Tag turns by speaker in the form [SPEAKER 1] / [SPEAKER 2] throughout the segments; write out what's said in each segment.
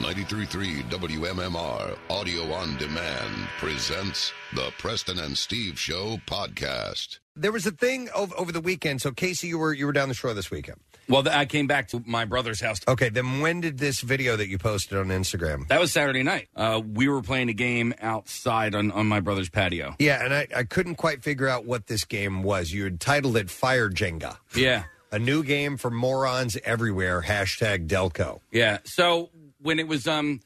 [SPEAKER 1] 933 WMMR Audio on Demand presents the Preston and Steve Show podcast.
[SPEAKER 2] There was a thing over, over the weekend. So Casey, you were you were down the shore this weekend.
[SPEAKER 3] Well, th- I came back to my brother's house.
[SPEAKER 2] Okay, then when did this video that you posted on Instagram?
[SPEAKER 3] That was Saturday night. Uh, we were playing a game outside on, on my brother's patio.
[SPEAKER 2] Yeah, and I, I couldn't quite figure out what this game was. You had titled it Fire Jenga,
[SPEAKER 3] Yeah.
[SPEAKER 2] a new game for morons everywhere. Hashtag Delco.
[SPEAKER 3] Yeah. So when it was um,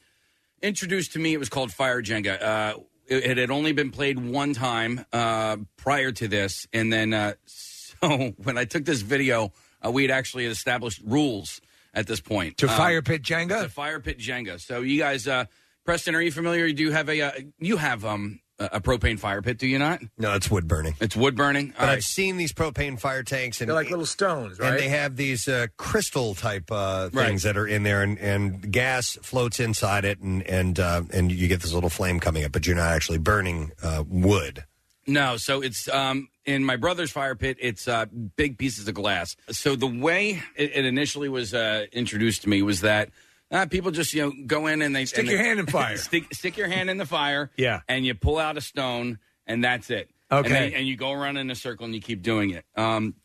[SPEAKER 3] introduced to me, it was called Fire Jenga. Uh, it, it had only been played one time uh, prior to this, and then uh, so when I took this video, uh, we had actually established rules at this point
[SPEAKER 4] To
[SPEAKER 3] Um,
[SPEAKER 4] fire pit Jenga?
[SPEAKER 3] To fire pit Jenga. So you guys, uh, Preston, are you familiar? Do you have a uh, you have um a a propane fire pit? Do you not?
[SPEAKER 2] No, it's wood burning.
[SPEAKER 3] It's wood burning.
[SPEAKER 2] But I've seen these propane fire tanks, and
[SPEAKER 3] They're
[SPEAKER 4] like little stones,
[SPEAKER 2] And
[SPEAKER 3] right?
[SPEAKER 2] they have these uh, crystal type uh,
[SPEAKER 3] Right.
[SPEAKER 2] things that are in there, and, and gas floats inside it, and and uh, and you get this little flame coming up, but you're not actually burning uh, wood.
[SPEAKER 3] No, so it's um, in my brother's fire pit. It's uh, big pieces of glass. So the way it, it initially was uh, introduced to me was that uh, people just you know go in and they
[SPEAKER 4] Stick
[SPEAKER 3] and
[SPEAKER 4] your
[SPEAKER 3] they-
[SPEAKER 4] hand in fire.
[SPEAKER 3] stick, stick your hand in the fire.
[SPEAKER 4] Yeah.
[SPEAKER 3] and you pull out a stone, and that's it.
[SPEAKER 4] Okay.
[SPEAKER 3] and, then- and you go around in a circle and you keep doing it. Um,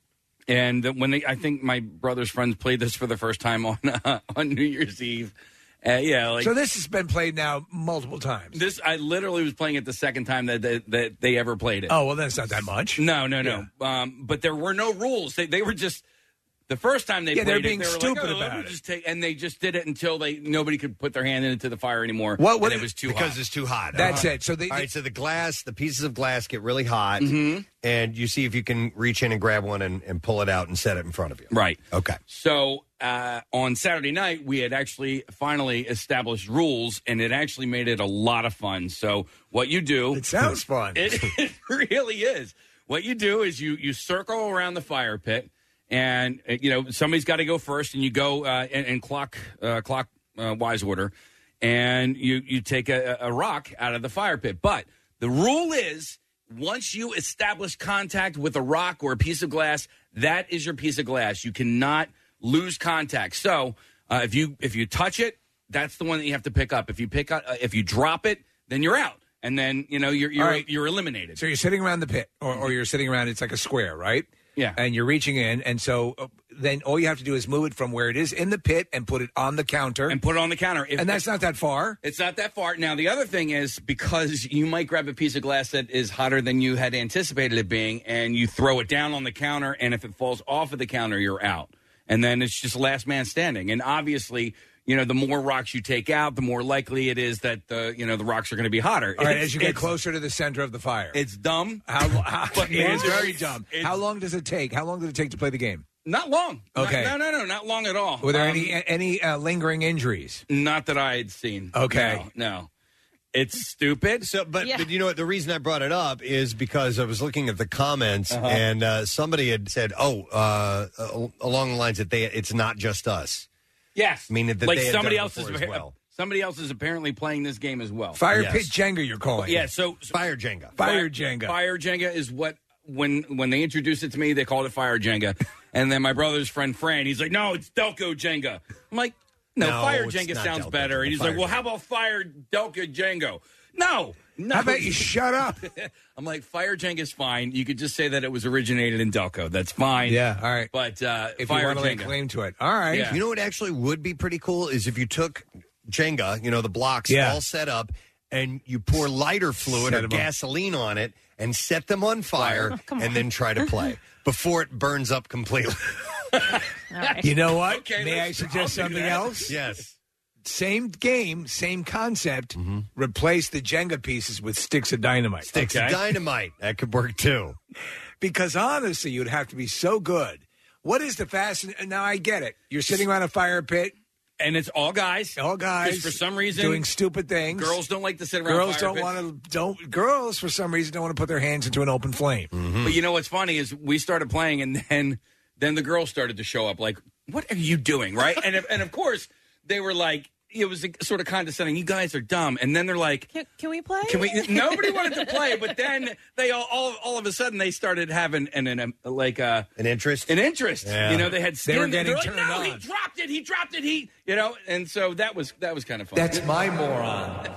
[SPEAKER 3] and when they, I think my brother's friends played this for the first time on uh, on New Year's Eve. Uh, yeah, like
[SPEAKER 4] so this has been played now multiple times.
[SPEAKER 3] this, I literally was playing it the second time that that, that they ever played it.
[SPEAKER 4] Oh well, that's not that much.
[SPEAKER 3] No, no, no. Um, but there were no rules. They, they were just the first time they
[SPEAKER 4] Yeah,
[SPEAKER 3] played
[SPEAKER 4] they're
[SPEAKER 3] it,
[SPEAKER 4] being
[SPEAKER 3] they were
[SPEAKER 4] stupid
[SPEAKER 3] like, "Oh, let
[SPEAKER 4] about
[SPEAKER 3] me
[SPEAKER 4] it."
[SPEAKER 3] Just take, and they just did it until they nobody could put their hand into the fire anymore.
[SPEAKER 2] What? what
[SPEAKER 3] and it was too
[SPEAKER 2] because
[SPEAKER 3] hot.
[SPEAKER 2] it's too hot.
[SPEAKER 4] That's
[SPEAKER 2] Uh-huh.
[SPEAKER 4] it. So they-
[SPEAKER 2] all right. So the glass, the pieces of glass get really hot,
[SPEAKER 3] Mm-hmm.
[SPEAKER 2] and you see if you can reach in and grab one and, and pull it out and set it in front of you.
[SPEAKER 3] Right.
[SPEAKER 2] Okay.
[SPEAKER 3] So uh, on Saturday night, we had actually finally established rules, and it actually made it a lot of fun. So what you do? It
[SPEAKER 4] sounds fun.
[SPEAKER 3] It, really is. What you do is you you circle around the fire pit, and uh, you know somebody's got to go first, and you go uh, in, in clock uh, clockwise order, and you you take a, a rock out of the fire pit. But the rule is once you establish contact with a rock or a piece of glass, that is your piece of glass. You cannot lose contact. So uh, if you if you touch it, that's the one that you have to pick up. If you pick up, uh, if you drop it, then you're out, and then you know you're you're,
[SPEAKER 4] All right.
[SPEAKER 3] you're eliminated.
[SPEAKER 4] So you're sitting around the pit, or, or you're sitting around. It's like a square, right?
[SPEAKER 3] Yeah.
[SPEAKER 4] And you're reaching in, and so uh, then all you have to do is move it from where it is in the pit and put it on the counter.
[SPEAKER 3] And put it on the counter. If-
[SPEAKER 4] and that's not that far.
[SPEAKER 3] It's not that far. Now, the other thing is because you might grab a piece of glass that is hotter than you had anticipated it being, and you throw it down on the counter, and if it falls off of the counter, you're out. And then it's just last man standing. And obviously, you know, the more rocks you take out, the more likely it is that the you know the rocks are going to be hotter.
[SPEAKER 4] All right,
[SPEAKER 3] It's-
[SPEAKER 4] as you get
[SPEAKER 3] it's-
[SPEAKER 4] closer to the center of the fire,
[SPEAKER 3] it's dumb.
[SPEAKER 4] how, how,
[SPEAKER 3] But
[SPEAKER 4] it is
[SPEAKER 3] it's-
[SPEAKER 4] very dumb.
[SPEAKER 3] it's-
[SPEAKER 4] How long does it take? How long did it take to play the game?
[SPEAKER 3] Not long. Not-
[SPEAKER 4] Okay.
[SPEAKER 3] no, no, no, not long at all.
[SPEAKER 4] Were there
[SPEAKER 3] Um,
[SPEAKER 4] any any uh, lingering injuries?
[SPEAKER 3] Not that I had seen.
[SPEAKER 4] Okay.
[SPEAKER 3] No. no. It's stupid.
[SPEAKER 2] So, but but you know what? The reason I brought it up is because I was looking at the comments
[SPEAKER 3] Uh-huh.
[SPEAKER 2] and uh, somebody had said, "Oh, uh, uh, along the lines that they it's not just us."
[SPEAKER 3] Yes.
[SPEAKER 2] Meaning that
[SPEAKER 3] like
[SPEAKER 2] they had
[SPEAKER 3] somebody
[SPEAKER 2] done it
[SPEAKER 3] else is
[SPEAKER 2] before as well.
[SPEAKER 3] somebody else is apparently playing this game as well.
[SPEAKER 4] Fire
[SPEAKER 2] Yes.
[SPEAKER 4] pit Jenga, you're calling? it.
[SPEAKER 3] Yeah, so, so
[SPEAKER 2] Fire Jenga.
[SPEAKER 4] Fire Jenga.
[SPEAKER 3] Fire Jenga is what when when they introduced it to me, they called it Fire Jenga. and then my brother's friend Fran, he's like, "No, it's Delco Jenga." I'm like, "No,
[SPEAKER 2] No,
[SPEAKER 3] Fire
[SPEAKER 2] it's
[SPEAKER 3] Jenga
[SPEAKER 2] not
[SPEAKER 3] sounds
[SPEAKER 2] Delco
[SPEAKER 3] better."
[SPEAKER 2] Jenga,
[SPEAKER 3] And he's like,
[SPEAKER 2] Fire
[SPEAKER 3] "Well,
[SPEAKER 2] Jenga."
[SPEAKER 3] how about Fire Delco Jenga?" No, no.
[SPEAKER 4] How about you shut up?
[SPEAKER 3] I'm like, Fire Jenga's fine. You could just say that it was originated in Delco. That's fine.
[SPEAKER 4] Yeah, all right.
[SPEAKER 3] But uh,
[SPEAKER 4] If you
[SPEAKER 3] Fire
[SPEAKER 4] want to lay
[SPEAKER 3] Jenga.
[SPEAKER 4] claim to it, all right.
[SPEAKER 3] Yeah.
[SPEAKER 2] You know what actually would be pretty cool is if you took Jenga, you know, the blocks
[SPEAKER 4] Yeah.
[SPEAKER 2] all set up, and you pour lighter fluid
[SPEAKER 4] Set
[SPEAKER 2] or
[SPEAKER 4] them up.
[SPEAKER 2] gasoline on it and set them on fire
[SPEAKER 5] come
[SPEAKER 2] and then try to play before it burns up completely.
[SPEAKER 4] You know what?
[SPEAKER 3] Okay,
[SPEAKER 4] May
[SPEAKER 3] let's-
[SPEAKER 4] I suggest
[SPEAKER 3] I'll do
[SPEAKER 4] something
[SPEAKER 3] that.
[SPEAKER 4] else?
[SPEAKER 2] yes.
[SPEAKER 4] Same game, same concept.
[SPEAKER 3] Mm-hmm.
[SPEAKER 4] Replace the Jenga pieces with sticks of dynamite.
[SPEAKER 2] Sticks of
[SPEAKER 3] Okay.
[SPEAKER 2] dynamite. That could work too.
[SPEAKER 4] Because honestly, you'd have to be so good. What is the fashion? Now I get it. You're sitting around a fire pit,
[SPEAKER 3] and it's all guys.
[SPEAKER 4] all guys.
[SPEAKER 3] Just for some reason,
[SPEAKER 4] doing stupid things.
[SPEAKER 3] girls don't like to sit around.
[SPEAKER 4] Girls
[SPEAKER 3] fire
[SPEAKER 4] don't
[SPEAKER 3] pits.
[SPEAKER 4] want to. Don't girls for some reason don't want to put their hands into an open flame.
[SPEAKER 3] But you know what's funny is we started playing, and then then the girls started to show up. Like, what are you doing, right? and of- and of course they were like, it was sort of condescending. You guys are dumb, and then they're like,
[SPEAKER 5] Can, can we play?
[SPEAKER 3] Can we? Nobody wanted to play, but then they all, all, all of a sudden they started having an, an um, like uh,
[SPEAKER 2] an interest,
[SPEAKER 3] an interest.
[SPEAKER 2] Yeah.
[SPEAKER 3] You know, they had
[SPEAKER 2] They were
[SPEAKER 3] skin- they're
[SPEAKER 2] getting
[SPEAKER 3] like,
[SPEAKER 2] turned
[SPEAKER 3] no,
[SPEAKER 2] on."
[SPEAKER 3] he dropped it. He dropped it. He, you know, and so that was that was kind of fun.
[SPEAKER 2] That's
[SPEAKER 4] my moron.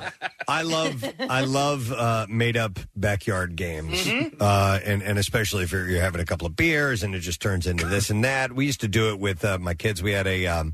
[SPEAKER 2] I love I love uh, made up backyard games,
[SPEAKER 3] Mhm.
[SPEAKER 2] uh, and and especially if you're, you're having a couple of beers and it just turns into this and that. We used to do it with uh, my kids. We had a um,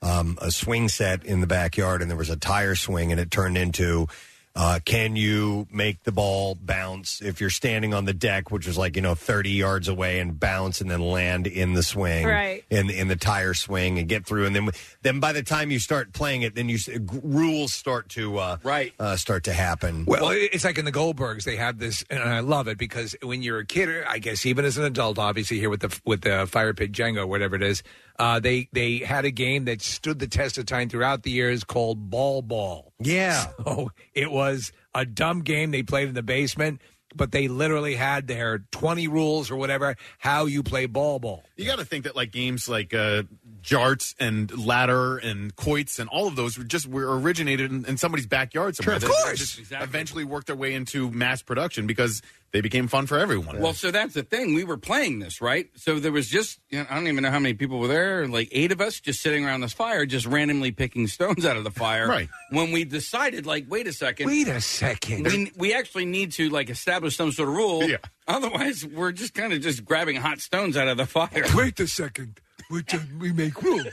[SPEAKER 2] um, a swing set in the backyard, and there was a tire swing, and it turned into. Uh, can you make the ball bounce if you're standing on the deck, which was like you know 30 yards away, and bounce and then land in the swing,
[SPEAKER 6] Right.
[SPEAKER 2] In in the tire swing and get through, and then then by the time you start playing it, then you s- uh, rules start to uh,
[SPEAKER 3] right
[SPEAKER 2] uh, start to happen.
[SPEAKER 4] Well, it- it's like in the Goldbergs, they have this, and I love it because when you're a kid, or I guess even as an adult, obviously here with the with the fire pit Jenga, whatever it is, uh, they they had a game that stood the test of time throughout the years called Ball Ball.
[SPEAKER 2] Yeah.
[SPEAKER 4] So it was a dumb game they played in the basement, but they literally had their 20 rules or whatever how you play Ball Ball.
[SPEAKER 7] You got to think that like games like uh, jarts and ladder and quoits and all of those were just were originated in, in somebody's backyard somewhere.
[SPEAKER 3] Of
[SPEAKER 7] They-
[SPEAKER 3] course.
[SPEAKER 7] they just Eventually worked their way into mass production because they became fun for everyone.
[SPEAKER 3] Well, so that's the thing. We were playing this, right? So there was just, you know, I don't even know how many people were there, like eight of us just sitting around this fire, just randomly picking stones out of the fire.
[SPEAKER 7] Right.
[SPEAKER 3] When we decided, like, wait a second.
[SPEAKER 4] Wait a second.
[SPEAKER 3] We, we actually need to, like, establish some sort of rule.
[SPEAKER 4] Yeah.
[SPEAKER 3] Otherwise, we're just kind of just grabbing hot stones out of the fire.
[SPEAKER 4] Wait a second. We, we make rules.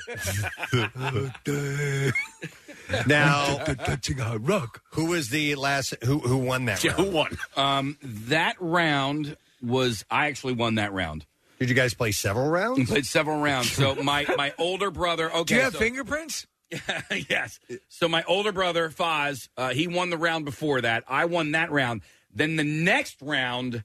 [SPEAKER 2] Now-
[SPEAKER 4] touching a rock.
[SPEAKER 2] Who was the last? Who who won that? round?
[SPEAKER 7] won?
[SPEAKER 3] Um, that round was, I actually won that round.
[SPEAKER 2] Did you guys play several rounds?
[SPEAKER 3] We played several rounds. So my, my older brother, okay.
[SPEAKER 4] Do you have
[SPEAKER 3] so-
[SPEAKER 4] fingerprints?
[SPEAKER 3] yes. So my older brother Foz, uh, he won the round before that. I won that round. Then the next round,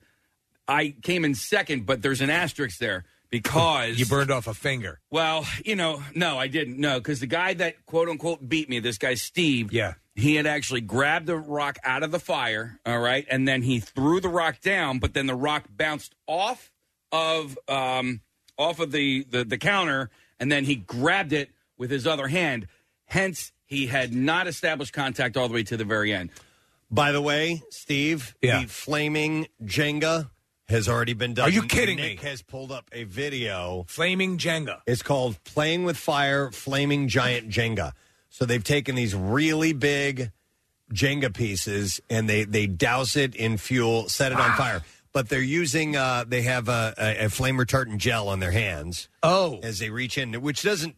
[SPEAKER 3] I came in second, but there's an asterisk there because
[SPEAKER 4] You burned off a finger.
[SPEAKER 3] well, you know, no, I didn't. No, because the guy that quote unquote beat me, this guy Steve,
[SPEAKER 4] yeah,
[SPEAKER 3] he had actually grabbed the rock out of the fire, all right, and then he threw the rock down, but then the rock bounced off of um off of the the, the counter, and then he grabbed it with his other hand. Hence, he had not established contact all the way to the very end.
[SPEAKER 2] By the way, Steve, the flaming Jenga has already been done.
[SPEAKER 4] Are you kidding
[SPEAKER 2] Nick
[SPEAKER 4] me?
[SPEAKER 2] Has pulled up a video.
[SPEAKER 4] Flaming Jenga.
[SPEAKER 2] It's called "Playing with Fire: Flaming Giant Jenga." So they've taken these really big Jenga pieces and they they douse it in fuel, set it
[SPEAKER 4] Ah.
[SPEAKER 2] on fire. But they're using uh, they have a, a, a flame retardant gel on their hands.
[SPEAKER 4] Oh,
[SPEAKER 2] as they reach in, which doesn't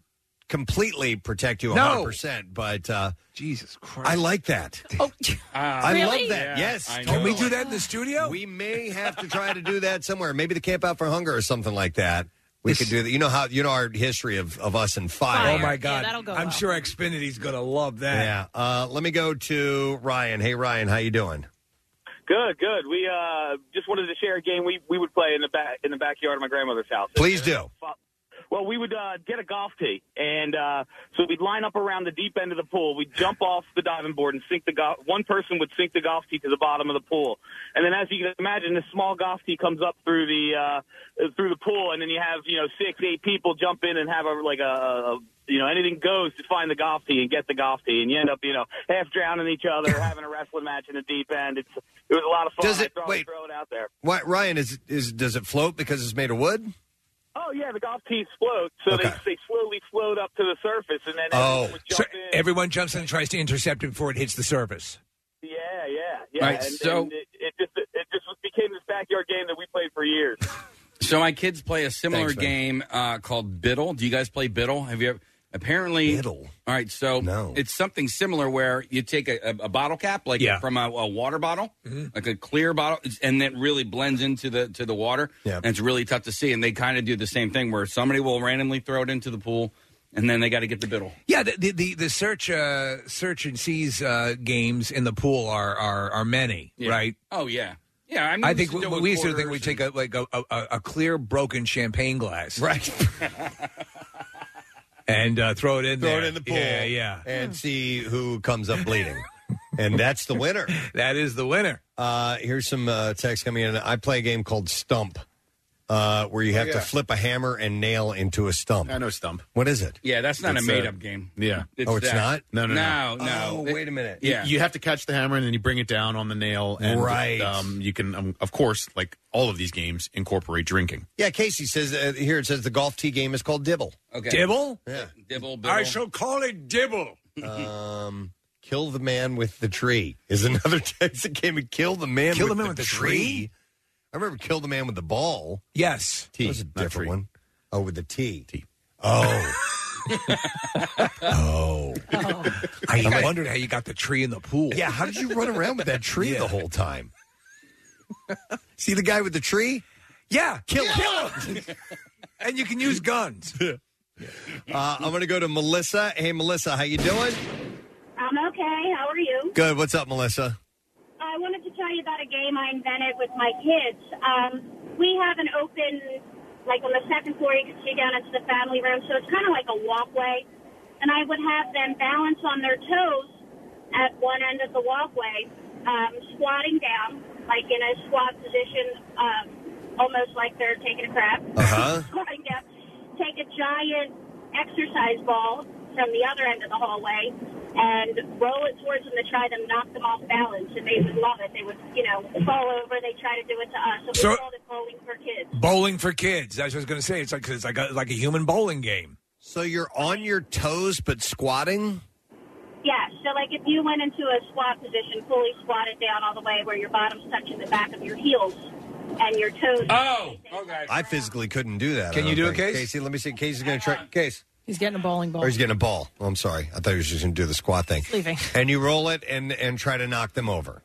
[SPEAKER 2] completely protect you
[SPEAKER 4] No.
[SPEAKER 2] 100. percent But uh,
[SPEAKER 4] Jesus Christ, Oh,
[SPEAKER 2] I like that. I love that. yes.
[SPEAKER 4] Can we do that in the studio?
[SPEAKER 2] We may have to try to do that somewhere. Maybe the Camp Out for Hunger or something like that. We could do that. You know how you know our history of, of us and fire.
[SPEAKER 4] Oh my God! I'm sure Xfinity's gonna love that.
[SPEAKER 2] Yeah. Uh, let me go to Ryan. Hey Ryan, how you doing?
[SPEAKER 8] Good, good. We uh, just wanted to share a game we, we would play in the back in the backyard of my grandmother's house.
[SPEAKER 2] Please do.
[SPEAKER 8] Well, we would uh, get a golf tee, and uh, so we'd line up around the deep end of the pool. We'd jump off the diving board and sink the golf. One person would sink the golf tee to the bottom of the pool, and then as you can imagine, this small golf tee comes up through the uh, through the pool, and then you have you know six, eight people jump in and have a like a, a you know anything goes to find the golf tee and get the golf tee, and you end up you know half drowning each other, having a wrestling match in the deep end. It's it was a lot of fun.
[SPEAKER 2] Does it-
[SPEAKER 8] I thought I'd
[SPEAKER 2] wait.
[SPEAKER 8] Throw it out there.
[SPEAKER 2] Why, Ryan is is does it float because it's made of wood?
[SPEAKER 8] Oh yeah, the golf tees float, so they they slowly float up to the surface, and then everyone
[SPEAKER 2] Oh.
[SPEAKER 4] Oh.
[SPEAKER 8] would
[SPEAKER 4] so
[SPEAKER 8] jump in.
[SPEAKER 4] everyone jumps in and tries to intercept it before it hits the surface.
[SPEAKER 8] Yeah, yeah, yeah.
[SPEAKER 4] Right,
[SPEAKER 8] and,
[SPEAKER 4] so-
[SPEAKER 8] and it, it just it just became this backyard game that we played for years.
[SPEAKER 3] So my kids play a similar
[SPEAKER 8] Thanks, man.
[SPEAKER 3] game uh, called Biddle. Do you guys play Biddle? Have you ever? Apparently, Biddle. All right, so it's something similar where you take a, a, a bottle cap, like
[SPEAKER 2] Yeah.
[SPEAKER 3] from a, a water bottle,
[SPEAKER 2] Mm-hmm.
[SPEAKER 3] like a clear bottle, it's- and that really blends into the to the water.
[SPEAKER 2] Yeah.
[SPEAKER 3] and it's really tough to see. And they kind of do the same thing where somebody will randomly throw it into the pool, and then they got to get the biddle.
[SPEAKER 4] Yeah, the the, the, the search uh, search and seize uh, games in the pool are are, are many,
[SPEAKER 3] Yeah.
[SPEAKER 4] right?
[SPEAKER 3] Oh yeah, yeah. I, mean,
[SPEAKER 4] I think
[SPEAKER 3] used to
[SPEAKER 4] we,
[SPEAKER 3] do it
[SPEAKER 4] we used to
[SPEAKER 3] quarters
[SPEAKER 4] think we take a, like a, a, a clear broken champagne glass,
[SPEAKER 2] right,
[SPEAKER 4] and uh, throw it in
[SPEAKER 2] Throw
[SPEAKER 4] there.
[SPEAKER 2] it in the pool.
[SPEAKER 4] Yeah, yeah.
[SPEAKER 2] And see who comes up bleeding. and that's the winner.
[SPEAKER 4] That is the winner.
[SPEAKER 2] Uh, here's some uh, text coming in. I play a game called Stump. uh, where
[SPEAKER 3] Oh,
[SPEAKER 2] you have
[SPEAKER 7] yeah.
[SPEAKER 2] to flip a hammer and nail into a stump.
[SPEAKER 7] I know stump.
[SPEAKER 2] What is it?
[SPEAKER 3] Yeah, that's not
[SPEAKER 7] It's,
[SPEAKER 3] a
[SPEAKER 7] uh,
[SPEAKER 3] made up game.
[SPEAKER 7] Yeah.
[SPEAKER 2] Oh, it's
[SPEAKER 3] that.
[SPEAKER 2] not?
[SPEAKER 7] No, no, no.
[SPEAKER 3] no. no.
[SPEAKER 2] Oh,
[SPEAKER 3] It-
[SPEAKER 2] wait a minute.
[SPEAKER 3] Yeah.
[SPEAKER 7] You have to catch the hammer and then you bring it down on the nail. And,
[SPEAKER 2] Right.
[SPEAKER 7] Um, you can, um, of course, like all of these games, incorporate drinking.
[SPEAKER 2] Yeah, Casey says uh, here it says the golf tee game is called dibble.
[SPEAKER 3] okay.
[SPEAKER 4] Dibble?
[SPEAKER 2] Yeah.
[SPEAKER 3] Dibble, bibble.
[SPEAKER 4] I shall call it Dibble.
[SPEAKER 2] Um, kill the man with the tree is another text that came. Kill the man.
[SPEAKER 4] Kill
[SPEAKER 2] with
[SPEAKER 4] the man
[SPEAKER 2] the
[SPEAKER 4] with the tree?
[SPEAKER 2] I remember kill the man with the ball.
[SPEAKER 4] Yes.
[SPEAKER 2] That was a
[SPEAKER 7] not
[SPEAKER 2] different
[SPEAKER 7] tree.
[SPEAKER 2] one. Oh, with the T. T. Oh. oh.
[SPEAKER 4] I, I wondered how you got the tree in the pool.
[SPEAKER 2] Yeah. How did you run around with that tree
[SPEAKER 4] Yeah.
[SPEAKER 2] the whole time? See the guy with the tree?
[SPEAKER 4] Yeah.
[SPEAKER 2] Kill him.
[SPEAKER 4] Kill him. and you can use guns.
[SPEAKER 2] Uh, I'm gonna go to Melissa. Hey, Melissa, how you doing?
[SPEAKER 5] I'm okay. How are you?
[SPEAKER 2] Good. What's up, Melissa?
[SPEAKER 5] I wanted to tell you about a game I invented with my kids. Um, we have an open, like on the second floor, you can see down into the family room, so it's kind of like a walkway. And I would have them balance on their toes at one end of the walkway, um, squatting down, like in a squat position, um, almost like they're taking a crap.
[SPEAKER 2] Uh huh.
[SPEAKER 5] going to take a giant exercise ball from the other end of the hallway and roll it towards them to try to knock them off balance, and they would love it. They would, you know, fall over. They try to do it to us. So
[SPEAKER 4] So-
[SPEAKER 5] we called it bowling for kids.
[SPEAKER 4] Bowling for kids. That's what I was going to say. It's like it's like a, like a human bowling game.
[SPEAKER 2] So you're on your toes but squatting.
[SPEAKER 5] Yeah, so like if you went into a squat position, fully squatted down all the way where your bottom's touching the back of your heels and your toes.
[SPEAKER 3] Oh, okay.
[SPEAKER 2] I physically couldn't do that.
[SPEAKER 4] Can
[SPEAKER 2] I
[SPEAKER 4] you
[SPEAKER 2] don't
[SPEAKER 4] do it,
[SPEAKER 2] think.
[SPEAKER 4] Case?
[SPEAKER 2] Casey, let me see. Casey's going to try. Case.
[SPEAKER 6] He's getting a bowling ball.
[SPEAKER 2] Or he's getting a ball. Oh, I'm sorry. I thought he was just going to do the squat thing.
[SPEAKER 6] Leaving.
[SPEAKER 2] And you roll it and and try to knock them over.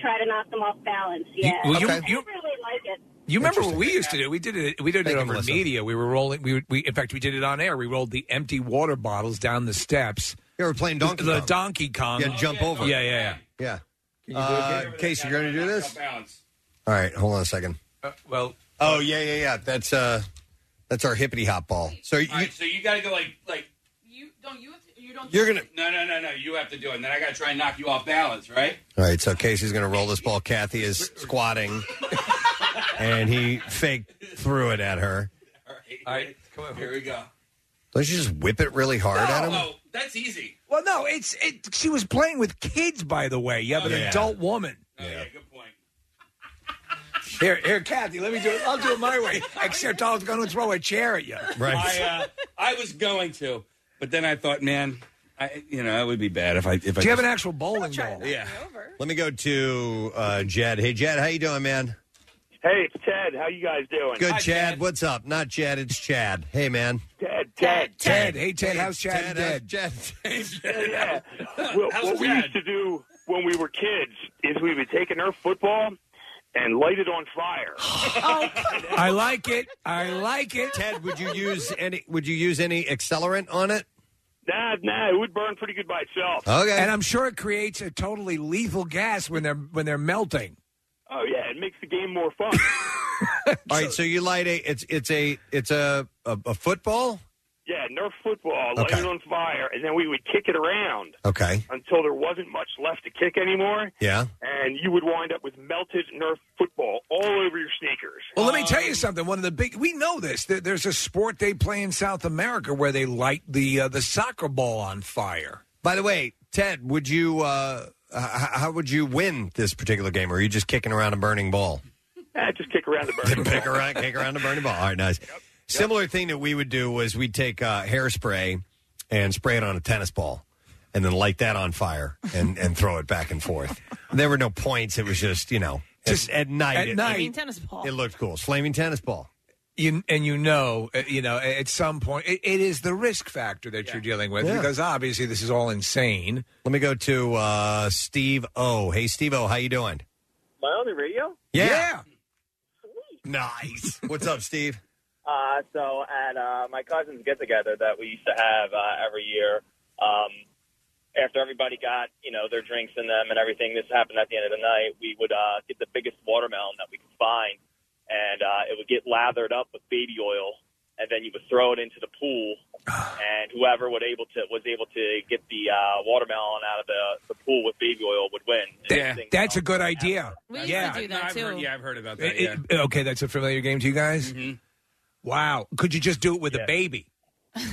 [SPEAKER 5] Try to knock them off balance. Yeah,
[SPEAKER 4] well,
[SPEAKER 2] you-
[SPEAKER 5] I
[SPEAKER 4] you-
[SPEAKER 5] really like it.
[SPEAKER 4] You remember what we used to do? We did it. We did
[SPEAKER 2] Thank
[SPEAKER 4] it
[SPEAKER 2] you,
[SPEAKER 4] over
[SPEAKER 2] Melissa.
[SPEAKER 4] media. We were rolling. We, would- we in fact we did it on air. We rolled the empty water bottles down the steps.
[SPEAKER 2] Yeah, we're playing donkey.
[SPEAKER 4] the
[SPEAKER 2] Kong.
[SPEAKER 4] Donkey Kong.
[SPEAKER 2] You had to jump over.
[SPEAKER 4] Um, Yeah, yeah, yeah.
[SPEAKER 2] Yeah. Uh, Casey, you're going to do this? All right. Hold on a second.
[SPEAKER 4] Uh, well,
[SPEAKER 2] Oh yeah, yeah, yeah. That's uh, that's our hippity hop ball. So you,
[SPEAKER 3] All right, so you got to go like like
[SPEAKER 6] You don't you have to, you don't
[SPEAKER 2] you're going to.
[SPEAKER 3] no no no no you have to do it and then I got to try and knock you off balance right?
[SPEAKER 2] All right. So Casey's going to roll this ball. Kathy is squatting, and he fake threw it at her.
[SPEAKER 3] All right,
[SPEAKER 4] All right, come over.
[SPEAKER 3] here we go.
[SPEAKER 2] Don't you just whip it really hard at him?
[SPEAKER 3] Oh, that's easy.
[SPEAKER 4] well, no. It's it. She was playing with kids, by the way. You have an
[SPEAKER 2] Yeah.
[SPEAKER 4] adult woman.
[SPEAKER 3] Okay, good point.
[SPEAKER 4] Here, here, Kathy. Let me do it. I'll do it my way. Except I was going to throw a chair at you.
[SPEAKER 3] I uh, I was going to, but then I thought, man, I you know, it would be bad if I if I
[SPEAKER 4] Do you have
[SPEAKER 3] just-
[SPEAKER 4] an actual bowling ball?
[SPEAKER 3] yeah.
[SPEAKER 2] Let me go to uh, Jed. Hey, Jed, how you doing, man?
[SPEAKER 9] Hey, it's Ted. How you guys doing?
[SPEAKER 2] Good,
[SPEAKER 3] Hi,
[SPEAKER 2] Chad.
[SPEAKER 3] Chad.
[SPEAKER 2] What's up? Not Chad. It's Chad. Hey, man.
[SPEAKER 9] Ted, Ted.
[SPEAKER 4] Ted. Hey, Ted. How's Chad? and
[SPEAKER 2] how's
[SPEAKER 4] Ted?
[SPEAKER 2] Chad.
[SPEAKER 9] Yeah. Well,
[SPEAKER 3] How's
[SPEAKER 9] what we
[SPEAKER 3] Ted?
[SPEAKER 9] used to do when we were kids is we would take a Nerf football and light it on fire.
[SPEAKER 4] I like it. I like it.
[SPEAKER 2] Ted, would you use any? Would you use any accelerant on it?
[SPEAKER 9] Nah, nah, it would burn pretty good by itself.
[SPEAKER 2] Okay.
[SPEAKER 4] And I'm sure it creates a totally lethal gas when they're when they're melting.
[SPEAKER 9] Oh yeah, it makes the game more fun.
[SPEAKER 2] All right. So you light a. It's it's a it's a a, a football.
[SPEAKER 9] yeah, Nerf football, light
[SPEAKER 2] Okay.
[SPEAKER 9] it on fire, and then we would kick it around
[SPEAKER 2] Okay.
[SPEAKER 9] until there wasn't much left to kick anymore,
[SPEAKER 2] Yeah.
[SPEAKER 9] and you would wind up with melted Nerf football all over your sneakers.
[SPEAKER 4] Well, let me tell
[SPEAKER 2] Um,
[SPEAKER 4] you something. One of the big we know this. There, there's a sport they play in South America where they light the uh, the soccer ball on fire.
[SPEAKER 2] By the way, Ted, would you? uh h- how would you win this particular game? Or are you just kicking around a burning ball?
[SPEAKER 9] Ah, just kick around the burn.
[SPEAKER 2] Pick around, kick around a burning ball. All right, nice. Similar thing that we would do was we'd take uh, hairspray and spray it on a tennis ball, and then light that on fire and and throw it back and forth. There were no points. It was just you know just at, night.
[SPEAKER 4] at
[SPEAKER 2] it,
[SPEAKER 4] night.
[SPEAKER 6] Green tennis ball.
[SPEAKER 2] it looked cool. Flaming tennis ball.
[SPEAKER 4] You, and you know, uh, you know, a- at some point, it, it is the risk factor that you're dealing with
[SPEAKER 2] Yeah.
[SPEAKER 4] because obviously this is all insane.
[SPEAKER 2] Let me go to uh, Steve O. Hey, Steve O, how you doing?
[SPEAKER 10] My only radio?
[SPEAKER 2] Nice. What's up, Steve?
[SPEAKER 10] Uh, so at uh, my cousin's get together that we used to have uh, every year, um, after everybody got you know their drinks in them and everything, this happened at the end of the night. We would uh, get the biggest watermelon that we could find, and uh, it would get lathered up with baby oil, and then you would throw it into the pool, and whoever would able to was able to get the uh, watermelon out of the, the pool with baby oil would win.
[SPEAKER 3] Yeah,
[SPEAKER 10] Everything
[SPEAKER 4] that's a
[SPEAKER 10] else
[SPEAKER 4] good
[SPEAKER 10] after.
[SPEAKER 4] idea.
[SPEAKER 6] we We used
[SPEAKER 4] Yeah.
[SPEAKER 6] to do
[SPEAKER 4] No,
[SPEAKER 6] that
[SPEAKER 4] I've
[SPEAKER 6] too.
[SPEAKER 4] heard-
[SPEAKER 3] yeah, I've heard about
[SPEAKER 4] It- it- okay, that's a familiar game to you guys.
[SPEAKER 2] Mm-hmm.
[SPEAKER 4] Wow, could you just do it with a baby?
[SPEAKER 6] But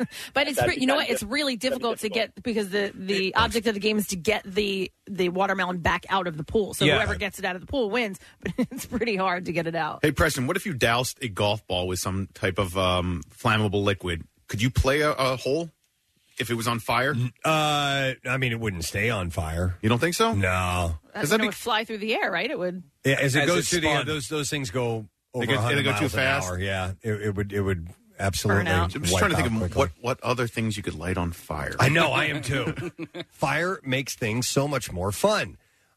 [SPEAKER 6] it's
[SPEAKER 4] That'd
[SPEAKER 6] pretty,
[SPEAKER 4] be-
[SPEAKER 6] you know what?
[SPEAKER 4] that'd
[SPEAKER 6] It's really difficult to get because the the object of the game is to get the the watermelon back out of the pool. So
[SPEAKER 7] Yeah.
[SPEAKER 6] whoever gets it out of the pool wins. But it's pretty hard to get it out.
[SPEAKER 7] Hey, Preston, what if you doused a golf ball with some type of um, flammable liquid? Could you play a, a hole if it was on fire?
[SPEAKER 2] Uh, I mean, it wouldn't stay on fire.
[SPEAKER 7] You don't think so?
[SPEAKER 2] No.
[SPEAKER 6] That's it would fly through the air, right? It would.
[SPEAKER 2] Yeah, as it
[SPEAKER 7] As
[SPEAKER 2] goes
[SPEAKER 7] it
[SPEAKER 2] through the
[SPEAKER 7] spun.
[SPEAKER 2] those those things go
[SPEAKER 7] They
[SPEAKER 2] over
[SPEAKER 7] go-
[SPEAKER 2] 100
[SPEAKER 7] it'll go too
[SPEAKER 2] miles an
[SPEAKER 7] fast?
[SPEAKER 2] hour. Yeah, it, it would it would absolutely.
[SPEAKER 7] I'm just trying to
[SPEAKER 2] wipe
[SPEAKER 7] think
[SPEAKER 2] out
[SPEAKER 7] of
[SPEAKER 2] quickly.
[SPEAKER 7] what, what other things you could light on fire.
[SPEAKER 2] I know, I am too. Fire makes things so much more fun.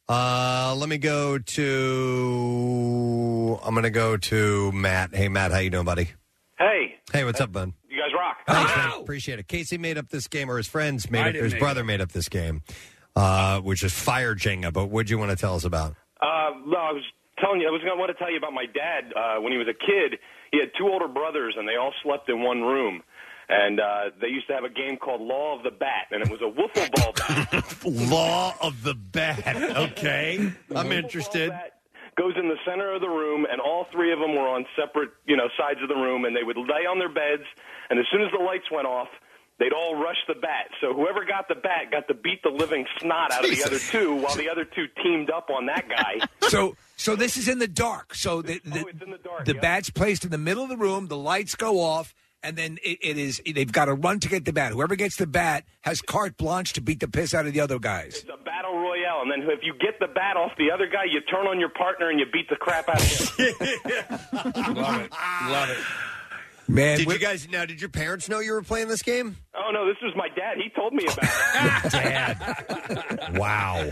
[SPEAKER 2] Uh, let me go to. I'm going to go to Matt. Hey, Matt, how you doing, buddy?
[SPEAKER 11] Hey,
[SPEAKER 2] Hey, what's up, bud?
[SPEAKER 11] you guys rock.
[SPEAKER 2] Thanks, man. Appreciate it. Casey made up this game, or his friends made
[SPEAKER 11] I
[SPEAKER 2] up,
[SPEAKER 11] didn't
[SPEAKER 2] his
[SPEAKER 11] make
[SPEAKER 2] brother made up this game, uh, which is Fire Jenga. But what do you want to tell us about?
[SPEAKER 11] Uh, no, I was telling you, I was going to want to tell you about my dad. Uh, when he was a kid, he had two older brothers, and they all slept in one room. And uh, they used to have a game called Law of the Bat, and it was a wiffle ball bat.
[SPEAKER 2] Law of the Bat. Okay. I'm interested.
[SPEAKER 11] Goes in the center of the room, and all three of them were on separate, you know, sides of the room, and they would lay on their beds. And as soon as the lights went off, they'd all rush the bat. So whoever got the bat got to beat the living snot out of the other two, while the other two teamed up on that guy.
[SPEAKER 4] So, so this is in the dark. So the the, the, bat's placed in the middle of the room. The lights go off, and then it, it is they've got to run to get the bat. Whoever gets the bat has carte blanche to beat the piss out of the other guys.
[SPEAKER 11] It's a battle royale, and then if you get the bat off the other guy, you turn on your partner and you beat the crap out of him.
[SPEAKER 3] Love it. Love it.
[SPEAKER 4] Man,
[SPEAKER 2] did you guys now? Did your parents know you were playing this game?
[SPEAKER 11] Oh no, this was my dad. He told me about it.
[SPEAKER 2] Wow,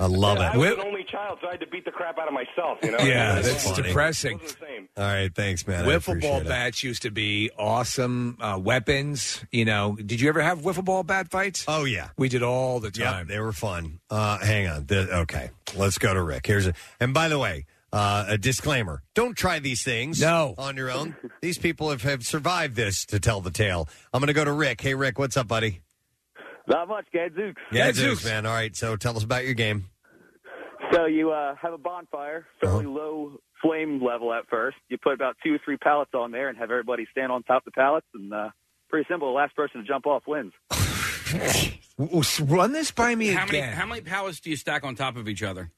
[SPEAKER 2] Uh, I love
[SPEAKER 11] I
[SPEAKER 2] it.
[SPEAKER 11] was an only child, so I had to beat the crap out of myself. You know?
[SPEAKER 4] Yeah, that's depressing.
[SPEAKER 2] All right, thanhanks, man. I
[SPEAKER 4] Wiffle ball
[SPEAKER 2] appreciate it.
[SPEAKER 4] bats used to be awesome uh, weapons. You know, did you ever have wiffle ball bat fights?
[SPEAKER 2] Oh yeah,
[SPEAKER 4] we did all the
[SPEAKER 2] Yep,
[SPEAKER 4] time.
[SPEAKER 2] they were fun. Uh, hang on. The- okay, let's go to Rick. Here's a, and by the way, uh, a disclaimer: don't try these things.
[SPEAKER 4] No.
[SPEAKER 2] on your own. These people have, have survived this to tell the tale. I'm going to go to Rick. Hey, Rick, what's up, buddy?
[SPEAKER 10] Not much, Gadzooks.
[SPEAKER 2] Gadzooks, man. All right, so tell us about your game.
[SPEAKER 10] So you uh, have a bonfire, fairly low flame level at first. You put about two or three pallets on there and have everybody stand on top of the pallets, and uh, pretty simple. The last person to jump off wins.
[SPEAKER 4] W- w- Run this by me
[SPEAKER 3] How many,
[SPEAKER 4] again.
[SPEAKER 3] how many pallets do you stack on top of each other?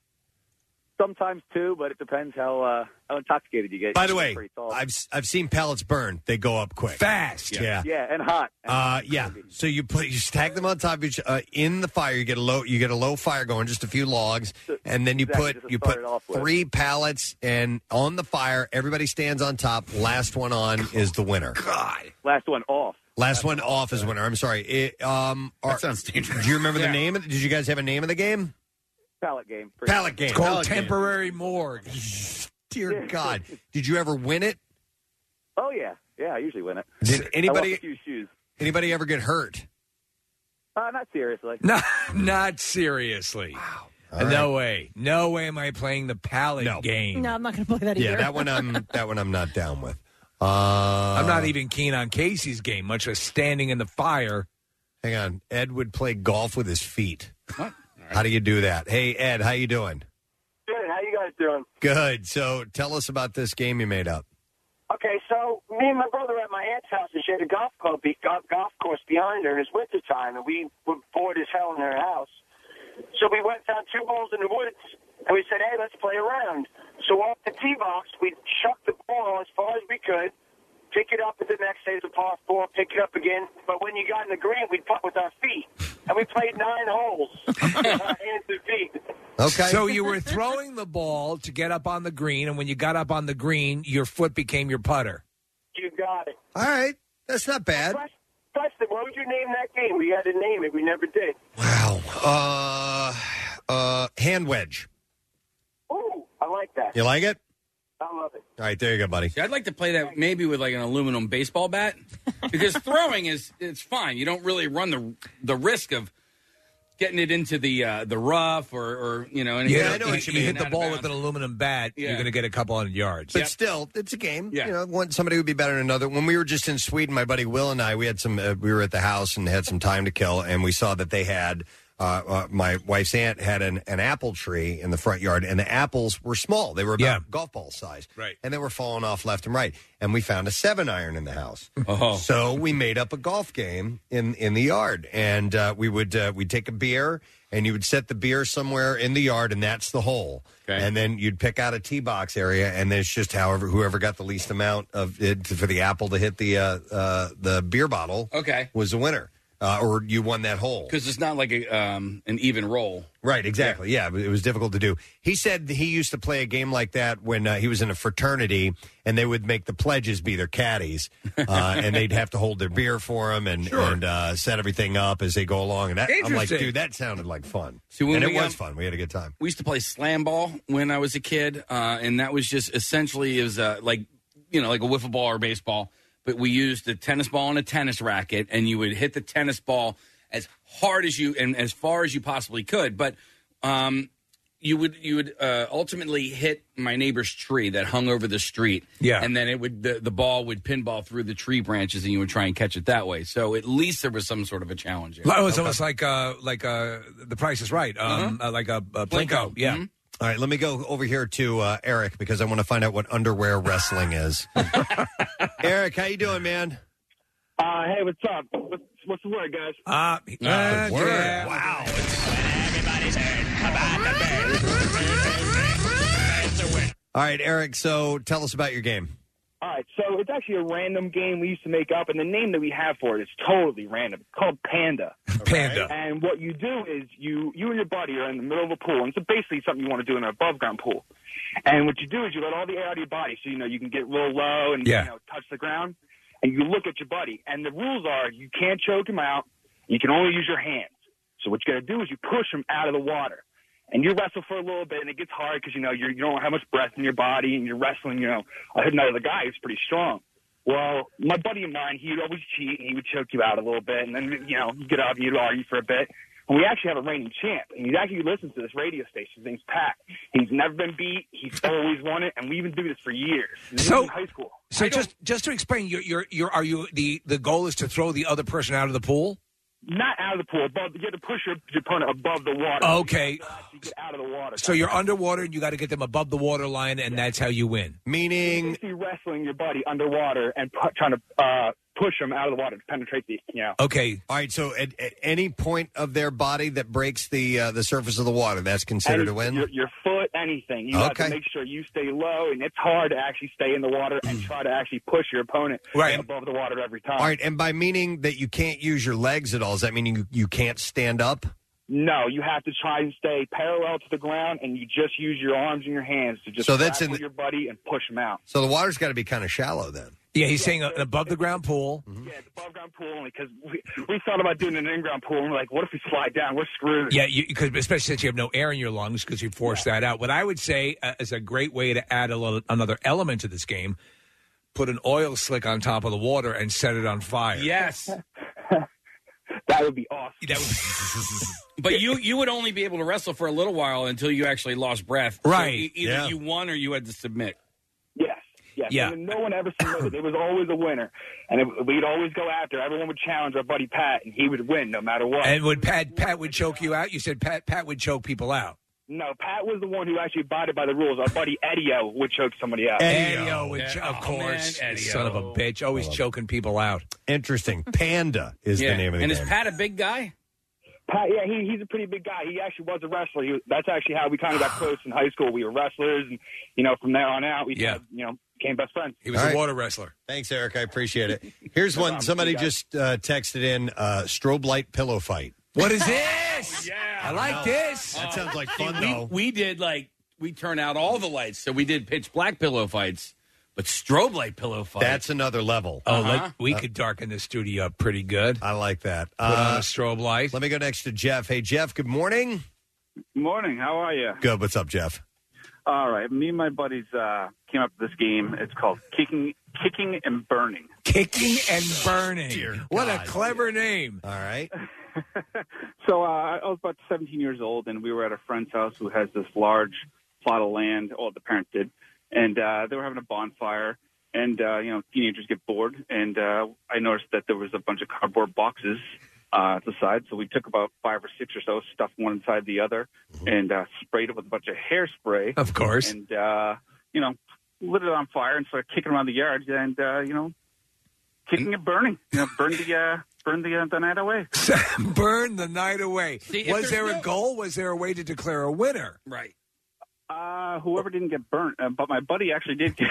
[SPEAKER 10] Sometimes two, but it depends how uh, how intoxicated you get.
[SPEAKER 2] By the way,
[SPEAKER 10] Pretty tall.
[SPEAKER 2] I've s- I've seen pellets burn. They go up quick,
[SPEAKER 4] fast.
[SPEAKER 2] Yeah,
[SPEAKER 10] yeah, and hot.
[SPEAKER 2] Uh, yeah. So you put you stack them on top of each uh, in the fire. You get a low you get a low fire going, just a few logs, and then you
[SPEAKER 10] Exactly, just
[SPEAKER 2] put
[SPEAKER 10] to
[SPEAKER 2] you
[SPEAKER 10] start
[SPEAKER 2] put
[SPEAKER 10] it off with.
[SPEAKER 2] three pallets and on the fire. Everybody stands on top. Last one on is the winner.
[SPEAKER 4] God,
[SPEAKER 10] last one off.
[SPEAKER 2] Last one off is winner. I'm sorry. It, um, that
[SPEAKER 7] sounds dangerous.
[SPEAKER 2] Do you remember
[SPEAKER 10] Yeah.
[SPEAKER 2] the name? Of, did you guys have a name of the game?
[SPEAKER 10] Pallet game. Pretty-
[SPEAKER 2] Pallet game.
[SPEAKER 4] It's called temporary morgue.
[SPEAKER 2] Dear God, did you ever win it?
[SPEAKER 10] Oh yeah, yeah. I usually win it.
[SPEAKER 2] Did
[SPEAKER 10] I
[SPEAKER 2] anybody-
[SPEAKER 10] lost a few shoes?
[SPEAKER 2] Anybody ever get hurt?
[SPEAKER 10] Uh, not seriously.
[SPEAKER 4] No, not seriously. Wow. No way. No way am I playing the pallet game.
[SPEAKER 6] No, I'm not going to play that either.
[SPEAKER 2] Yeah, that one
[SPEAKER 4] um,
[SPEAKER 2] I'm that one I'm not down with. Uh, I'm
[SPEAKER 4] I'm not even keen on Casey's game, much less standing in the fire.
[SPEAKER 2] Hang on. Ed would play golf with his feet. How do you do that? Hey, Ed, how you doing?
[SPEAKER 12] Good. How you guys doing?
[SPEAKER 2] Good. So tell us about this game you made up.
[SPEAKER 12] Okay, so me and my brother at my aunt's house, and she had a golf club, be- golf, golf course behind her. and It's winter time, and we were bored as hell in her house. So we went down two holes in the woods, and we said, "Hey, let's play around." So off the tee box, we chucked the ball as far as we could, pick it up at the next day's a par four, pick it up again. But when you got in the green, we putt with our feet, and we played nine holes, with our hands and feet.
[SPEAKER 2] Okay.
[SPEAKER 4] So you were throwing the ball to get up on the green, and when you got up on the green, your foot became your putter.
[SPEAKER 12] You got it.
[SPEAKER 2] All right. That's not bad.
[SPEAKER 12] Preston, what would you name that game? We had to name it. We never did.
[SPEAKER 2] Uh, uh, hand wedge.
[SPEAKER 12] Ooh, I like that.
[SPEAKER 2] You like it?
[SPEAKER 12] I love it.
[SPEAKER 2] All right, there you go, buddy.
[SPEAKER 3] See, I'd like to play that maybe with like an aluminum baseball bat because throwing is it's fine. You don't really run the the risk of getting it into the uh, the rough or, or you know. anything.
[SPEAKER 4] Yeah, I know what you mean. Hit the
[SPEAKER 3] Out of
[SPEAKER 4] ball
[SPEAKER 3] bounds.
[SPEAKER 4] with an aluminum bat,
[SPEAKER 3] Yeah.
[SPEAKER 4] you're going to get a couple hundred yards.
[SPEAKER 2] But still, it's a game. You know, one somebody would be better than another. When we were just in Sweden, my buddy Will and I, we had some. Uh, we were at the house and had some time to kill, and we saw that they had uh, uh, my wife's aunt had an, an apple tree in the front yard, and the apples were small. They were about
[SPEAKER 13] Yeah.
[SPEAKER 2] golf ball size.
[SPEAKER 13] Right.
[SPEAKER 2] And they were falling off left and right. And we found a seven iron in the house.
[SPEAKER 13] Oh.
[SPEAKER 2] So we made up a golf game in, in the yard. And uh, we would uh, we'd take a beer, and you would set the beer somewhere in the yard, and that's the hole. And then you'd pick out a tee box area, and then it's just however whoever got the least amount of it for the apple to hit the uh, uh, the beer bottle
[SPEAKER 3] Okay.
[SPEAKER 2] was the winner, uh, or you won that hole.
[SPEAKER 3] Because it's not like a, um, an even roll.
[SPEAKER 2] Right, exactly. Yeah. but it was difficult to do. He said he used to play a game like that when uh, he was in a fraternity, and they would make the pledges be their caddies, uh, and they'd have to hold their beer for them and, and uh, set everything up as they go along. And that, I'm like,
[SPEAKER 3] Interesting.
[SPEAKER 2] dude, that sounded like fun.
[SPEAKER 3] See, when
[SPEAKER 2] and it
[SPEAKER 3] we,
[SPEAKER 2] was
[SPEAKER 3] um,
[SPEAKER 2] fun. We had a good time.
[SPEAKER 3] We used to play slam ball when I was a kid, uh, and that was just essentially it was uh, like you know like a wiffle ball or baseball, but we used the tennis ball and a tennis racket, and you would hit the tennis ball as hard as you and as far as you possibly could. But um, you would you would uh, ultimately hit my neighbor's tree that hung over the street,
[SPEAKER 4] Yeah.
[SPEAKER 3] and then it would the, the ball would pinball through the tree branches, and you would try and catch it that way. So at least there was some sort of a challenge.
[SPEAKER 4] It was almost like uh, like uh, The Price is Right, um,
[SPEAKER 3] Uh-huh.
[SPEAKER 4] uh, like a, a Plinko. Yeah.
[SPEAKER 3] Mm-hmm.
[SPEAKER 2] Mm-hmm. All right, let me go over here to uh, Eric because I want to find out what underwear wrestling is. Eric, how you doing, man?
[SPEAKER 9] Uh, hey, what's up? What's, what's the word, guys?
[SPEAKER 4] Uh,
[SPEAKER 2] uh, word. yeah.
[SPEAKER 9] Wow. Everybody's heard about the bear.
[SPEAKER 2] All right, Eric. So tell us about your game.
[SPEAKER 9] All right, so it's actually a random game we used to make up, and the name that we have for it is totally random. It's called Panda.
[SPEAKER 4] Panda.
[SPEAKER 9] And what you do is you you and your buddy are in the middle of a pool, and it's basically something you want to do in an above ground pool. And what you do is you let all the air out of your body, so you know you can get real low and
[SPEAKER 4] Yeah.
[SPEAKER 9] you know touch the ground, and you look at your buddy. And the rules are you can't choke him out, you can only use your hands. So what you got to do is you push him out of the water and you wrestle for a little bit, and it gets hard because you know you're, you don't have much breath in your body, and you're wrestling. You know, I hit another guy who's pretty strong. Well, my buddy of mine, he'd always cheat, and he would choke you out a little bit, and then you know you get up, you'd argue for a bit. And we actually have a reigning champ, and he actually listens to this radio station. His name's Pat. He's never been beat. He's always won it, and we've been doing this for years. This
[SPEAKER 4] So-
[SPEAKER 9] is in high school.
[SPEAKER 4] So just just to explain, you're, you're you're are you the the goal is to throw the other person out of the pool?
[SPEAKER 9] Not out of the pool, but you have to push your, your opponent above the water.
[SPEAKER 4] Okay.
[SPEAKER 9] You get out of the water.
[SPEAKER 4] So you're underwater and you got to get them above the water line, and that's how you win.
[SPEAKER 2] Meaning,
[SPEAKER 9] basically wrestling your buddy underwater and pu- trying to uh, push him out of the water to penetrate the, you know.
[SPEAKER 4] Okay.
[SPEAKER 2] All right. So at, at any point of their body that breaks the uh, the surface of the water, that's considered a
[SPEAKER 9] Anything,
[SPEAKER 2] win.
[SPEAKER 9] Your, your foot, anything. You have
[SPEAKER 2] Okay.
[SPEAKER 9] to make sure you stay low, and it's hard to actually stay in the water and try to actually push your opponent
[SPEAKER 2] Right.
[SPEAKER 9] above the water every time.
[SPEAKER 2] All right. And by meaning that you can't use your legs at all, does that mean you, you can't stand up?
[SPEAKER 9] No, you have to try and stay parallel to the ground, and you just use your arms and your hands to just
[SPEAKER 2] So that's in
[SPEAKER 9] grapple
[SPEAKER 2] the-
[SPEAKER 9] your buddy and push him out.
[SPEAKER 2] So the water's got to be kind of shallow then.
[SPEAKER 4] Yeah, he's saying an above the ground pool.
[SPEAKER 9] Above ground pool only because we, we thought about doing an in ground pool, and we're like, what if we slide down? We're screwed.
[SPEAKER 4] Yeah, you because especially since you have no air in your lungs because you force that out. What I would say uh, is a great way to add a little, another element to this game: put an oil slick on top of the water and set it on fire.
[SPEAKER 3] Yes.
[SPEAKER 9] that would be awesome.
[SPEAKER 4] That would
[SPEAKER 3] But you you would only be able to wrestle for a little while until you actually lost breath. So
[SPEAKER 4] Right.
[SPEAKER 3] e- either
[SPEAKER 4] Yeah.
[SPEAKER 3] you won or you had to submit.
[SPEAKER 9] Yes.
[SPEAKER 3] Yeah.
[SPEAKER 9] and No one ever submitted. There was always a winner, and it, we'd always go after. Everyone would challenge our buddy Pat, and he would win no matter what.
[SPEAKER 4] And would Pat Pat would choke you out? You said Pat Pat would choke people out.
[SPEAKER 9] no, Pat was the one who actually abided by the rules. Our buddy Eddie-O would choke somebody out.
[SPEAKER 4] Eddie-O would cho- of course, son of a
[SPEAKER 9] oh.
[SPEAKER 4] bitch, always choking people out.
[SPEAKER 2] Interesting. Panda is the name of the
[SPEAKER 9] And
[SPEAKER 2] game.
[SPEAKER 9] is
[SPEAKER 3] Pat a big guy?
[SPEAKER 9] Pat, yeah, he, he's a pretty big guy. He actually was a wrestler. He was, that's actually how we kind of got close in high school. We were wrestlers, and you know, from there on out, we
[SPEAKER 2] Yeah.
[SPEAKER 9] kind of, you know became best friends.
[SPEAKER 4] He was
[SPEAKER 2] All right.
[SPEAKER 4] a water wrestler.
[SPEAKER 2] Thanks, Eric. I appreciate it. Here's
[SPEAKER 9] No
[SPEAKER 2] one.
[SPEAKER 9] problem.
[SPEAKER 2] Somebody
[SPEAKER 9] You got it.
[SPEAKER 2] just uh, texted in uh, strobe light pillow fight.
[SPEAKER 4] What is this?
[SPEAKER 3] yeah.
[SPEAKER 4] I like this.
[SPEAKER 2] That sounds like fun,
[SPEAKER 3] we,
[SPEAKER 2] though.
[SPEAKER 3] We did like we turn out all the lights, so we did pitch black pillow fights, but strobe light pillow fight.
[SPEAKER 2] That's another level.
[SPEAKER 4] Oh, let- we could darken this studio up pretty good.
[SPEAKER 2] I like that. Uh,
[SPEAKER 4] Put on a strobe light.
[SPEAKER 2] Let me go next to Jeff. Hey, Jeff. Good morning.
[SPEAKER 14] Morning. How are you?
[SPEAKER 2] Good. What's up, Jeff?
[SPEAKER 14] All right. Me and my buddies uh, came up with this game. It's called Kicking, Kicking and Burning.
[SPEAKER 4] Kicking and burning. what a clever name.
[SPEAKER 2] All right.
[SPEAKER 14] So uh, I was about 17 years old, and we were at a friend's house who has this large plot of land. Well, the parents did, and uh, they were having a bonfire. And uh, you know, teenagers get bored, and uh, I noticed that there was a bunch of cardboard boxes
[SPEAKER 15] uh, at the side. So we took about five or six or so, stuffed one inside the other,
[SPEAKER 2] Mm-hmm.
[SPEAKER 15] and uh, sprayed it with a bunch of hairspray.
[SPEAKER 4] Of course.
[SPEAKER 15] And, uh, you know, lit it on fire and started kicking around the yard and, uh, you know, kicking and burning. You know, burned the, uh, burned the, uh, the night away.
[SPEAKER 4] Burn the night away.
[SPEAKER 15] See, if
[SPEAKER 4] was
[SPEAKER 15] there's
[SPEAKER 4] there a
[SPEAKER 15] no-
[SPEAKER 4] goal? Was there a way to declare a winner?
[SPEAKER 3] Right.
[SPEAKER 15] Uh, whoever didn't get burnt, uh, but my buddy actually did get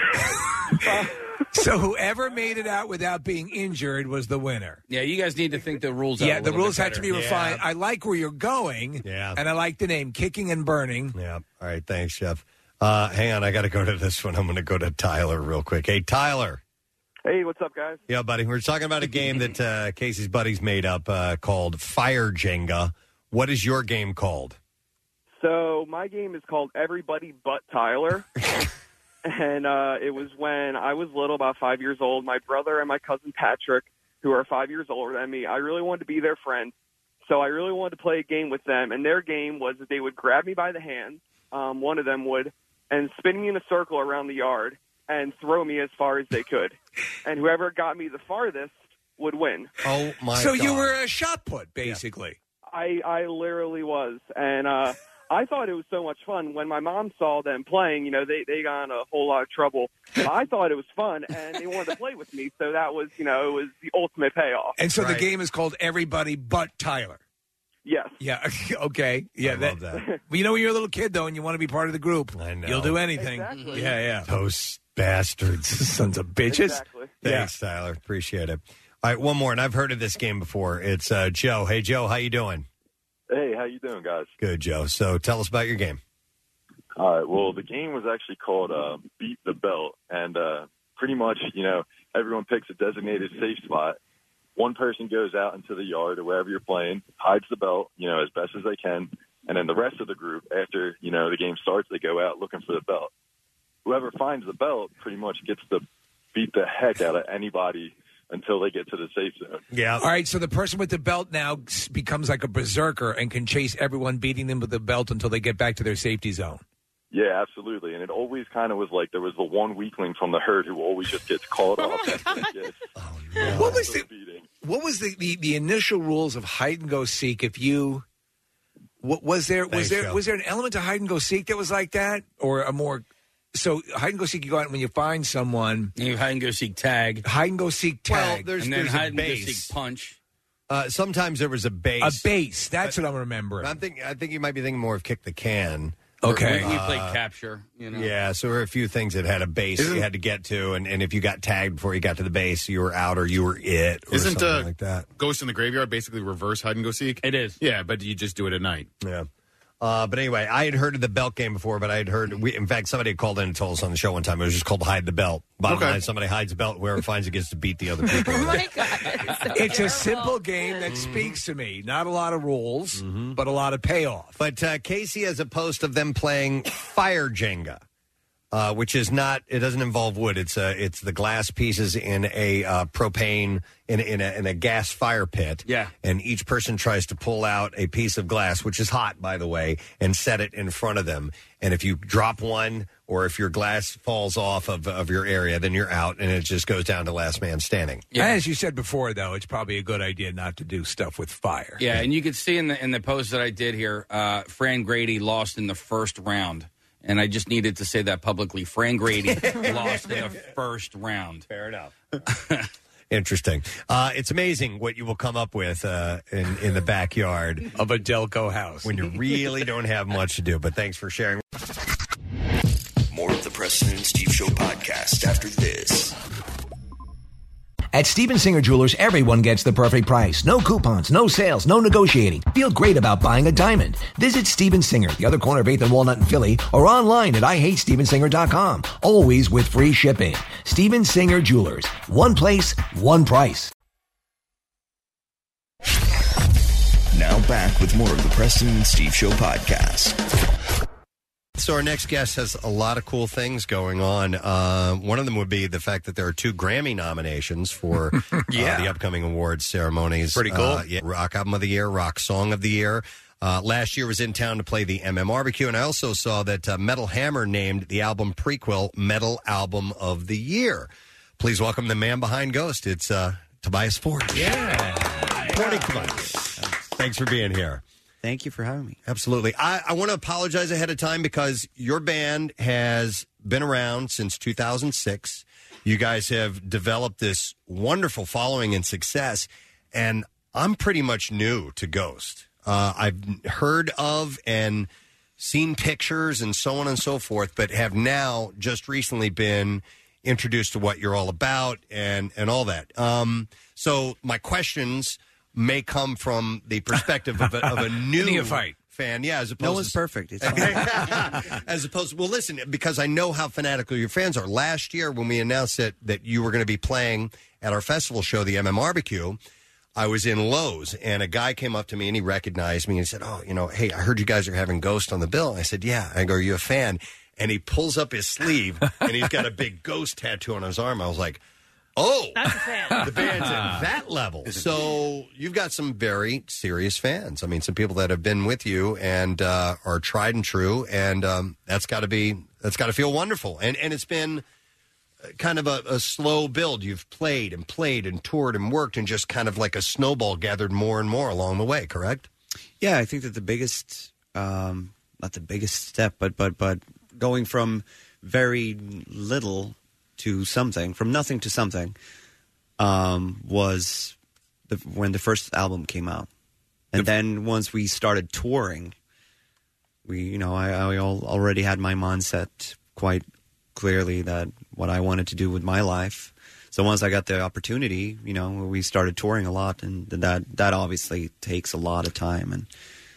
[SPEAKER 4] so whoever made it out without being injured was the winner.
[SPEAKER 3] Yeah, you guys need to think the rules. out
[SPEAKER 4] yeah,
[SPEAKER 3] a
[SPEAKER 4] the
[SPEAKER 3] little bit
[SPEAKER 4] rules have to be
[SPEAKER 3] better.
[SPEAKER 4] refined. I like where you're going.
[SPEAKER 2] Yeah.
[SPEAKER 4] And I like the name Kicking and Burning.
[SPEAKER 2] Yeah. All right. Thanks, Jeff. Uh, hang on. I got to go to this one. I'm going to go to Tyler real quick. Hey, Tyler.
[SPEAKER 10] Hey, what's up, guys?
[SPEAKER 2] Yeah, buddy. We're talking about a game that uh, Casey's buddies made up uh, called Fire Jenga. What is your game called?
[SPEAKER 10] So my game is called Everybody But Tyler. and uh, it was when I was little, about five years old. My brother and my cousin Patrick, who are five years older than me, I really wanted to be their friend. So I really wanted to play a game with them. And their game was that they would grab me by the hand, um, one of them would, and spin me in a circle around the yard and throw me as far as they could. And whoever got me the farthest would win.
[SPEAKER 2] Oh, my
[SPEAKER 4] So you
[SPEAKER 10] God.
[SPEAKER 4] were a shot put, basically.
[SPEAKER 10] I I literally was, and uh, I thought it was so much fun. When my mom saw them playing, you know, they they got in a whole lot of trouble. I thought it was fun, and they wanted to play with me, so that was you know it was the ultimate payoff.
[SPEAKER 4] And so the game is called Everybody But Tyler.
[SPEAKER 10] Yes.
[SPEAKER 4] Yeah. Okay. Yeah.
[SPEAKER 10] I
[SPEAKER 4] that,
[SPEAKER 10] love that.
[SPEAKER 4] Well, you know, when you're a little kid though, and you want to be part of the group, I
[SPEAKER 2] know.
[SPEAKER 4] you'll do anything.
[SPEAKER 2] Exactly.
[SPEAKER 4] Yeah. Yeah.
[SPEAKER 2] Those bastards,
[SPEAKER 4] sons of bitches.
[SPEAKER 2] Exactly. Thanks, Tyler. Appreciate it. All right, one more, and I've heard of this game before. It's uh, Joe. Hey, Joe, how you doing?
[SPEAKER 13] Hey, how you doing, guys?
[SPEAKER 2] Good, Joe. So tell us about your game.
[SPEAKER 13] All right. Well, the game was actually called uh, Beat the Belt, and uh, pretty much, you know, everyone picks a designated safe spot. One person goes out into the yard or wherever you're playing, hides the belt, you know, as best as they can, and then the rest of the group, after you know the game starts, they go out looking for the belt. Whoever finds the belt pretty much gets to beat the heck out of anybody until they get to the safe zone.
[SPEAKER 2] Yeah.
[SPEAKER 4] All right. So the person with the belt now s- becomes like a berserker and can chase everyone, beating them with the belt until they get back to their safety zone.
[SPEAKER 13] Yeah, absolutely. And it always kind of was like there was the one weakling from the herd who always just gets called off.
[SPEAKER 4] What was the what was the, the, the initial rules of hide and go seek? If you what was there was
[SPEAKER 2] Thanks,
[SPEAKER 4] there
[SPEAKER 2] Joe.
[SPEAKER 4] was there an element to hide and go seek that was like that, or a more so hide and go seek? You go out and when you find someone,
[SPEAKER 3] you hide and go seek tag,
[SPEAKER 4] hide and go seek
[SPEAKER 2] Well,
[SPEAKER 4] tag.
[SPEAKER 2] there's, there's a base.
[SPEAKER 3] punch.
[SPEAKER 2] Uh, sometimes there was a base.
[SPEAKER 4] A base. That's what I'm remembering.
[SPEAKER 2] I'm thinking. I think you might be thinking more of kick the can.
[SPEAKER 3] We, we played
[SPEAKER 2] Uh,
[SPEAKER 3] capture. You know.
[SPEAKER 2] Yeah, so there were a few things that had a base
[SPEAKER 3] Isn't-
[SPEAKER 2] you had to get to, and, and if you got tagged before you got to the base, you were out or you were it. Or
[SPEAKER 7] Isn't
[SPEAKER 2] something
[SPEAKER 7] uh,
[SPEAKER 2] like that?
[SPEAKER 7] Ghost in the Graveyard basically reverse hide and go seek?
[SPEAKER 3] It is.
[SPEAKER 7] Yeah, but you just do it at night.
[SPEAKER 2] Yeah. Uh, but anyway, I had heard of the belt game before, but I had heard. We, in fact, somebody had called in and told us on the show one time. It was just called hide the belt. Bottom
[SPEAKER 4] Okay.
[SPEAKER 2] line, somebody hides the belt. Whoever finds it gets to beat the other people.
[SPEAKER 4] it's a simple game that speaks to me. Not a lot of rules, but a lot of payoff.
[SPEAKER 2] But uh, Casey has a post of them playing fire Jenga, uh, which is not. It doesn't involve wood. It's uh, it's the glass pieces in a uh, propane in in a, in a gas fire pit.
[SPEAKER 3] Yeah.
[SPEAKER 2] and each person tries to pull out a piece of glass, which is hot, by the way, and set it in front of them. And if you drop one, or if your glass falls off of, of your area, then you're out, and it just goes down to last man standing.
[SPEAKER 4] As you said before, though, it's probably a good idea not to do stuff with fire.
[SPEAKER 3] Yeah, and you could see in the in the post that I did here, uh, Fran Grady lost in the first round, and I just needed to say that publicly. Fran Grady lost in the first round.
[SPEAKER 2] Fair enough. Interesting. Uh, it's amazing what you will come up with uh, in in the backyard
[SPEAKER 4] of a Delco house
[SPEAKER 2] when you really don't have much to do. But thanks for sharing.
[SPEAKER 16] More of the Preston and Steve Show podcast after this.
[SPEAKER 17] At Steven Singer Jewelers, everyone gets the perfect price. No coupons, no sales, no negotiating. Feel great about buying a diamond. Visit Steven Singer, the other corner of 8th and Walnut in Philly, or online at IHateStevenSinger.com. Always with free shipping. Steven Singer Jewelers. One place, one price.
[SPEAKER 16] Now back with more of the Preston and Steve Show podcast.
[SPEAKER 2] So our next guest has a lot of cool things going on. Uh, one of them would be the fact that there are two Grammy nominations for
[SPEAKER 4] Yeah.
[SPEAKER 2] uh, the upcoming awards ceremonies.
[SPEAKER 4] Pretty cool.
[SPEAKER 2] Uh, yeah, rock album of the year, rock song of the year. Uh, last year was in town to play the MMRBQ, and I also saw that uh, Metal Hammer named the album prequel Metal Album of the Year. Please welcome the man behind Ghost. It's uh, Tobias Ford.
[SPEAKER 4] Yeah.
[SPEAKER 2] Courtney Clements. Thanks for being here.
[SPEAKER 18] Thank you for having me.
[SPEAKER 2] Absolutely. I, I want to apologize ahead of time because your band has been around since 2006. You guys have developed this wonderful following and success, and I'm pretty much new to Ghost. Uh, I've heard of and seen pictures and so on and so forth, but have now just recently been introduced to what you're all about and and all that. Um, so my questions may come from the perspective of a, of a new
[SPEAKER 4] Neophyte.
[SPEAKER 2] fan, yeah, as opposed
[SPEAKER 18] No
[SPEAKER 2] to
[SPEAKER 18] one's perfect. It's
[SPEAKER 2] as opposed, well, listen, because I know how fanatical your fans are. Last year, when we announced that that you were going to be playing at our festival show, the MMRBQ, I was in Lowe's, and a guy came up to me and he recognized me and he said, "Oh, you know, hey, I heard you guys are having Ghost on the bill." And I said, "Yeah." I go, "Are you a fan?" And he pulls up his sleeve and he's got a big ghost tattoo on his arm. I was like, "Oh, the band's at that level." So you've got some very serious fans. I mean, some people that have been with you and uh, are tried and true, and um, that's got to be that's got to feel wonderful. And and it's been uh, kind of a, a slow build. You've played and played and toured and worked, and just kind of like a snowball gathered more and more along the way. Correct?
[SPEAKER 18] Yeah, I think that the biggest, um, not the biggest step, but but but going from very little to something, from nothing to something, um, was the, when the first album came out, and then once we started touring, we you know I, I al- already had my mindset quite clearly that what I wanted to do with my life. So once I got the opportunity, you know, we started touring a lot, and that that obviously takes a lot of time, and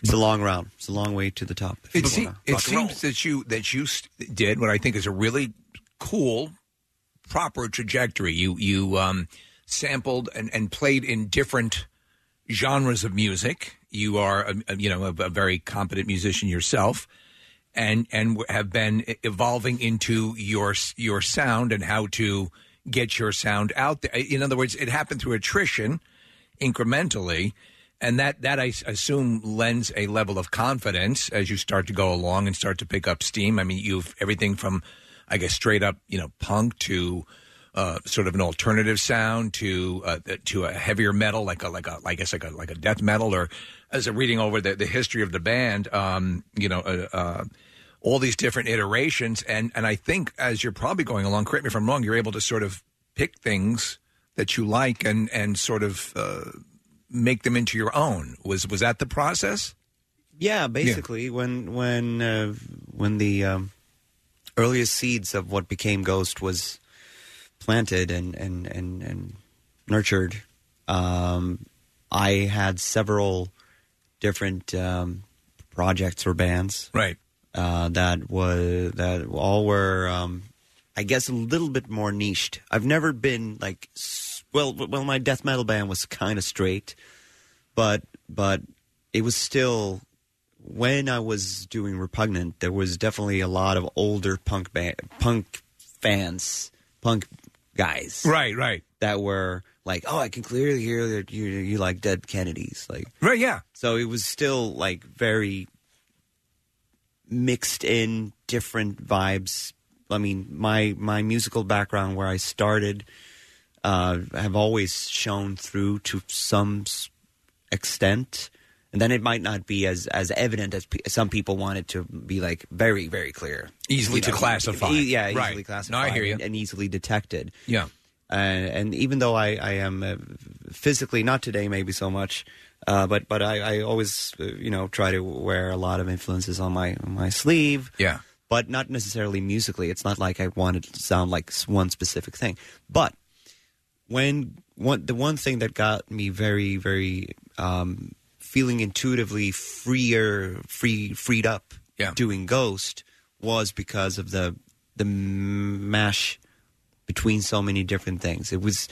[SPEAKER 18] it's a long route. It's a long way to the top. if
[SPEAKER 4] It,
[SPEAKER 18] you
[SPEAKER 4] se-
[SPEAKER 18] wanna
[SPEAKER 4] it
[SPEAKER 18] rock and roll.
[SPEAKER 4] seems that you that you st- did what I think is a really cool, proper trajectory. You you um, sampled and, and played in different genres of music. You are a, a- you know a, a very competent musician yourself, and and w- have been e- evolving into your s- your sound and how to get your sound out there. In other words, it happened through attrition, incrementally. And that, that I s- assume lends a level of confidence as you start to go along and start to pick up steam. I mean, you've everything from, I guess, straight up, you know, punk to uh, sort of an alternative sound to uh, to a heavier metal, like a like a I guess like a like a death metal, or as a reading over the, the history of the band, um, you know, uh, uh, all these different iterations. And and I think as you're probably going along, correct me if I'm wrong, you're able to sort of pick things that you like and and sort of. Uh, make them into your own. Was was that the process?
[SPEAKER 18] Yeah, basically, when when uh, when the um, earliest seeds of what became Ghost was planted and and and, and nurtured, um, I had several different um, projects or bands,
[SPEAKER 4] right?
[SPEAKER 18] Uh, that was that all were, um, I guess, a little bit more niched. I've never been like, s- well, well, my death metal band was kind of straight, but but it was still when I was doing Repugnant, there was definitely a lot of older punk ba- punk fans, punk guys,
[SPEAKER 4] right, right,
[SPEAKER 18] that were like, "Oh, I can clearly hear that you you like Dead Kennedys," like,
[SPEAKER 4] right, yeah.
[SPEAKER 18] So it was still like very mixed in, different vibes. I mean, my my musical background where I started uh, have always shown through to some s- extent, and then it might not be as as evident as pe- some people want it to be, like very very clear,
[SPEAKER 4] Easily to classify.
[SPEAKER 18] E- yeah, easily
[SPEAKER 4] Right. No, I
[SPEAKER 18] classified,
[SPEAKER 4] hear you.
[SPEAKER 18] and, and easily detected.
[SPEAKER 4] Yeah.
[SPEAKER 18] And, Uh, and even though I, I am uh, physically not today, maybe so much, uh, but but I, I always uh, you know try to wear a lot of influences on my on my sleeve.
[SPEAKER 4] Yeah.
[SPEAKER 18] But not necessarily musically. It's not like I wanted to sound like s- one specific thing. But when one the one thing that got me very very um, feeling intuitively freer free freed up doing ghost was because of the the mash between so many different things it was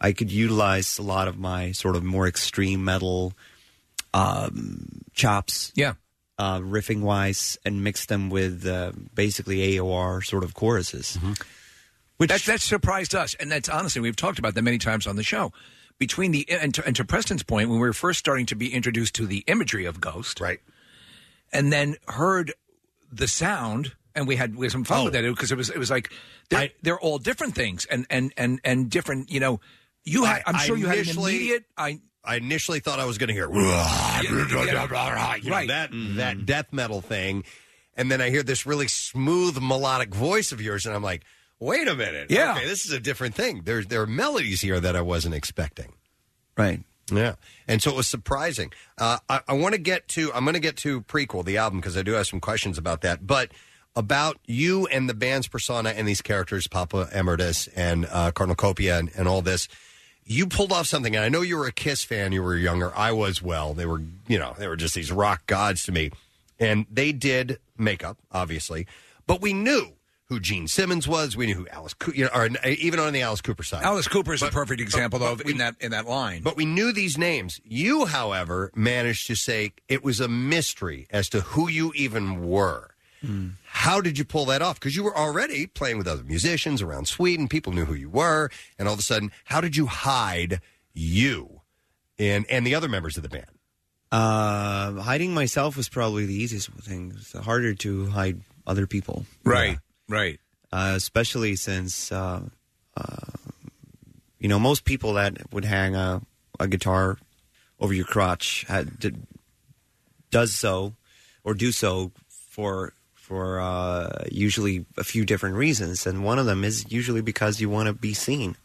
[SPEAKER 18] i could utilize a lot of my sort of more extreme metal um, chops
[SPEAKER 4] yeah
[SPEAKER 18] uh, riffing wise and mix them with uh, basically aor sort of choruses Which
[SPEAKER 4] that, that surprised us, and that's honestly we've talked about that many times on the show. Between the and to, and to Preston's point, when we were first starting to be introduced to the imagery of Ghost,
[SPEAKER 2] right,
[SPEAKER 4] and then heard the sound, and we had we had some fun with that because it was it was like they're, they're all different things, and and and and different. You know, you had I'm
[SPEAKER 2] I
[SPEAKER 4] sure you had an
[SPEAKER 2] initially-
[SPEAKER 4] immediate I
[SPEAKER 2] I initially thought I was going to hear right that that death metal thing, and then I hear this really smooth melodic voice of yours, and I'm like, wait a minute,
[SPEAKER 18] Yeah.
[SPEAKER 2] okay, this is a different thing. There's there are melodies here that I wasn't expecting.
[SPEAKER 18] Right.
[SPEAKER 2] Yeah, and so it was surprising. Uh, I, I want to get to I'm going to get to prequel the album because I do have some questions about that, but about you and the band's persona and these characters, Papa Emeritus and uh, Cardinal Copia and, and all this. You pulled off something, and I know you were a Kiss fan. You were younger. I was. Well, they were. You know, they were just these rock gods to me, and they did makeup, obviously, but we knew. Who Gene Simmons was, we knew who Alice, Coo- you know, or uh, even on the Alice Cooper side.
[SPEAKER 4] Alice Cooper is a
[SPEAKER 2] But-
[SPEAKER 4] perfect
[SPEAKER 2] but-
[SPEAKER 4] example
[SPEAKER 2] but
[SPEAKER 4] of in that in that line.
[SPEAKER 2] but we knew these names. You, however, managed to say it was a mystery as to who you even were.
[SPEAKER 18] Hmm.
[SPEAKER 2] How did you pull that off? Because you were already playing with other musicians around Sweden. People knew who you were, and all of a sudden, how did you hide you and and the other members of the band?
[SPEAKER 18] Uh, hiding myself was probably the easiest thing. It's harder to hide other people.
[SPEAKER 4] Right. Right.
[SPEAKER 18] Uh, especially since, uh, uh, you know, most people that would hang a, a guitar over your crotch had, did, does so or do so for for uh, usually a few different reasons, and one of them is usually because you want to be seen.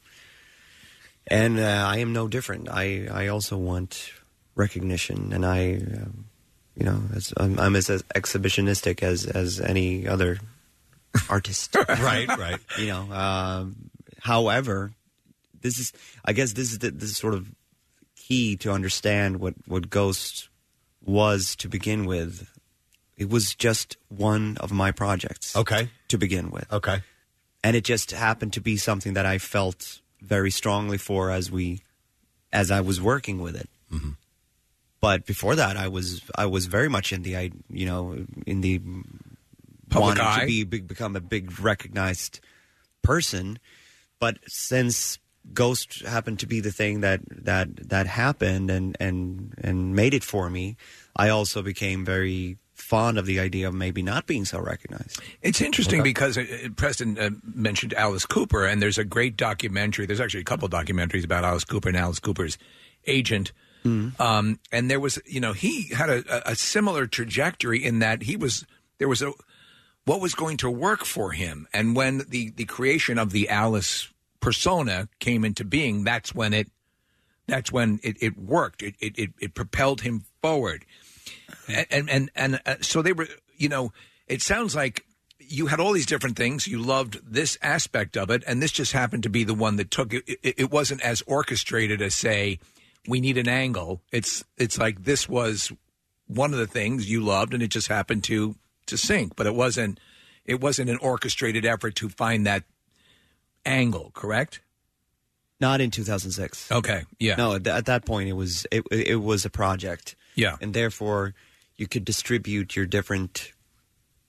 [SPEAKER 18] And uh, I am no different. I I also want recognition, and I, um, you know, as, I'm, I'm as exhibitionistic as as any other artist.
[SPEAKER 2] right, right.
[SPEAKER 18] You know. Um, however, this is I guess this is the, this is sort of key to understand what what Ghost was to begin with. It was just one of my projects.
[SPEAKER 2] Okay.
[SPEAKER 18] To begin with.
[SPEAKER 2] Okay.
[SPEAKER 18] And it just happened to be something that I felt very strongly for as we as I was working with it.
[SPEAKER 4] Mm-hmm.
[SPEAKER 18] But before that, I was I was very much in the I you know in the
[SPEAKER 4] Public
[SPEAKER 18] wanting
[SPEAKER 4] eye.
[SPEAKER 18] to be, be become a big recognized person. But since Ghost happened to be the thing that that that happened and and and made it for me, I also became very fond of the idea of maybe not being so recognized.
[SPEAKER 4] It's interesting
[SPEAKER 18] Okay.
[SPEAKER 4] because uh, uh, Preston uh, mentioned Alice Cooper, and there's a great documentary. There's actually a couple documentaries about Alice Cooper and Alice Cooper's agent. Um, and there was, you know, he had a, a- a similar trajectory in that he was there was a what was going to work for him, and when the the creation of the Alice persona came into being, that's when it that's when it, it worked. It, it it it propelled him forward, and and and, and uh, so they were. You know, it sounds like you had all these different things. You loved this aspect of it, and this just happened to be the one that took it. It, it wasn't as orchestrated as say, we need an angle. It's it's like this was one of the things you loved, and it just happened to to sync. But it wasn't it wasn't an orchestrated effort to find that angle. Correct?
[SPEAKER 18] Not in 2006.
[SPEAKER 4] Okay. Yeah.
[SPEAKER 18] No, at, th- at that point it was it it was a project.
[SPEAKER 4] Yeah.
[SPEAKER 18] And therefore you could distribute your different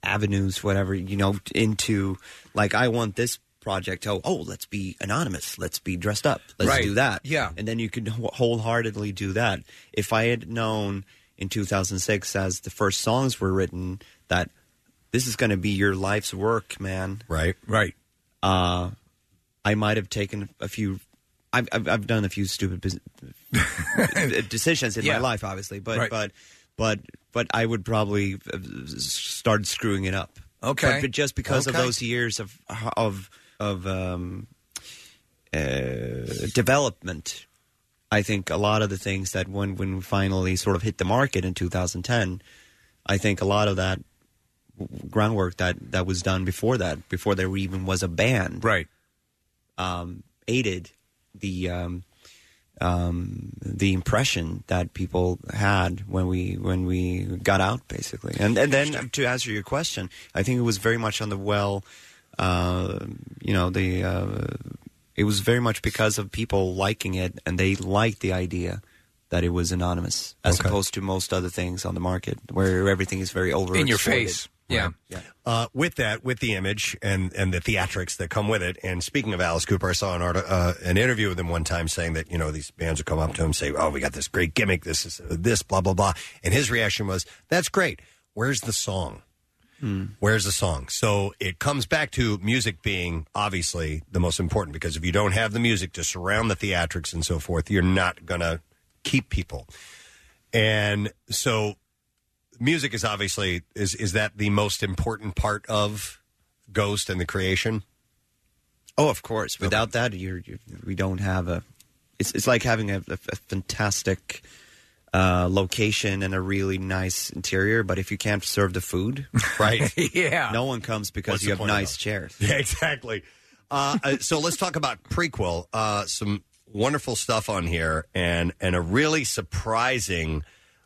[SPEAKER 18] avenues whatever, you know, into like I want this project. Oh, oh, let's be anonymous. Let's be dressed up. Let's
[SPEAKER 4] Right.
[SPEAKER 18] do that.
[SPEAKER 4] Yeah.
[SPEAKER 18] And then you could wh- wholeheartedly do that. If I had known in 2006 as the first songs were written that this is going to be your life's work, man.
[SPEAKER 2] Right.
[SPEAKER 4] Right.
[SPEAKER 18] Uh I might have taken a few I've, I've, I've done a few stupid bus- decisions in
[SPEAKER 4] Yeah.
[SPEAKER 18] my life, obviously, but
[SPEAKER 4] Right.
[SPEAKER 18] but but but I would probably uh, start screwing it up.
[SPEAKER 4] Okay.
[SPEAKER 18] but, but just because
[SPEAKER 4] Okay.
[SPEAKER 18] of those years of of of um, uh, development, I think a lot of the things that when when we finally sort of hit the market in 2010, I think a lot of that w- groundwork that that was done before that, before there even was a band,
[SPEAKER 4] right,
[SPEAKER 18] um, aided the um, um, the impression that people had when we when we got out, basically. And and then to answer your question, I think it was very much on the well, uh, you know, the uh, it was very much because of people liking it and they liked the idea. That it was anonymous, as opposed to most other things on the market, where everything is very over
[SPEAKER 4] in your face. Yeah.
[SPEAKER 2] Uh, with that, with the image and and the theatrics that come with it. And speaking of Alice Cooper, I saw an art, uh, an interview with him one time saying that you know these bands would come up to him and say, "Oh, we got this great gimmick. This is uh, this blah blah blah," and his reaction was, "That's great. Where's the song?" Where's the song? So it comes back to music being obviously the most important because if you don't have the music to surround the theatrics and so forth, you're not going to keep people. And so music is obviously is is that the most important part of Ghost and the creation?
[SPEAKER 18] Oh, of course. Without that, you're, you we don't have a. It's it's like having a, a, a fantastic uh, location and a really nice interior, but if you can't serve the food,
[SPEAKER 2] right?
[SPEAKER 4] yeah,
[SPEAKER 18] no one comes because
[SPEAKER 2] What's
[SPEAKER 18] you
[SPEAKER 2] the
[SPEAKER 18] have
[SPEAKER 2] point of
[SPEAKER 18] nice
[SPEAKER 2] those?
[SPEAKER 18] chairs.
[SPEAKER 2] Yeah, exactly. Uh, uh, so let's talk about prequel. Uh, some wonderful stuff on here, and and a really surprising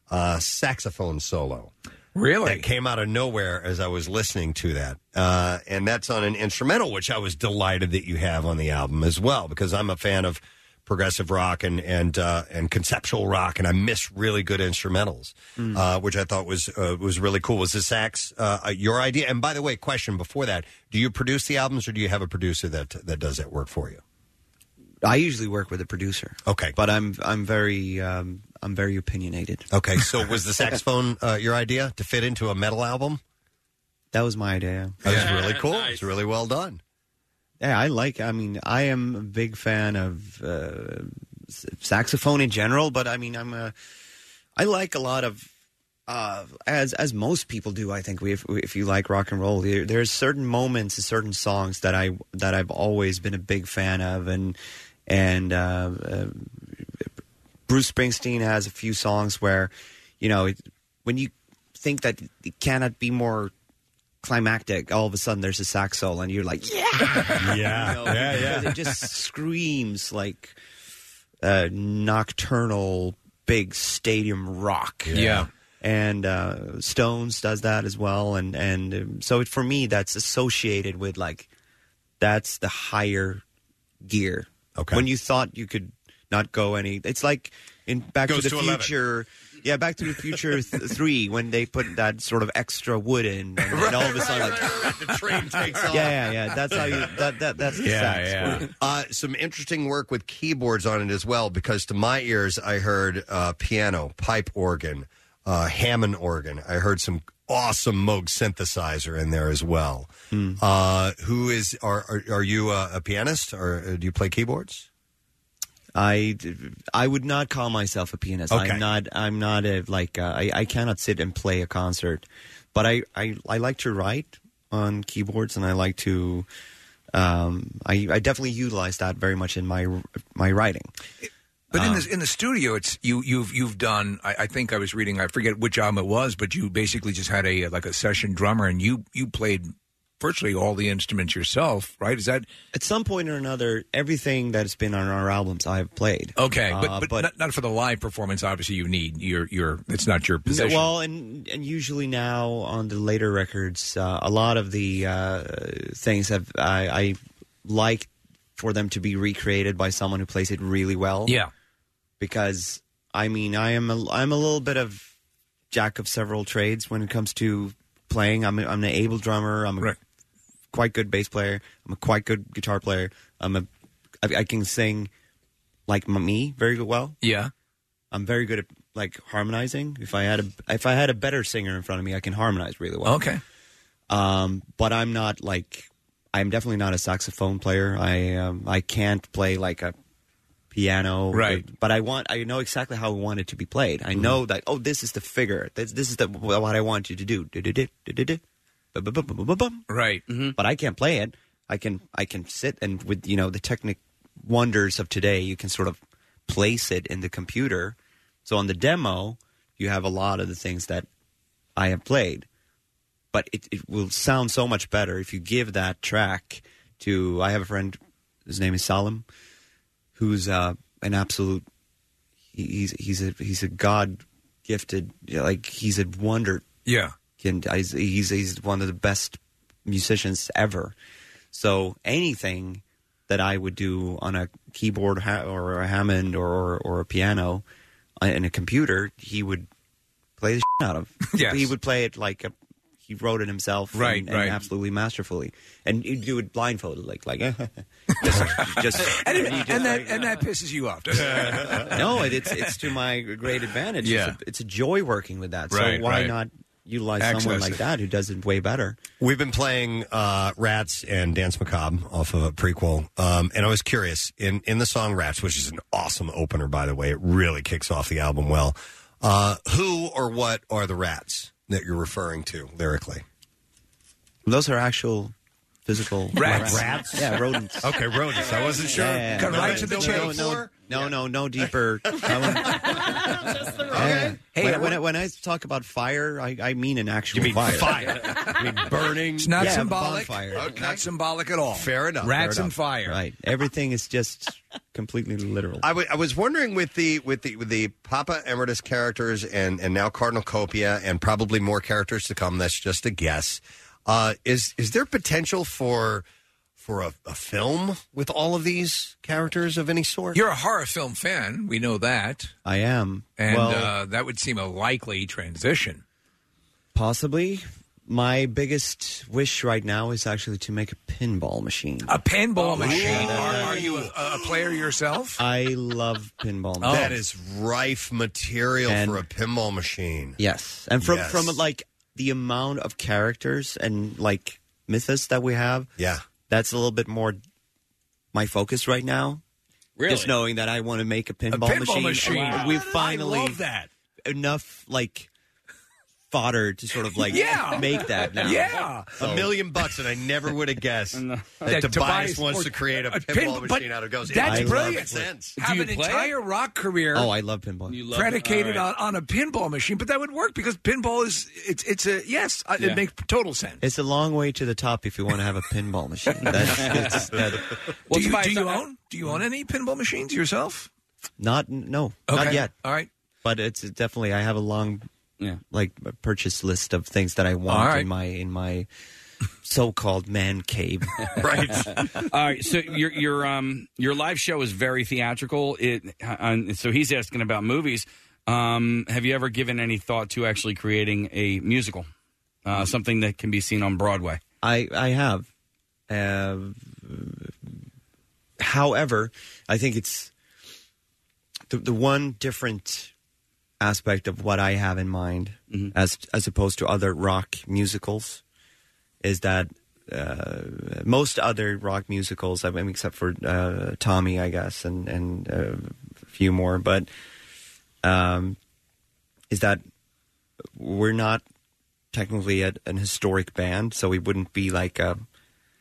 [SPEAKER 2] uh, saxophone solo.
[SPEAKER 4] Really,
[SPEAKER 2] that came out of nowhere as I was listening to that, uh, and that's on an instrumental, which I was delighted that you have on the album as well, because I'm a fan of progressive rock and and uh, and conceptual rock, and I miss really good instrumentals,
[SPEAKER 18] Mm.
[SPEAKER 2] uh, which I thought was uh, was really cool. Was the sax uh, uh, your idea? And by the way, question before that: Do you produce the albums, or do you have a producer that that does that work for you?
[SPEAKER 18] I usually work with a producer.
[SPEAKER 2] Okay,
[SPEAKER 18] but I'm I'm very um, I'm very opinionated.
[SPEAKER 2] Okay, so was the saxophone uh, your idea to fit into a metal album?
[SPEAKER 18] That was my idea.
[SPEAKER 2] That was really cool. It's really well done.
[SPEAKER 18] Yeah, I like. I mean, I am a big fan of uh, s- saxophone in general, but I mean, I'm a. I like a lot of, uh, as as most people do. I think we, if, if you like rock and roll, there, there's certain moments and certain songs that I that I've always been a big fan of, and and uh, uh, Bruce Springsteen has a few songs where, you know, it, when you think that it cannot be more climactic, all of a sudden there's a sax solo, and you're like, yeah,
[SPEAKER 2] yeah,
[SPEAKER 18] yeah, It just screams like uh, nocturnal, big stadium rock.
[SPEAKER 4] Yeah. Yeah.
[SPEAKER 18] And uh, Stones does that as well, and and um, so it, for me, that's associated with like that's the higher gear.
[SPEAKER 2] Okay.
[SPEAKER 18] When you thought you could not go any, it's like in Back
[SPEAKER 2] Goes
[SPEAKER 18] to the
[SPEAKER 2] to 11.
[SPEAKER 18] Future. Yeah, Back to the Future th- three when they put that sort of extra wood in, and, and all of a sudden, like,
[SPEAKER 2] the train takes
[SPEAKER 18] yeah, yeah, yeah, that's how you that that that's the sax.
[SPEAKER 2] Uh, some interesting work with keyboards on it as well, because to my ears, I heard uh, piano, pipe organ, uh, Hammond organ. I heard some awesome Moog synthesizer in there as well. Uh, who is are are, are you uh, a pianist or uh, do you play keyboards?
[SPEAKER 18] I I would not call myself a pianist.
[SPEAKER 2] Okay.
[SPEAKER 18] I'm not. I'm not a like. Uh, I I cannot sit and play a concert, but I I, I like to write on keyboards and I like to. Um, I I definitely utilize that very much in my my writing.
[SPEAKER 4] But in
[SPEAKER 18] Um,
[SPEAKER 4] the in the studio, it's you you've you've done. I, I think I was reading. I forget which album it was, but you basically just had a like a session drummer, and you you played virtually all the instruments yourself, right? Is that
[SPEAKER 18] at some point or another? Everything that has been on our albums, I have played.
[SPEAKER 4] okay? But,
[SPEAKER 18] Uh,
[SPEAKER 4] but, not, not for the live performance. Obviously, you need your your. It's not your
[SPEAKER 18] No,
[SPEAKER 4] position.
[SPEAKER 18] well, and and usually now on the later records, uh, a lot of the uh, things have I, I like for them to be recreated by someone who plays it really well.
[SPEAKER 4] Yeah,
[SPEAKER 18] because I mean, I am a, I'm a little bit of jack of several trades when it comes to playing. I'm a, I'm an able drummer. I'm a quite good bass player. I'm a quite good guitar player. I'm a I, I can sing like m- me very good well.
[SPEAKER 4] Yeah.
[SPEAKER 18] I'm very good at like harmonizing. If I had a if I had a better singer in front of me, I can harmonize really well.
[SPEAKER 4] Okay.
[SPEAKER 18] Um, but I'm not like I'm definitely not a saxophone player. I um, I can't play like a piano.
[SPEAKER 4] Right. Mm-hmm.
[SPEAKER 18] But, but I want I know exactly how I want it to be played. I know that oh this is the figure. This this is the what I want you to do. Du-du-du, du-du-du, bu-bu-bu-bu-bu-bum.
[SPEAKER 4] Right.
[SPEAKER 18] But I can't play it. I can I can sit and with you know the technic wonders of today, you can sort of place it in the computer. So on the demo, you have a lot of the things that I have played, but it, it will sound so much better if you give that track to. I have a friend, his name is Salim, who's uh, an absolute. he- He's he's a he's a god gifted like he's a wonder
[SPEAKER 4] yeah.
[SPEAKER 18] and he's, he's he's one of the best musicians ever. So anything that I would do on a keyboard ha- or a Hammond or, or or a piano uh, in a computer, he would play the shit out of.
[SPEAKER 4] Yes.
[SPEAKER 18] he would play it like a, he wrote it himself, and-
[SPEAKER 4] Right,
[SPEAKER 18] and,
[SPEAKER 4] right.
[SPEAKER 18] absolutely masterfully, and he'd do it blindfolded, like like just, just
[SPEAKER 4] And,
[SPEAKER 18] you just
[SPEAKER 4] and that
[SPEAKER 18] like-
[SPEAKER 4] and that pisses you off, doesn't it?
[SPEAKER 18] no, it, it's it's to my great advantage.
[SPEAKER 4] Yeah.
[SPEAKER 18] It's, a, it's a joy working with that. So
[SPEAKER 4] Right,
[SPEAKER 18] why
[SPEAKER 4] right.
[SPEAKER 18] not utilize
[SPEAKER 2] Access
[SPEAKER 18] someone like
[SPEAKER 2] it.
[SPEAKER 18] that who does it way better.
[SPEAKER 2] We've been playing uh, Rats and Dance Macabre off of a prequel, um, and I was curious in in the song Rats, which is an awesome opener, by the way. It really kicks off the album well. Uh, who or what are the Rats that you're referring to lyrically?
[SPEAKER 18] Those are actual physical
[SPEAKER 2] Rats. Rats?
[SPEAKER 18] Yeah, rodents.
[SPEAKER 2] Okay, rodents. I wasn't sure. Cut right to the
[SPEAKER 18] no,
[SPEAKER 2] chase.
[SPEAKER 18] no, no, no, no deeper.
[SPEAKER 2] Okay.
[SPEAKER 18] Hey,
[SPEAKER 2] Hey,
[SPEAKER 18] when, I-
[SPEAKER 2] what-
[SPEAKER 18] when, I, when I talk about fire, I, I mean an actual
[SPEAKER 2] You mean
[SPEAKER 18] fire.
[SPEAKER 2] fire. I mean burning.
[SPEAKER 4] It's not
[SPEAKER 18] Yeah,
[SPEAKER 4] symbolic.
[SPEAKER 18] bonfire.
[SPEAKER 4] Not symbolic at all.
[SPEAKER 2] Fair enough.
[SPEAKER 4] Rats
[SPEAKER 2] Fair
[SPEAKER 4] and
[SPEAKER 2] enough.
[SPEAKER 4] fire.
[SPEAKER 18] Right. Everything is just completely literal.
[SPEAKER 2] I wa- I was wondering with the with the with the Papa Emeritus characters and and now Cardinal Copia and probably more characters to come. That's just a guess. Uh, is is there potential for for a, a film with all of these characters of any sort?
[SPEAKER 4] You're a horror film fan. We know that.
[SPEAKER 18] I am.
[SPEAKER 4] And
[SPEAKER 18] well,
[SPEAKER 4] uh, that would seem a likely transition.
[SPEAKER 18] possibly. My biggest wish right now is actually to make a pinball machine.
[SPEAKER 4] A pinball machine.
[SPEAKER 18] yeah.
[SPEAKER 4] Are, are you a, a player yourself?
[SPEAKER 18] I love pinball.
[SPEAKER 4] Oh.
[SPEAKER 18] machines.
[SPEAKER 4] That is
[SPEAKER 2] rife material
[SPEAKER 18] And-
[SPEAKER 2] for a pinball machine.
[SPEAKER 18] Yes, and from
[SPEAKER 2] Yes.
[SPEAKER 18] from like the amount of characters and like mythos that we have,
[SPEAKER 2] Yeah.
[SPEAKER 18] that's a little bit more my focus right now.
[SPEAKER 2] Really?
[SPEAKER 18] just knowing that I want to make a pinball,
[SPEAKER 4] pinball machine. Wow.
[SPEAKER 18] We
[SPEAKER 4] I
[SPEAKER 18] finally
[SPEAKER 4] love that.
[SPEAKER 18] enough like fodder to sort of like
[SPEAKER 2] Yeah.
[SPEAKER 18] make that now.
[SPEAKER 4] Yeah.
[SPEAKER 2] A million bucks, and I never would have guessed that,
[SPEAKER 4] uh, That
[SPEAKER 2] Tobias,
[SPEAKER 4] Tobias
[SPEAKER 2] wants
[SPEAKER 4] or-
[SPEAKER 2] to create a
[SPEAKER 4] a
[SPEAKER 2] pinball
[SPEAKER 4] pin- but
[SPEAKER 2] machine out of Ghost.
[SPEAKER 4] that's
[SPEAKER 2] It makes
[SPEAKER 4] brilliant.
[SPEAKER 2] perfect sense.
[SPEAKER 4] Have an entire rock career.
[SPEAKER 18] Oh, I love pinball.
[SPEAKER 4] love predicated on, on a pinball machine, but that would work because pinball is it's it's a yes, uh
[SPEAKER 18] Yeah.
[SPEAKER 4] it makes total sense.
[SPEAKER 18] It's a long way to the top if you want to have a pinball machine. That's, it's, that,
[SPEAKER 4] do you, do you own do you own any pinball machines yourself?
[SPEAKER 18] not no,
[SPEAKER 4] Okay.
[SPEAKER 18] not yet.
[SPEAKER 4] All right.
[SPEAKER 18] but it's definitely I have a long like purchase list of things that I want
[SPEAKER 3] All right.
[SPEAKER 18] in my in my so-called man cave.
[SPEAKER 3] Uh, All right. So your your um your live show is very theatrical. It uh, and so he's asking about movies. Um, have you ever given any thought to actually creating a musical, uh, something that can be seen on Broadway?
[SPEAKER 18] I I have. Uh, however, I think it's the the one different aspect of what I have in mind
[SPEAKER 4] Mm-hmm.
[SPEAKER 18] as as opposed to other rock musicals is that uh, most other rock musicals, I mean, except for uh, Tommy, I guess, and and uh, a few more, but um, is that we're not technically a, an historic band, so it wouldn't be like a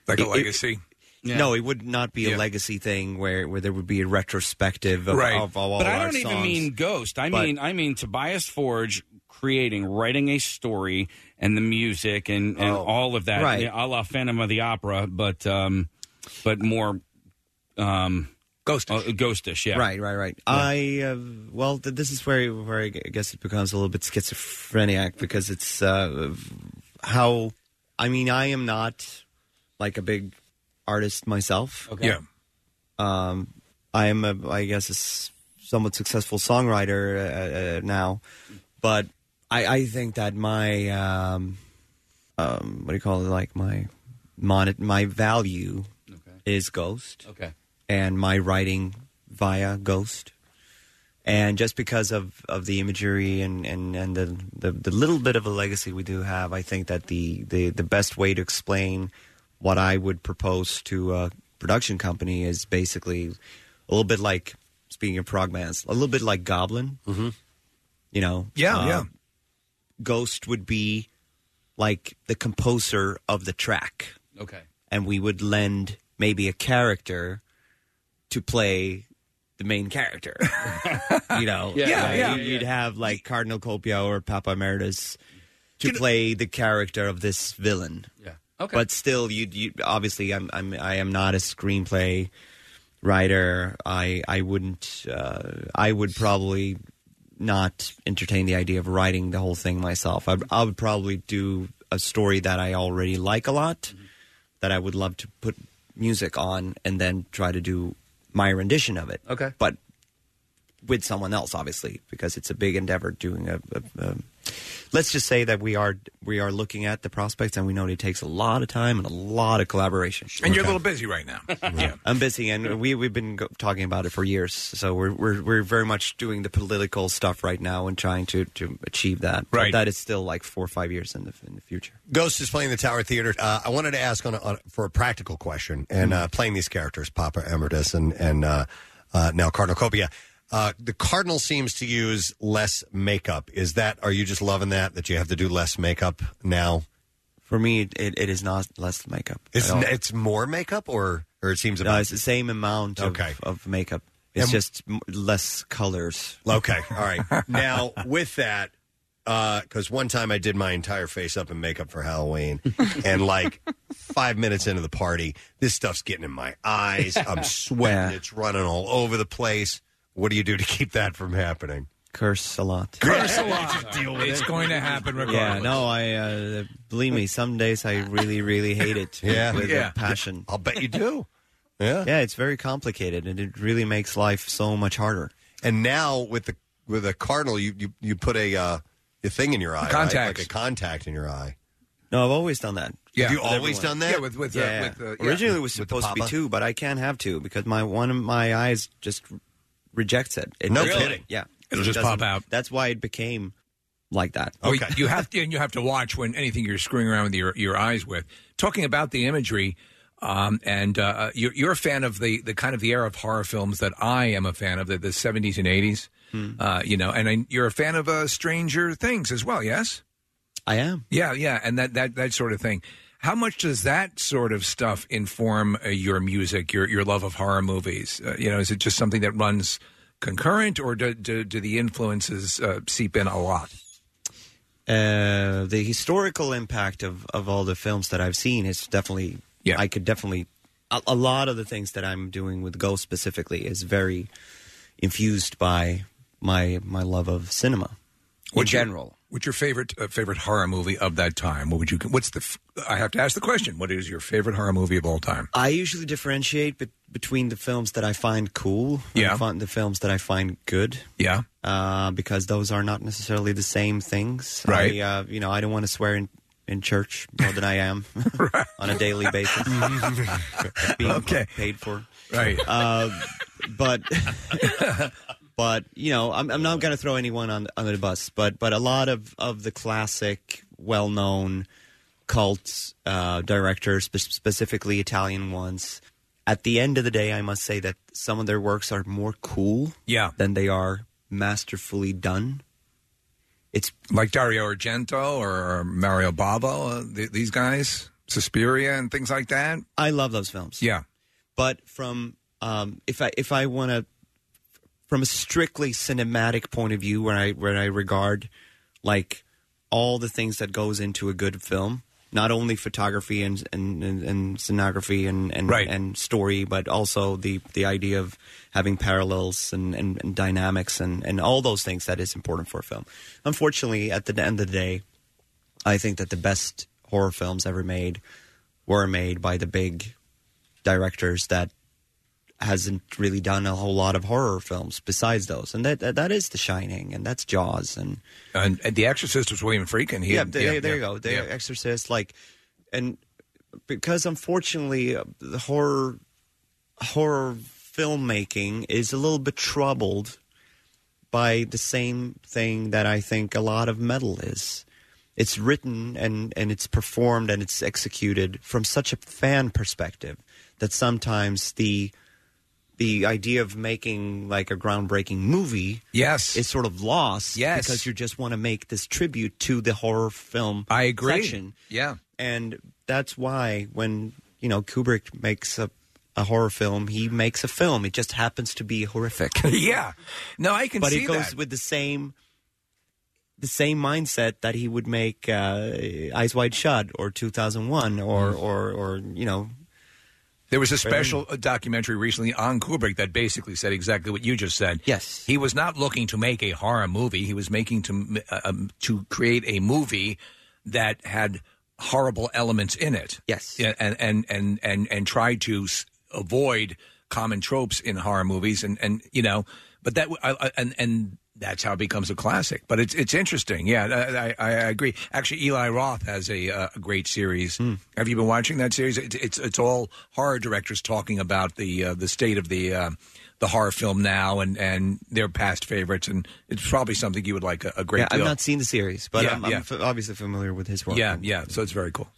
[SPEAKER 4] Like a
[SPEAKER 18] it- it-
[SPEAKER 4] legacy.
[SPEAKER 18] No, it would not be a legacy thing where, where there would be a retrospective of, of, of all
[SPEAKER 3] but
[SPEAKER 18] of
[SPEAKER 3] I
[SPEAKER 18] our
[SPEAKER 3] don't even
[SPEAKER 18] songs.
[SPEAKER 3] mean Ghost. I
[SPEAKER 18] But-
[SPEAKER 3] mean I mean Tobias Forge creating, writing a story and the music and, and all of that.
[SPEAKER 18] Oh, Right.
[SPEAKER 3] Yeah, a la Phantom of the Opera, but um but more um
[SPEAKER 4] ghostish.
[SPEAKER 3] ghostish, yeah.
[SPEAKER 18] Right, right, right. I uh, well, th- this is where where I gu- guess it becomes a little bit schizophrenic because it's uh, how I mean I am not like a big artist myself.
[SPEAKER 4] Okay. Yeah.
[SPEAKER 18] Um, I am a I guess a s- somewhat successful songwriter uh, uh, now, but I I think that my um, um, what do you call it like my monet my value is Ghost
[SPEAKER 3] Okay.
[SPEAKER 18] and my writing via Ghost. And just because of, of the imagery and, and, and the, the, the little bit of a legacy we do have, I think that the, the, the best way to explain what I would propose to a production company is basically a little bit like, speaking of Progmans, a little bit like Goblin. Mm-hmm. You know? Uh,
[SPEAKER 4] Yeah, yeah.
[SPEAKER 18] Ghost would be like the composer of the track
[SPEAKER 3] Okay.
[SPEAKER 18] and we would lend maybe a character to play the main character. you know,
[SPEAKER 4] Yeah, yeah, yeah.
[SPEAKER 18] you- you'd have like Cardinal Copio or Papa Emeritus to play the character of this villain.
[SPEAKER 3] Yeah.
[SPEAKER 18] Okay. But still, you you obviously I'm I'm I am not a screenplay writer. I I wouldn't uh, I would probably not entertain the idea of writing the whole thing myself. I, I would probably do a story that I already like a lot, that I would love to put music on, and then try to do my rendition of it. Okay. But with someone else, obviously, because it's a big endeavor. Doing a, a, a let's just say that we are we are looking at the prospects, and we know it takes a lot of time and a lot of collaboration.
[SPEAKER 4] And you're a little busy right now. yeah.
[SPEAKER 18] I'm busy, and we we've been go- talking about it for years. So we're we're we're very much doing the political stuff right now and trying to to achieve that. But
[SPEAKER 2] Right.
[SPEAKER 18] that is still like four or five years in the in the future.
[SPEAKER 2] Ghost is playing the Tower Theater. Uh, I wanted to ask on, a, on for a practical question and uh, playing these characters, Papa Emeritus and and uh, uh, now Cardinal Copia. Uh, the Cardinal seems to use less makeup. Is that? Are you just loving that? That you have to do less makeup now?
[SPEAKER 18] For me, it, it is not less makeup.
[SPEAKER 2] It's
[SPEAKER 18] at all.
[SPEAKER 2] n- it's more makeup, or or it seems
[SPEAKER 18] No,
[SPEAKER 2] about
[SPEAKER 18] it's the same amount of,
[SPEAKER 2] Okay.
[SPEAKER 18] of makeup. It's
[SPEAKER 2] And-
[SPEAKER 18] just m- less colors.
[SPEAKER 2] Okay, all right. now with that, because one time I did my entire face up in makeup for Halloween, and like five minutes into the party, this stuff's getting in my eyes. I'm sweating. It's running all over the place. What do you do to keep that from happening?
[SPEAKER 18] Curse a lot.
[SPEAKER 4] Curse a lot. it's going to happen regardless.
[SPEAKER 18] Yeah, no, I uh, believe me. Some days I really, really hate it.
[SPEAKER 2] Yeah.
[SPEAKER 18] with
[SPEAKER 2] Yeah.
[SPEAKER 18] A passion.
[SPEAKER 2] I'll bet you do. Yeah,
[SPEAKER 18] yeah, it's very complicated, and it really makes life so much harder.
[SPEAKER 2] And now with the with a cardinal, you you, you put a uh, a thing in your eye, right?
[SPEAKER 18] Contacts.
[SPEAKER 2] like a contact in your eye.
[SPEAKER 18] No, I've always done that.
[SPEAKER 2] Yeah. You always done that? Yeah, with- with, uh,
[SPEAKER 18] yeah.
[SPEAKER 2] with, uh, yeah.
[SPEAKER 18] Originally it was
[SPEAKER 2] With the
[SPEAKER 18] supposed to be
[SPEAKER 2] Papa?
[SPEAKER 18] two, but I can't have two because my one of my eyes just rejects it. It
[SPEAKER 4] No
[SPEAKER 18] doesn't-
[SPEAKER 4] kidding.
[SPEAKER 18] Yeah,
[SPEAKER 4] It'll
[SPEAKER 18] It
[SPEAKER 4] just
[SPEAKER 18] doesn't-
[SPEAKER 4] pop out.
[SPEAKER 18] That's why it became like that.
[SPEAKER 4] Oh, you have to, and you have to watch when anything you're screwing around with your, your eyes with. Talking about the imagery, um, and uh, you're, you're a fan of the, the kind of the era of horror films that I am a fan of, the, the 70s and 80s.
[SPEAKER 18] Hmm.
[SPEAKER 4] Uh, you know, and I, you're a fan of uh, Stranger Things as well, yes?
[SPEAKER 18] I am.
[SPEAKER 4] Yeah, yeah, and that that that sort of thing. How much does that sort of stuff inform uh, your music, your your love of horror movies? Uh, you know, is it just something that runs concurrent, or do do, do the influences uh, seep in a lot?
[SPEAKER 18] Uh, the historical impact of, of all the films that I've seen is definitely. Yeah. I could definitely. A, a lot of the things that I'm doing with Ghost specifically is very infused by my my love of cinema in general.
[SPEAKER 4] What's your favorite uh, favorite horror movie of that time? What would you? What's the? F- I have to ask the question. What is your favorite horror movie of all time?
[SPEAKER 18] I usually differentiate bet between the films that I find cool
[SPEAKER 4] Yeah.
[SPEAKER 18] and fin- the films that I find good.
[SPEAKER 4] Yeah.
[SPEAKER 18] Uh, because those are not necessarily the same things.
[SPEAKER 4] Right.
[SPEAKER 18] I, uh, you know, I don't want to swear in, in church more than I am on a daily basis.
[SPEAKER 4] Mm-hmm.
[SPEAKER 18] being
[SPEAKER 4] Okay.
[SPEAKER 18] paid for.
[SPEAKER 4] Right.
[SPEAKER 18] Uh, but. But you know, I'm, I'm not going to throw anyone on on the bus. But but a lot of, of the classic, well known cult uh, directors, spe- specifically Italian ones. At the end of the day, I must say that some of their works are more cool
[SPEAKER 4] Yeah.
[SPEAKER 18] than they are masterfully done. It's
[SPEAKER 4] like Dario Argento or Mario Bava, uh, th- these guys, Suspiria, and things like that.
[SPEAKER 18] I love those films.
[SPEAKER 4] Yeah.
[SPEAKER 18] But from um, if I if I want to from a strictly cinematic point of view, where I where I regard like all the things that goes into a good film, not only photography and and and, and scenography and and, and story, but also the the idea of having parallels and, and, and dynamics and, and all those things that is important for a film. Unfortunately, at the end of the day, I think that the best horror films ever made were made by the big directors that hasn't really done a whole lot of horror films besides those, and that that, that is The Shining, and that's Jaws, and
[SPEAKER 4] and, and The Exorcist was William Friedkin. He
[SPEAKER 18] yeah,
[SPEAKER 4] had-
[SPEAKER 18] there, there you
[SPEAKER 4] yeah.
[SPEAKER 18] go, The Exorcist, like, and because unfortunately uh, the horror horror filmmaking is a little bit troubled by the same thing that I think a lot of metal is. It's written and, and it's performed and it's executed from such a fan perspective that sometimes the the idea of making like a groundbreaking movie
[SPEAKER 4] yes
[SPEAKER 18] is sort of lost
[SPEAKER 4] Yes.
[SPEAKER 18] because you just want to make this tribute to the horror film
[SPEAKER 4] I agree.
[SPEAKER 18] section
[SPEAKER 4] Yeah.
[SPEAKER 18] and that's why when you know Kubrick makes a a horror film, he makes a film. It just happens to be horrific.
[SPEAKER 4] yeah. No, I can
[SPEAKER 18] But
[SPEAKER 4] see
[SPEAKER 18] it goes
[SPEAKER 4] that.
[SPEAKER 18] with the same the same mindset that he would make uh, Eyes Wide Shut or 2001 or or or you know
[SPEAKER 4] Mm. There was a special uh, documentary recently on Kubrick that basically said exactly what you just said.
[SPEAKER 18] Yes,
[SPEAKER 4] he was not looking to make a horror movie. He was making to m- uh, um, to create a movie that had horrible elements in it.
[SPEAKER 18] Yes,
[SPEAKER 4] yeah, and and and and and try to s- avoid common tropes in horror movies. And and you know, but that I, I, and and that's how it becomes a classic. But it's it's interesting. Yeah, I, I, I agree. Actually, Eli Roth has a, uh, a great series.
[SPEAKER 18] Hmm.
[SPEAKER 4] Have you been watching that series? It's it's, it's all horror directors talking about the uh, the state of the. Uh, the horror film now and, and their past favorites and it's probably something you would like a, a great
[SPEAKER 18] Yeah, I've
[SPEAKER 4] deal.
[SPEAKER 18] not seen the series, but
[SPEAKER 4] Yeah,
[SPEAKER 18] I'm, I'm
[SPEAKER 4] yeah.
[SPEAKER 18] f- obviously familiar with his work.
[SPEAKER 4] yeah, yeah. So it's very cool.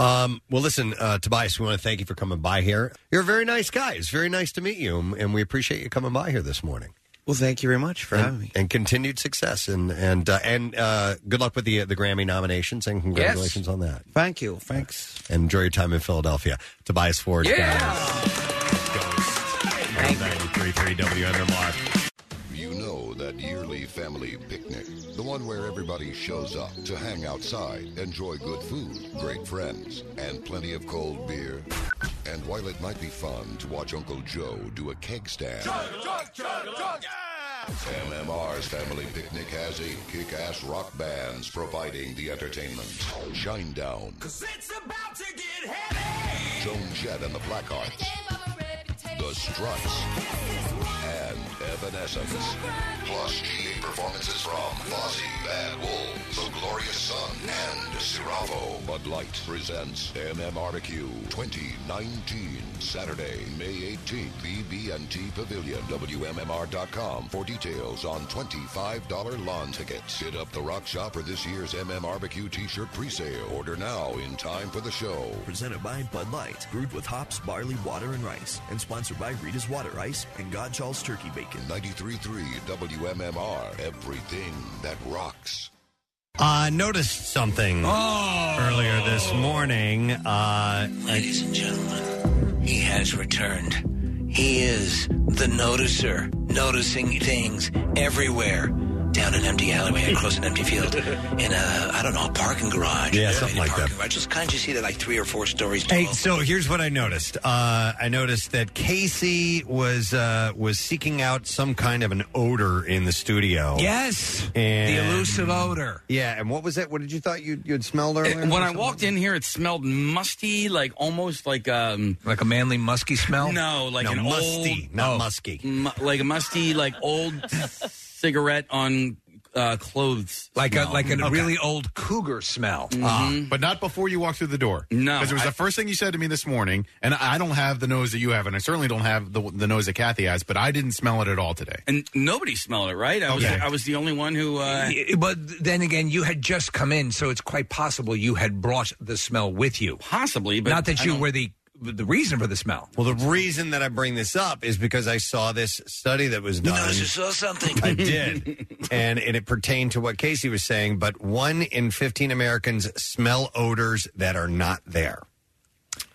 [SPEAKER 2] Um, well, listen, uh, Tobias, we want to thank you for coming by here. You're a very nice guy. It's very nice to meet you, and- and we appreciate you coming by here this morning.
[SPEAKER 18] Well, thank you very much for
[SPEAKER 2] and,
[SPEAKER 18] having me.
[SPEAKER 2] and continued success, and and uh, and uh, good luck with the the Grammy nominations, and congratulations on that.
[SPEAKER 18] Thank you. Thanks.
[SPEAKER 2] And enjoy your time in Philadelphia, Tobias Ford.
[SPEAKER 1] Yeah.
[SPEAKER 2] Thank WMMR.
[SPEAKER 1] You know that yearly family picnic, the one where everybody shows up to hang outside, enjoy good food, great friends, and plenty of cold beer. And while it might be fun to watch Uncle Joe do a keg stand, MMR's Family Picnic has eight kick-ass rock bands providing the entertainment. Shinedown, Joan Jett and the Blackhearts, The Struts, and Evanescence. Plus GA performances from Fozzy, Bad Wolves, The Glorious Sun, and Siravo. Bud Light presents MMRBQ 2019, Saturday, May 18th, BB&T Pavilion, WMMR.com for details on $25 lawn tickets. Hit up the Rock Shop for this year's MMRBQ t-shirt presale. Order now in time for the show.
[SPEAKER 19] Presented by Bud Light, brewed with hops, barley, water, and rice, and sponsored by Rita's Water Ice and Godchall's Turkey Bacon.
[SPEAKER 1] 93.3 WMMR, everything that rocks.
[SPEAKER 2] Uh, noticed something
[SPEAKER 4] Oh.
[SPEAKER 2] earlier this morning. Uh,
[SPEAKER 20] Ladies and gentlemen, he has returned. He is the noticer, noticing things everywhere. Down an empty alleyway, across an empty field, in a I don't know a parking garage.
[SPEAKER 2] Yeah, something
[SPEAKER 20] In a
[SPEAKER 2] like
[SPEAKER 20] parking Garage. Just kind of you see that like three or four stories.
[SPEAKER 2] Hey, so here's what I noticed. Uh, I noticed that Casey was uh, was seeking out some kind of an odor in the studio.
[SPEAKER 4] Yes,
[SPEAKER 2] and
[SPEAKER 4] the elusive odor. Eh,
[SPEAKER 2] Yeah, and what was that? What did you thought you you had smelled earlier?
[SPEAKER 3] Uh, when I walked in here, it smelled musty, like almost like um
[SPEAKER 4] like a manly musky smell.
[SPEAKER 3] No, like
[SPEAKER 2] No,
[SPEAKER 3] an
[SPEAKER 2] musty,
[SPEAKER 3] old, oh,
[SPEAKER 2] not musky,
[SPEAKER 3] mu- like a musty, like old cigarette on uh, clothes,
[SPEAKER 4] like
[SPEAKER 3] smell.
[SPEAKER 4] a like a really old cougar smell. Ah,
[SPEAKER 3] Mhm.
[SPEAKER 7] but not before you walk through the door.
[SPEAKER 3] No,
[SPEAKER 7] because it was
[SPEAKER 3] I-
[SPEAKER 7] the first thing you said to me this morning, and I don't have the nose that you have, and I certainly don't have the, the nose that Kathy has. But I didn't smell it at all today.
[SPEAKER 3] and nobody smelled it, right? I was
[SPEAKER 7] Okay.
[SPEAKER 3] I was the only one who. Uh,
[SPEAKER 4] Yeah, But then again, you had just come in, so it's quite possible you had brought the smell with you.
[SPEAKER 3] Possibly, but
[SPEAKER 4] not that
[SPEAKER 2] I
[SPEAKER 4] you
[SPEAKER 2] don't-
[SPEAKER 4] were the the reason for the smell.
[SPEAKER 2] Well, the reason that I bring this up is because I saw this study that was done.
[SPEAKER 4] uh,
[SPEAKER 20] saw something.
[SPEAKER 2] I did. and, and it pertained to what Casey was saying, but one in 15 Americans smell odors that are not there.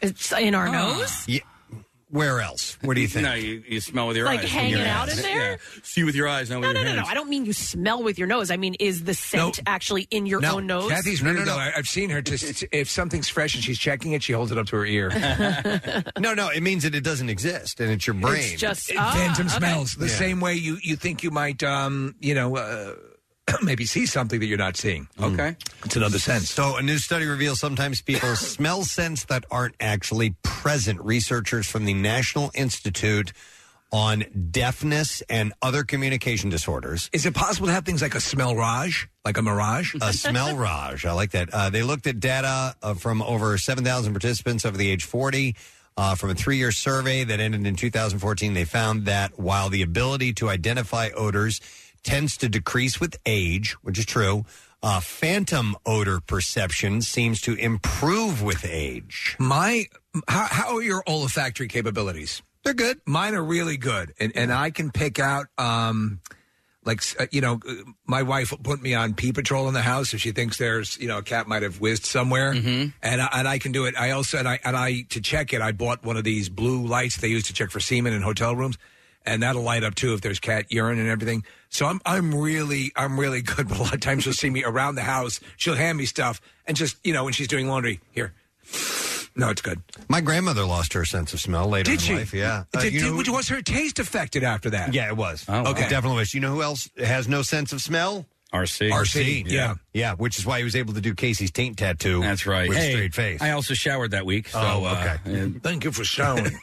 [SPEAKER 6] It's in our nose.
[SPEAKER 2] Yeah. Where else? What do you think?
[SPEAKER 3] No, you, you smell with your
[SPEAKER 6] Like
[SPEAKER 3] eyes.
[SPEAKER 6] hanging
[SPEAKER 3] Your
[SPEAKER 6] out in
[SPEAKER 3] hands.
[SPEAKER 6] there?
[SPEAKER 3] Yeah. See with your eyes, not
[SPEAKER 6] No,
[SPEAKER 3] with
[SPEAKER 6] no,
[SPEAKER 3] your
[SPEAKER 6] no, no.
[SPEAKER 3] hands.
[SPEAKER 6] I don't mean you smell with your nose. I mean, is the scent actually in your own nose?
[SPEAKER 4] Kathy's weird though. I- I've seen her just if something's fresh and she's checking it, she holds it up to her ear.
[SPEAKER 2] no, no, it means that it doesn't exist and it's your brain.
[SPEAKER 4] It's just phantom
[SPEAKER 6] ah,
[SPEAKER 4] smells. The
[SPEAKER 2] Yeah.
[SPEAKER 4] same way you you think you might um you know uh, maybe see something that you're not seeing.
[SPEAKER 3] Okay,
[SPEAKER 4] it's another sense.
[SPEAKER 2] So, a new study reveals sometimes people smell scents that aren't actually present. Researchers from the National Institute on Deafness and Other Communication Disorders.
[SPEAKER 4] Is it possible to have things like a smell raj, like a mirage?
[SPEAKER 2] A smell raj. I like that. Uh, they looked at data uh, from over 7,000 participants over the age 40. Uh, from a three year survey that ended in 2014, they found that while the ability to identify odors tends to decrease with age, which is true, uh, phantom odor perception seems to improve with age.
[SPEAKER 4] My how, how are your olfactory capabilities?
[SPEAKER 2] They're good.
[SPEAKER 4] Mine are really good, and and I can pick out um like s- uh, you know uh, my wife will put me on pee patrol in the house if she thinks there's you know a cat might have whizzed somewhere,
[SPEAKER 2] Mm-hmm.
[SPEAKER 4] and I, and I can do it. I also and I and I to check it. I bought one of these blue lights they use to check for semen in hotel rooms. And that'll light up too if there's cat urine and everything. So I'm I'm really I'm really good. But a lot of times she'll see me around the house. She'll hand me stuff and just you know when she's doing laundry here. No, it's good.
[SPEAKER 2] My grandmother lost her sense of smell later in
[SPEAKER 4] Did she?
[SPEAKER 2] life. Yeah. Uh,
[SPEAKER 4] Did,
[SPEAKER 2] you know
[SPEAKER 4] did- was her taste affected after that?
[SPEAKER 2] Yeah, it was.
[SPEAKER 4] Oh, wow.
[SPEAKER 2] It definitely was. You know who else has no sense of smell?
[SPEAKER 3] RC.
[SPEAKER 2] RC, yeah. yeah, which is why he was able to do Casey's taint tattoo.
[SPEAKER 3] That's right.
[SPEAKER 2] with a
[SPEAKER 3] Hey,
[SPEAKER 2] straight face.
[SPEAKER 3] I also showered that week. So,
[SPEAKER 2] Oh,
[SPEAKER 3] uh,
[SPEAKER 2] okay.
[SPEAKER 4] Thank you for showering.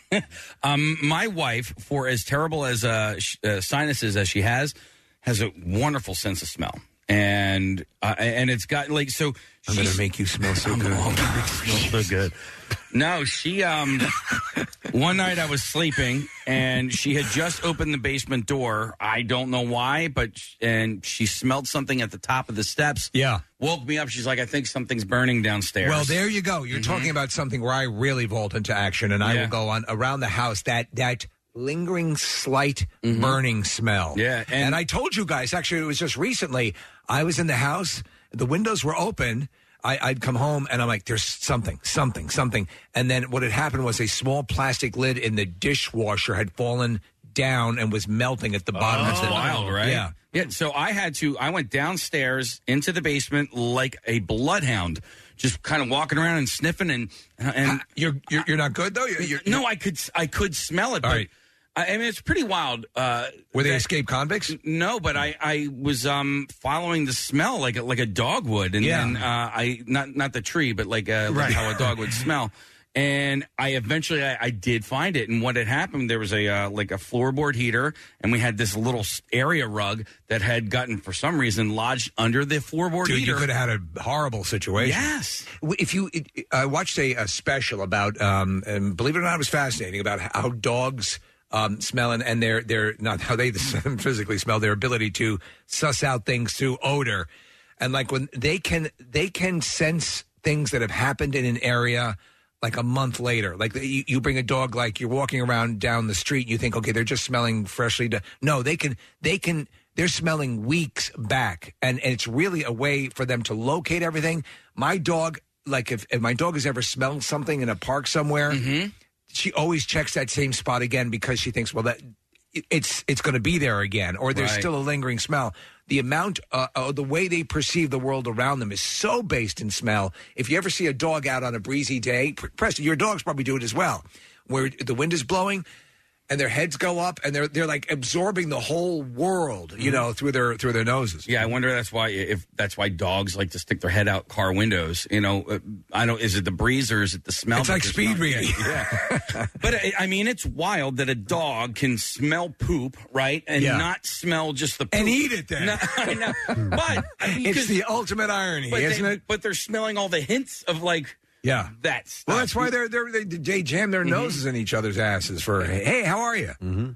[SPEAKER 3] um, my wife, for as terrible as uh, sh- uh, sinuses as she has, has a wonderful sense of smell, and uh, and it's got like so.
[SPEAKER 4] I'm gonna
[SPEAKER 3] make you smell so good. smell so good. No, she. Um, one night I was sleeping, and she had just opened the basement door. I don't know why, but sh- and she smelled something at the top of the steps.
[SPEAKER 4] Yeah.
[SPEAKER 3] woke me up. She's like, "I think something's burning downstairs." Mm-hmm.
[SPEAKER 4] Well, there you go. You're talking about something where I really vault into action, and I
[SPEAKER 3] Yeah.
[SPEAKER 4] will go on around the house that that lingering slight
[SPEAKER 3] Mhm.
[SPEAKER 4] burning smell.
[SPEAKER 3] Yeah,
[SPEAKER 4] and, I told you guys actually it was just recently. I was in the house, the windows were open. I, I'd come home and I'm like, there's something, something, something. And then what had happened was a small plastic lid in the dishwasher had fallen down and was melting at the bottom of
[SPEAKER 3] That's
[SPEAKER 4] the
[SPEAKER 3] Oh, wild, right?
[SPEAKER 4] Yeah.
[SPEAKER 3] Yeah. So I had to. I went downstairs into the basement like a bloodhound, just kind of walking around and sniffing. And uh, and
[SPEAKER 4] you're you're, you're not good though.
[SPEAKER 3] no, I could I could smell it. but I, I mean, it's pretty wild. Uh,
[SPEAKER 4] Were they escaped convicts?
[SPEAKER 3] No, but I, I was um, following the smell like a, like a dog would, and
[SPEAKER 4] Yeah.
[SPEAKER 3] then uh, I not not the tree, but like, uh, like
[SPEAKER 4] Right.
[SPEAKER 3] how a dog would smell. And I eventually I, I did find it. And what had happened, there was a uh, like a floorboard heater, and we had this little s- area rug that had gotten for some reason lodged under the floorboard
[SPEAKER 4] Dude,
[SPEAKER 3] heater.
[SPEAKER 4] you could have had a horrible situation.
[SPEAKER 3] Yes.
[SPEAKER 4] W- If you, it, I watched a, a special about, um, and believe it or not, it was fascinating about how dogs um, smell and, and their their not how they physically smell, their ability to suss out things through odor, and like when they can they can sense things that have happened in an area like a month later. Like you, you bring a dog, like you're walking around down the street, and you think, okay, they're just smelling freshly done. No, they can, they can, they're smelling weeks back, and, and it's really a way for them to locate everything. My dog, like if, if my dog has ever smelled something in a park somewhere, she always checks that same spot again because she thinks, well, that it- it's it's going to be there again, or there's
[SPEAKER 21] Right.
[SPEAKER 4] still a lingering smell. The amount, uh, uh, the way they perceive the world around them is so based in smell. If you ever see a dog out on a breezy day, Pre- Preston, your dogs probably do it as well, where the wind is blowing and their heads go up and they're they're like absorbing the whole world, you know, through their through their noses.
[SPEAKER 3] Yeah, I wonder that's why if that's why dogs like to stick their head out car windows. You know, uh, I don't. Is it the breeze or is it the smell?
[SPEAKER 4] It's
[SPEAKER 3] that
[SPEAKER 4] like
[SPEAKER 3] they're
[SPEAKER 4] speed
[SPEAKER 3] smelling?
[SPEAKER 4] reading.
[SPEAKER 3] Yeah. but I, I mean, it's wild that a dog can smell poop, right, and
[SPEAKER 4] Yeah.
[SPEAKER 3] not smell just the poop.
[SPEAKER 4] And eat it then.
[SPEAKER 3] No, I know. But I mean,
[SPEAKER 4] It's
[SPEAKER 3] 'cause-
[SPEAKER 4] the ultimate irony,
[SPEAKER 3] but
[SPEAKER 4] isn't
[SPEAKER 3] they,
[SPEAKER 4] it?
[SPEAKER 3] But they're smelling all the hints of like
[SPEAKER 4] Yeah.
[SPEAKER 3] that. Stuff.
[SPEAKER 4] Well, that's why they're, they're they they jam their noses in each other's asses for hey, how are you?
[SPEAKER 2] Mm-hmm.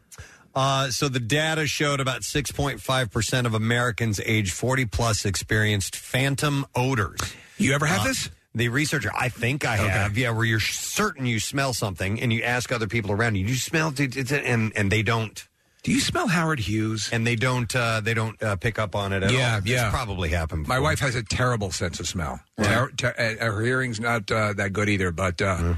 [SPEAKER 2] Uh, so the data showed about 6.5% of Americans age 40 plus experienced phantom odors. Uh,
[SPEAKER 4] You ever have this?
[SPEAKER 2] The researcher, I think I have, yeah, where you're certain you smell something and you ask other people around you, "Do you smell, dude, it's a-" and, and they don't.
[SPEAKER 4] Do you smell Howard Hughes?
[SPEAKER 2] And they don't, uh, they don't uh, pick up on it at all.
[SPEAKER 4] yeah,
[SPEAKER 2] It's
[SPEAKER 4] yeah.
[SPEAKER 2] probably happened.
[SPEAKER 4] My wife has a terrible sense of smell. Ter- ter- uh, her hearing's not uh, that good either, but. Uh, uh,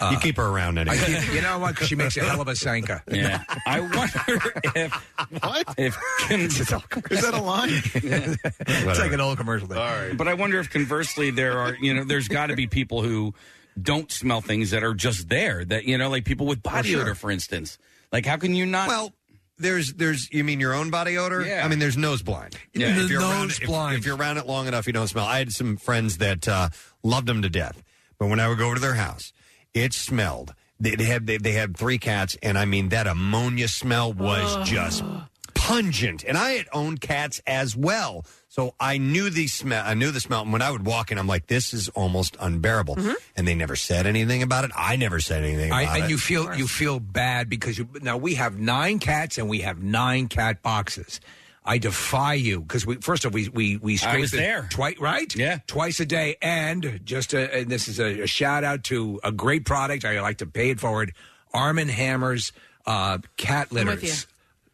[SPEAKER 2] Mm-hmm. You keep her around
[SPEAKER 4] I
[SPEAKER 2] anyway.
[SPEAKER 4] keep- you know what? 'Cause She makes a hell of a Sanka.
[SPEAKER 3] Yeah. I wonder if. What? If
[SPEAKER 4] Is that a line?
[SPEAKER 3] Whatever.
[SPEAKER 4] it's like an old commercial thing.
[SPEAKER 3] But I wonder if conversely there are you know there's got to be people who don't smell things that are just there that you know like people with body
[SPEAKER 2] Well, sure.
[SPEAKER 3] odor for instance. Like how can you not?
[SPEAKER 2] Well, there's, there's, you mean your own body odor?
[SPEAKER 3] Yeah.
[SPEAKER 2] I mean, there's nose blind.
[SPEAKER 3] Yeah.
[SPEAKER 2] If you're around
[SPEAKER 3] Nose
[SPEAKER 2] it- if- If, you're around it long enough, you don't smell. I had some friends that uh, loved them to death, but when I would go over to their house, it smelled. They, they had they, they had three cats, and I mean that ammonia smell was just pungent. And I had owned cats as well, so I knew the smell. I knew the smell. And when I would walk in, I'm like, this is almost unbearable. And they never said anything about it. I never said anything about
[SPEAKER 4] I,
[SPEAKER 2] it.
[SPEAKER 4] and you feel you feel bad because you now we have nine cats and we have nine cat boxes. I defy you because we first of all we we we
[SPEAKER 3] I was
[SPEAKER 4] scraped it
[SPEAKER 3] there.
[SPEAKER 4] twice right yeah twice a day and just a, and this is a, a shout out to a great product I like to pay it forward Arm and Hammer's uh, cat
[SPEAKER 6] I'm
[SPEAKER 4] litters.
[SPEAKER 6] with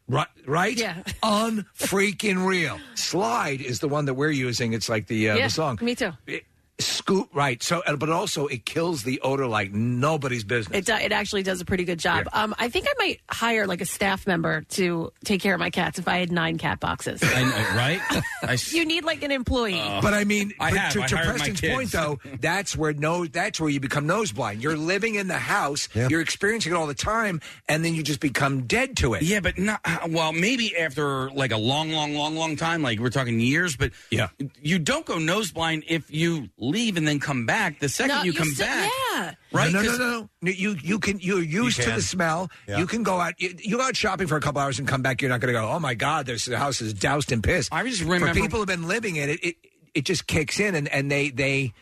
[SPEAKER 4] Right, right?
[SPEAKER 6] Yeah.
[SPEAKER 4] Unfreaking real. Slide is the one that we're using. It's like the, uh,
[SPEAKER 6] yeah,
[SPEAKER 4] the song
[SPEAKER 6] Me too.
[SPEAKER 4] sc- scoop right. So, uh, but also it kills the odor like nobody's business.
[SPEAKER 6] It do, it actually does a pretty good job. Um, I think I might hire like a staff member to take care of my cats if I had nine cat boxes.
[SPEAKER 3] I know, right? I s- Oh.
[SPEAKER 6] you need like an employee.
[SPEAKER 4] but I mean,
[SPEAKER 3] I
[SPEAKER 4] but
[SPEAKER 3] have.
[SPEAKER 4] to,
[SPEAKER 3] I
[SPEAKER 4] to
[SPEAKER 3] hired my
[SPEAKER 4] Preston's
[SPEAKER 3] kids.
[SPEAKER 4] point, though, that's where no, that's where you become noseblind. You're living in the house, you're experiencing it all the time, and then you just become dead to it.
[SPEAKER 3] Yeah, but not well. Maybe after like a long, long, long, long time, like we're talking years. But
[SPEAKER 4] yeah,
[SPEAKER 3] you don't go nose blind if you leave and then come back. The second
[SPEAKER 6] No,
[SPEAKER 3] you
[SPEAKER 6] you
[SPEAKER 3] come
[SPEAKER 6] still-
[SPEAKER 3] back,
[SPEAKER 6] yeah.
[SPEAKER 3] right?
[SPEAKER 4] No, no, no,
[SPEAKER 3] 'Cause-
[SPEAKER 4] no. no. You you can you're used
[SPEAKER 3] You
[SPEAKER 4] to the
[SPEAKER 3] can.
[SPEAKER 4] smell.
[SPEAKER 3] Yeah.
[SPEAKER 4] You can go out. You, you go out shopping for a couple hours and come back. You're not going to go. Oh my God, this the house is doused in piss. I
[SPEAKER 3] just remember-
[SPEAKER 4] For people who've been living in it, it it just kicks in and and they they.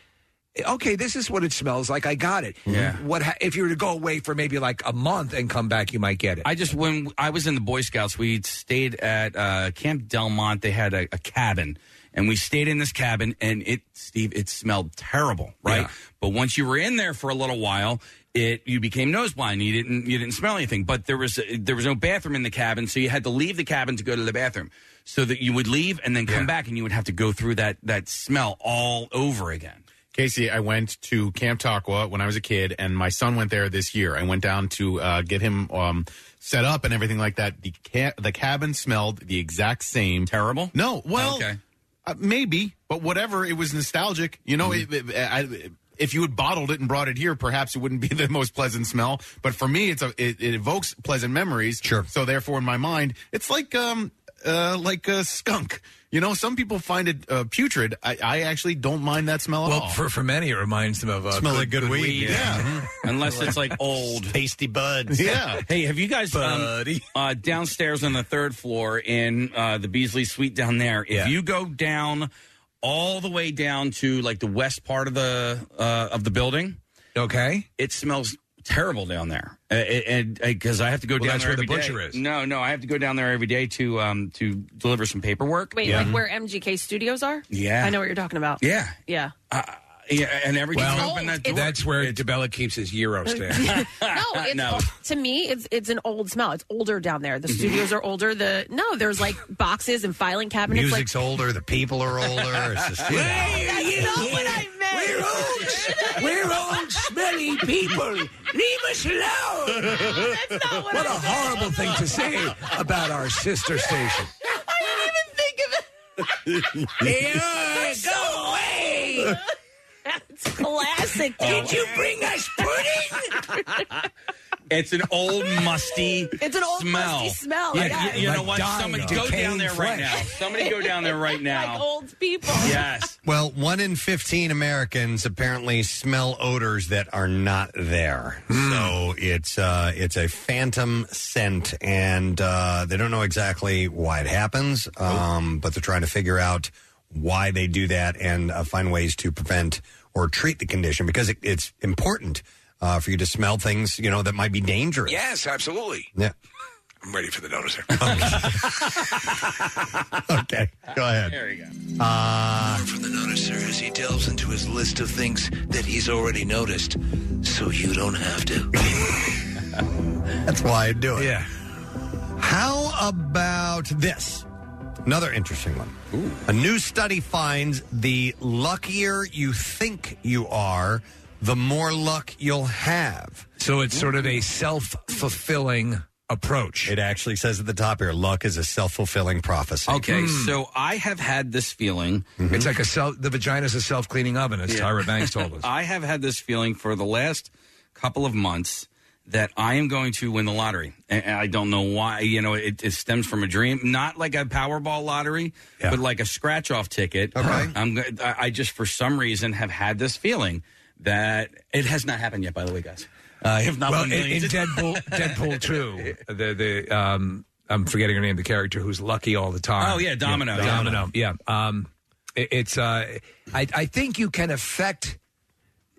[SPEAKER 4] Okay, this is what it smells like. I got it.
[SPEAKER 3] Yeah.
[SPEAKER 4] What ha- if you were to go away for maybe like a month and come back? You might get it.
[SPEAKER 3] I just when I was in the Boy Scouts, we stayed at uh, Camp Delmont. They had a, a cabin, and we stayed in this cabin, and it Steve, it smelled terrible, right? But once you were in there for a little while, it you became noseblind. You didn't you didn't smell anything, but there was there was no bathroom in the cabin, so you had to leave the cabin to go to the bathroom. So that you would leave and then come back, and you would have to go through that that smell all over again.
[SPEAKER 7] Casey, I went to Camp Taqua when I was a kid, and my son went there this year. I went down to uh, get him um, set up and everything like that. The ca- the cabin smelled the exact same.
[SPEAKER 3] Terrible.
[SPEAKER 7] No, well, uh, maybe, but whatever. It was nostalgic, you know.
[SPEAKER 3] Mm-hmm.
[SPEAKER 7] It, it- I, if you had bottled it and brought it here, perhaps it wouldn't be the most pleasant smell. But for me, it's a it, it evokes pleasant memories. Sure. So therefore, in my mind, it's like um uh like a skunk. You know, some people find it uh, putrid. I, I actually don't mind that smell at
[SPEAKER 4] well,
[SPEAKER 7] all.
[SPEAKER 4] for for many, it reminds them of uh,
[SPEAKER 7] Smell like good weed. Yeah.
[SPEAKER 4] Mm-hmm.
[SPEAKER 3] Unless it's like old
[SPEAKER 2] tasty buds.
[SPEAKER 7] Yeah.
[SPEAKER 3] Hey, have you guys um, uh, downstairs on the third floor in uh, the Beasley Suite down there? If you go down all the way down to like the west part of the uh, of the building,
[SPEAKER 4] okay,
[SPEAKER 3] it smells terrible down there. Uh, And because I have to go
[SPEAKER 4] Well,
[SPEAKER 3] down
[SPEAKER 4] that's
[SPEAKER 3] there
[SPEAKER 4] where the
[SPEAKER 3] every day.
[SPEAKER 4] butcher is.
[SPEAKER 3] No, no, I have to go down there every day to um, to deliver some paperwork.
[SPEAKER 6] Wait, like where MGK Studios are?
[SPEAKER 3] Yeah.
[SPEAKER 6] I know what you're talking about.
[SPEAKER 3] Yeah.
[SPEAKER 6] yeah.
[SPEAKER 3] Yeah, and every time
[SPEAKER 4] Well,
[SPEAKER 3] I open that door,
[SPEAKER 4] that's where DeBella keeps his euro stand.
[SPEAKER 6] No, it's,
[SPEAKER 4] No.
[SPEAKER 6] to me, it's it's an old smell. It's older down there.
[SPEAKER 3] Mm-hmm.
[SPEAKER 6] The studios are older. The no, there's like boxes and filing cabinets.
[SPEAKER 2] Music's older. The people are older. It's just, you know.
[SPEAKER 6] We're
[SPEAKER 4] old, we're old, smelly people. Leave us alone. what a horrible thing to say about our sister station. I didn't even think of
[SPEAKER 6] They're so old. That's classic.
[SPEAKER 3] Did
[SPEAKER 6] you bring us pudding?
[SPEAKER 3] It's an old musty.
[SPEAKER 6] It's an old
[SPEAKER 3] smell.
[SPEAKER 6] musty smell,
[SPEAKER 3] Yeah,
[SPEAKER 6] yeah.
[SPEAKER 3] You, you know
[SPEAKER 6] Like
[SPEAKER 3] what?
[SPEAKER 6] dying,
[SPEAKER 3] Somebody
[SPEAKER 6] though.
[SPEAKER 3] go down
[SPEAKER 6] Decaying
[SPEAKER 3] there right now.
[SPEAKER 6] flesh.
[SPEAKER 3] Somebody go down there right now.
[SPEAKER 6] like old people.
[SPEAKER 3] Yes.
[SPEAKER 2] Well, one in 15 Americans apparently smell odors that are not there. So it's uh, it's a phantom scent, and uh, they don't know exactly why it happens, um, but they're trying to figure out why they do that and uh, find ways to prevent or treat the condition because it, it's important uh, for you to smell things, you know, that might be dangerous.
[SPEAKER 4] Yes, absolutely.
[SPEAKER 2] Yeah.
[SPEAKER 4] I'm ready for the noticer.
[SPEAKER 2] okay, go ahead.
[SPEAKER 3] There you
[SPEAKER 2] go. Uh,
[SPEAKER 20] More from the noticer as he delves into his list of things that he's already noticed, so you don't have to.
[SPEAKER 2] That's why I do it. Yeah. How about this? Another interesting one. A new study finds the luckier you think you are, the more luck you'll have.
[SPEAKER 4] So it's sort of a self fulfilling approach.
[SPEAKER 2] It actually says at the top here luck is a self fulfilling prophecy.
[SPEAKER 3] Okay, so I have had this feeling.
[SPEAKER 2] Mm-hmm.
[SPEAKER 4] It's like a self, the vagina's a self cleaning oven, as
[SPEAKER 3] Yeah.
[SPEAKER 4] Tyra Banks told us.
[SPEAKER 3] I have had this feeling for the last couple of months that I am going to win the lottery. And and I don't know why. You know, it, it stems from a dream, not like a Powerball lottery, but like a scratch off ticket. Okay. I'm, go- I I just, for some reason, have had this feeling that it has not happened yet, by the way, guys. Uh, I have not
[SPEAKER 4] well,
[SPEAKER 3] won
[SPEAKER 4] in, in
[SPEAKER 3] millions.
[SPEAKER 4] Deadpool, Deadpool two, the the um, I'm forgetting her name, the character who's lucky all the time.
[SPEAKER 3] Oh, yeah, Domino, yeah.
[SPEAKER 4] Domino. Yeah, um, it- it's uh, I I think you can affect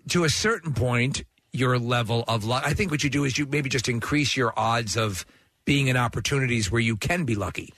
[SPEAKER 4] to a certain point your level of luck. I think what you do is you maybe just increase your odds of being in opportunities where you can be lucky.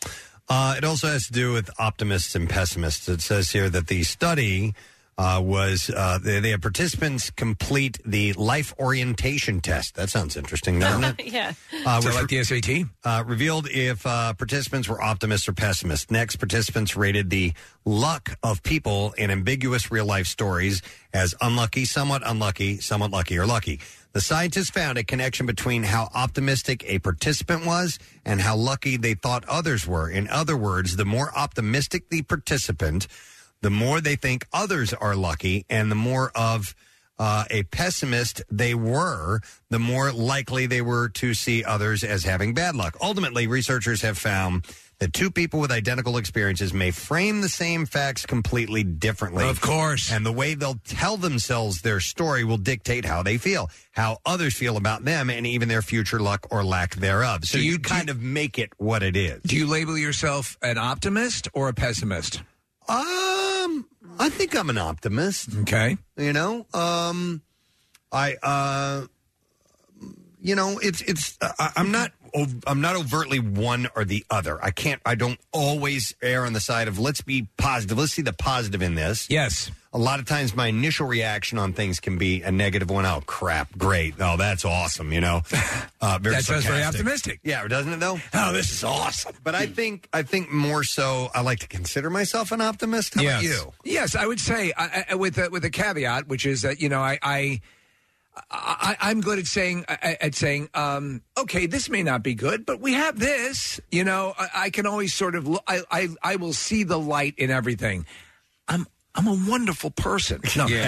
[SPEAKER 2] Uh, it also has to do with optimists and pessimists. It says here that the study uh, was uh, they, they had participants complete the life orientation test. That sounds interesting, doesn't it?
[SPEAKER 6] yeah.
[SPEAKER 2] Uh,
[SPEAKER 4] Is that
[SPEAKER 2] which-
[SPEAKER 4] like the SAT?
[SPEAKER 2] uh, revealed if uh, participants were optimists or pessimists. Next, participants rated the luck of people in ambiguous real life stories as unlucky, somewhat unlucky, somewhat lucky, or lucky. The scientists found a connection between how optimistic a participant was and how lucky they thought others were. In other words, the more optimistic the participant, the more they think others are lucky, and the more of uh, a pessimist they were, the more likely they were to see others as having bad luck. Ultimately, researchers have found that two people with identical experiences may frame the same facts completely differently. Of
[SPEAKER 4] course.
[SPEAKER 2] And the way they'll tell themselves their story will dictate how they feel, how others feel about them, and even their future luck or lack thereof. So
[SPEAKER 4] Do
[SPEAKER 2] you,
[SPEAKER 4] you-
[SPEAKER 2] kind of make it what it is.
[SPEAKER 4] Do you label yourself an optimist or a pessimist?
[SPEAKER 2] Um, I think I'm an optimist.
[SPEAKER 4] Okay.
[SPEAKER 2] You know, um, I, uh, you know, it's, it's, uh, I, I'm not, ov- I'm not overtly one or the other. I can't, I don't always err on the side of let's be positive. Let's see the positive in this.
[SPEAKER 4] Yes.
[SPEAKER 2] A lot of times my initial reaction on things can be a negative one. Oh, crap. Great. Oh, that's awesome. You know, uh, very
[SPEAKER 4] that sounds very
[SPEAKER 2] sarcastic.
[SPEAKER 4] optimistic.
[SPEAKER 2] Yeah, doesn't it though?
[SPEAKER 4] Oh, this is awesome.
[SPEAKER 2] But I think I think more so. I like to consider myself an optimist. How about you?
[SPEAKER 4] Yes, I would say I, I, with a, with a caveat, which is that you know I. I I, I'm good at saying at at saying, um, okay, this may not be good, but we have this. You know, I, I can always sort of look, I, I I will see the light in everything. I'm I'm a wonderful person. No, I,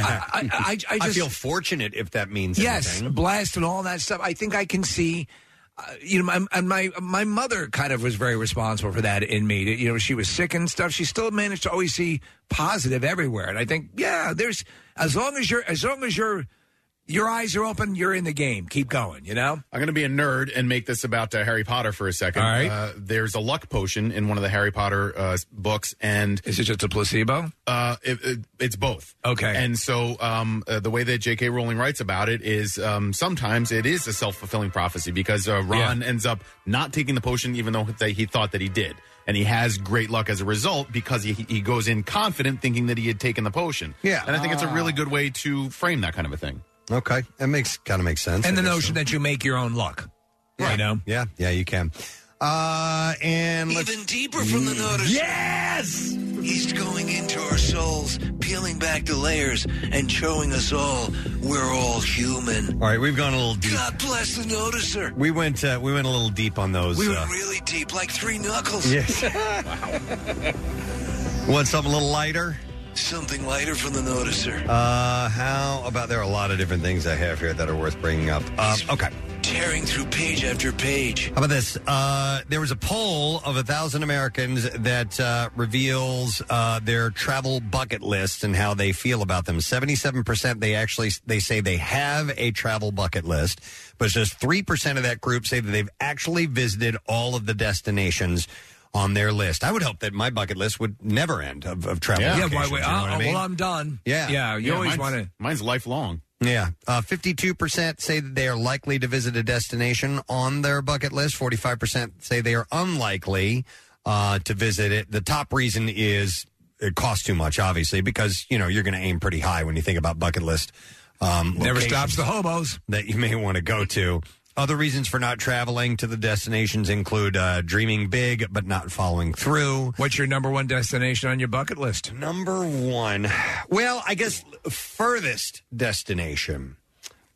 [SPEAKER 4] I, I, I just
[SPEAKER 2] feel fortunate if that means
[SPEAKER 4] yes,
[SPEAKER 2] anything.
[SPEAKER 4] blast and all that stuff. I think I can see. Uh, you know, my, and my my mother kind of was very responsible for that in me. You know, she was sick and stuff. She still managed to always see positive everywhere, and I think, yeah, there's as long as you're as long as your your eyes are open, you're in the game. Keep going. You know,
[SPEAKER 7] I'm going to be a nerd and make this about uh, Harry Potter for a second.
[SPEAKER 4] All right.
[SPEAKER 7] Uh, there's a luck potion in one of the Harry Potter uh, books, and
[SPEAKER 4] is it just a placebo?
[SPEAKER 7] Uh, it, it- it's both.
[SPEAKER 4] Okay.
[SPEAKER 7] And so um, uh, the way that J.K. Rowling writes about it is um, sometimes it is a self fulfilling prophecy because uh, Ron ends up not taking the potion even though that he thought that he did, and he has great luck as a result because he he goes in confident thinking that he had taken the potion.
[SPEAKER 2] Yeah.
[SPEAKER 7] And I think it's a
[SPEAKER 2] Ah.
[SPEAKER 7] really good way to frame that kind of a thing.
[SPEAKER 2] Okay, that makes kind of makes sense.
[SPEAKER 4] and
[SPEAKER 2] I
[SPEAKER 4] the
[SPEAKER 2] guess
[SPEAKER 4] notion that you make your own luck. Yeah. You know,
[SPEAKER 2] yeah, yeah, you can. Uh, and let's,
[SPEAKER 20] Even deeper from the notice.
[SPEAKER 2] Yes!
[SPEAKER 20] He's going into our souls, peeling back the layers, and showing us all we're all human.
[SPEAKER 2] All right, we've gone a little deep.
[SPEAKER 20] God bless the noticer.
[SPEAKER 2] We went uh, we went a little deep on those.
[SPEAKER 20] We
[SPEAKER 2] uh,
[SPEAKER 20] went really deep, like three knuckles.
[SPEAKER 2] Yes. want something a little lighter?
[SPEAKER 20] Something lighter from the noticer.
[SPEAKER 2] Uh, how about there are a lot of different things I have here that are worth bringing up. Um, okay.
[SPEAKER 20] Tearing through page after page.
[SPEAKER 2] How about this? Uh, there was a poll of a thousand Americans that uh, reveals uh, their travel bucket list and how they feel about them. Seventy-seven percent they actually they say they have a travel bucket list, but just three percent of that group say that they've actually visited all of the destinations on their list. I would hope that my bucket list would never end of, of travel.
[SPEAKER 4] yeah. why,
[SPEAKER 2] locations,
[SPEAKER 4] wait,
[SPEAKER 2] you know
[SPEAKER 4] uh,
[SPEAKER 2] what I mean?
[SPEAKER 4] well, I'm done.
[SPEAKER 2] Yeah.
[SPEAKER 4] yeah. You always want to.
[SPEAKER 7] Mine's lifelong.
[SPEAKER 2] Yeah. Uh, 52% say that they are likely to visit a destination on their bucket list. 45% say they are unlikely uh, to visit it. The top reason is it costs too much, obviously, because, you know, you're going to aim pretty high when you think about bucket list. Um,
[SPEAKER 4] Never
[SPEAKER 2] locations
[SPEAKER 4] stops the hobos.
[SPEAKER 2] That you may want to go to. Other reasons for not traveling to the destinations include uh, dreaming big but not following through.
[SPEAKER 4] What's your number one destination on your bucket list?
[SPEAKER 2] Number one. Well, I guess furthest destination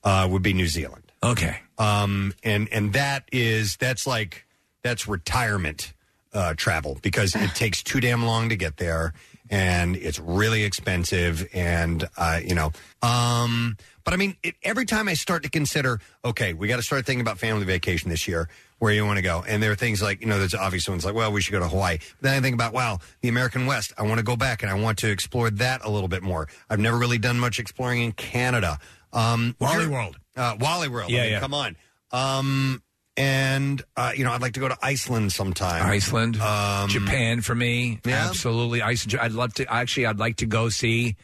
[SPEAKER 2] uh, would be New Zealand.
[SPEAKER 4] Okay.
[SPEAKER 2] Um, and and that is that's like that's retirement uh, travel because it takes too damn long to get there, and it's really expensive, and uh, you know. Um, but I mean, it, every time I start to consider, okay, we got to start thinking about family vacation this year. Where you want to go, and there are things like you know, there's obvious ones like, well, we should go to Hawaii. But then I think about, wow, the American West. I want to go back and I want to explore that a little bit more. I've never really done much exploring in Canada. Um,
[SPEAKER 4] Wally
[SPEAKER 2] you're-
[SPEAKER 4] World.
[SPEAKER 2] uh, Wally World.
[SPEAKER 4] Yeah,
[SPEAKER 2] I mean,
[SPEAKER 4] yeah.
[SPEAKER 2] Come on. Um, and uh, you know, I'd like to go to Iceland sometime. Um,
[SPEAKER 4] Iceland, Japan for me,
[SPEAKER 2] Yeah.
[SPEAKER 4] absolutely. Iceland. I'd love to. Actually, I'd like to go see,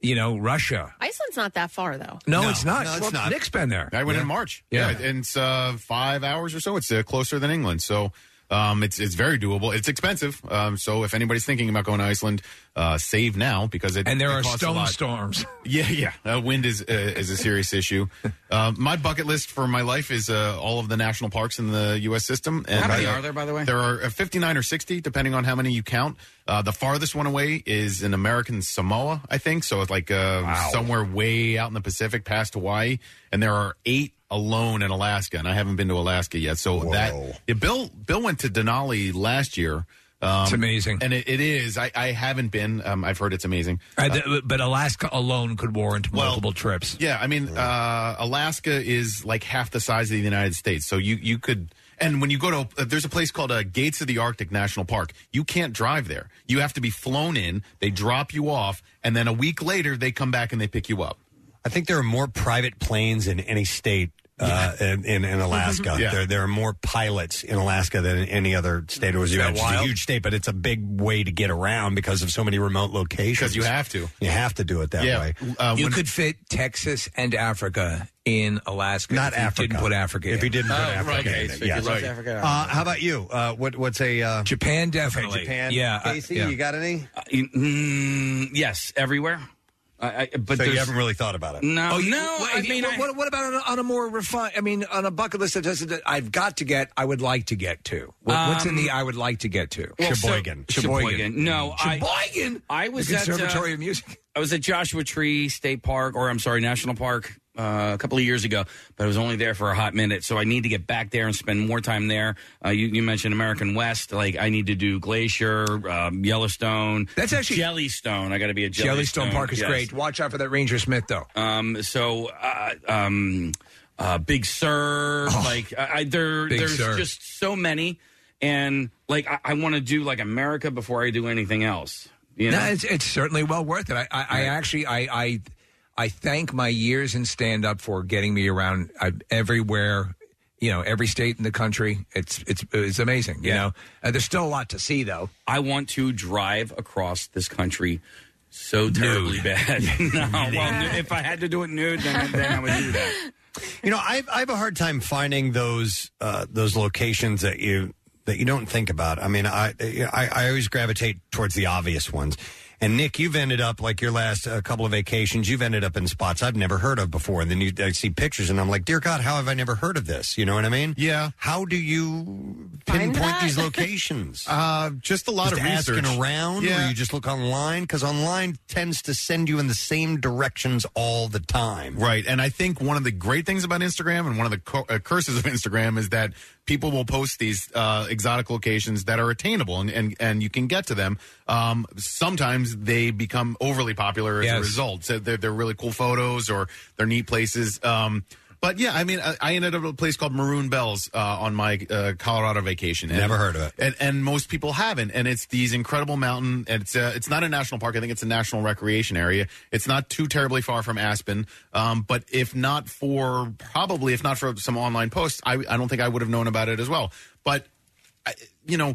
[SPEAKER 4] you know, Russia.
[SPEAKER 6] Iceland's not that far, though.
[SPEAKER 4] No, it's not.
[SPEAKER 7] No, it's
[SPEAKER 4] Well,
[SPEAKER 7] not.
[SPEAKER 4] Nick's been there.
[SPEAKER 7] I went in March.
[SPEAKER 4] Yeah.
[SPEAKER 7] and it's uh, five hours or so. It's uh, closer than England. So Um, it's it's very doable. It's expensive. Um, so if anybody's thinking about going to Iceland, uh, save now because it
[SPEAKER 4] And there
[SPEAKER 7] it
[SPEAKER 4] are
[SPEAKER 7] costs a
[SPEAKER 4] stone
[SPEAKER 7] lot.
[SPEAKER 4] storms.
[SPEAKER 7] Yeah, yeah. Uh, wind is uh, is a serious issue. Uh, my bucket list for my life is uh, all of the national parks in the U.S. system.
[SPEAKER 18] How many
[SPEAKER 7] uh,
[SPEAKER 18] are there, by the way?
[SPEAKER 7] There are uh, 59 or 60, depending on how many you count. Uh, the farthest one away is in American Samoa, I think. So it's like uh, somewhere way out in the Pacific, past Hawaii. And there are eight alone in Alaska, and I haven't been to Alaska yet. So that yeah, Bill Bill went to Denali last year. Um,
[SPEAKER 4] It's amazing.
[SPEAKER 7] and it, it is. I, I haven't been. Um, I've heard it's amazing.
[SPEAKER 4] Uh, th- but Alaska alone could warrant multiple trips.
[SPEAKER 7] Yeah, I mean, uh, Alaska is like half the size of the United States, so you you could. And when you go to, uh, there's a place called uh, Gates of the Arctic National Park. You can't drive there. You have to be flown in. They drop you off, and then a week later they come back and they pick you up.
[SPEAKER 2] I think there are more private planes in any state uh, in, in in Alaska.
[SPEAKER 7] Yeah.
[SPEAKER 2] There there are more pilots in Alaska than in any other state. It was
[SPEAKER 4] Is that
[SPEAKER 2] it's a
[SPEAKER 4] wild?
[SPEAKER 2] huge state, but it's a big way to get around because of so many remote locations.
[SPEAKER 4] you have to.
[SPEAKER 2] you have to uh, do it that way.
[SPEAKER 4] you could fit Texas and Africa in Alaska.
[SPEAKER 2] Not
[SPEAKER 4] if you
[SPEAKER 2] Africa.
[SPEAKER 4] Didn't put Africa.
[SPEAKER 2] If
[SPEAKER 4] in.
[SPEAKER 2] you didn't put Africa, in it. yeah. Uh, how about you? Uh, what what's a uh,
[SPEAKER 4] Japan?
[SPEAKER 2] Okay,
[SPEAKER 4] Definitely. uh,
[SPEAKER 2] Japan. Casey, you got any?
[SPEAKER 3] Uh, you- mm, yes, everywhere. I, I, but
[SPEAKER 2] So you
[SPEAKER 3] there's-
[SPEAKER 2] haven't really thought about it?
[SPEAKER 3] No,
[SPEAKER 4] Oh, you-
[SPEAKER 3] no.
[SPEAKER 4] well,
[SPEAKER 3] I
[SPEAKER 4] if you-
[SPEAKER 3] mean,
[SPEAKER 4] what,
[SPEAKER 3] I-
[SPEAKER 4] what, what about on a, on a more refined? I mean, on a bucket list that doesn't. I've got to get. I would like to get to. What, what's in
[SPEAKER 3] Um,
[SPEAKER 4] the? I would like to get to.
[SPEAKER 3] Well, so-
[SPEAKER 4] Sheboygan. Mm.
[SPEAKER 3] Sheboygan. No, I-
[SPEAKER 4] Sheboygan.
[SPEAKER 3] I was
[SPEAKER 4] the
[SPEAKER 3] at, uh,
[SPEAKER 4] Conservatory of Music.
[SPEAKER 3] I was at Joshua Tree State Park, or I'm sorry, National Park, uh, a couple of years ago, but I was only there for a hot minute. So I need to get back there and spend more time there. Uh, you, you mentioned American West. Like, I need to do Glacier, um, Yellowstone. That's actually Jellystone. I got to be a Jellystone.
[SPEAKER 4] Jellystone Park is
[SPEAKER 3] yes.
[SPEAKER 4] great. Watch out for that Ranger Smith though.
[SPEAKER 3] Um, so, uh, um, uh, Big Sur, like I, I, there,
[SPEAKER 4] Big
[SPEAKER 3] there's
[SPEAKER 4] Sur.
[SPEAKER 3] just so many, and like I, I want to do like America before I do anything else. You know,
[SPEAKER 4] No, it's, it's certainly well worth it. I, I, I actually, I, I, I thank my years in stand up for getting me around I, everywhere. You know, every state in the country. It's it's it's amazing. You know, uh, there's still a lot to see though.
[SPEAKER 3] I want to drive across this country so terribly bad. no, well, if I had to do it nude, then, then I would do that.
[SPEAKER 2] You know, I I have a hard time finding those uh, those locations that you that you don't think about. I mean, I, I I always gravitate towards the obvious ones. And Nick, you've ended up like your last uh, couple of vacations. You've ended up in spots I've never heard of before, and then you I see pictures, and I'm like, dear God, how have I never heard of this? You know what I mean?
[SPEAKER 7] Yeah.
[SPEAKER 2] How do you pinpoint these locations?
[SPEAKER 7] Uh, just a lot
[SPEAKER 2] Just
[SPEAKER 7] of research.
[SPEAKER 2] asking around,
[SPEAKER 7] Yeah.
[SPEAKER 2] or you just look online because online tends to send you in the same directions all the time.
[SPEAKER 7] Right. And I think one of the great things about Instagram and one of the cu- uh, curses of Instagram is that people will post these uh, exotic locations that are attainable and, and, and you can get to them. Um, sometimes they become overly popular as a
[SPEAKER 4] Yes.
[SPEAKER 7] result. So they're, they're really cool photos or they're neat places. Um, but yeah, I mean, I, I ended up at a place called Maroon Bells uh, on my uh, Colorado vacation. And-
[SPEAKER 2] Never heard of it.
[SPEAKER 7] and, and most people haven't. And it's these incredible mountain. And it's a, it's not a national park. I think it's a national recreation area. It's not too terribly far from Aspen. Um, but if not for probably if not for some online posts, I, I don't think I would have known about it as well. But I, you know,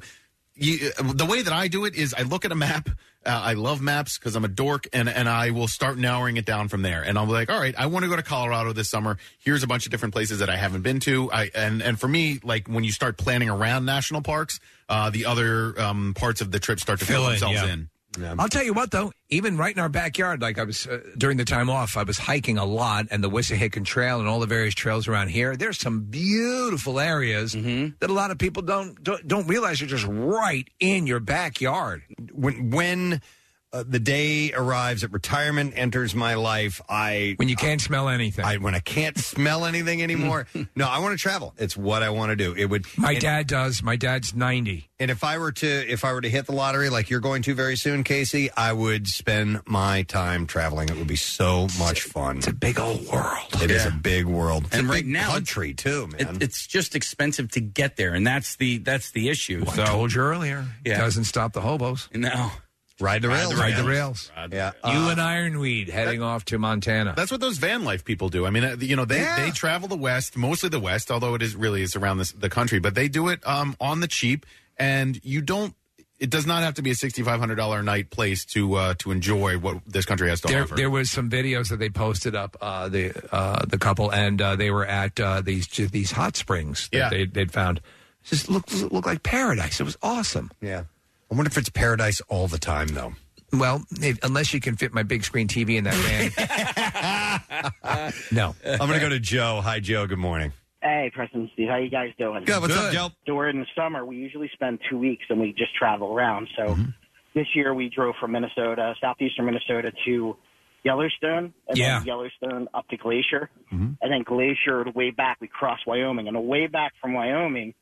[SPEAKER 7] you, the way that I do it is I look at a map. Uh, I love maps because I'm a dork, and and I will start narrowing it down from there. And I'll be like, all right, I want to go to Colorado this summer. Here's a bunch of different places that I haven't been to. I and and for me, like when you start planning around national parks, uh, the other um, parts of the trip start to fill, themselves
[SPEAKER 4] yeah.
[SPEAKER 7] in.
[SPEAKER 4] I'll tell you what, though, even right in our backyard, like I was uh, during the time off, I was hiking a lot, and the Wissahickon Trail and all the various trails around here. There's some beautiful areas
[SPEAKER 2] Mm-hmm.
[SPEAKER 4] that a lot of people don't don't, don't realize are just right in your backyard.
[SPEAKER 2] when when uh, the day arrives that retirement enters my life, I
[SPEAKER 4] when you can't smell anything,
[SPEAKER 2] I, when I can't smell anything anymore. no, I want to travel. It's what I want to do. It would
[SPEAKER 4] My
[SPEAKER 2] and-
[SPEAKER 4] dad does. My dad's ninety.
[SPEAKER 2] And if I were to if I were to hit the lottery like you're going to very soon, Casey, I would spend my time traveling. It would be so much fun. It's a
[SPEAKER 4] big old world.
[SPEAKER 2] It is
[SPEAKER 3] Yeah.
[SPEAKER 2] a big world. It's
[SPEAKER 3] and
[SPEAKER 2] a
[SPEAKER 3] right
[SPEAKER 2] big
[SPEAKER 3] now,
[SPEAKER 2] country too, man.
[SPEAKER 3] It, it's just expensive to get there, and that's the that's the issue. so
[SPEAKER 4] I told you earlier.
[SPEAKER 3] Yeah.
[SPEAKER 4] Doesn't stop the hobos.
[SPEAKER 3] No.
[SPEAKER 2] Ride
[SPEAKER 7] the rails,
[SPEAKER 4] Ride the
[SPEAKER 7] man.
[SPEAKER 4] rails.
[SPEAKER 2] Yeah.
[SPEAKER 4] you and Ironweed heading off to Montana.
[SPEAKER 7] Uh, That's what those van life people do. I mean, uh, you know, they, they travel the West, mostly the West, although it is really is around this, the country, but they do it um, on the cheap, and you don't. It does not have to be a sixty five hundred dollar a night place to uh, to enjoy what this country has to
[SPEAKER 4] there,
[SPEAKER 7] offer.
[SPEAKER 4] there was some videos that they posted up uh, the uh, the couple, and uh, they were at uh, these these hot springs that
[SPEAKER 7] Yeah.
[SPEAKER 4] they, they'd found. just looked looked like paradise. It was awesome.
[SPEAKER 2] Yeah. I wonder if it's paradise all the time though.
[SPEAKER 4] Well, if, unless you can fit my big screen TV in that van. no.
[SPEAKER 2] I'm going to go to Joe. Hi, Joe. Good morning.
[SPEAKER 21] Hey, Preston and Steve, how you guys doing?
[SPEAKER 2] Good, what's up, Good. Joe?
[SPEAKER 21] So we're in the summer. We usually spend two weeks and we just travel around. So
[SPEAKER 2] Mm-hmm.
[SPEAKER 21] this year we drove from Minnesota, southeastern Minnesota, to Yellowstone, and
[SPEAKER 4] Yeah.
[SPEAKER 21] then Yellowstone up to Glacier,
[SPEAKER 2] Mm-hmm.
[SPEAKER 21] and then Glacier the way back we crossed Wyoming. And the way back from Wyoming,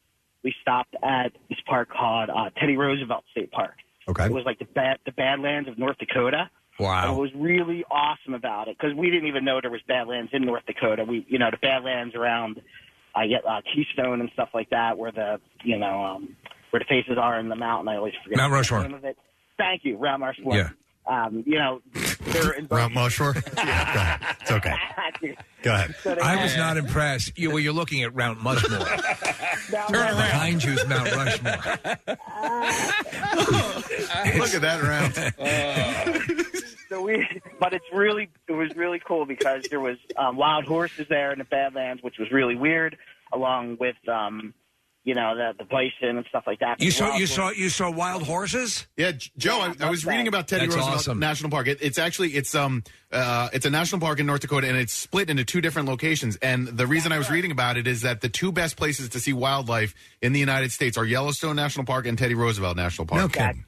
[SPEAKER 21] we stopped at this park called uh, Teddy Roosevelt State Park.
[SPEAKER 2] Okay.
[SPEAKER 21] It was like the bad the Badlands of North Dakota.
[SPEAKER 4] Wow.
[SPEAKER 21] And What was really awesome about it because we didn't even know there was Badlands in North Dakota. We, you know, the Badlands around, I uh, get uh, Keystone and stuff like that, where the, you know, um, where the faces are in the mountain. I always forget
[SPEAKER 4] Mount
[SPEAKER 21] the
[SPEAKER 4] Rushmore.
[SPEAKER 21] name of it. Thank you, Mount Rushmore. Um, you know, they're in
[SPEAKER 2] Mount Rushmore. yeah, go ahead. It's okay. Go ahead.
[SPEAKER 4] I was not impressed. You, well, you're looking at Mount Rushmore. Turn around. Behind you is Mount Rushmore.
[SPEAKER 21] Look at that round. so we, but it's really, it was really cool because there was um, wild horses there in the Badlands, which was really weird, along with, um, you know, the, the bison and stuff like that.
[SPEAKER 4] You saw
[SPEAKER 21] Wild
[SPEAKER 4] you
[SPEAKER 21] horses.
[SPEAKER 4] saw you saw wild horses?
[SPEAKER 21] Yeah,
[SPEAKER 7] Joe, I, I was reading about Teddy
[SPEAKER 4] That's
[SPEAKER 7] Roosevelt
[SPEAKER 4] awesome.
[SPEAKER 7] National Park. It, it's actually it's um uh it's a national park in North Dakota, and it's split into two different locations. And the reason I was reading about it is that the two best places to see wildlife in the United States are Yellowstone National Park and Teddy Roosevelt National Park.
[SPEAKER 4] No kidding.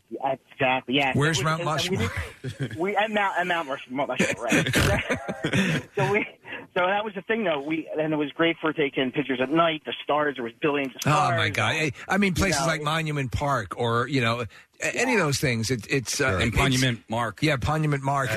[SPEAKER 21] Exactly. Yeah.
[SPEAKER 4] Where's
[SPEAKER 21] It
[SPEAKER 4] Mount
[SPEAKER 21] it- and we
[SPEAKER 4] Rushmore?
[SPEAKER 21] didn't- We at Mount at Mount Rushmore, Rushmore, right? so we, so that was the thing though. We and it was great for taking pictures at night. The stars, there was billions of
[SPEAKER 4] Oh
[SPEAKER 21] stars.
[SPEAKER 4] my God! I, I mean, places
[SPEAKER 21] You know,
[SPEAKER 4] like Monument Park, or you know, a- any of those things. It, it's uh, it's-
[SPEAKER 3] Monument Mark.
[SPEAKER 4] Yeah, Monument Mark.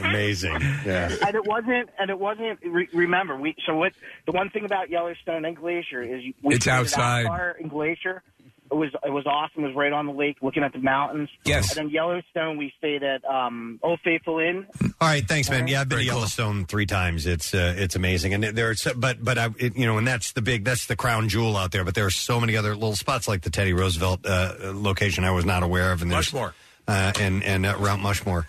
[SPEAKER 2] Amazing. Yeah.
[SPEAKER 21] and it wasn't and it wasn't re- remember we so what the one thing about yellowstone and glacier is you- we
[SPEAKER 4] It's
[SPEAKER 21] stayed out
[SPEAKER 4] outside.
[SPEAKER 21] far in glacier it was it was awesome it was right on the lake looking at the mountains
[SPEAKER 2] Yes.
[SPEAKER 21] and then yellowstone we stayed at um old faithful inn
[SPEAKER 2] All right, thanks, man. Yeah, I've been
[SPEAKER 21] Very
[SPEAKER 2] to
[SPEAKER 21] cool.
[SPEAKER 2] Yellowstone three times. It's uh, it's amazing, and there's but but I it, you know, and that's the big that's the crown jewel out there. But there are so many other little spots like the Teddy Roosevelt uh, location I was not aware of, and there's-
[SPEAKER 3] Rushmore.
[SPEAKER 2] uh, and and uh, Mount Mushmore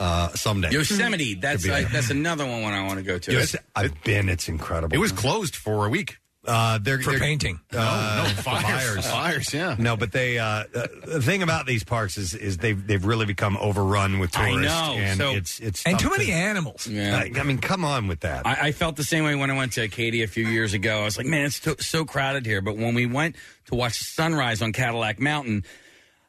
[SPEAKER 2] uh, someday.
[SPEAKER 3] Yosemite. That's
[SPEAKER 2] Could be
[SPEAKER 3] I,
[SPEAKER 2] there.
[SPEAKER 3] that's another one I want to go to.
[SPEAKER 2] Yes, I've been. It's incredible.
[SPEAKER 3] It was
[SPEAKER 2] closed for a week. Uh, they're,
[SPEAKER 3] For
[SPEAKER 2] they're-
[SPEAKER 3] painting.
[SPEAKER 2] Uh,
[SPEAKER 3] No, no,
[SPEAKER 2] for
[SPEAKER 3] fires.
[SPEAKER 7] Fires, yeah.
[SPEAKER 2] No, but they. Uh, uh, the thing about these parks is is they've they've really become overrun with
[SPEAKER 3] I
[SPEAKER 2] tourists.
[SPEAKER 3] know,
[SPEAKER 2] And
[SPEAKER 3] so-
[SPEAKER 2] it's it's
[SPEAKER 3] And
[SPEAKER 2] tough
[SPEAKER 3] too
[SPEAKER 2] to-
[SPEAKER 3] many animals. Yeah.
[SPEAKER 2] I, I mean, come on with that.
[SPEAKER 3] I, I felt the same way when I went to Acadia a few years ago. I was like, man, it's to- so crowded here. But when we went to watch the sunrise on Cadillac Mountain,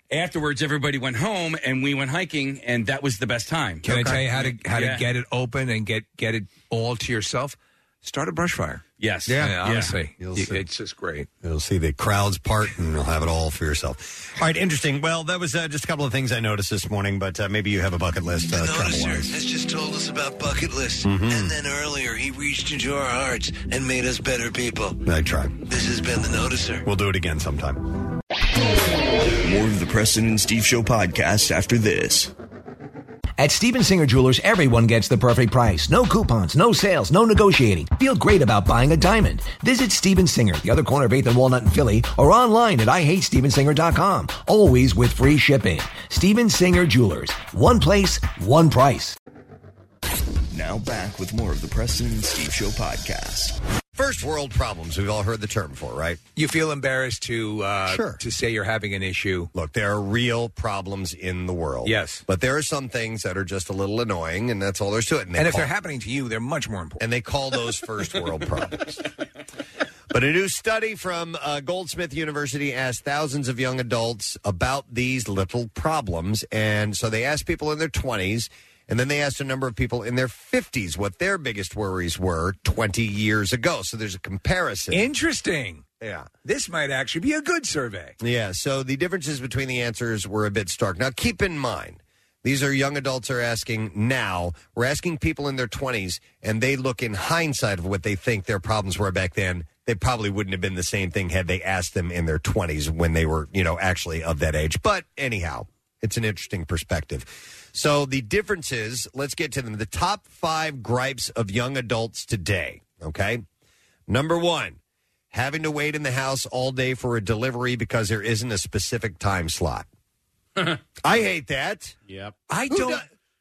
[SPEAKER 3] afterwards everybody went home and we went hiking, and that was the best time.
[SPEAKER 4] Can I tell you how to how
[SPEAKER 3] Yeah.
[SPEAKER 4] to get it open and get get it all to yourself? Start a brush fire.
[SPEAKER 3] Yes.
[SPEAKER 4] Yeah.
[SPEAKER 2] Yeah.
[SPEAKER 4] Honestly,
[SPEAKER 2] You'll
[SPEAKER 4] You-
[SPEAKER 2] see.
[SPEAKER 4] it's just great.
[SPEAKER 2] You'll see the crowds part, and you'll have it all for yourself. All right, interesting. Well, that was uh, just a couple of things I noticed this morning, but uh, maybe you have a bucket list. Uh, travel
[SPEAKER 20] Noticer
[SPEAKER 2] wise.
[SPEAKER 20] has just told us about bucket lists,
[SPEAKER 22] Mm-hmm.
[SPEAKER 2] Mhm.
[SPEAKER 20] and then earlier he reached into our hearts and made us better people.
[SPEAKER 2] I tried.
[SPEAKER 20] This has been the Noticer.
[SPEAKER 2] We'll do it again sometime.
[SPEAKER 16] More of the Preston and Steve Show podcast after this.
[SPEAKER 22] At Steven Singer Jewelers, everyone gets the perfect price. No coupons, no sales, no negotiating. Feel great about buying a diamond. Visit Steven Singer, the other corner of 8th and Walnut in Philly, or online at IHateStevenSinger.com. Always with free shipping. Steven Singer Jewelers. One place, one price.
[SPEAKER 16] Now back with more of the Preston and Steve Show podcast.
[SPEAKER 2] First world problems. We've all heard the term before, right?
[SPEAKER 4] You feel embarrassed to uh,
[SPEAKER 2] Sure.
[SPEAKER 4] to say you're having an issue.
[SPEAKER 2] Look, there are real problems in the world.
[SPEAKER 4] Yes.
[SPEAKER 2] But there are some things that are just a little annoying, and that's all there's to it.
[SPEAKER 4] And if they're happening to you, they're much more important.
[SPEAKER 2] And they call those first world problems. But a new study from uh, Goldsmith University asked thousands of young adults about these little problems. And so they asked people in their 20s, and then they asked a number of people in their 50s what their biggest worries were 20 years ago. So there's a comparison.
[SPEAKER 4] Interesting.
[SPEAKER 2] Yeah.
[SPEAKER 4] This might actually be a good survey.
[SPEAKER 2] Yeah, so the differences between the answers were a bit stark. Now, keep in mind, these are young adults are asking now. We're asking people in their 20s, and they look in hindsight of what they think their problems were back then. They probably wouldn't have been the same thing had they asked them in their 20s when they were, you know, actually of that age. But anyhow, it's an interesting perspective. So the differences, let's get to them. The top five gripes of young adults today, okay? Number one, having to wait in the house all day for a delivery because there Oh, isn't a specific time slot. I hate that.
[SPEAKER 3] Yep.
[SPEAKER 4] I
[SPEAKER 2] Who
[SPEAKER 4] don't.
[SPEAKER 2] do-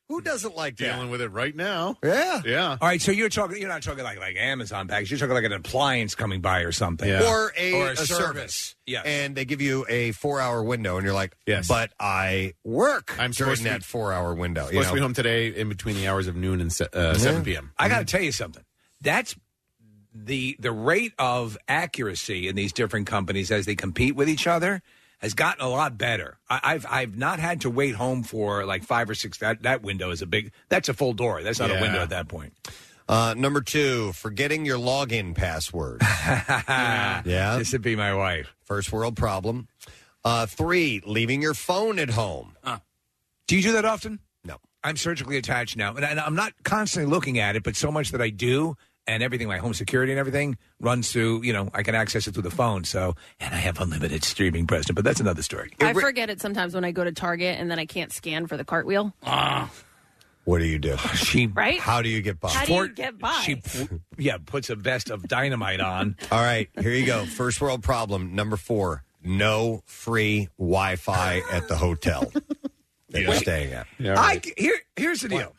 [SPEAKER 2] Who doesn't like
[SPEAKER 7] dealing with it right now?
[SPEAKER 2] Yeah.
[SPEAKER 7] Yeah.
[SPEAKER 4] All right. So you're talking. You're not talking like like Amazon packs. You're talking like an appliance coming by or something,
[SPEAKER 2] Or a, a service.
[SPEAKER 4] Yes.
[SPEAKER 2] And they give you a four hour window, and you're like, yes. but I work
[SPEAKER 7] I'm
[SPEAKER 2] during
[SPEAKER 7] supposed to be-
[SPEAKER 2] that four hour window.
[SPEAKER 7] Supposed
[SPEAKER 2] You
[SPEAKER 7] to be
[SPEAKER 2] know?
[SPEAKER 7] home today in between the hours of noon and se-
[SPEAKER 2] Yeah.
[SPEAKER 7] uh, 7 p.m.
[SPEAKER 4] I got to tell you something. That's the the rate of accuracy in these different companies as they compete with each other has gotten a lot better. I, I've I've not had to wait home for like five or six. That that window is a big. That's a full door. That's not a
[SPEAKER 2] Yeah.
[SPEAKER 4] window at that point.
[SPEAKER 2] Uh, number two, forgetting your login password. yeah. This
[SPEAKER 4] would be my wife.
[SPEAKER 2] First world problem. Uh, three, leaving your phone at home.
[SPEAKER 4] Do you do that often?
[SPEAKER 2] No.
[SPEAKER 4] I'm surgically attached now, and, I, and I'm not constantly looking at it, but so much that I do, and everything, my home security and everything, runs through. You know, I can access it through the phone. So, and I have unlimited streaming, Preston. But that's another story.
[SPEAKER 6] I forget it sometimes when I go to Target and then I can't scan for the cartwheel.
[SPEAKER 4] Ah.
[SPEAKER 2] What do you do?
[SPEAKER 4] She
[SPEAKER 6] Right?
[SPEAKER 2] How do you get by?
[SPEAKER 6] How do you get by?
[SPEAKER 4] She, yeah, puts a vest of dynamite on.
[SPEAKER 2] All right, here you go. First world problem number four: no free Wi-Fi at the hotel that you're
[SPEAKER 4] Wait.
[SPEAKER 2] staying at.
[SPEAKER 4] I here here's the deal.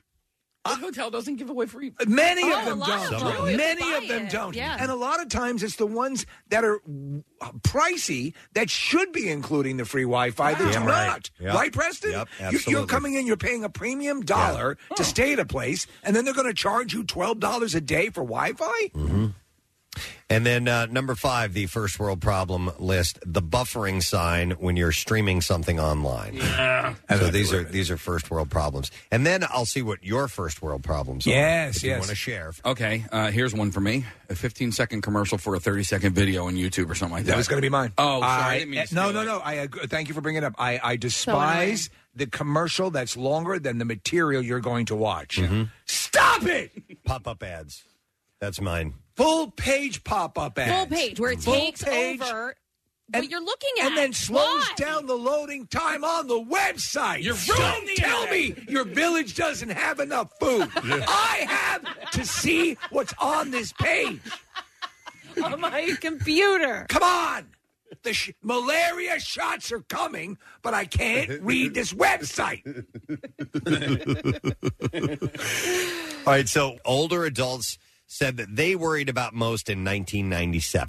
[SPEAKER 3] The hotel doesn't give away free.
[SPEAKER 4] Many
[SPEAKER 3] Oh,
[SPEAKER 4] of
[SPEAKER 3] a
[SPEAKER 4] them
[SPEAKER 3] lot
[SPEAKER 4] don't.
[SPEAKER 3] of them Really?
[SPEAKER 4] Many
[SPEAKER 3] Buy
[SPEAKER 4] of them
[SPEAKER 3] it.
[SPEAKER 4] don't.
[SPEAKER 3] Yeah.
[SPEAKER 4] And a lot of times it's the ones that are uh, pricey that should be including the free Wi-Fi. They're
[SPEAKER 2] Damn right.
[SPEAKER 4] not.
[SPEAKER 2] Yep.
[SPEAKER 4] Right, Preston?
[SPEAKER 2] Yep,
[SPEAKER 4] You- You're
[SPEAKER 2] absolutely.
[SPEAKER 4] coming in, you're paying a premium dollar to
[SPEAKER 3] Oh.
[SPEAKER 4] stay at a place, and then they're going to charge you $12 a day for Wi-Fi?
[SPEAKER 2] Mm-hmm. And then uh, number five, the first world problem list: the buffering sign when you're streaming something online.
[SPEAKER 3] Yeah.
[SPEAKER 2] So these are these are first world problems. And then I'll see what your first world problems are.
[SPEAKER 3] Yes,
[SPEAKER 2] if You
[SPEAKER 3] yes.
[SPEAKER 2] want to share?
[SPEAKER 3] Okay, uh, here's one for me: a 15 second commercial for a 30 second video on YouTube or something like that.
[SPEAKER 4] That was going to be mine.
[SPEAKER 3] Oh, sorry, I,
[SPEAKER 4] I-
[SPEAKER 3] didn't mean to
[SPEAKER 4] no,
[SPEAKER 3] steal
[SPEAKER 4] no,
[SPEAKER 3] it.
[SPEAKER 4] no. I agree. thank you for bringing it up. I, I despise the commercial that's longer than the material you're going to watch.
[SPEAKER 3] Mm-hmm.
[SPEAKER 4] Stop it!
[SPEAKER 2] Pop up ads. That's mine.
[SPEAKER 4] Full page pop up
[SPEAKER 6] Full
[SPEAKER 4] ads.
[SPEAKER 6] page where it
[SPEAKER 4] Full
[SPEAKER 6] takes
[SPEAKER 4] page.
[SPEAKER 6] over what you're looking at,
[SPEAKER 4] and then slows down the loading time on the website. You're Don't tell me your village doesn't have enough food. I have to see what's on this page.
[SPEAKER 6] on my computer.
[SPEAKER 4] Come on. The sh- malaria shots are coming, but I can't read this website.
[SPEAKER 2] All right, so older adults said that they worried about most in 1997.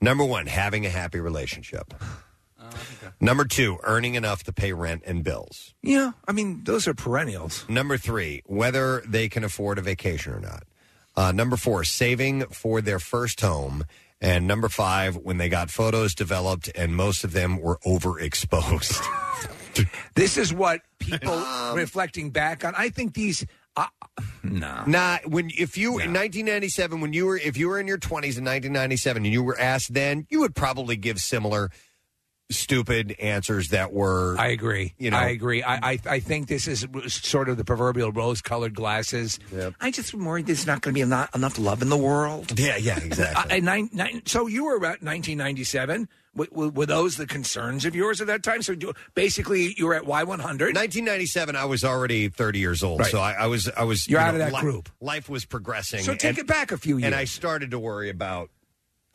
[SPEAKER 2] Number one, having a happy relationship. Number two, earning enough to pay rent and bills.
[SPEAKER 4] Yeah, I mean, those are perennials.
[SPEAKER 2] Number three, whether they can afford a vacation or not. Uh, number four, saving for their first home. And number five, when they got photos developed and most of them were overexposed.
[SPEAKER 4] This is what people reflecting back on. I think these. Uh, nah.
[SPEAKER 2] Nah, when if you in 1997 when you were if you were in your 20s in 1997 and you were asked then, you would probably give similar stupid answers that were
[SPEAKER 4] I agree.
[SPEAKER 2] You know,
[SPEAKER 4] I agree. I, I I think this is sort of the proverbial rose-colored glasses. I just am worried there's not going to be eno- enough love in the world.
[SPEAKER 2] Yeah, yeah, exactly.
[SPEAKER 4] Uh, and nine, nine, so you were about 1997. W- w- were those the concerns of yours at that time? So do, basically, you were at Y100.
[SPEAKER 2] 1997 I was already 30 years old.
[SPEAKER 4] Right.
[SPEAKER 2] So I, I was I was
[SPEAKER 4] You're
[SPEAKER 2] you
[SPEAKER 4] out
[SPEAKER 2] know,
[SPEAKER 4] of that
[SPEAKER 2] li-
[SPEAKER 4] group.
[SPEAKER 2] Life was progressing.
[SPEAKER 4] So take
[SPEAKER 2] and-
[SPEAKER 4] it back a few years.
[SPEAKER 2] And I started to worry about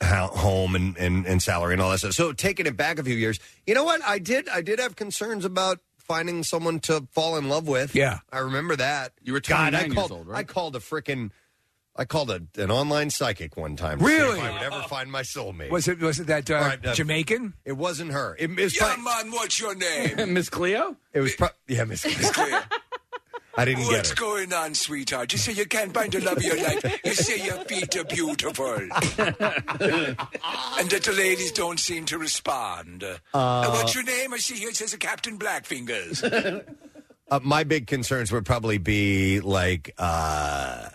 [SPEAKER 2] how, home and, and, and salary and all that stuff. So taking it back a few years, you know what? I did I did have concerns about finding someone to fall in love with.
[SPEAKER 4] Yeah.
[SPEAKER 2] I remember that.
[SPEAKER 3] You were
[SPEAKER 2] God, I
[SPEAKER 3] 29 years
[SPEAKER 2] called,
[SPEAKER 3] old, right?
[SPEAKER 2] I called a freaking I called a, an online psychic one time. to see if
[SPEAKER 4] Really?
[SPEAKER 2] I would ever find my soulmate.
[SPEAKER 4] was it was it that uh,
[SPEAKER 2] All right, uh,
[SPEAKER 4] Jamaican?
[SPEAKER 2] It wasn't her. It, it's probably-
[SPEAKER 4] man, what's your name?
[SPEAKER 3] Miss Cleo.
[SPEAKER 2] it was pro- yeah, Miss. I didn't get her.
[SPEAKER 4] going on, sweetheart? You say you can't find the love of your life. You say your feet are beautiful. and that the ladies don't seem to respond.
[SPEAKER 2] Uh, what's
[SPEAKER 4] your name? I see here it says Captain Blackfingers.
[SPEAKER 2] Uh, my big concerns would probably be like uh,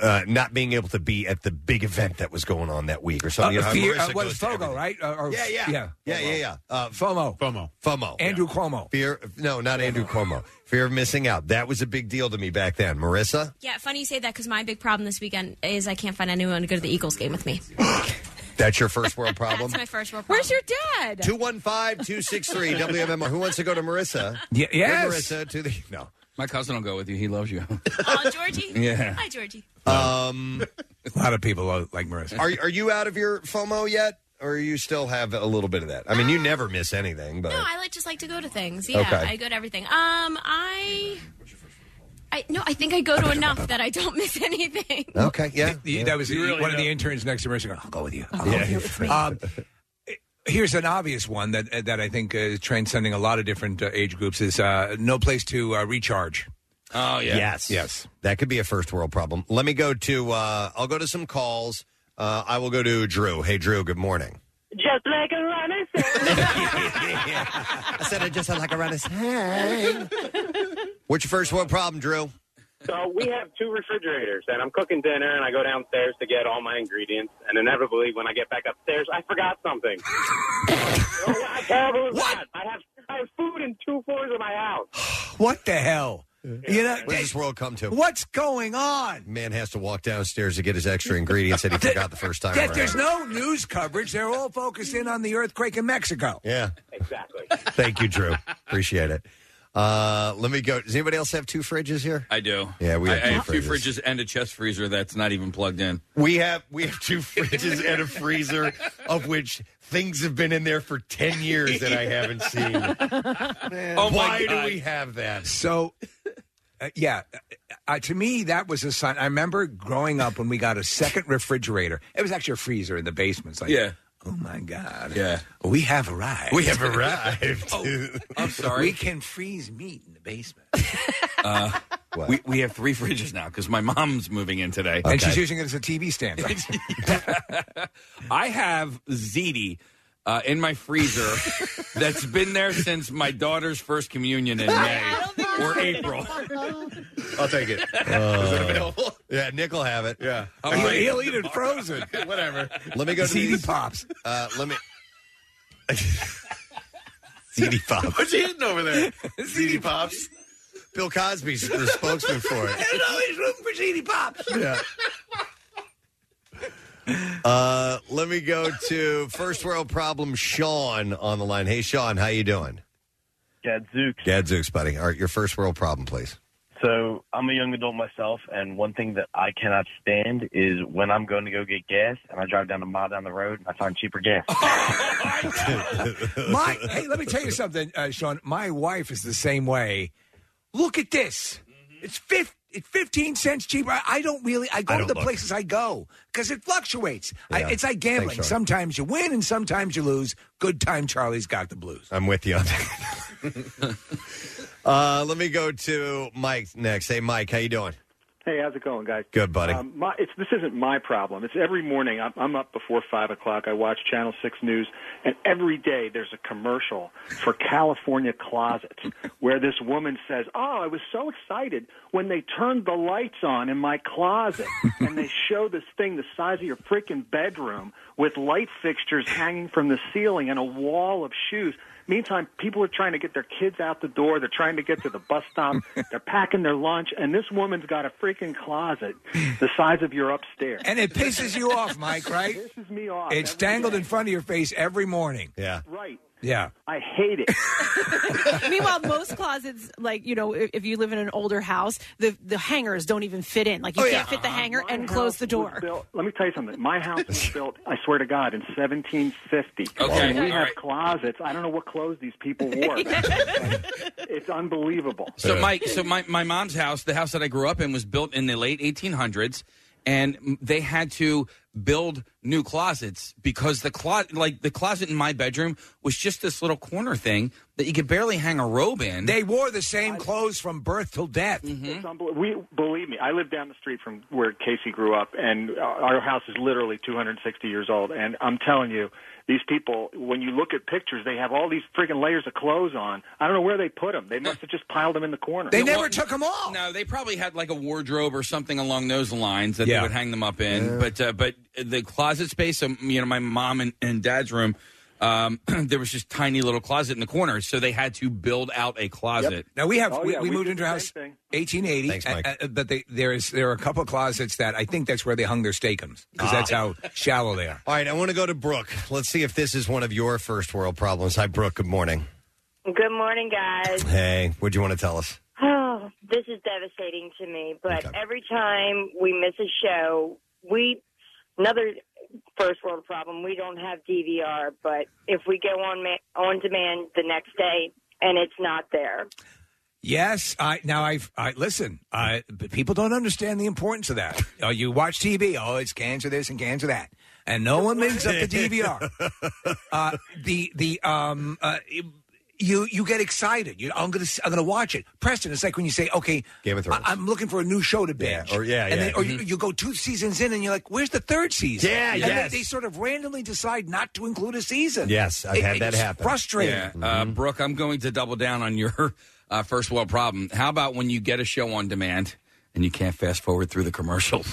[SPEAKER 2] uh, not being able to be at the big event that was going on that week or
[SPEAKER 4] uh,
[SPEAKER 2] something. You know, how
[SPEAKER 4] fear,
[SPEAKER 2] Marissa
[SPEAKER 4] uh, what
[SPEAKER 2] goes
[SPEAKER 4] is
[SPEAKER 2] to everything.
[SPEAKER 4] FOGO, right? Uh, or,
[SPEAKER 2] Yeah, yeah.
[SPEAKER 4] yeah.
[SPEAKER 2] Yeah, yeah, yeah. Uh,
[SPEAKER 4] FOMO.
[SPEAKER 2] FOMO. FOMO.
[SPEAKER 4] Andrew Cuomo.
[SPEAKER 2] Fear, no, not Andrew Cuomo. Fear of missing out. That was a big deal to me back then. Marissa,
[SPEAKER 5] Yeah, funny you say that because my big problem this weekend is I can't find anyone to go to the Eagles game with me.
[SPEAKER 2] that's your first world problem.
[SPEAKER 5] That's my first world problem.
[SPEAKER 6] Where's your dad?
[SPEAKER 2] 215 263 WMMR. Who wants to go to Marissa?
[SPEAKER 4] Yeah,
[SPEAKER 2] Yeah, Marissa to the. No.
[SPEAKER 3] My cousin will go with you. He loves you.
[SPEAKER 5] Oh, Georgie.
[SPEAKER 3] Yeah.
[SPEAKER 5] Hi, Georgie.
[SPEAKER 2] Um,
[SPEAKER 4] A lot of people are like Marissa.
[SPEAKER 2] are, are you out of your FOMO yet? or you still have a little bit of that? I mean, you never miss anything, but
[SPEAKER 5] No, I like just like to go to things. Yeah,
[SPEAKER 2] Okay.
[SPEAKER 5] I go to everything. Um, I, I no, I think I go to enough that I don't miss anything.
[SPEAKER 2] Mm-hmm. Okay, yeah.
[SPEAKER 4] That was one of the interns next to Mercy going, I'll go with you. I'll go with you. Um, here's an obvious one that that I think is transcending a lot of different uh, age groups is uh, no place to uh, recharge.
[SPEAKER 3] Oh yeah.
[SPEAKER 2] Yes. Yes. That could be a first world problem. Let me go to. Uh, I'll go to some calls. Uh, I will go to Drew. Hey, Drew. Good morning.
[SPEAKER 8] Just like a runner.
[SPEAKER 2] I said it just like a runner's What's your first world problem, Drew?
[SPEAKER 23] So we have two refrigerators, and I'm cooking dinner, and I go downstairs to get all my ingredients, and inevitably, when I get back upstairs, I forgot something. oh, how terrible is that? I have I have food in two floors of my house.
[SPEAKER 4] What the hell? You know,
[SPEAKER 2] Where's this world come to?
[SPEAKER 4] What's going on?
[SPEAKER 2] Man has to walk downstairs to get his extra ingredients that he forgot the first time.
[SPEAKER 4] That
[SPEAKER 2] around.
[SPEAKER 4] there's no news coverage. They're all focused in on the earthquake in Mexico.
[SPEAKER 2] Yeah.
[SPEAKER 23] Exactly.
[SPEAKER 2] Thank you, Drew. Appreciate it. Uh, let me go. Does anybody else have two fridges here?
[SPEAKER 3] I do.
[SPEAKER 2] Yeah, we
[SPEAKER 3] I,
[SPEAKER 2] have
[SPEAKER 3] I
[SPEAKER 2] two
[SPEAKER 3] have two
[SPEAKER 2] fridges.
[SPEAKER 3] fridges and a chest freezer that's not even plugged in.
[SPEAKER 2] We have we have two fridges and a freezer of which things have been in there for ten years that I haven't seen. Man,
[SPEAKER 4] Oh, my
[SPEAKER 2] why
[SPEAKER 4] God.
[SPEAKER 2] do we have that?
[SPEAKER 4] So, uh, yeah, uh, to me, that was a sign. I remember growing up when we got a second refrigerator. It was actually a freezer in the basement. It's like,
[SPEAKER 3] Yeah.
[SPEAKER 4] oh my God.
[SPEAKER 3] Yeah.
[SPEAKER 4] We have arrived.
[SPEAKER 2] We have arrived.
[SPEAKER 3] Oh, I'm sorry.
[SPEAKER 4] We can freeze meat in the basement.
[SPEAKER 3] Uh, we, we have three fridges now because my mom's moving in today.
[SPEAKER 4] And she's using it as a TV stand.
[SPEAKER 3] I have ziti uh, in my freezer that's been there since my daughter's first communion in May or April.
[SPEAKER 2] I'll take it. Uh,
[SPEAKER 3] Is it
[SPEAKER 2] available? Yeah, Nick will have it. Yeah,
[SPEAKER 4] He'll eat it frozen.
[SPEAKER 2] Whatever. Let me go to
[SPEAKER 4] CD
[SPEAKER 2] these.
[SPEAKER 4] pops.
[SPEAKER 2] Uh, let me. CD pops.
[SPEAKER 7] What's he hitting over there? CD pops.
[SPEAKER 2] Bill Cosby's the spokesman for it.
[SPEAKER 4] There's always room for CD pops.
[SPEAKER 2] Yeah. Uh, let me go to first world problem Sean on the line. Hey Sean, how you doing?
[SPEAKER 24] Gadzooks.
[SPEAKER 2] Gadzooks, buddy. All right, your first world problem, please.
[SPEAKER 24] So I'm a young adult myself, and one thing that I cannot stand is when I'm going to go get gas, and I drive down a mile down the road, and I find cheaper gas.
[SPEAKER 4] My, hey, let me tell you something, uh, Sean. My wife is the same way. Look at this. It's fif- It's fifteen cents cheaper. I, I don't really. I
[SPEAKER 2] Mm-hmm.
[SPEAKER 4] go
[SPEAKER 2] I
[SPEAKER 4] to
[SPEAKER 2] don't
[SPEAKER 4] the
[SPEAKER 2] look.
[SPEAKER 4] places I go because it fluctuates.
[SPEAKER 2] Yeah.
[SPEAKER 4] I, it's like gambling.
[SPEAKER 2] Thanks, Sean.
[SPEAKER 4] sometimes you win and sometimes you lose. Good time, Charlie's got the blues.
[SPEAKER 2] I'm with you on that. uh, let me go to Mike next. Hey Mike, how you doing?
[SPEAKER 25] Hey, how's it going, guys?
[SPEAKER 2] Good, buddy.
[SPEAKER 25] Um, my, it's, this isn't my problem. It's every morning. I'm, I'm up before five o'clock. I watch Channel Six News, and every day there's a commercial for California Closets, where this woman says, "Oh, I was so excited when they turned the lights on in my closet, and they show this thing the size of your freaking bedroom with light fixtures hanging from the ceiling and a wall of shoes." Meantime, people are trying to get their kids out the door. They're trying to get to the bus stop. They're packing their lunch, and this woman's got a freaking closet the size of your upstairs.
[SPEAKER 4] And it pisses you off, Mike. Right? It
[SPEAKER 25] pisses me off.
[SPEAKER 4] It's
[SPEAKER 25] every
[SPEAKER 4] dangled
[SPEAKER 25] day.
[SPEAKER 4] in front of your face every morning.
[SPEAKER 2] Yeah.
[SPEAKER 25] Right.
[SPEAKER 4] Yeah.
[SPEAKER 25] I hate it.
[SPEAKER 6] Meanwhile, most closets, like you know, if, if you live in an older house, the the hangers don't even fit in. Like you
[SPEAKER 25] Oh, yeah.
[SPEAKER 6] can't fit the
[SPEAKER 4] Uh-huh.
[SPEAKER 6] hanger
[SPEAKER 25] My
[SPEAKER 6] and close
[SPEAKER 25] house
[SPEAKER 6] the
[SPEAKER 25] was
[SPEAKER 6] door.
[SPEAKER 25] built- let me tell you something. My house was built, I swear to God, in 1750.
[SPEAKER 24] Okay,
[SPEAKER 25] And we
[SPEAKER 24] all
[SPEAKER 25] have
[SPEAKER 24] right.
[SPEAKER 25] closets. I don't know what clothes these people wore. it's unbelievable.
[SPEAKER 3] So Mike, so my, my mom's house, the house that I grew up in, was built in the late 1800s, and m- they had to build new closets because the closet, like the closet in my bedroom, was just this little corner thing that you could barely hang a robe in.
[SPEAKER 4] They wore the same clothes from birth till death.
[SPEAKER 2] Mm-hmm.
[SPEAKER 25] It's unbel- we believe me. I live down the street from where Casey grew up, and uh, our our house is literally 260 years old. And I'm telling you, these people, when you look at pictures, they have all these freaking layers of clothes on. I don't know where they put them. They must have just piled them in the corner.
[SPEAKER 3] Well,
[SPEAKER 4] them all.
[SPEAKER 3] No, they probably had like a wardrobe or something along those lines that
[SPEAKER 25] Yeah.
[SPEAKER 3] they would hang them up in. But uh, but the closet space, um, you know, my mom and, and dad's room, um, there was just tiny little closet in the corner, so they had to build out a closet.
[SPEAKER 4] Now we have
[SPEAKER 25] Oh,
[SPEAKER 3] Oh,
[SPEAKER 4] we, we moved into a house 1880, uh, uh, but they, there is there are a couple of closets that I think that's where they hung their steakums because that's how shallow they are.
[SPEAKER 2] All right, I want to go to Brooke. Let's see if this is one of your first world problems. Hi, Brooke. Good morning.
[SPEAKER 26] Good morning, guys.
[SPEAKER 2] Hey, what do you want to tell us?
[SPEAKER 26] Oh, this is devastating to me. But every time we miss a show, we another first world problem. We don't have DVR, but if we go on ma- on demand the next day and it's not there,
[SPEAKER 4] Yes, I now I've I listen. I but people don't understand the importance of that. Oh, you watch TV. Oh, it's cancel this and cancel that, and no one links up the DVR. Uh, the the um uh, you you get excited. You, I'm gonna s- I'm gonna watch it. Preston, it's like when you say, okay,
[SPEAKER 2] Game of Thrones.
[SPEAKER 4] I, am looking for a new show to binge.
[SPEAKER 2] or- yeah,
[SPEAKER 4] and
[SPEAKER 2] yeah. Mm-hmm.
[SPEAKER 4] Then, or you, you go two seasons in and you're like, where's the third season?
[SPEAKER 2] Yeah,
[SPEAKER 4] and
[SPEAKER 2] yes.
[SPEAKER 4] They, they sort of randomly decide not to include a season.
[SPEAKER 2] Yes, I've
[SPEAKER 4] It-
[SPEAKER 2] had that
[SPEAKER 4] it's
[SPEAKER 2] happen. Mm-hmm.
[SPEAKER 4] Frustrating.
[SPEAKER 3] Yeah. Uh, Brooke, I'm going to double down on your uh, first world problem. How about when you get a show on demand and you can't fast forward through the commercials?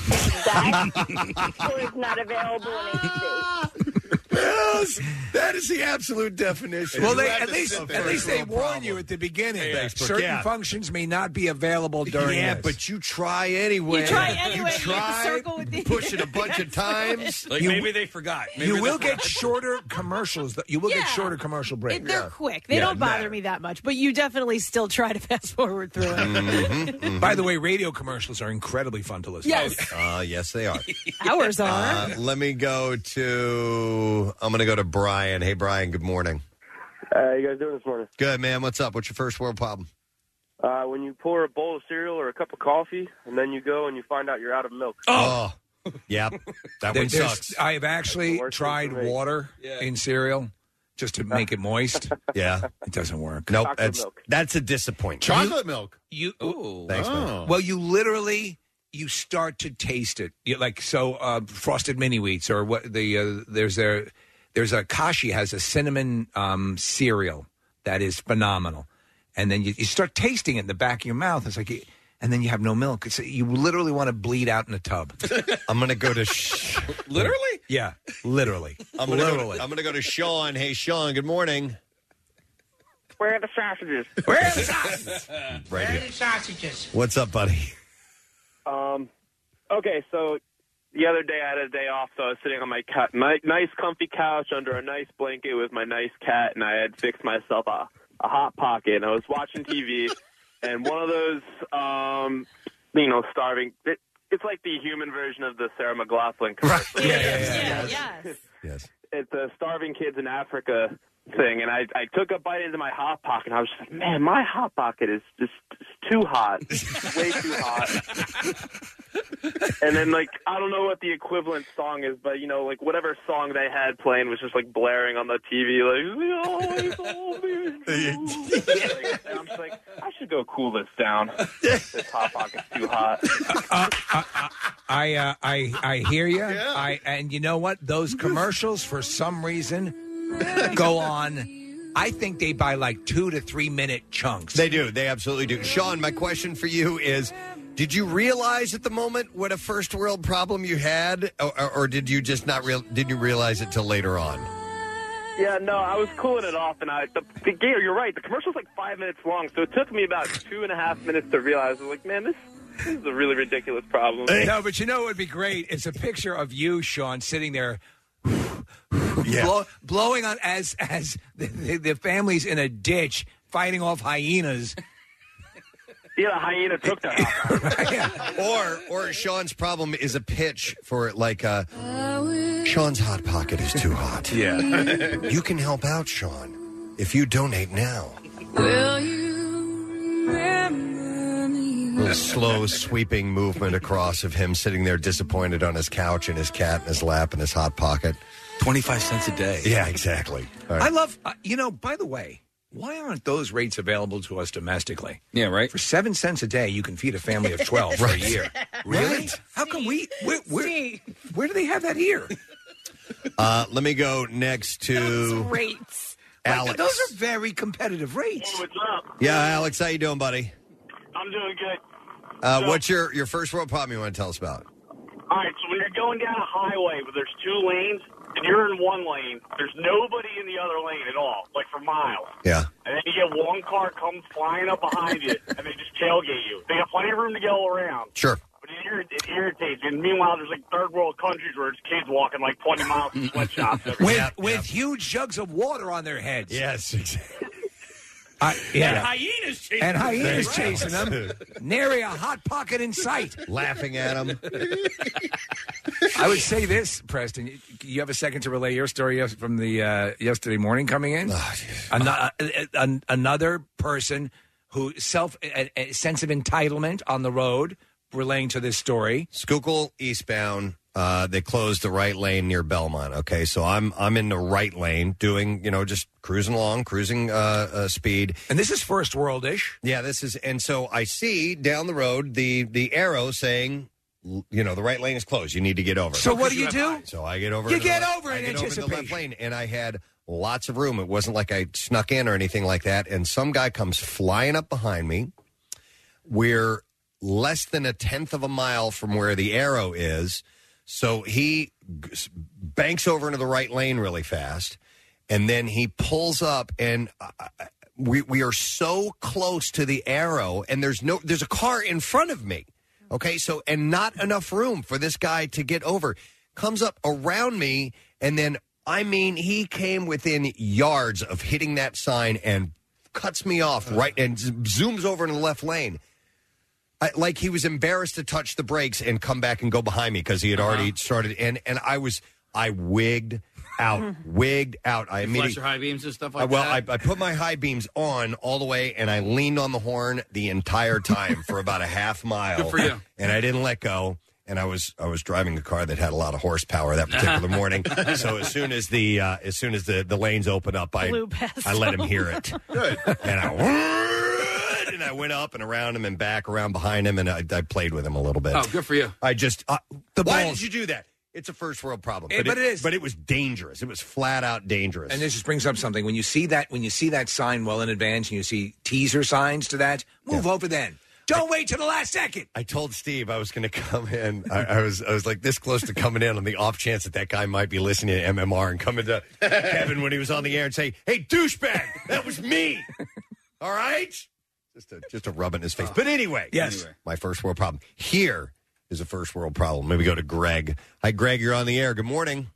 [SPEAKER 26] that or it's not available in HD.
[SPEAKER 2] Yes, that is the absolute definition.
[SPEAKER 4] Well, they, at least at least they warn you at the beginning
[SPEAKER 2] Hey,
[SPEAKER 4] that
[SPEAKER 2] expert,
[SPEAKER 4] certain
[SPEAKER 2] yeah.
[SPEAKER 4] functions may not be available during.
[SPEAKER 2] Yeah,
[SPEAKER 4] this.
[SPEAKER 2] but you try anyway.
[SPEAKER 4] You try anyway. You have to
[SPEAKER 2] try,
[SPEAKER 4] circle with the-
[SPEAKER 2] push it a bunch of
[SPEAKER 4] That's right.
[SPEAKER 2] times.
[SPEAKER 4] Like, You- maybe
[SPEAKER 3] they forgot.
[SPEAKER 4] you will get shorter commercials. though. You will
[SPEAKER 6] Yeah.
[SPEAKER 4] get shorter commercial breaks.
[SPEAKER 6] It- they're quick. They don't bother me that much, but you definitely still try to fast forward through it.
[SPEAKER 4] Mm-hmm. By the way, radio commercials are incredibly fun to listen.
[SPEAKER 6] Yes.
[SPEAKER 4] to.
[SPEAKER 2] Uh, yes, they are.
[SPEAKER 6] Ours are.
[SPEAKER 2] Uh, let me go to. I'm going to go to Brian. Hey, Brian. Good morning.
[SPEAKER 10] How you guys doing this morning?
[SPEAKER 2] Good man. What's up? What's your first world problem?
[SPEAKER 10] Uh, when you pour a bowl of cereal or a cup of coffee, and then you go and you find out you're out of milk.
[SPEAKER 2] Oh, yeah, that
[SPEAKER 4] There-
[SPEAKER 2] one
[SPEAKER 4] there's-
[SPEAKER 2] sucks.
[SPEAKER 4] I have actually tried water in cereal just to make it moist.
[SPEAKER 2] Yeah,
[SPEAKER 4] it doesn't work.
[SPEAKER 2] Nope, that's that's a disappointment.
[SPEAKER 4] Chocolate
[SPEAKER 27] milk.
[SPEAKER 4] You
[SPEAKER 2] Thanks, man. Oh.
[SPEAKER 4] Well, you literally you start to taste it. You, like so, uh, frosted mini wheats or what the uh, there's a there's a Kashi has a cinnamon um, cereal that is phenomenal, and then you, you start tasting it in the back of your mouth. It's like. You, and then you have no milk. It's, you literally want to bleed out in a tub.
[SPEAKER 2] I'm going to go to. Sh-
[SPEAKER 3] literally?
[SPEAKER 4] Yeah, literally.
[SPEAKER 2] I'm gonna go to-
[SPEAKER 4] literally.
[SPEAKER 2] I'm going to go to Sean. Hey, Sean. Good morning.
[SPEAKER 10] Where are the sausages?
[SPEAKER 2] Where are the sausages? Right here.
[SPEAKER 10] sausages?
[SPEAKER 2] What's up, buddy?
[SPEAKER 10] Um, okay, so the other day I had a day off, so I was sitting on my cou- my nice comfy couch under a nice blanket with my nice cat, and I had fixed myself a, a hot pocket, and I was watching TV, and one of those, um, you know, starving. It, it's like the human version of the Sarah McLaughlin commercial.
[SPEAKER 6] yes.
[SPEAKER 2] Yes.
[SPEAKER 10] It's a starving kids in Africa thing, and I, I took a bite into my hot pocket, and I was just like, man, my hot pocket is just it's too hot, It's way too hot. and then, like, I don't know what the equivalent song is, but you know, like whatever song they had playing was just like blaring on the TV, like, and I'm just like, I should go cool this down. this hot pocket's too hot.
[SPEAKER 4] I uh, I I hear you. I and you know what? Those commercials for some reason go on. I think they buy like two to three minute chunks.
[SPEAKER 2] They do. They absolutely do. Sean, my question for you is Did you realize at the moment what a first world problem you had, or, or- or did you just not real? Did you realize it till later on?
[SPEAKER 10] Yeah, no, I was cooling it off, and I the, the gear. You're right. The commercial's like five minutes long, so it took me about two and a half minutes to realize. I was like, man, this, this is a really ridiculous problem.
[SPEAKER 4] No, but you know what would be great? It's a picture of you, Sean, sitting there. blow- blowing on as as the, the, the family's in a ditch fighting off hyenas.
[SPEAKER 10] Yeah, the hyena took that.
[SPEAKER 2] or or Sean's problem is a pitch for like uh Sean's hot pocket is too hot.
[SPEAKER 4] Yeah.
[SPEAKER 2] you can help out, Sean, if you donate now.
[SPEAKER 28] Will you remember me?
[SPEAKER 2] Little slow sweeping movement across of him sitting there disappointed on his couch and his cat in his lap and his hot pocket.
[SPEAKER 3] Twenty five cents a day.
[SPEAKER 2] Yeah, exactly. All right.
[SPEAKER 4] I love, uh, you know, by the way, why aren't those rates available to us domestically?
[SPEAKER 3] Yeah, right.
[SPEAKER 4] For seven cents a day, you can feed a family of 12 for a
[SPEAKER 2] Right.
[SPEAKER 4] year.
[SPEAKER 2] Really?
[SPEAKER 4] How come we, where, where, where do they have that here?
[SPEAKER 2] Uh, let me go next to
[SPEAKER 4] rates.
[SPEAKER 2] Alex.
[SPEAKER 4] those are very competitive rates.
[SPEAKER 10] what's up?
[SPEAKER 2] Yeah, Alex, how you doing, buddy?
[SPEAKER 10] I'm doing good.
[SPEAKER 2] Uh, what's your your first world problem you want to tell us about?
[SPEAKER 10] All right, so when you're going down a highway where there's two lanes and you're in one lane, there's nobody in the other lane at all, like for miles.
[SPEAKER 2] Yeah.
[SPEAKER 10] And then you get one car comes flying up behind you, and they just tailgate you. They got plenty of room to go around.
[SPEAKER 2] Sure.
[SPEAKER 10] But it, irri- it irritates. And meanwhile, there's like third world countries where there's kids walking like 20 miles to sweatshops. every
[SPEAKER 4] With,
[SPEAKER 10] day.
[SPEAKER 4] with huge jugs of water on their heads.
[SPEAKER 2] Yes, exactly.
[SPEAKER 4] I,
[SPEAKER 3] And hyenas chasing
[SPEAKER 4] And
[SPEAKER 3] them.
[SPEAKER 4] hyenas
[SPEAKER 3] Right.
[SPEAKER 4] chasing them. Nary a hot pocket in sight.
[SPEAKER 2] Laughing at them.
[SPEAKER 4] I would say this, Preston. you- You have a second to relay your story yes- from the uh, yesterday morning coming in.
[SPEAKER 2] Oh,
[SPEAKER 4] Ano- uh, uh, an- another person who self a, a sense of entitlement on the road relating to this story.
[SPEAKER 2] Schuylkill eastbound. Uh, they closed the right lane near Belmont. Okay, so I'm I'm in the right lane, doing you know just cruising along, cruising uh, uh, speed.
[SPEAKER 4] And this is first worldish.
[SPEAKER 2] Yeah, this is. And so I see down the road the the arrow saying, l- you know, the right lane is closed. You need to get over.
[SPEAKER 4] So what do you do?
[SPEAKER 2] So I get over.
[SPEAKER 4] You
[SPEAKER 2] to the
[SPEAKER 4] get
[SPEAKER 2] left-
[SPEAKER 4] over
[SPEAKER 2] I
[SPEAKER 4] in
[SPEAKER 2] get over to the left
[SPEAKER 4] anticipation.
[SPEAKER 2] lane, and I had lots of room. It wasn't like I snuck in or anything like that. And some guy comes flying up behind me. We're less than a tenth of a mile from where the arrow is, so he g- s- banks over into the right lane really fast, and then he pulls up and. uh, I- I- we, we are so close to the arrow and there's no there's a car in front of me Okay, so and not enough room for this guy to get over. Comes up around me, and then I mean, he came within yards of hitting that sign and cuts me off right and z- zooms over in the left lane. I, like he was embarrassed to touch the brakes and come back and go behind me because
[SPEAKER 3] Uh-huh.
[SPEAKER 2] he had already started. And and I was I wigged out, wigged out. I
[SPEAKER 3] You
[SPEAKER 2] immediately
[SPEAKER 3] flash your high beams and stuff
[SPEAKER 2] I-
[SPEAKER 3] like
[SPEAKER 2] well,
[SPEAKER 3] that.
[SPEAKER 2] I, I put my high beams on all the way, and I leaned on the horn the entire time for about a half mile.
[SPEAKER 3] Good for you.
[SPEAKER 2] And I didn't let go. And I was I was driving a car that had a lot of horsepower that particular morning. so as soon as the uh, as soon as the, the lanes open up, I
[SPEAKER 1] Blew past
[SPEAKER 2] I let him
[SPEAKER 1] him.
[SPEAKER 2] hear it. Good. And I and I went up and around him and back around behind him, and I, I played with him a little bit.
[SPEAKER 3] Oh, good for you.
[SPEAKER 2] I just uh, why
[SPEAKER 3] balls.
[SPEAKER 2] did you do that? It's a first world problem,
[SPEAKER 4] Eh, but it is.
[SPEAKER 2] But it was dangerous. It was flat out dangerous.
[SPEAKER 4] And this just brings up something. When you see that, when you see that sign well in advance, and you see teaser signs to that, move over then. Don't wait till the last second.
[SPEAKER 2] I told Steve I was going to come in. I, I was I was like this close to coming in on the off chance that that guy might be listening to MMR and coming to Kevin when he was on the air and say, "Hey, douchebag, that was me." All right, just a just a rub in his
[SPEAKER 4] Oh.
[SPEAKER 2] face. But anyway,
[SPEAKER 1] Yes.
[SPEAKER 2] my first world problem. Here is a first world problem. Maybe go to Greg. Hi, Greg. You're on the air. Good morning.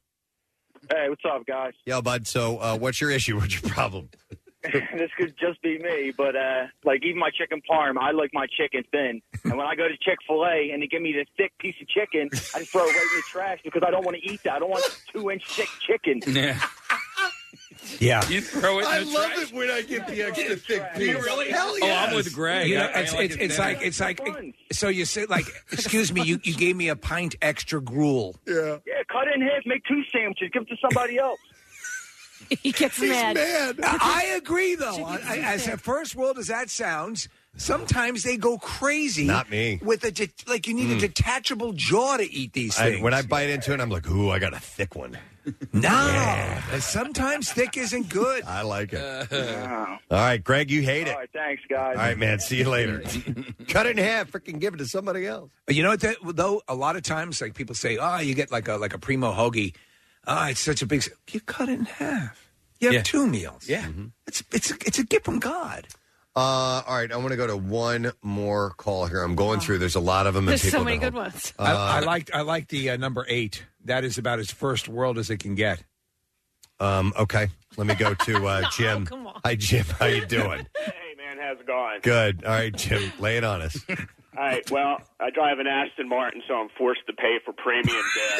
[SPEAKER 11] Hey, what's up, guys?
[SPEAKER 2] Yeah, bud. So, uh, what's your issue? What's your problem?
[SPEAKER 11] this could just be me, but uh, like even my chicken parm, I like my chicken thin. And when I go to Chick Fil A and they give me this thick piece of chicken, I just throw it right in the trash because I don't want to eat that. I don't want two inch thick chicken.
[SPEAKER 3] Yeah.
[SPEAKER 4] Yeah.
[SPEAKER 3] You throw it in
[SPEAKER 1] I
[SPEAKER 3] the
[SPEAKER 1] love it when I get the extra thick piece.
[SPEAKER 3] You really?
[SPEAKER 1] Hell
[SPEAKER 3] Oh,
[SPEAKER 1] yeah.
[SPEAKER 3] I'm with Greg.
[SPEAKER 4] You know,
[SPEAKER 3] I- I
[SPEAKER 4] it's,
[SPEAKER 3] like
[SPEAKER 4] it's,
[SPEAKER 3] it
[SPEAKER 4] it's
[SPEAKER 3] thin.
[SPEAKER 4] like it's like so you said like excuse me you, you gave me a pint extra gruel
[SPEAKER 11] Yeah. Yeah, cut it in half, make two sandwiches, give it to somebody else.
[SPEAKER 6] he gets mad.
[SPEAKER 4] I I agree though I- I- as a first world as that sounds sometimes they go crazy
[SPEAKER 2] Not me.
[SPEAKER 4] with a de- like you need a
[SPEAKER 2] Mm.
[SPEAKER 4] detachable jaw to eat these
[SPEAKER 2] I,
[SPEAKER 4] things
[SPEAKER 2] when I bite into it, I'm like, "Ooh, I got a thick one."
[SPEAKER 4] no sometimes thick isn't good
[SPEAKER 2] I like it. All right, Greg, you hate it. All right,
[SPEAKER 11] thanks, guys.
[SPEAKER 2] All right, man. See you later. Cut it in half. Freaking give it to somebody else.
[SPEAKER 4] But you know what? That, though a lot of times, like people say, "Oh, you get like a like a primo hoagie. Ah, it's such a big. s-" You cut it in half. You have two meals. Yeah, it's it's it's a gift from God.
[SPEAKER 2] Uh, all right, I want to go to one more call here. I'm going through. There's a lot of them. and people don't-
[SPEAKER 6] ones.
[SPEAKER 2] Uh,
[SPEAKER 4] I, I liked I like the uh, number eight. That is about as first world as it can get.
[SPEAKER 2] Um. Okay. Let me go to uh, Jim. Hi, Jim. How you doing?
[SPEAKER 10] Hey, man, how's it going?
[SPEAKER 2] Good. All right, Jim. Lay it on us.
[SPEAKER 10] All right, well, I drive an Aston Martin, so I'm forced to pay for premium gas.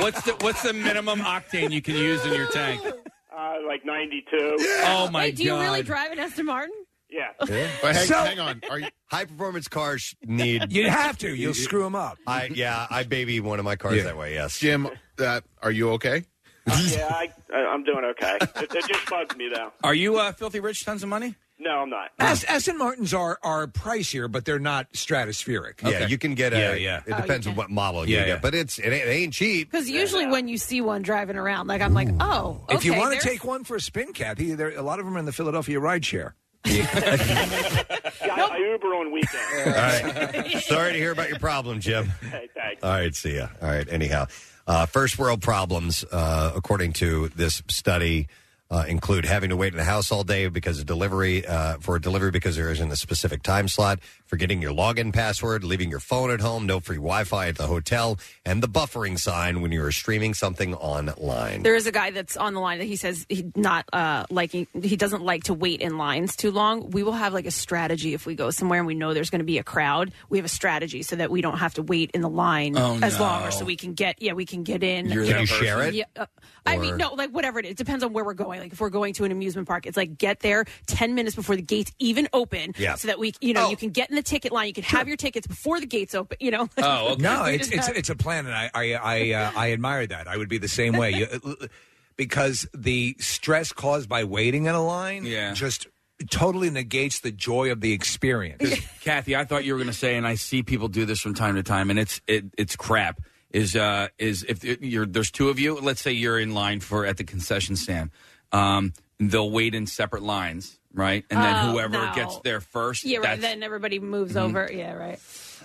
[SPEAKER 3] What's the What's the minimum octane you can use in your tank?
[SPEAKER 10] uh, like 92.
[SPEAKER 3] Oh my
[SPEAKER 6] Wait, do you really
[SPEAKER 3] God.
[SPEAKER 6] drive an Aston Martin?
[SPEAKER 10] Yeah.
[SPEAKER 2] But hang- So- hang
[SPEAKER 10] on. Are you...
[SPEAKER 2] High performance cars need.
[SPEAKER 4] You have to. You'll screw them up.
[SPEAKER 2] I yeah. I baby one of my cars that way. Yes.
[SPEAKER 7] Jim, uh, are you okay?
[SPEAKER 10] Uh, yeah, I, I, I'm doing okay. It, it just bugs me, though.
[SPEAKER 3] Are you uh, filthy rich? Tons of money?
[SPEAKER 10] No, I'm not.
[SPEAKER 4] As, Aston Martins are are pricier, but they're not stratospheric.
[SPEAKER 2] Yeah. You can get a.
[SPEAKER 4] Yeah, yeah.
[SPEAKER 2] It
[SPEAKER 6] Oh,
[SPEAKER 2] depends
[SPEAKER 6] you
[SPEAKER 2] on what model you
[SPEAKER 4] Yeah,
[SPEAKER 2] get,
[SPEAKER 4] yeah.
[SPEAKER 2] but it's it ain't, it ain't cheap.
[SPEAKER 6] Because usually when you see one driving around, like I'm like, oh, okay,
[SPEAKER 4] if you want
[SPEAKER 6] there's-
[SPEAKER 4] to take one for a spin, Kathy, there a lot of them are in the Philadelphia rideshare.
[SPEAKER 10] Yeah, I, I Uber on weekends.
[SPEAKER 2] All right. Sorry to hear about your problem, Jim.
[SPEAKER 10] Hey, thanks.
[SPEAKER 2] All right, see ya. All right, anyhow. Uh, first world problems, uh, according to this study, uh, include having to wait in the house all day because of delivery uh, for a delivery because there isn't a specific time slot, forgetting your login password, leaving your phone at home, no free Wi-Fi at the hotel, and the buffering sign when you are streaming something online.
[SPEAKER 6] There is a guy that's on the line that he says he not uh, liking he doesn't like to wait in lines too long. We will have like a strategy if we go somewhere and we know there's going to be a crowd. We have a strategy so that we don't have to wait in the line
[SPEAKER 2] Oh,
[SPEAKER 6] as long,
[SPEAKER 2] no.
[SPEAKER 6] or so we can get yeah we can get in.
[SPEAKER 2] You're Can that you person? share it?
[SPEAKER 6] Yeah, uh, I mean,
[SPEAKER 2] Or-
[SPEAKER 6] no, like whatever it is. It depends on where we're going. Like if we're going to an amusement park, it's like get there ten minutes before the gates even open,
[SPEAKER 4] Yeah.
[SPEAKER 6] so that we you
[SPEAKER 2] Oh.
[SPEAKER 6] know you can get in the ticket line, you can have your tickets before the gates open. Oh, You know.
[SPEAKER 2] Oh,
[SPEAKER 4] No,
[SPEAKER 6] We
[SPEAKER 4] it's
[SPEAKER 6] just
[SPEAKER 4] it's
[SPEAKER 6] have-
[SPEAKER 4] it's a plan, and I I I, uh, I admire that. I would be the same way. You, uh, because the stress caused by waiting in a line just totally negates the joy of the experience.
[SPEAKER 3] Kathy, I thought you were going to say, and I see people do this from time to time, and it's it, it's crap. Is uh is if it- you're there's two of you, let's say you're in line for at the concession stand, um, they'll wait in separate lines, right? And then
[SPEAKER 6] Oh,
[SPEAKER 3] whoever
[SPEAKER 6] no.
[SPEAKER 3] gets there first,
[SPEAKER 6] Yeah, right.
[SPEAKER 3] that's-
[SPEAKER 6] Then everybody moves
[SPEAKER 2] Mm-hmm.
[SPEAKER 6] over. Yeah, right.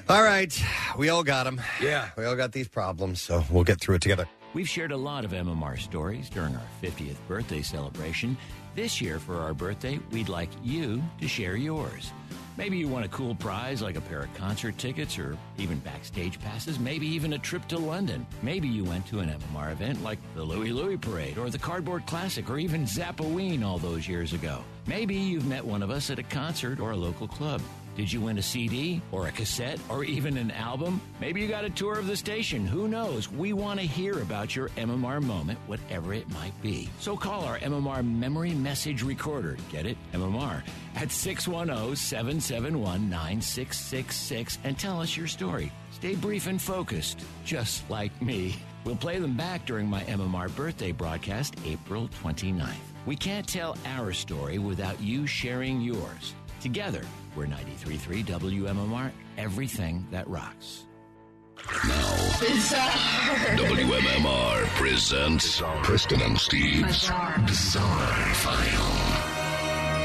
[SPEAKER 2] All right, we all got them.
[SPEAKER 4] Yeah,
[SPEAKER 2] we all got these problems, so we'll get through it together.
[SPEAKER 12] We've shared a lot of MMR stories during our 50th birthday celebration. This year, for our birthday, we'd like you to share yours. Maybe you want a cool prize like a pair of concert tickets or even backstage passes, maybe even a trip to London. Maybe you went to an MMR event like the Louie Louie Parade or the Cardboard Classic or even Zappoween all those years ago. Maybe you've met one of us at a concert or a local club. Did you win a CD or a cassette or even an album? Maybe you got a tour of the station. Who knows? We want to hear about your MMR moment, whatever it might be. So call our MMR memory message recorder. Get it? MMR. At oh, 610 771 9666 and tell us your story. Stay brief and focused, just like me. We'll play them back during my MMR birthday broadcast, April 29th. We can't tell our story without you sharing yours. Together, we're 93.3 WMMR, everything that rocks.
[SPEAKER 1] WMMR presents Kristen and Steve's Bizarre, File.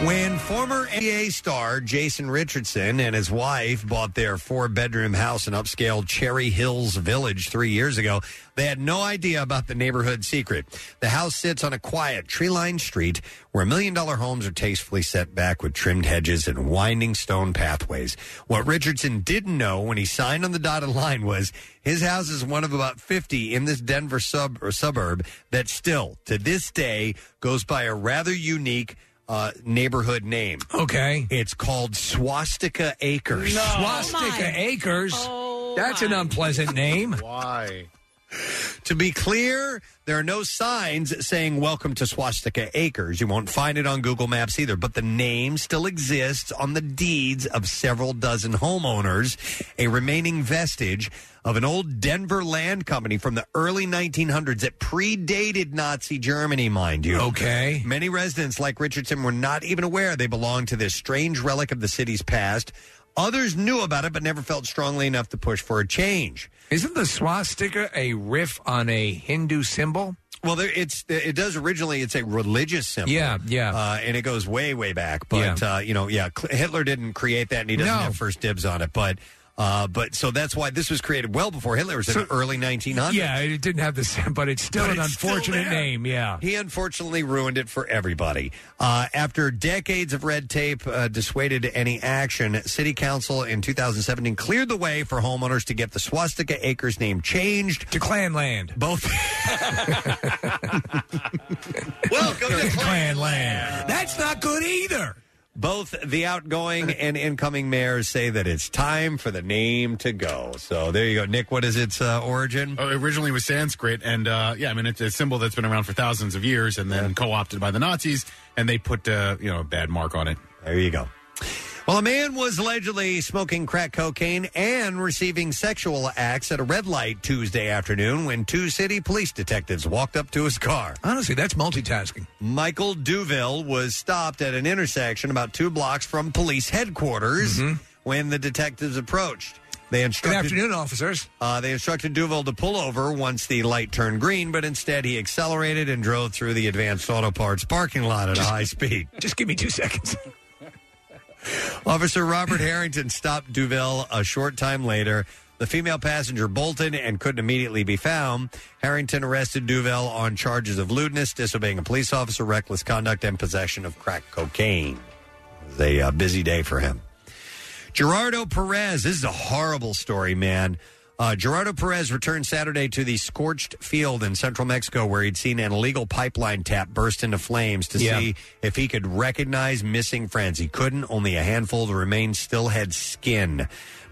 [SPEAKER 2] When former NBA star Jason Richardson and his wife bought their four bedroom house in upscale Cherry Hills Village three years ago, they had no idea about the neighborhood secret. The house sits on a quiet, tree lined street where million dollar homes are tastefully set back with trimmed hedges and winding stone pathways. What Richardson didn't know when he signed on the dotted line was his house is one of about 50 in this Denver sub- or suburb that still, to this day, goes by a rather unique uh, neighborhood name.
[SPEAKER 4] Okay.
[SPEAKER 2] It's called Swastika Acres.
[SPEAKER 4] Swastika Acres. That's an unpleasant name.
[SPEAKER 2] Why? To be clear, there are no signs saying welcome to Swastika Acres. You won't find it on Google Maps either, but the name still exists on the deeds of several dozen homeowners, a remaining vestige of an old Denver land company from the early 1900s that predated Nazi Germany, mind you.
[SPEAKER 4] Okay.
[SPEAKER 2] Many residents, like Richardson, were not even aware they belonged to this strange relic of the city's past. Others knew about it but never felt strongly enough to push for a change.
[SPEAKER 4] Isn't the swastika a riff on a Hindu symbol?
[SPEAKER 2] Well, there, it's it does originally. It's a religious symbol.
[SPEAKER 4] Yeah, yeah.
[SPEAKER 2] uh, and it goes way, way back. But
[SPEAKER 4] Yeah.
[SPEAKER 2] uh, you know, yeah, Cl- Hitler didn't create that, and he doesn't
[SPEAKER 4] No.
[SPEAKER 2] have first dibs on it. But uh, but so that's why this was created well before Hitler. It was in the early 1900s.
[SPEAKER 4] Yeah, it didn't have the symbol, but it's still
[SPEAKER 2] But
[SPEAKER 4] an
[SPEAKER 2] it's still
[SPEAKER 4] unfortunate
[SPEAKER 2] there.
[SPEAKER 4] name. Yeah.
[SPEAKER 2] He unfortunately ruined it for everybody. Uh, after decades of red tape uh, dissuaded any action, City Council in 2017 cleared the way for homeowners to get the Swastika Acres name changed
[SPEAKER 4] to Clan Land.
[SPEAKER 2] Both. Welcome to
[SPEAKER 4] Clan Land. That's not good either.
[SPEAKER 2] Both the outgoing and incoming mayors say that it's time for the name to go. So there you go, Nick. What is its uh, origin?
[SPEAKER 7] originally it was Sanskrit, and uh, yeah, I mean it's a symbol that's been around for thousands of years, and then co-opted by the Nazis, and they put uh, you know a bad mark on it.
[SPEAKER 2] There you go. Well, a man was allegedly smoking crack cocaine and receiving sexual acts at a red light Tuesday afternoon when two city police detectives walked up to his car.
[SPEAKER 4] Honestly, that's multitasking.
[SPEAKER 2] Michael Duville was stopped at an intersection about two blocks from police headquarters when the detectives approached. They instructed
[SPEAKER 4] Mm-hmm. afternoon, officers.
[SPEAKER 2] Uh, they instructed Duval to pull over once the light turned green, but instead he accelerated and drove through the Advanced Auto Parts parking lot at a high speed.
[SPEAKER 4] Just give me two seconds.
[SPEAKER 2] Officer Robert Harrington stopped Duval a short time later. The female passenger bolted and couldn't immediately be found. Harrington arrested Duvel on charges of lewdness, disobeying a police officer, reckless conduct, and possession of crack cocaine. It was a uh, busy day for him. Gerardo Perez. This is a horrible story, man. Uh, Gerardo Perez returned Saturday to the scorched field in central Mexico where he'd seen an illegal pipeline tap burst into flames to
[SPEAKER 1] Yeah.
[SPEAKER 2] see if he could recognize missing friends. He couldn't, only a handful that remained still had skin.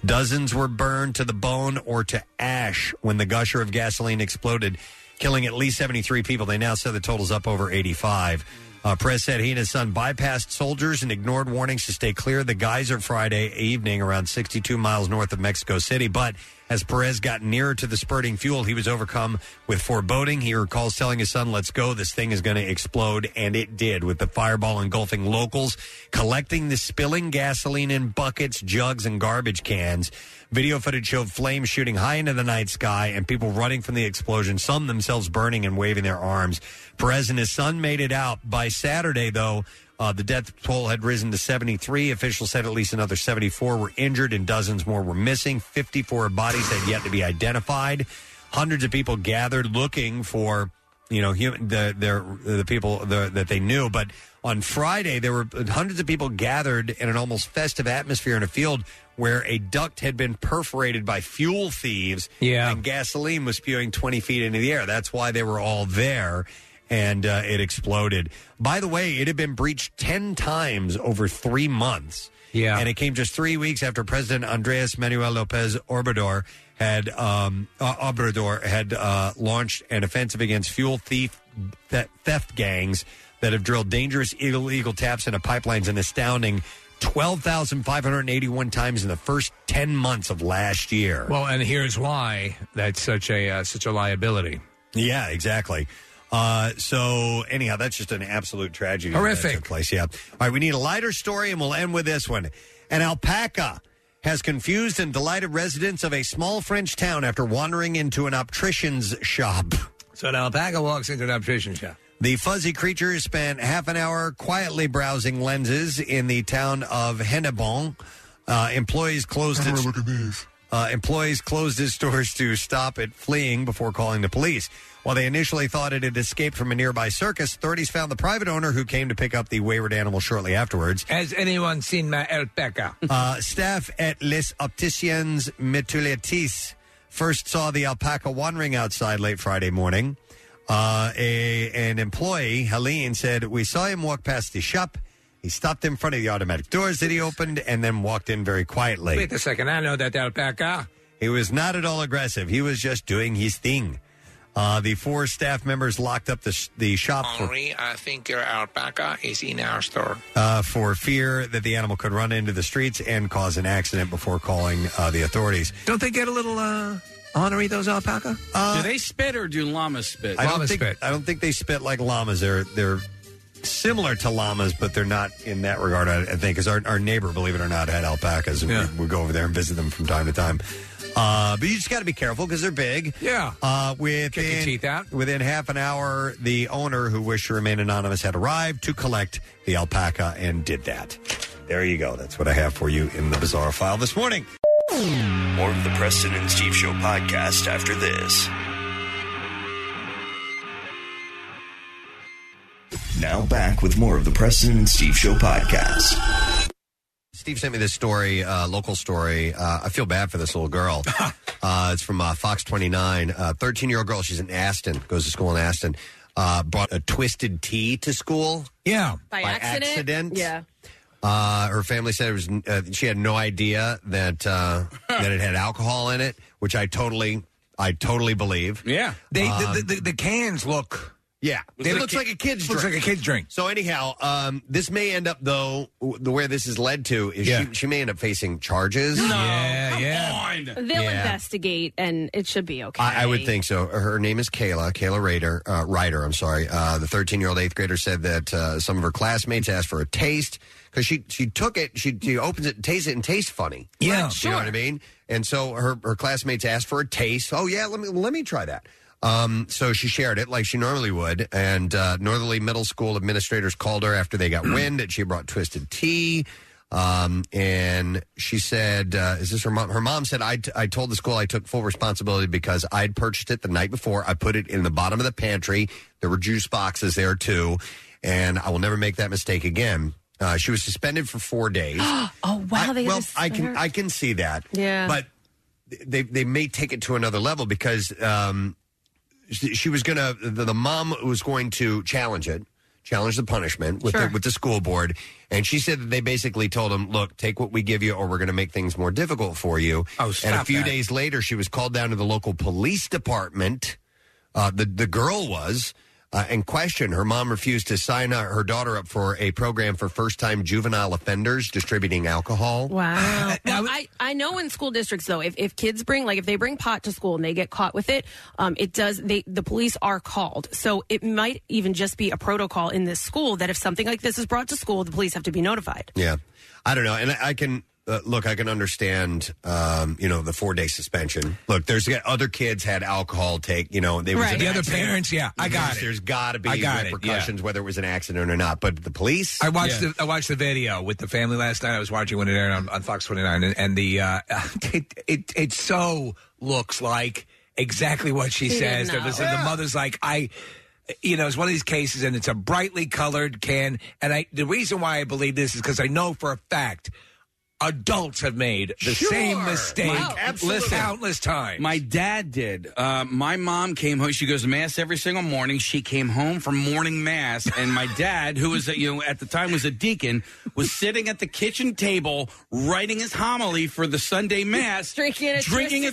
[SPEAKER 2] Dozens were burned to the bone or to ash when the gusher of gasoline exploded, killing at least 73 people. They now say the total's up over 85. Uh, Perez said he and his son bypassed soldiers and ignored warnings to stay clear of the geyser Friday evening around 62 miles north of Mexico City. But as Perez got nearer to the spurting fuel, he was overcome with foreboding. He recalls telling his son, Let's go. This thing is going to explode. And it did, with the fireball engulfing locals, collecting the spilling gasoline in buckets, jugs, and garbage cans. Video footage showed flames shooting high into the night sky and people running from the explosion, some themselves burning and waving their arms. Perez and his son made it out. By Saturday, though, uh, the death toll had risen to 73. Officials said at least another 74 were injured and dozens more were missing. 54 bodies had yet to be identified. Hundreds of people gathered looking for you know human, the their the people the, that they knew. But on Friday, there were hundreds of people gathered in an almost festive atmosphere in a field where a duct had been perforated by fuel thieves. Yeah, and gasoline was spewing 20 feet into the air. That's why they were all there and uh, it exploded. By the way, it had been breached 10 times over three months. Yeah. And it came just three weeks after President Andres Manuel Lopez Obrador had um, uh, Obrador had uh, launched an offensive against fuel thief the- theft gangs that have drilled dangerous illegal taps into pipelines an astounding 12,581 times in the first 10 months of last year.
[SPEAKER 4] Well, and here's why that's such a uh, such a liability.
[SPEAKER 2] Yeah, exactly. Uh, so anyhow, that's just an absolute tragedy. that
[SPEAKER 4] Horrific.
[SPEAKER 2] took place. Yeah. All right, we need a lighter story, and we'll end with this one. An alpaca has confused and delighted residents of a small French town after wandering into an optician's shop.
[SPEAKER 4] So an alpaca walks into an optician shop.
[SPEAKER 2] The fuzzy creature spent half an hour quietly browsing lenses in the town of Hennebon. Uh, employees closed its, Uh, employees closed its doors to stop it fleeing before calling the police. While they initially thought it had escaped from a nearby circus, authorities found the private owner who came to pick up the wayward animal shortly afterwards.
[SPEAKER 4] Has anyone seen my alpaca?
[SPEAKER 2] Uh, staff at Les Opticiens Metulitis first saw the alpaca wandering outside late Friday morning. Uh, a, an employee, Helene, said, We saw him walk past the shop. He stopped in front of the automatic doors that he opened and then walked in very quietly.
[SPEAKER 4] Wait a second, I know that alpaca.
[SPEAKER 2] He was not at all aggressive. He was just doing his thing. Uh, the four staff members locked up the, sh- the shop for
[SPEAKER 13] Henri, I think your alpaca is in our store.
[SPEAKER 2] uh, for fear that the animal could run into the streets and cause an accident before calling uh, the authorities.
[SPEAKER 4] Don't they get a little uh, honorary those alpaca?
[SPEAKER 2] Uh,
[SPEAKER 3] do they spit or do llamas spit?
[SPEAKER 2] I don't think I don't think they spit like llamas. They're they're similar to llamas, but they're not in that regard. I, I think because our, our neighbor, believe it or not, had alpacas. and We, we go over there and visit them from time to time. Uh, but you just got to be careful because they're big.
[SPEAKER 4] Yeah.
[SPEAKER 2] Uh, within, teeth out. Within half an hour, the owner, who wished to remain anonymous, had arrived to collect the alpaca and did that. There you go. That's what I have for you in the bizarre file this morning.
[SPEAKER 16] More of the Preston and Steve Show podcast after this. Now back with more of the Preston and Steve Show podcast.
[SPEAKER 2] Steve sent me this story, uh, local story. Uh, I feel bad for this little girl. uh, it's from uh, Fox 29. Uh, 13 year old girl. She's in Aston, goes to school in Aston. Uh, brought a twisted tea to school.
[SPEAKER 4] Yeah.
[SPEAKER 6] By,
[SPEAKER 2] By
[SPEAKER 6] accident?
[SPEAKER 2] accident?
[SPEAKER 6] Yeah.
[SPEAKER 2] Uh, her family said it was, uh, she had no idea that uh, that it had alcohol in it, which I totally, I totally believe.
[SPEAKER 3] Yeah,
[SPEAKER 4] They
[SPEAKER 2] Um,
[SPEAKER 4] the, the, the cans look.
[SPEAKER 2] Yeah,
[SPEAKER 4] They
[SPEAKER 2] it
[SPEAKER 4] look
[SPEAKER 2] looks
[SPEAKER 4] ki-
[SPEAKER 2] like a kid's
[SPEAKER 4] looks
[SPEAKER 2] drink.
[SPEAKER 4] like a kid's drink.
[SPEAKER 2] So anyhow, um, this may end up though w- the where this is led to is she, she may end up facing charges.
[SPEAKER 6] No,
[SPEAKER 3] Yeah,
[SPEAKER 2] come
[SPEAKER 6] They'll investigate, and it should be okay.
[SPEAKER 2] I, I would think so. Her name is Kayla, Kayla Ryder. Uh, Ryder, I'm sorry. Uh, the 13 year old eighth grader said that uh, some of her classmates asked for a taste because she she took it, she, she opens it, and tastes it, and tastes funny.
[SPEAKER 1] Yeah.
[SPEAKER 2] you know what I mean. And so her her classmates asked for a taste. Oh yeah, let me let me try that. Um, so she shared it like she normally would, and uh, Northerly Middle School administrators called her after they got wind that she brought twisted tea. Um, and she said, uh, "Is this her mom?" Her mom said, I, t- "I told the school I took full responsibility because I'd purchased it the night before. I put it in the bottom of the pantry. There were juice boxes there too, and I will never make that mistake again." Uh, she was suspended for four days.
[SPEAKER 6] oh wow! they
[SPEAKER 2] well,
[SPEAKER 6] have a
[SPEAKER 2] I can
[SPEAKER 6] serve.
[SPEAKER 2] I can see that.
[SPEAKER 6] Yeah.
[SPEAKER 2] but they they may take it to another level because um, she she was gonna the, the mom was going to challenge it, challenge the punishment with the, with the school board, and she said that they basically told him, "Look, take what we give you, or we're going to make things more difficult for you."
[SPEAKER 4] Oh,
[SPEAKER 2] and a
[SPEAKER 4] stop
[SPEAKER 2] few
[SPEAKER 4] that.
[SPEAKER 2] days later, she was called down to the local police department. Uh, the the girl was. Uh, and questioned. her mom refused to sign uh, her daughter up for a program for first time juvenile offenders distributing alcohol.
[SPEAKER 6] Wow. Well, I, I know in school districts though, if, if kids bring like if they bring pot to school and they get caught with it, um, it does they the police are called. So it might even just be a protocol in this school that if something like this is brought to school, the police have to be notified.
[SPEAKER 2] Yeah, I don't know, and I, I can uh, look. I can understand, um, you know, the four day suspension. Look, there's other kids had alcohol take. You know, they was
[SPEAKER 4] Right.
[SPEAKER 2] an
[SPEAKER 4] The other
[SPEAKER 2] accident.
[SPEAKER 4] parents, yeah, I got
[SPEAKER 2] There's-
[SPEAKER 4] it.
[SPEAKER 2] There's got to be
[SPEAKER 4] I got it,
[SPEAKER 2] repercussions, whether it was an accident or not. But the police,
[SPEAKER 4] I watched the I watched the video with the family last night. I was watching when it aired on, on Fox 29, and, and the uh, it, it it so looks like exactly what she
[SPEAKER 9] She
[SPEAKER 4] says.
[SPEAKER 9] didn't
[SPEAKER 4] The- The,
[SPEAKER 9] know.
[SPEAKER 4] the mother's like, I, you know, it's one of these cases, and it's a brightly colored can. And I the reason why I believe this is because I know for a fact. Adults have made the same mistake countless times.
[SPEAKER 3] My dad did. Uh, my mom came home. She goes to mass every single morning. She came home from morning mass, and my dad, who was a, you know at the time was a deacon, was sitting at the kitchen table writing his homily for the Sunday mass,
[SPEAKER 6] Drinking a
[SPEAKER 3] drinking a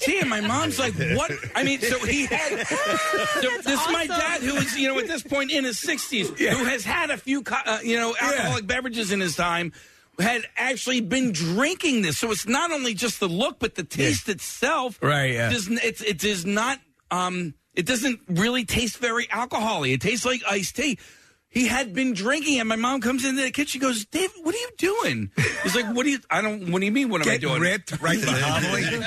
[SPEAKER 3] twisted tea. And my mom's like, "What?" I mean, so he had so this is my dad, who is you know at this point in his sixties, who has had a few co- uh, you know alcoholic beverages in his time. Had actually been drinking this, so it's not only just the look, but the taste itself
[SPEAKER 4] Right, yeah.
[SPEAKER 3] does, it, it does not. Um, it doesn't really taste very alcoholic. It tastes like iced tea. He had been drinking, and my mom comes into the kitchen. She goes, "Dave, what are you doing?" He's like, "What do you? I don't. What do you mean? What am I
[SPEAKER 4] Get
[SPEAKER 3] doing?"
[SPEAKER 4] ripped, right to the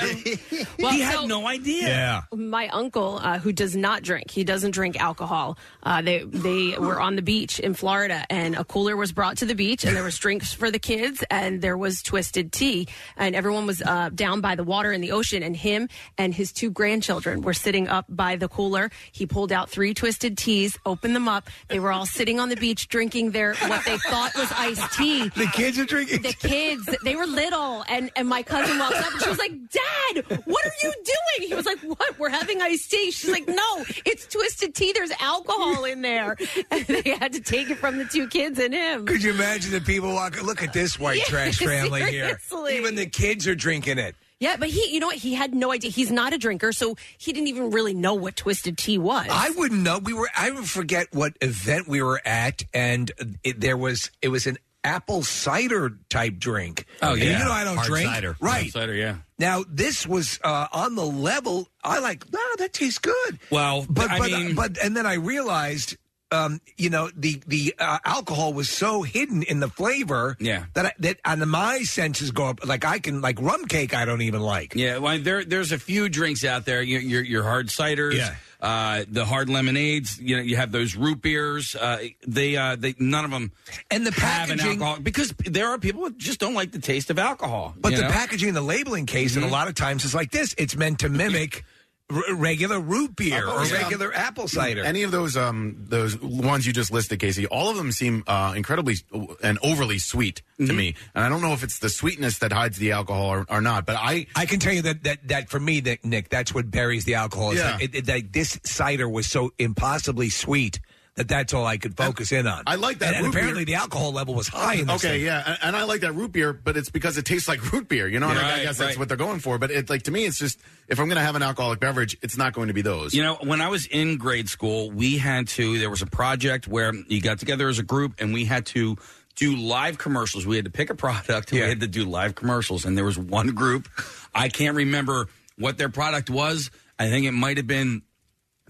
[SPEAKER 6] Well,
[SPEAKER 3] he had
[SPEAKER 6] so-
[SPEAKER 3] no idea.
[SPEAKER 6] My uncle, uh, who does not drink, he doesn't drink alcohol. Uh, they they were on the beach in Florida, and a cooler was brought to the beach, and there was drinks for the kids, and there was twisted tea, and everyone was uh, down by the water in the ocean, and him and his two grandchildren were sitting up by the cooler. He pulled out three twisted teas, opened them up. They were all sitting on the beach drinking their what they thought was iced tea.
[SPEAKER 4] The kids are drinking.
[SPEAKER 6] The kids, they were little, and and my cousin walks up and she was like, "Dad, what are you doing?" He was like, "What? We're having iced tea." She's like, "No, it's twisted tea. There's alcohol in there." And they had to take it from the two kids and him.
[SPEAKER 4] Could you imagine the people walking? Look at this white
[SPEAKER 6] Yeah,
[SPEAKER 4] trash family
[SPEAKER 6] seriously.
[SPEAKER 4] here. Even the kids are drinking it.
[SPEAKER 6] Yeah, but he, you know what? He had no idea. He's not a drinker, so he didn't even really know what twisted tea was.
[SPEAKER 4] I wouldn't know. We were. I forget what event we were at, and it, there was. It was an apple cider type drink. And you know I don't drink. Right
[SPEAKER 3] Oh, Hard cider. Yeah.
[SPEAKER 4] now, this was uh, on the level. I like. Wow, that tastes good.
[SPEAKER 3] Well,
[SPEAKER 4] but
[SPEAKER 3] I
[SPEAKER 4] but,
[SPEAKER 3] mean-
[SPEAKER 4] but and then I realized. Um, you know the the uh, alcohol was so hidden in the flavor,
[SPEAKER 3] Yeah.
[SPEAKER 4] that I, that on my senses go up. Like I can like rum cake, I don't even like.
[SPEAKER 3] Yeah, well, there there's a few drinks out there. Your your, your hard ciders,
[SPEAKER 4] Yeah.
[SPEAKER 3] uh, the hard lemonades. You know, you have those root beers. Uh, they uh, they none of them
[SPEAKER 4] and the
[SPEAKER 3] packaging have an alcohol because there are people who just don't like the taste of alcohol.
[SPEAKER 4] But
[SPEAKER 3] you
[SPEAKER 4] the
[SPEAKER 3] know? Mm-hmm.
[SPEAKER 4] packaging, and the labeling case, and a lot of times it's like this. It's meant to mimic r- regular root beer or
[SPEAKER 7] Yeah.
[SPEAKER 4] regular apple cider.
[SPEAKER 7] Any of those um those ones you just listed, Casey, all of them seem uh, incredibly s- and overly sweet to me. And I don't know if it's the sweetness that hides the alcohol or, or not, but I
[SPEAKER 4] I can tell you that that, that for me, that Nick, that's what buries the alcohol. It's
[SPEAKER 7] Yeah.
[SPEAKER 4] like, it, it, like this cider was so impossibly sweet that that's all I could focus in on.
[SPEAKER 7] I like that
[SPEAKER 4] And, and
[SPEAKER 7] root beer.
[SPEAKER 4] apparently, the alcohol level was high in this.
[SPEAKER 7] okay,
[SPEAKER 4] thing.
[SPEAKER 7] yeah, and, and I like that root beer, but it's because it tastes like root beer. You know, and I- I
[SPEAKER 3] Right,
[SPEAKER 7] guess that's
[SPEAKER 3] right.
[SPEAKER 7] what they're going for. But it like to me, it's just if I'm going to have an alcoholic beverage, it's not going to be those.
[SPEAKER 3] You know, when I was in grade school, we had to, there was a project where you got together as a group and we had to do live commercials. We had to pick a product and we had to do live commercials. And there was one group, I can't remember what their product was. I think it might have been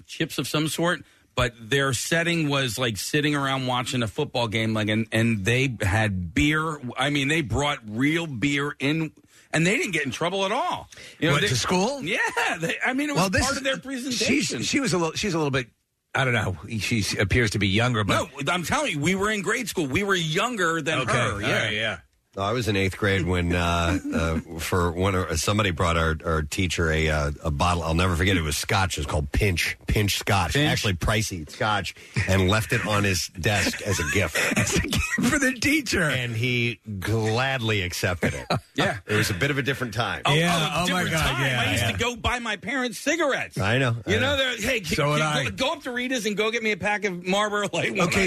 [SPEAKER 3] chips of some sort. But their setting was like sitting around watching a football game, like, and, and they had beer. I mean, they brought real beer in, and they didn't get in trouble at all.
[SPEAKER 4] What,
[SPEAKER 3] they-
[SPEAKER 4] to school?
[SPEAKER 3] Yeah, they, I mean, it was part of their presentation.
[SPEAKER 4] She's, she was a little. She's a little bit. I don't know. She appears to be younger, but
[SPEAKER 3] No, I'm telling you, we were in grade school. We were younger than
[SPEAKER 4] Okay,
[SPEAKER 3] her.
[SPEAKER 4] all
[SPEAKER 3] yeah,
[SPEAKER 4] right, yeah.
[SPEAKER 2] No, I was in eighth grade when uh, uh, for one of- somebody brought our, our teacher a uh, a bottle. I'll never forget. It was Scotch. It was called Pinch Pinch Scotch. Actually, pricey Scotch, and left it on his desk as a gift. as a gift
[SPEAKER 4] for the teacher,
[SPEAKER 2] and he gladly accepted it.
[SPEAKER 3] yeah, Oh,
[SPEAKER 2] it was a bit of a different time. oh
[SPEAKER 3] it was a different time. I used to go buy my parents cigarettes.
[SPEAKER 2] I know, I
[SPEAKER 3] You
[SPEAKER 2] know.
[SPEAKER 3] know, they're, hey, g-
[SPEAKER 2] So
[SPEAKER 3] g-
[SPEAKER 2] would
[SPEAKER 3] go,
[SPEAKER 2] I.
[SPEAKER 3] go up to Rita's and go get me a pack of Marlboro Light. One.
[SPEAKER 2] A few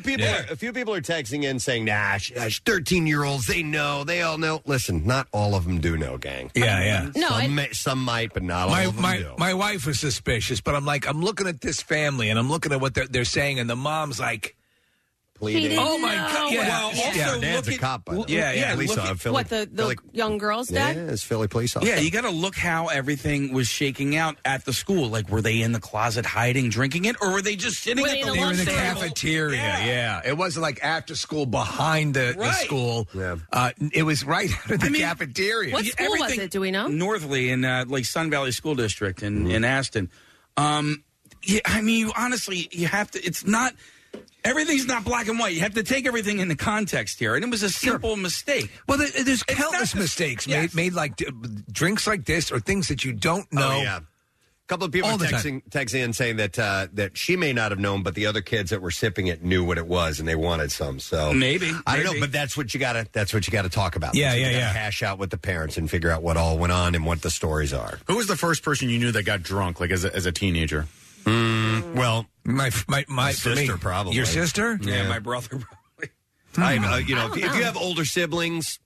[SPEAKER 2] people,
[SPEAKER 3] Yeah.
[SPEAKER 2] are, a few people are texting in saying, "Nah, sh- uh, sh- thirteen-year-olds, they know, they all know." Listen, not all of them do know, gang.
[SPEAKER 4] Yeah, yeah.
[SPEAKER 2] No,
[SPEAKER 4] No,
[SPEAKER 2] some,
[SPEAKER 4] and-
[SPEAKER 2] may, some might, but not all
[SPEAKER 4] my
[SPEAKER 2] of them
[SPEAKER 4] my,
[SPEAKER 2] do.
[SPEAKER 4] my wife was suspicious, but I'm like, I'm looking at this family and I'm looking at what they're, they're saying, and the mom's like,
[SPEAKER 6] didn't
[SPEAKER 4] Oh my
[SPEAKER 6] know.
[SPEAKER 4] god! Yeah,
[SPEAKER 6] Well,
[SPEAKER 4] yeah.
[SPEAKER 6] also
[SPEAKER 2] Dad's a cop, by the way.
[SPEAKER 4] yeah, yeah.
[SPEAKER 2] Police
[SPEAKER 4] look
[SPEAKER 2] officer,
[SPEAKER 4] at-
[SPEAKER 2] Philly,
[SPEAKER 6] what the, the
[SPEAKER 2] Philly,
[SPEAKER 6] young girl's
[SPEAKER 2] yeah,
[SPEAKER 6] dad?
[SPEAKER 2] it's Philly police officer.
[SPEAKER 3] Yeah, you got to look how everything was shaking out at the school. Like, were they in the closet hiding, drinking it, or were they just sitting
[SPEAKER 4] They
[SPEAKER 3] at the
[SPEAKER 4] were in
[SPEAKER 3] lunch
[SPEAKER 4] the
[SPEAKER 3] table?
[SPEAKER 4] cafeteria. Yeah. it wasn't like after school behind the, the
[SPEAKER 3] Right.
[SPEAKER 4] school. Uh, it was right out of the cafeteria.
[SPEAKER 6] What school was it? Do we know?
[SPEAKER 3] Northly in uh, like Sun Valley School District in in Aston. Um, yeah, I mean, you honestly, you have to. It's not everything's not black and white. You have to take everything into context here, and it was a simple mistake.
[SPEAKER 4] Well, there- there's countless mistakes made, made like d- drinks like this or things that you don't know.
[SPEAKER 2] Oh, yeah. couple of people
[SPEAKER 4] All
[SPEAKER 2] are
[SPEAKER 4] the
[SPEAKER 2] texting,
[SPEAKER 4] time.
[SPEAKER 2] texting in saying that uh, that she may not have known, but the other kids that were sipping it knew what it was and they wanted some. So
[SPEAKER 3] Maybe,
[SPEAKER 2] I don't know,
[SPEAKER 3] maybe.
[SPEAKER 2] but that's what you got to that's what you got to talk about.
[SPEAKER 7] Yeah,
[SPEAKER 2] That's what
[SPEAKER 7] yeah,
[SPEAKER 2] you gotta
[SPEAKER 7] yeah.
[SPEAKER 2] Hash out with the parents and figure out what all went on and what the stories are.
[SPEAKER 7] Who was the first person you knew that got drunk, like as a, as a teenager?
[SPEAKER 3] Mm,
[SPEAKER 2] well,
[SPEAKER 4] my my my
[SPEAKER 7] for me.
[SPEAKER 2] sister probably
[SPEAKER 7] Your sister?
[SPEAKER 3] Yeah,
[SPEAKER 7] Yeah.
[SPEAKER 3] my brother.
[SPEAKER 2] I, uh, you know, if, if you have older siblings,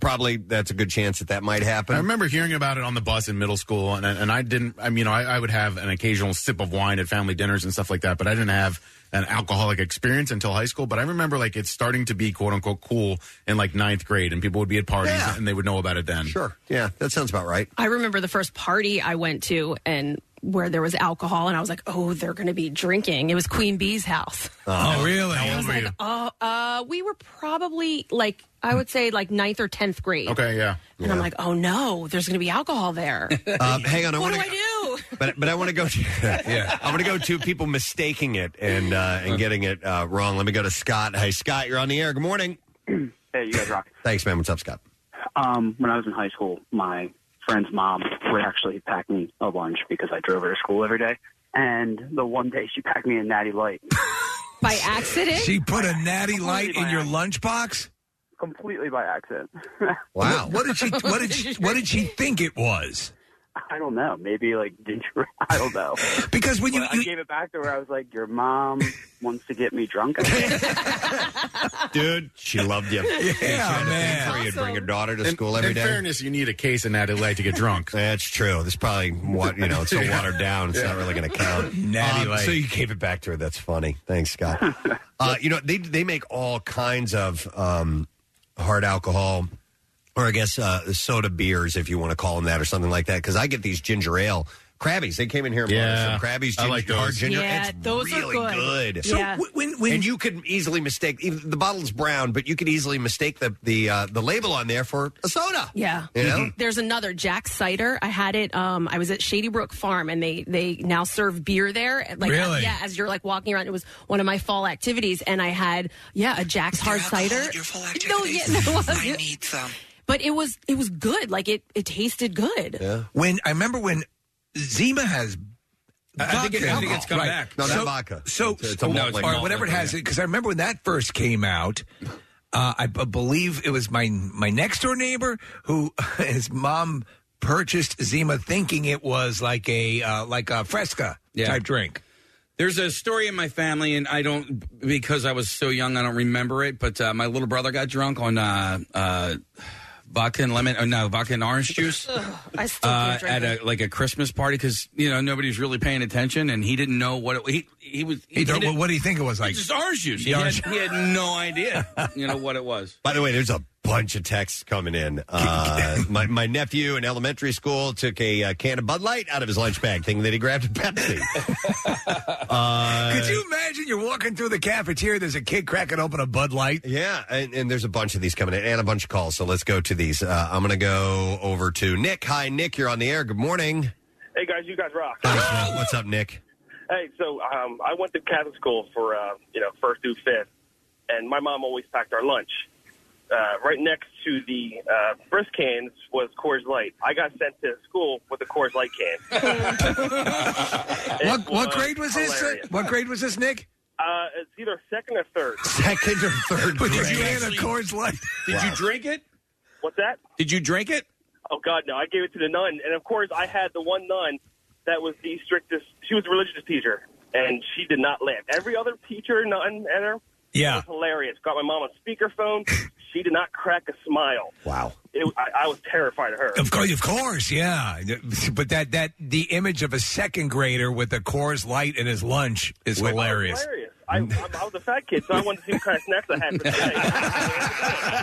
[SPEAKER 2] probably that's a good chance that that might happen.
[SPEAKER 7] I remember hearing about it on the bus in middle school, and and I didn't. I mean, you know, I, I would have an occasional sip of wine at family dinners and stuff like that, but I didn't have an alcoholic experience until high school. But I remember like it's starting to be quote unquote cool in like ninth grade, and people would be at parties and they would know about it then. Sure,
[SPEAKER 2] yeah, that sounds about right.
[SPEAKER 6] I remember the first party I went to and where there was alcohol, and I was like, oh, they're going to be drinking. It was Queen Bee's house.
[SPEAKER 2] uh,
[SPEAKER 4] Oh, really?
[SPEAKER 6] I was like, oh, uh, we were probably like, I would say like ninth or 10th grade.
[SPEAKER 7] Okay, yeah.
[SPEAKER 6] And I'm like, oh no, there's going to be alcohol there.
[SPEAKER 2] Um, hang on, I
[SPEAKER 6] what
[SPEAKER 2] wanna
[SPEAKER 6] do
[SPEAKER 2] go-
[SPEAKER 6] I do?
[SPEAKER 2] but but I want to go to yeah. I want to go to people mistaking it and uh, and getting it uh, wrong. Let me go to Scott. Hey Scott, you're on the air. Good morning.
[SPEAKER 9] Hey, you guys rock.
[SPEAKER 2] Thanks, man. What's up, Scott?
[SPEAKER 9] Um, when I was in high school, my friend's mom would actually pack me a lunch because I drove her to school every day. And the one day she packed me a natty light.
[SPEAKER 6] By accident?
[SPEAKER 4] She put a natty light in your lunchbox.
[SPEAKER 9] Completely by accident.
[SPEAKER 4] Wow. What did she? What did she? What did she think it was?
[SPEAKER 9] I don't know. Maybe like ginger. I don't know.
[SPEAKER 4] Because when
[SPEAKER 9] you, I gave it back to her, I was like, "Your mom wants to get me drunk."
[SPEAKER 2] Dude, she loved you.
[SPEAKER 9] Yeah,
[SPEAKER 2] she had a thing
[SPEAKER 9] man.
[SPEAKER 2] For you. You'd bring your daughter to
[SPEAKER 7] In-
[SPEAKER 2] school every
[SPEAKER 7] in
[SPEAKER 2] day.
[SPEAKER 7] fairness, you need a case of natty light to get drunk.
[SPEAKER 2] That's true. This probably what you know. It's so watered down. It's not really going to count.
[SPEAKER 4] Natty
[SPEAKER 2] Um,
[SPEAKER 4] Light.
[SPEAKER 2] So you gave it back to her. That's funny. Thanks, Scott. uh, you know they they make all kinds of um, hard alcohol, or I guess uh, soda beers, if you want to call them that, or something like that. Because I get these ginger ale. Crabbies. They came in here and
[SPEAKER 7] Yeah.
[SPEAKER 2] brought us some Crabbies.
[SPEAKER 7] I
[SPEAKER 2] Ginger,
[SPEAKER 7] like those.
[SPEAKER 2] Hard ginger.
[SPEAKER 6] Yeah,
[SPEAKER 2] it's
[SPEAKER 6] those are
[SPEAKER 2] really
[SPEAKER 6] good.
[SPEAKER 2] So
[SPEAKER 6] Yeah.
[SPEAKER 2] wh- when, when and you could easily mistake even, the bottle's brown, but you could easily mistake the the uh, the label on there for a soda.
[SPEAKER 6] Yeah.
[SPEAKER 2] You know?
[SPEAKER 6] There's another Jack Cider. I had it. Um, I was at Shady Brook Farm, and they they now serve beer there. Like,
[SPEAKER 2] Really?
[SPEAKER 6] yeah. As you're like walking around, it was one of my fall activities, and I had yeah a Jack's hard cider. Your fall No, yeah, no, I need some. But it was it was good. Like it it tasted good.
[SPEAKER 4] When I remember when Zima has.
[SPEAKER 6] I think it- I
[SPEAKER 4] vodka.
[SPEAKER 6] think it's come
[SPEAKER 4] Right.
[SPEAKER 6] back. No,
[SPEAKER 4] so,
[SPEAKER 6] not vodka.
[SPEAKER 4] So,
[SPEAKER 6] It's a- it's a
[SPEAKER 4] or-
[SPEAKER 6] malt liquor.
[SPEAKER 4] or whatever it has, because I remember when that first came out. Uh, I b- believe it was my my next door neighbor who his mom purchased Zima thinking it was like a uh, like a Fresca
[SPEAKER 3] Yeah.
[SPEAKER 4] type drink.
[SPEAKER 3] There's a story in my family, and I don't because I was so young, I don't remember it. But uh, my little brother got drunk on uh, uh, vodka and lemon. Oh no, vodka and orange juice.
[SPEAKER 6] I
[SPEAKER 3] uh, at a like a Christmas party because you know nobody was really paying attention, and he didn't know what it, he he was.
[SPEAKER 4] He thought,
[SPEAKER 3] didn't-
[SPEAKER 4] well, what do you think it was like?
[SPEAKER 3] Just orange juice. He,
[SPEAKER 4] Yeah, orange-
[SPEAKER 3] Had, he had no idea, you know, what it was.
[SPEAKER 2] By the way, there's a bunch of texts coming in. Uh, my, my nephew in elementary school took a uh, can of Bud Light out of his lunch bag, thinking that he grabbed a Pepsi. uh,
[SPEAKER 4] Could you imagine you're walking through the cafeteria? There's a kid cracking open a Bud Light.
[SPEAKER 2] Yeah, and, and there's a bunch of these coming in and a bunch of calls. So let's go to these. Uh, I'm going to go over to Nick. Hi, Nick. You're on the air. Good morning.
[SPEAKER 14] Hey guys, you guys rock.
[SPEAKER 2] Uh, what's up, Nick?
[SPEAKER 14] Hey, so um, I
[SPEAKER 9] um,
[SPEAKER 14] went to Catholic school for uh, you know first through fifth, and my mom always packed our lunch.
[SPEAKER 10] uh, right next to the uh, brisk cans was Coors Light. I got sent to school with a Coors Light can.
[SPEAKER 4] What, what grade was this? What grade was this, Nick?
[SPEAKER 10] Uh, it's either second or third.
[SPEAKER 2] Second or third
[SPEAKER 4] Did
[SPEAKER 10] grade.
[SPEAKER 4] you hand a Coors Light?
[SPEAKER 3] Did you drink it?
[SPEAKER 10] What's that?
[SPEAKER 3] Did you drink it?
[SPEAKER 10] Oh God, no! I gave it to the nun, and of course, I had the one nun that was the strictest. She was a religious teacher, and she did not laugh. Every other teacher, nun, and her,
[SPEAKER 4] Yeah.
[SPEAKER 10] was hilarious. Got my mom on speakerphone. she did not crack a smile.
[SPEAKER 2] Wow.
[SPEAKER 10] It, I, I was terrified of her.
[SPEAKER 4] Of course, of course, yeah. But that that the image of a second grader with a Coors Light in his lunch is hilarious.
[SPEAKER 10] Hilarious. I, I, I was a fat kid, so I wanted to see what kind of snacks I had for the night.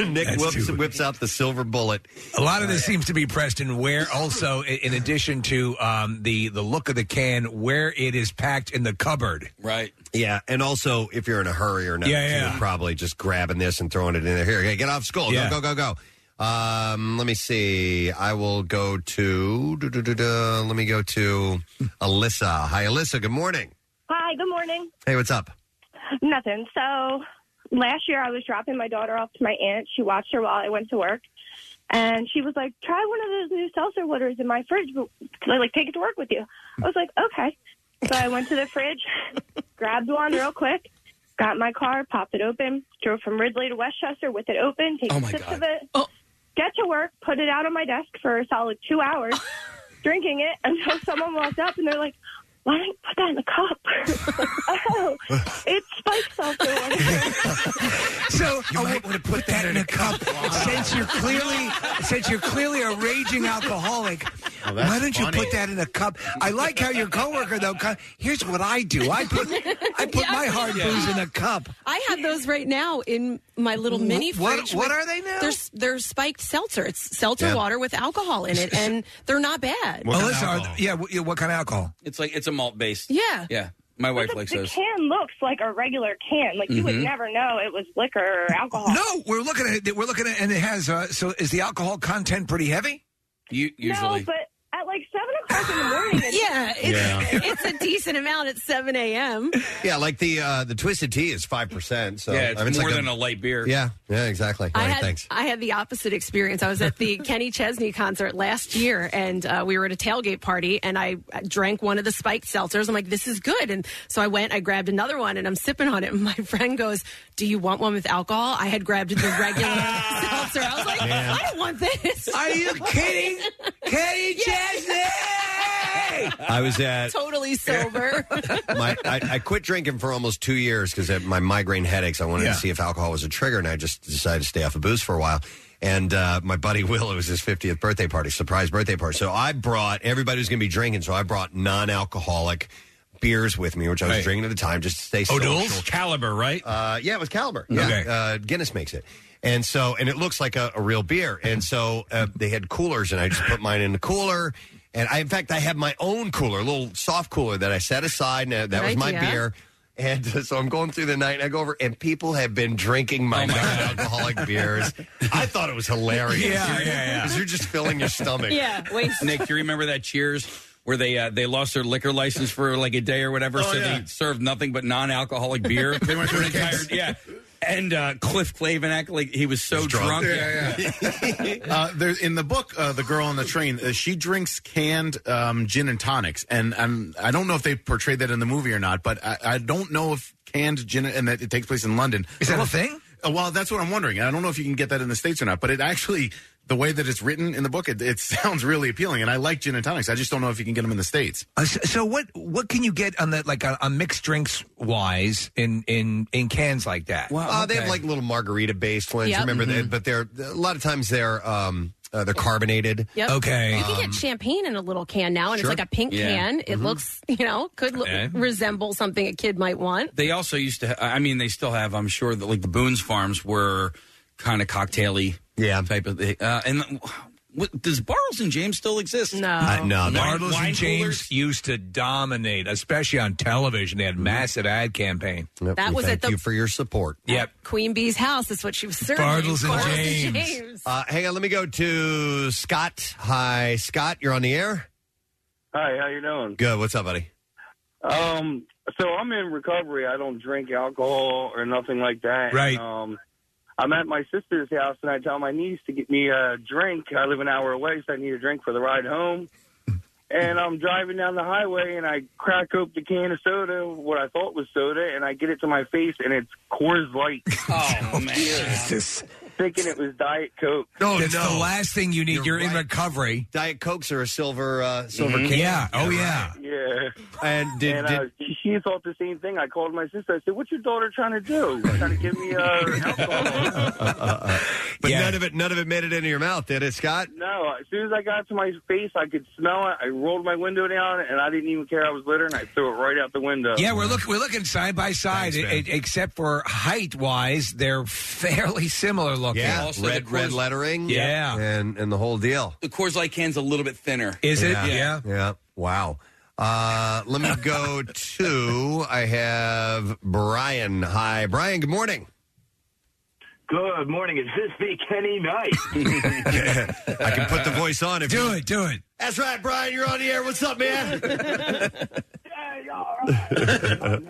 [SPEAKER 2] Nick whips, whips out the silver bullet.
[SPEAKER 4] A lot of this seems to be Preston, where also i- in addition to um, the the look of the can, where it is packed in the cupboard.
[SPEAKER 3] Right.
[SPEAKER 2] Yeah, and also if you're in a hurry or not,
[SPEAKER 4] Yeah, yeah.
[SPEAKER 2] you're probably just grabbing this and throwing it in there. Here, hey, get off school.
[SPEAKER 4] Yeah.
[SPEAKER 2] Go, go, go, go. Um, let me see. I will go to. duh, duh, duh, duh. Let me go to Alyssa. Hi, Alyssa. Good morning.
[SPEAKER 22] Hi, good morning.
[SPEAKER 2] Hey, what's up?
[SPEAKER 22] Nothing. So last year I was dropping my daughter off to my aunt. She watched her while I went to work. And she was like, try one of those new seltzer waters in my fridge. but- Like, take it to work with you. I was like, okay. So I went to the fridge, grabbed one real quick, got in my car, popped it open, drove from Ridley to Westchester with it open, take
[SPEAKER 6] Oh,
[SPEAKER 22] a
[SPEAKER 6] my
[SPEAKER 22] sip
[SPEAKER 6] God.
[SPEAKER 22] of it, get to work, put it out on my desk for a solid two hours, drinking it until someone walked up and they're like, why don't you put that in the cup? oh, it's spike seltzer.
[SPEAKER 4] So you might want to put that in a cup. Since you're clearly since you're clearly a raging alcoholic,
[SPEAKER 29] Oh, that's
[SPEAKER 4] why don't
[SPEAKER 29] funny.
[SPEAKER 4] you put that in a cup? I like how your coworker though. co- Here's what I do. I put I put
[SPEAKER 6] Yeah.
[SPEAKER 4] my hard booze in a cup.
[SPEAKER 6] I have those right now in my little
[SPEAKER 4] Wha-
[SPEAKER 6] mini
[SPEAKER 4] what-
[SPEAKER 6] fridge.
[SPEAKER 4] what
[SPEAKER 6] with-
[SPEAKER 4] are they now?
[SPEAKER 6] They're, s- they're spiked seltzer. It's seltzer
[SPEAKER 4] Yeah.
[SPEAKER 6] water with alcohol in it, and they're not bad.
[SPEAKER 4] Alyssa, are th- yeah, what, yeah, what kind of alcohol?
[SPEAKER 3] It's like it's a malt based.
[SPEAKER 6] Yeah.
[SPEAKER 3] Yeah. My wife likes
[SPEAKER 22] The
[SPEAKER 3] those.
[SPEAKER 22] can looks like a regular can. Like, you would
[SPEAKER 6] Mm-hmm.
[SPEAKER 4] Mhm.
[SPEAKER 22] never know it was liquor or alcohol.
[SPEAKER 4] No, we're looking at it. We're looking at, and it has. Uh, so, is the alcohol content pretty heavy?
[SPEAKER 3] You,
[SPEAKER 22] No, but at like 7 o'clock in the morning. it's-
[SPEAKER 6] Yeah, it's,
[SPEAKER 2] Yeah.
[SPEAKER 6] it's a decent amount at 7 a.m.
[SPEAKER 2] Yeah, like the uh, the twisted tea is five percent. So
[SPEAKER 3] yeah, it's
[SPEAKER 2] I mean,
[SPEAKER 3] more
[SPEAKER 2] like
[SPEAKER 3] than a, light beer.
[SPEAKER 2] Yeah, yeah, exactly.
[SPEAKER 6] I
[SPEAKER 2] All right,
[SPEAKER 6] had,
[SPEAKER 2] thanks.
[SPEAKER 6] I had the opposite experience. I was at the Kenny Chesney concert last year, and uh, we were at a tailgate party, and I drank one of the spiked seltzers. I'm like, this is good. And so I went, I grabbed another one, and I'm sipping on it. And my friend goes, Do you want one with alcohol? I had grabbed the regular seltzer. I was like,
[SPEAKER 4] Man.
[SPEAKER 6] I don't want this.
[SPEAKER 4] Are you kidding? Kenny Chesney!
[SPEAKER 2] I was at
[SPEAKER 6] Totally sober.
[SPEAKER 2] my I, I quit drinking for almost two years because my migraine headaches. I wanted
[SPEAKER 18] Yeah.
[SPEAKER 2] to see if alcohol was a trigger, and I just decided to stay off of booze for a while. And uh, my buddy Will, it was his 50th birthday party, surprise birthday party. So I brought everybody was going to be drinking, so I brought non-alcoholic beers with me, which I was
[SPEAKER 18] Right.
[SPEAKER 2] drinking at the time just to stay
[SPEAKER 18] O'Doul's?
[SPEAKER 2] social. Caliber, right? Uh, yeah, it was Caliber. Yeah, uh, Guinness makes it. And so, and it looks like a, a real beer. And so uh, they had coolers, and I just put mine in the cooler. And I, in fact, I have my own cooler, a little soft cooler that I set aside. And uh, that
[SPEAKER 18] Good
[SPEAKER 2] was my
[SPEAKER 18] idea.
[SPEAKER 2] beer. And uh, so I'm going through the night, and I go over, and people have been drinking Oh, my, non-alcoholic beers. I thought it was hilarious. Uh,
[SPEAKER 3] Yeah, yeah, yeah.
[SPEAKER 2] Because you're just filling your stomach.
[SPEAKER 6] Yeah, waste.
[SPEAKER 3] Nick, do you remember that Cheers where they uh, they lost their liquor license for like a day or whatever, so they served nothing but non-alcoholic beer. they went to an entire yeah. And uh, Cliff Clavenack, like he was so drunk.
[SPEAKER 7] Yeah, uh, there's in the book, uh, the girl on the train. Uh, she drinks canned um, gin and tonics, and I'm, I don't know if they portrayed that in the movie or not, but I, I don't know if canned gin and that it takes place in London. Is that a
[SPEAKER 4] thing?
[SPEAKER 7] well, that's what I'm wondering. I don't know if you can get that in the states or not, but it actually. The way that it's written in the book, it, it sounds really appealing, and I like gin and tonics. I just don't know if you can get them in the states.
[SPEAKER 4] Uh, so, so what what can you get on that like on, on mixed drinks wise in in in cans like that?
[SPEAKER 2] Well, Mm-hmm. uh, they have like little margarita based ones.
[SPEAKER 6] Yep.
[SPEAKER 2] Remember
[SPEAKER 6] Mhm.
[SPEAKER 2] that? But they're a lot of times they're um, uh, they're carbonated.
[SPEAKER 6] Yep. You can
[SPEAKER 2] Um,
[SPEAKER 6] get champagne in a little can now, and
[SPEAKER 2] Sure.
[SPEAKER 6] it's like a pink
[SPEAKER 2] Yeah.
[SPEAKER 6] can. It
[SPEAKER 2] Mhm.
[SPEAKER 6] looks, you know, could look,
[SPEAKER 3] Okay.
[SPEAKER 6] resemble something a kid might want.
[SPEAKER 3] They also used to. Ha- I mean, they still have. I'm sure that like the Boone's Farms were kind of cocktaily.
[SPEAKER 2] Yeah,
[SPEAKER 3] type of thing. Uh, and what, does Bartles and James still exist? No,
[SPEAKER 4] Uh, Bartles and James used to dominate, especially on television. They had massive ad campaign.
[SPEAKER 6] That we was at thank the- you
[SPEAKER 2] for your support.
[SPEAKER 4] Yep.
[SPEAKER 6] Queen Bee's house is what she was serving.
[SPEAKER 2] Bartles and James.
[SPEAKER 6] James.
[SPEAKER 2] Uh, hang on, let me go to Scott. Hi, Scott. You're on the air.
[SPEAKER 9] Hi, how you doing?
[SPEAKER 2] Good. What's up, buddy?
[SPEAKER 9] Um, so I'm in recovery. I don't drink alcohol or nothing like that.
[SPEAKER 2] Right.
[SPEAKER 9] Um, I'm at my sister's house, and I tell my niece to get me a drink. I live an hour away, so I need a drink for the ride home. And I'm driving down the highway, and I crack open the can of soda, what I thought was soda, and I get it to my face, and it's Coors Light. Oh man!
[SPEAKER 4] Jesus.
[SPEAKER 9] Thinking it was Diet Coke.
[SPEAKER 4] That's the last thing you need. You're, in recovery.
[SPEAKER 2] Diet Cokes are a silver uh, silver
[SPEAKER 4] Mhm.
[SPEAKER 2] can.
[SPEAKER 4] Yeah. Oh, yeah.
[SPEAKER 9] Yeah.
[SPEAKER 2] And did- did-
[SPEAKER 9] and, uh, she- she thought the same thing. I called my sister. I said, "What's your daughter trying to do? Trying to give me uh, a
[SPEAKER 2] Uh, But none of it none of it made it into your mouth, did it, Scott?
[SPEAKER 9] No, as soon as I got to my face, I could smell it. I rolled my window down, and I didn't even care I was litter, and I threw it right out the window.
[SPEAKER 4] Yeah, we're look we're looking side by side,
[SPEAKER 9] Thanks,
[SPEAKER 4] e- e- except for height wise, they're fairly similar looking.
[SPEAKER 2] Yeah, red red lettering.
[SPEAKER 4] Yeah.
[SPEAKER 2] and and the whole deal.
[SPEAKER 3] The Coors Light can's a little bit thinner.
[SPEAKER 2] Yeah. Yeah. Wow. Uh, let me go to. I have Brian. Hi, Brian. Good morning.
[SPEAKER 10] Good morning. Is this the Kenny Knight?
[SPEAKER 2] I can put the voice on if
[SPEAKER 4] do
[SPEAKER 2] you
[SPEAKER 4] it. Do it.
[SPEAKER 2] That's right, Brian. You're on the air. What's up, man?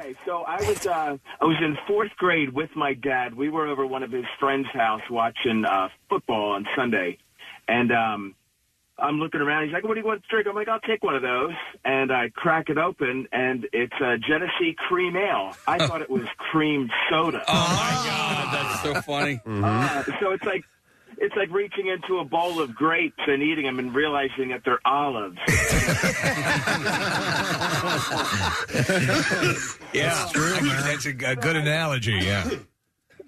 [SPEAKER 10] hey, so I was uh, I was in fourth grade with my dad. We were over one of his friends' house watching uh, football on Sunday, and um, I'm looking around. He's like, "What do you want to drink?" I'm like, "I'll take one of those." And I crack it open, and it's uh, Genesee Cream Ale. I thought it was cream soda.
[SPEAKER 3] Oh, God, that's so funny.
[SPEAKER 10] Uh, so it's like it's like reaching into a bowl of grapes and eating them and realizing that they're olives.
[SPEAKER 4] Yeah, that's true. That's a, a good analogy. Yeah.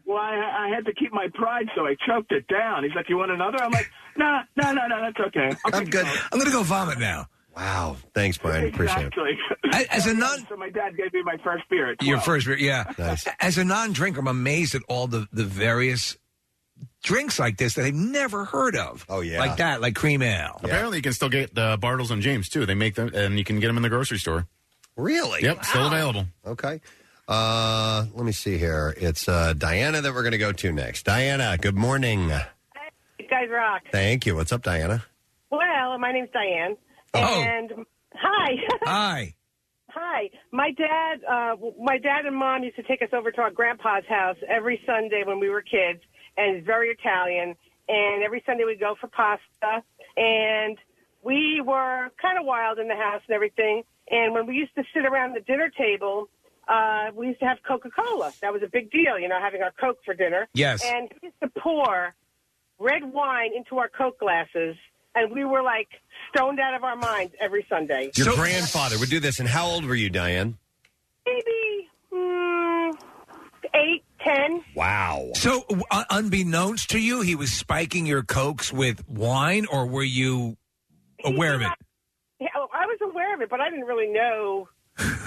[SPEAKER 10] Well, I, I had to keep my pride, so I choked it down. He's like, "You want another?" I'm like, "Nah, no, no, no, that's okay."
[SPEAKER 4] I'm good. I'm gonna go vomit now.
[SPEAKER 2] Wow. Thanks, Brian. Appreciate it.
[SPEAKER 10] Exactly.
[SPEAKER 4] As a nun,
[SPEAKER 10] so my dad gave me my first beer. At
[SPEAKER 4] Your
[SPEAKER 10] 12.
[SPEAKER 4] first beer, yeah. As a non-drinker, I'm amazed at all the the various drinks like this that I've never heard of.
[SPEAKER 2] Oh yeah,
[SPEAKER 4] like that, like cream ale.
[SPEAKER 7] Apparently, you can still get the Bartles and James too. They make them, and you can get them in the grocery store.
[SPEAKER 2] Really?
[SPEAKER 7] Yep, still available.
[SPEAKER 2] Okay. Uh, let me see here. It's uh, Diana that we're going to go to next. Diana, good morning.
[SPEAKER 8] You guys rock.
[SPEAKER 2] Thank you. What's up, Diana?
[SPEAKER 8] Well, my name's Diane.
[SPEAKER 2] Oh.
[SPEAKER 8] And hi.
[SPEAKER 4] Hi.
[SPEAKER 8] Hi. My dad, uh, my dad and mom used to take us over to our grandpa's house every Sunday when we were kids, and it's very Italian. And every Sunday we'd go for pasta, and we were kind of wild in the house and everything. And when we used to sit around the dinner table, uh, we used to have Coca Cola. That was a big deal, you know, having our Coke for dinner.
[SPEAKER 5] Yes.
[SPEAKER 8] And he used to pour red wine into our Coke glasses, and we were like stoned out of our minds every Sunday.
[SPEAKER 2] Your grandfather would do this. And how old were you, Diane?
[SPEAKER 8] Maybe mm, eight, ten.
[SPEAKER 2] Wow.
[SPEAKER 4] So, w- un- unbeknownst to you, he was spiking your cokes with wine, or were you aware of it?
[SPEAKER 8] Yeah, I was aware of it, but I didn't really know,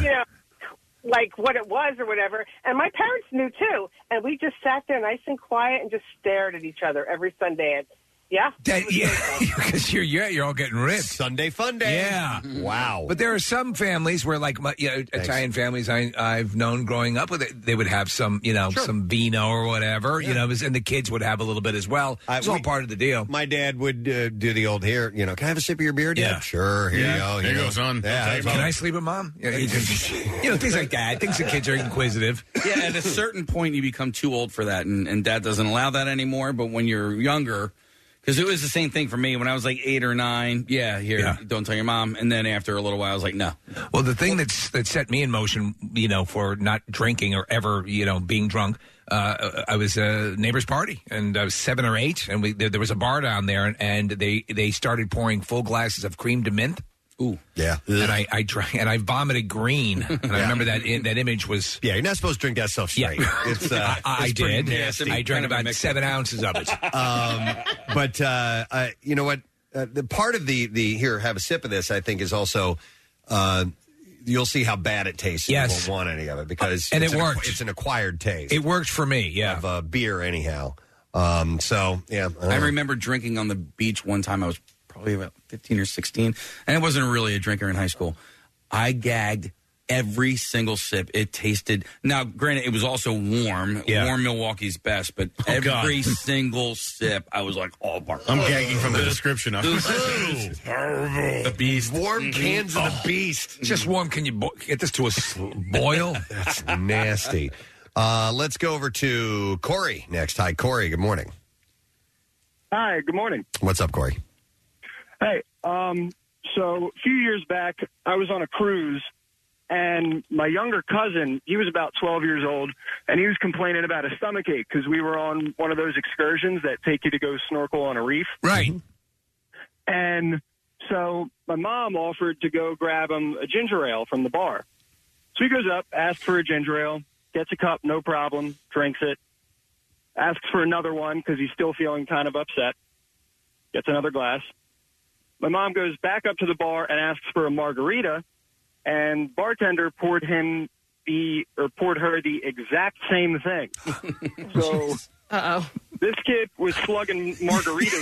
[SPEAKER 8] you know, like what it was or whatever. And my parents knew too, and we just sat there nice and quiet and just stared at each other every Sunday. And yeah,
[SPEAKER 4] That, yeah, because you're yeah, you're all getting ripped.
[SPEAKER 2] Sunday fun day.
[SPEAKER 4] Yeah.
[SPEAKER 2] Wow.
[SPEAKER 4] But there are some families where, like, my, you know, Italian families I, I've known growing up with, it, they would have some, you know, some vino or whatever, you know, and the kids would have a little bit as well. it's all part of the deal.
[SPEAKER 2] My dad would uh, do the old here. You know, can I have a sip of your beer? Dad? Yeah, sure. Here
[SPEAKER 4] Yeah.
[SPEAKER 2] you go.
[SPEAKER 4] There
[SPEAKER 2] Here you
[SPEAKER 4] goes
[SPEAKER 2] go.
[SPEAKER 4] on.
[SPEAKER 2] Yeah,
[SPEAKER 4] Can I sleep with mom? Yeah, you just- you know, things like that. Things the kids are inquisitive.
[SPEAKER 3] Yeah, at a certain point, you become too old for that, and, and dad doesn't allow that anymore. But when you're younger, because it was the same thing for me when I was like eight or nine. Yeah, here, don't tell your mom. And then after a little while, I was like, no.
[SPEAKER 4] Well, the thing that's that set me in motion, you know, for not drinking or ever, you know, being drunk. Uh, I was at a neighbor's party, and I was seven or eight, and we there, there was a bar down there, and, and they they started pouring full glasses of cream de mint.
[SPEAKER 3] Ooh,
[SPEAKER 2] yeah,
[SPEAKER 4] and I I drank and I vomited green, and I remember that in, that image was
[SPEAKER 2] yeah. You're not supposed to drink that stuff straight. It's, uh,
[SPEAKER 4] I, I
[SPEAKER 2] it's pretty
[SPEAKER 4] did.
[SPEAKER 2] nasty.
[SPEAKER 4] I drank about seven ounces of it.
[SPEAKER 2] um, but uh, uh, you know what? Uh, the part of the the here have a sip of this. I think is also. Uh, You'll see how bad it tastes. and
[SPEAKER 4] Yes.
[SPEAKER 2] you won't want any of it because
[SPEAKER 4] And
[SPEAKER 2] it's
[SPEAKER 4] it
[SPEAKER 2] an,
[SPEAKER 4] worked.
[SPEAKER 2] It's an acquired taste.
[SPEAKER 4] It worked for me. Yeah,
[SPEAKER 2] of uh, beer anyhow. Um, so yeah, don't
[SPEAKER 3] I
[SPEAKER 2] know.
[SPEAKER 3] remember drinking on the beach one time. I was probably about 15 or 16, and I wasn't really a drinker in high school. I gagged every single sip. It tasted. Now, granted, it was also warm.
[SPEAKER 20] Yeah.
[SPEAKER 3] Warm Milwaukee's best, but
[SPEAKER 20] Oh,
[SPEAKER 3] every
[SPEAKER 20] God.
[SPEAKER 3] single sip, I was like, oh, my
[SPEAKER 7] I'm gagging from the
[SPEAKER 3] Ugh.
[SPEAKER 7] description of it.
[SPEAKER 3] Ugh.
[SPEAKER 7] The
[SPEAKER 3] beast.
[SPEAKER 2] Warm
[SPEAKER 4] Mm-hmm.
[SPEAKER 2] cans
[SPEAKER 4] Oh.
[SPEAKER 2] of the beast.
[SPEAKER 4] Just warm. Can you bo- get this to a s- boil?
[SPEAKER 2] That's nasty. Uh, let's go over to Corey next. Hi, Corey. Good morning.
[SPEAKER 9] Hi, good morning.
[SPEAKER 2] What's up, Corey?
[SPEAKER 9] Hey, um, so a few years back, I was on a cruise, and my younger cousin, he was about 12 years old, and he was complaining about a stomach ache because we were on one of those excursions that take you to go snorkel on a reef.
[SPEAKER 4] Right.
[SPEAKER 9] And so my mom offered to go grab him a ginger ale from the bar. So he goes up, asks for a ginger ale, gets a cup, no problem, drinks it, asks for another one because he's still feeling kind of upset, gets another glass. My mom goes back up to the bar and asks for a margarita, and bartender poured him the or poured her the exact same thing. so,
[SPEAKER 6] uh oh,
[SPEAKER 9] this kid was slugging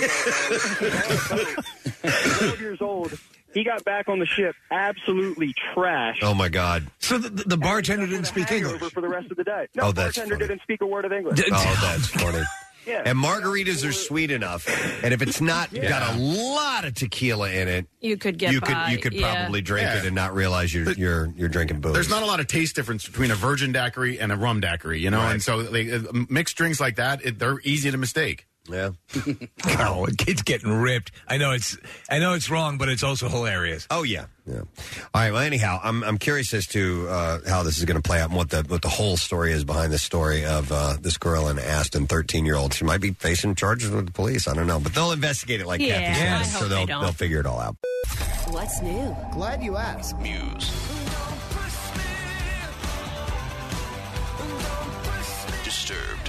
[SPEAKER 9] margaritas. all around. Twelve years old, he got back on the ship absolutely trash.
[SPEAKER 2] Oh my God.
[SPEAKER 4] So the, the bartender didn't speak English.
[SPEAKER 9] Over for the rest of the day. No,
[SPEAKER 2] Oh, that's
[SPEAKER 9] bartender
[SPEAKER 2] funny.
[SPEAKER 9] didn't speak a word of English.
[SPEAKER 2] Oh, that's funny.
[SPEAKER 9] Yeah.
[SPEAKER 2] And margaritas are sweet enough, and if it's not
[SPEAKER 9] Yeah.
[SPEAKER 2] got a lot of tequila in it,
[SPEAKER 6] You could get
[SPEAKER 2] you could
[SPEAKER 6] by,
[SPEAKER 2] you could
[SPEAKER 6] yeah.
[SPEAKER 2] probably drink
[SPEAKER 7] Yeah.
[SPEAKER 2] it and not realize you're you're you're drinking booze.
[SPEAKER 7] There's not a lot of taste difference between a virgin daiquiri and a rum daiquiri, you know. And so, like, uh, mixed drinks like that, it, they're easy to mistake.
[SPEAKER 2] Yeah.
[SPEAKER 4] oh, it's getting ripped. I know it's I know it's wrong, but it's also hilarious.
[SPEAKER 2] Oh yeah. Yeah. All right. Well, anyhow, I'm I'm curious as to uh, how this is going to play out and what the what the whole story is behind this story of uh, this girl in Aston, 13 year old. She might be facing charges with the police. I don't know, but they'll investigate it like
[SPEAKER 20] Yeah,
[SPEAKER 2] Kathy said,
[SPEAKER 20] I
[SPEAKER 2] so
[SPEAKER 20] hope they
[SPEAKER 2] they'll
[SPEAKER 20] don't.
[SPEAKER 2] will figure it all out.
[SPEAKER 20] What's new? Glad you asked. News.
[SPEAKER 16] Disturbed.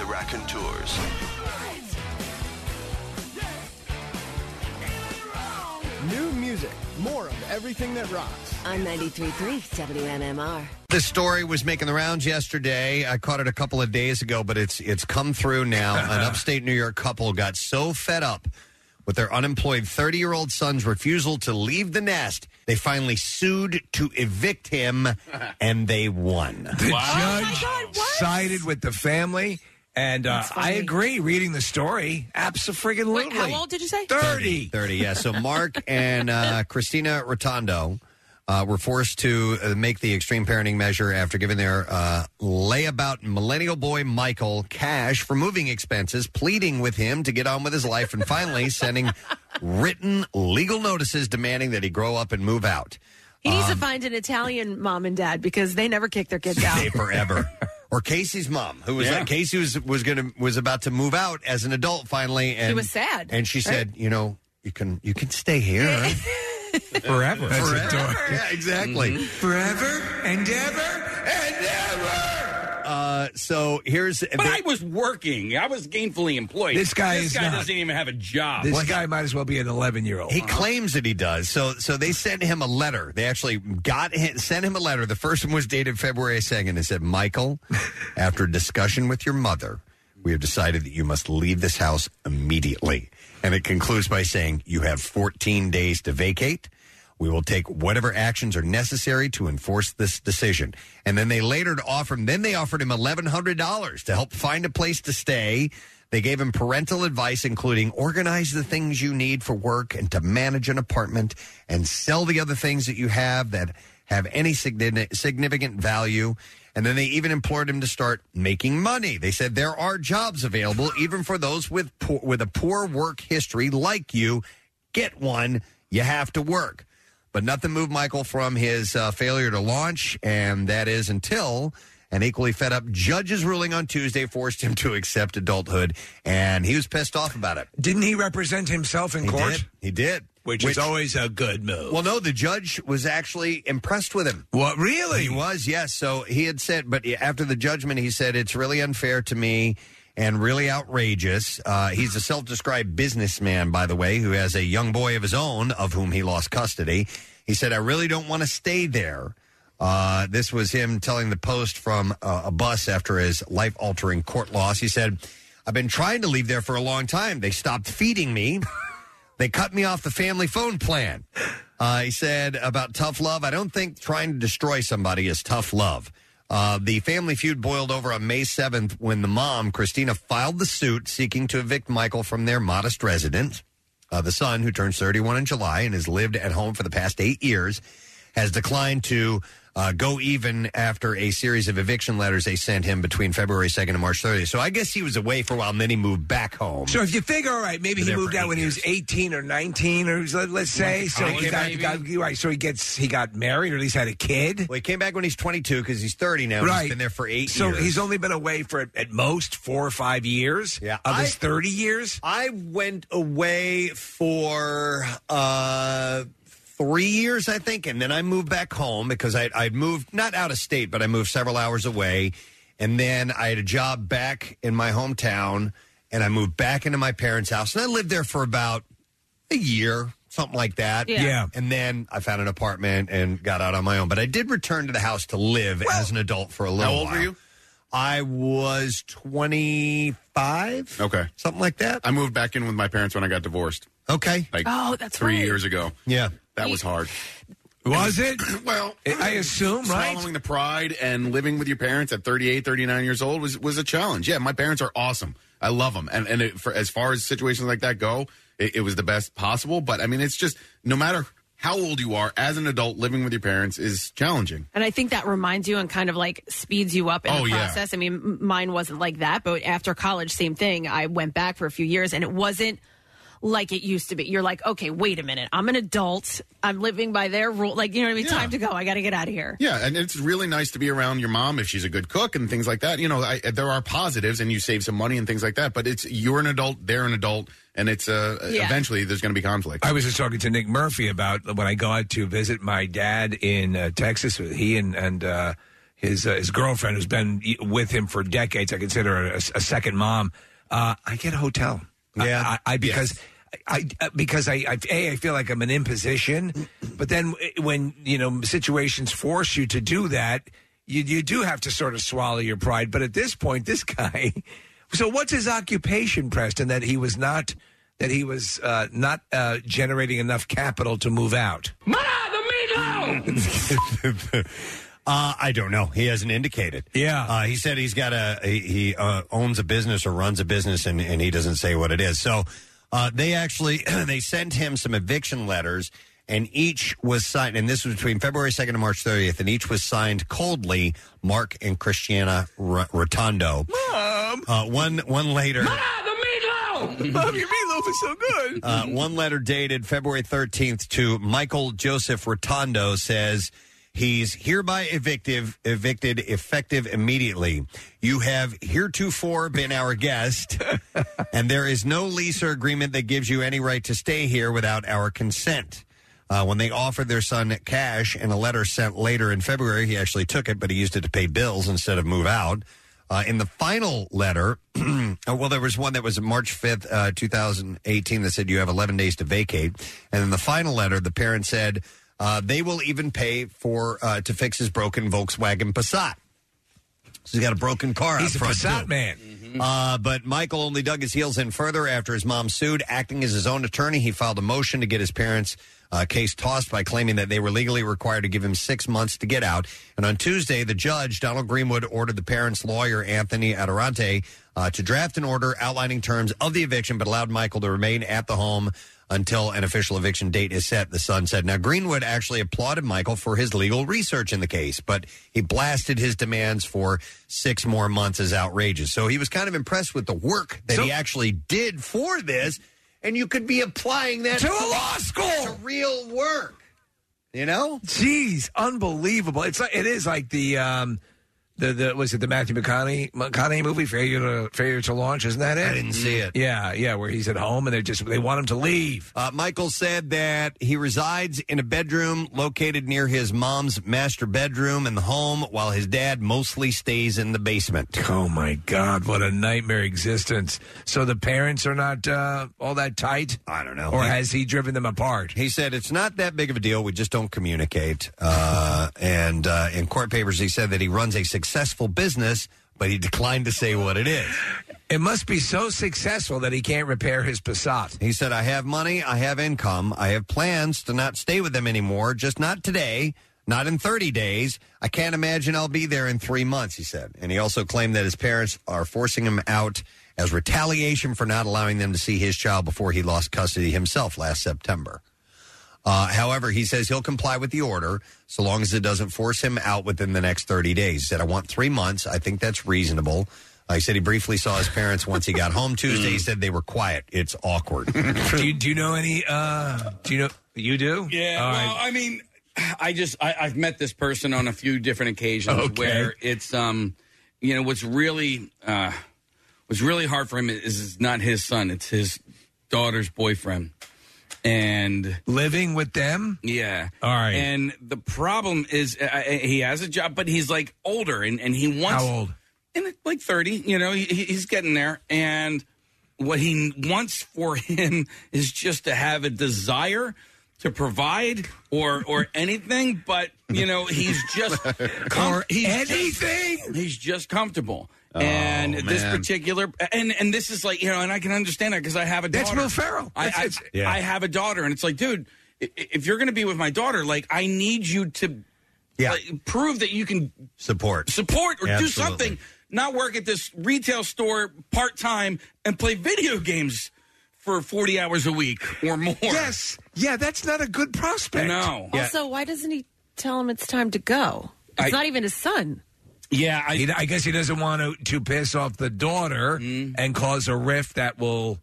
[SPEAKER 16] The Raconteurs.
[SPEAKER 20] New music. More of everything that rocks. On 93.3 WMMR.
[SPEAKER 2] This story was making the rounds yesterday. I caught it a couple of days ago, but it's it's come through now. An upstate New York couple got so fed up with their unemployed 30 year old son's refusal to leave the nest, they finally sued to evict him, and they won.
[SPEAKER 4] The judge
[SPEAKER 30] Oh,
[SPEAKER 4] sided with the family, and uh, I agree. Reading the story, absolutely.
[SPEAKER 30] How old did you say?
[SPEAKER 4] 30.
[SPEAKER 2] 30, yeah. So Mark and uh, Christina Rotondo uh, were forced to uh, make the extreme parenting measure after giving their uh, layabout millennial boy Michael cash for moving expenses, pleading with him to get on with his life, and finally sending written legal notices demanding that he grow up and move out.
[SPEAKER 6] He needs to
[SPEAKER 2] Um,
[SPEAKER 6] find an Italian mom and dad because they never kick their kids out.
[SPEAKER 2] stay Um, forever. Or Casey's mom, who was
[SPEAKER 6] Yeah.
[SPEAKER 2] like Casey was was gonna was about to move out as an adult finally, and
[SPEAKER 6] was sad,
[SPEAKER 2] and she
[SPEAKER 6] right?
[SPEAKER 2] said, "You know, you can you can stay here
[SPEAKER 4] forever,
[SPEAKER 2] forever, yeah, exactly,
[SPEAKER 4] Mm-hmm. forever and ever."
[SPEAKER 2] Uh, so here's,
[SPEAKER 3] but I was working. I was gainfully employed.
[SPEAKER 4] This guy is not.
[SPEAKER 3] doesn't even have a job.
[SPEAKER 4] This guy might as well be an 11 year old.
[SPEAKER 2] Ah, He claims that he does. So so they sent him a letter. They actually got him, sent him a letter. The first one was dated February 2nd. It said, "Michael, after a discussion with your mother, we have decided that you must leave this house immediately." And it concludes by saying, "You have 14 days to vacate." We will take whatever actions are necessary to enforce this decision. And then they later offered then they offered him eleven hundred dollars to help find a place to stay. They gave him parental advice, including organize the things you need for work and to manage an apartment and sell the other things that you have that have any signi- significant value. And then they even implored him to start making money. They said there are jobs available, even for those with poor, with a poor work history like you. Get one. You have to work. But nothing moved Michael from his uh, failure to launch, and that is until an equally fed up judge's ruling on Tuesday forced him to accept adulthood, and he was pissed off about it.
[SPEAKER 4] Didn't he represent himself in
[SPEAKER 2] He
[SPEAKER 4] court?
[SPEAKER 2] did. He did.
[SPEAKER 4] Which, is always a good move.
[SPEAKER 2] Well, no, the judge was actually impressed with him.
[SPEAKER 4] What, really?
[SPEAKER 2] He was, yes. So he had said, but after the judgment, he said, it's really unfair to me and really outrageous. Uh, he's a self described businessman, by the way, who has a young boy of his own of whom he lost custody. He said, I really don't want to stay there. Uh, this was him telling the Post from uh, a bus after his life altering court loss. He said, I've been trying to leave there for a long time. They stopped feeding me. They cut me off the family phone plan. Uh, he said about tough love. I don't think trying to destroy somebody is tough love. Uh, the family feud boiled over on May 7th when the mom, Christina, filed the suit seeking to evict Michael from their modest residence. Uh, the son, who turns 31 in July and has lived at home for the past eight years, has declined to uh, go even after a series of eviction letters they sent him between February 2nd and March 30th. So I guess he was away for a while and then he moved back home.
[SPEAKER 4] So if you figure, all right, maybe
[SPEAKER 2] Been
[SPEAKER 4] he
[SPEAKER 2] there
[SPEAKER 4] moved
[SPEAKER 2] for
[SPEAKER 4] out
[SPEAKER 2] eight
[SPEAKER 4] when he was eighteen or nineteen, or let, us
[SPEAKER 2] Went
[SPEAKER 4] say
[SPEAKER 2] to
[SPEAKER 4] so. He
[SPEAKER 2] college,
[SPEAKER 4] got,
[SPEAKER 2] maybe.
[SPEAKER 4] got- you're right, so he gets he got married, or at least had a kid.
[SPEAKER 2] Well, he came back when he's 22 because he's 30 now. and
[SPEAKER 4] Right.
[SPEAKER 2] He's been there for eight
[SPEAKER 4] so
[SPEAKER 2] years.
[SPEAKER 4] he's only been away for at, at most four or five years. Yeah, of his
[SPEAKER 2] I-
[SPEAKER 4] thirty years.
[SPEAKER 2] I went away for uh, three years, I think, and then I moved back home because I, I'd moved not out of state, but I moved several hours away, and then I had a job back in my hometown, and I moved back into my parents' house, and I lived there for about a year. Something like that.
[SPEAKER 4] Yeah. Yeah.
[SPEAKER 2] And then I found an apartment and got out on my own. But I did return to the house to live as an adult for a little
[SPEAKER 7] how
[SPEAKER 2] while.
[SPEAKER 7] old were you?
[SPEAKER 2] I was 25.
[SPEAKER 7] Okay.
[SPEAKER 2] Something like that.
[SPEAKER 7] I moved back in with my parents when I got divorced.
[SPEAKER 2] Okay.
[SPEAKER 7] Like
[SPEAKER 6] Oh, that's
[SPEAKER 7] three
[SPEAKER 6] right.
[SPEAKER 7] years ago.
[SPEAKER 2] Yeah.
[SPEAKER 7] That was hard.
[SPEAKER 4] Was it?
[SPEAKER 7] well,
[SPEAKER 4] I assume, right?
[SPEAKER 7] Swallowing the pride and living with your parents at 38, 39 years old was, was a challenge. Yeah, my parents are awesome. I love them. And, and it, for, as far as situations like that go, it, it was the best possible. But I mean, it's just no matter how old you are, as an adult, living with your parents is challenging.
[SPEAKER 6] And I think that reminds you and kind of like speeds you up in
[SPEAKER 7] Oh,
[SPEAKER 6] the
[SPEAKER 7] yeah.
[SPEAKER 6] process. I mean, m- mine wasn't like that, but after college, same thing. I went back for a few years and it wasn't like it used to be. You're like, okay, wait a minute. I'm an adult. I'm living by their rule. Like, you know what I mean? Time to go. I got to get out of here.
[SPEAKER 7] Yeah, and it's really nice to be around your mom if she's a good cook and things like that. You know, I, there are positives, and you save some money and things like that. But it's you're an adult, they're an adult, and it's uh,
[SPEAKER 4] Yeah.
[SPEAKER 7] eventually there's going to be conflict.
[SPEAKER 4] I was just talking to Nick Murphy about when I go out to visit my dad in uh, Texas. He and and uh, his uh, his girlfriend, who's been with him for decades, I consider her a, a second mom. Uh, I get a hotel. Yeah, I, I, I because. I uh, because I, I a I feel like I'm an imposition, but then when you know situations force you to do that, you you do have to sort of swallow your pride. But at this point, this guy, so what's his occupation, Preston? That he was not that he was uh, not uh, generating enough capital to move out.
[SPEAKER 2] Uh, I don't know. He hasn't indicated. Yeah. Uh, he said he's got a he, he uh, owns a business or runs a business, and, and he doesn't say what it is. So uh, they actually they sent him some eviction letters, and each was signed. And this was between February second and March thirtieth, and each was signed coldly. Mark and Christiana R- Rotondo.
[SPEAKER 4] Mom.
[SPEAKER 2] Uh, one one later.
[SPEAKER 4] the meatloaf. Mom, your meatloaf is so good.
[SPEAKER 2] Uh, one letter dated February 13th to Michael Joseph Rotondo says he's hereby evictive, evicted effective immediately. You have heretofore been our guest, and there is no lease or agreement that gives you any right to stay here without our consent. Uh, when they offered their son cash in a letter sent later in February, he actually took it, but he used it to pay bills instead of move out. Uh, in the final letter, oh, well, there was one that was March 5th, uh, 2018, that said you have 11 days to vacate. And in the final letter, the parent said uh, they will even pay for uh, to fix his broken Volkswagen Passat. So he's got a broken car
[SPEAKER 4] He's
[SPEAKER 2] out
[SPEAKER 4] a
[SPEAKER 2] front.
[SPEAKER 4] Passat
[SPEAKER 2] too.
[SPEAKER 4] man.
[SPEAKER 2] Uh, but Michael only dug his heels in further after his mom sued. Acting as his own attorney, he filed a motion to get his parents' uh, case tossed by claiming that they were legally required to give him six months to get out. And on Tuesday, the judge, Donald Greenwood, ordered the parents' lawyer, Anthony Adarante, uh, to draft an order outlining terms of the eviction, but allowed Michael to remain at the home until an official eviction date is set, the Sun said. Now, Greenwood actually applauded Michael for his legal research in the case, but he blasted his demands for six more months as outrageous. So he was kind of impressed with the work that he actually did for this, and you could be applying that
[SPEAKER 4] To a law school!
[SPEAKER 2] to real work. You know?
[SPEAKER 4] Jeez, unbelievable! It's like, it is like the um, the the was it the Matthew McConaughey McConaughey movie failure to failure to launch? Isn't that it? I
[SPEAKER 2] didn't see it.
[SPEAKER 4] Yeah, yeah, where he's at home and they just they want him to leave.
[SPEAKER 2] Uh, Michael said that he resides in a bedroom located near his mom's master bedroom in the home, while his dad mostly stays in the basement.
[SPEAKER 4] Oh my God, what a nightmare existence! So the parents are not uh, all that tight.
[SPEAKER 2] I don't know.
[SPEAKER 4] Or has he driven them apart?
[SPEAKER 2] He said it's not that big of a deal. We just don't communicate. Uh, and uh, in court papers, he said that he runs a successful business, but he declined to say what it is.
[SPEAKER 4] It must be so successful that he can't repair his Passat.
[SPEAKER 2] He said, I have money, I have income, I have plans to not stay with them anymore, just not today. Not in 30 days. I can't imagine I'll be there in three months, he said. And he also claimed that his parents are forcing him out as retaliation for not allowing them to see his child before he lost custody himself last September. Uh, however, he says he'll comply with the order so long as it doesn't force him out within the next 30 days. He said, I want three months. I think that's reasonable. Uh, he said he briefly saw his parents once he got home Tuesday.
[SPEAKER 4] Mm.
[SPEAKER 2] He said they were quiet. It's awkward.
[SPEAKER 4] do, you, do you know any? Uh, do you know? You do?
[SPEAKER 3] Yeah.
[SPEAKER 4] All
[SPEAKER 3] well, I mean, I just I, I've met this person on a few different occasions
[SPEAKER 4] Okay.
[SPEAKER 3] where it's um, you know, what's really uh, what's really hard for him is it's not his son; it's his daughter's boyfriend, and
[SPEAKER 4] living with them.
[SPEAKER 3] Yeah.
[SPEAKER 4] All right.
[SPEAKER 3] And the problem is, uh, uh, he has a job, but he's like older, and and he wants
[SPEAKER 4] How old?
[SPEAKER 3] In like thirty, you know, he, he- he's getting there, and what he wants for him is just to have a desire to provide or or anything, but you know, he's just com- he's anything. he's just comfortable.
[SPEAKER 4] Oh,
[SPEAKER 3] and this
[SPEAKER 2] man.
[SPEAKER 3] particular, and and this is like you know, and I can understand that because I have a
[SPEAKER 4] That's
[SPEAKER 3] daughter.
[SPEAKER 4] Will Ferrell.
[SPEAKER 3] I,
[SPEAKER 4] That's-
[SPEAKER 3] I,
[SPEAKER 4] it's- Yeah.
[SPEAKER 3] I have a daughter, and it's like, dude, i- i- if you're going to be with my daughter, like, I need you to like, prove that you can
[SPEAKER 2] support,
[SPEAKER 3] support, or do
[SPEAKER 2] Absolutely.
[SPEAKER 3] something. Not work at this retail store part time and play video games for forty hours a week or more. Yes,
[SPEAKER 4] yeah, that's not a good prospect.
[SPEAKER 3] No,
[SPEAKER 18] Also, why doesn't he tell him it's time to go? It's
[SPEAKER 4] I-
[SPEAKER 18] not even his son.
[SPEAKER 3] Yeah, I,
[SPEAKER 4] I guess he doesn't want to, to piss off the daughter
[SPEAKER 2] Mm.
[SPEAKER 4] and cause a rift that will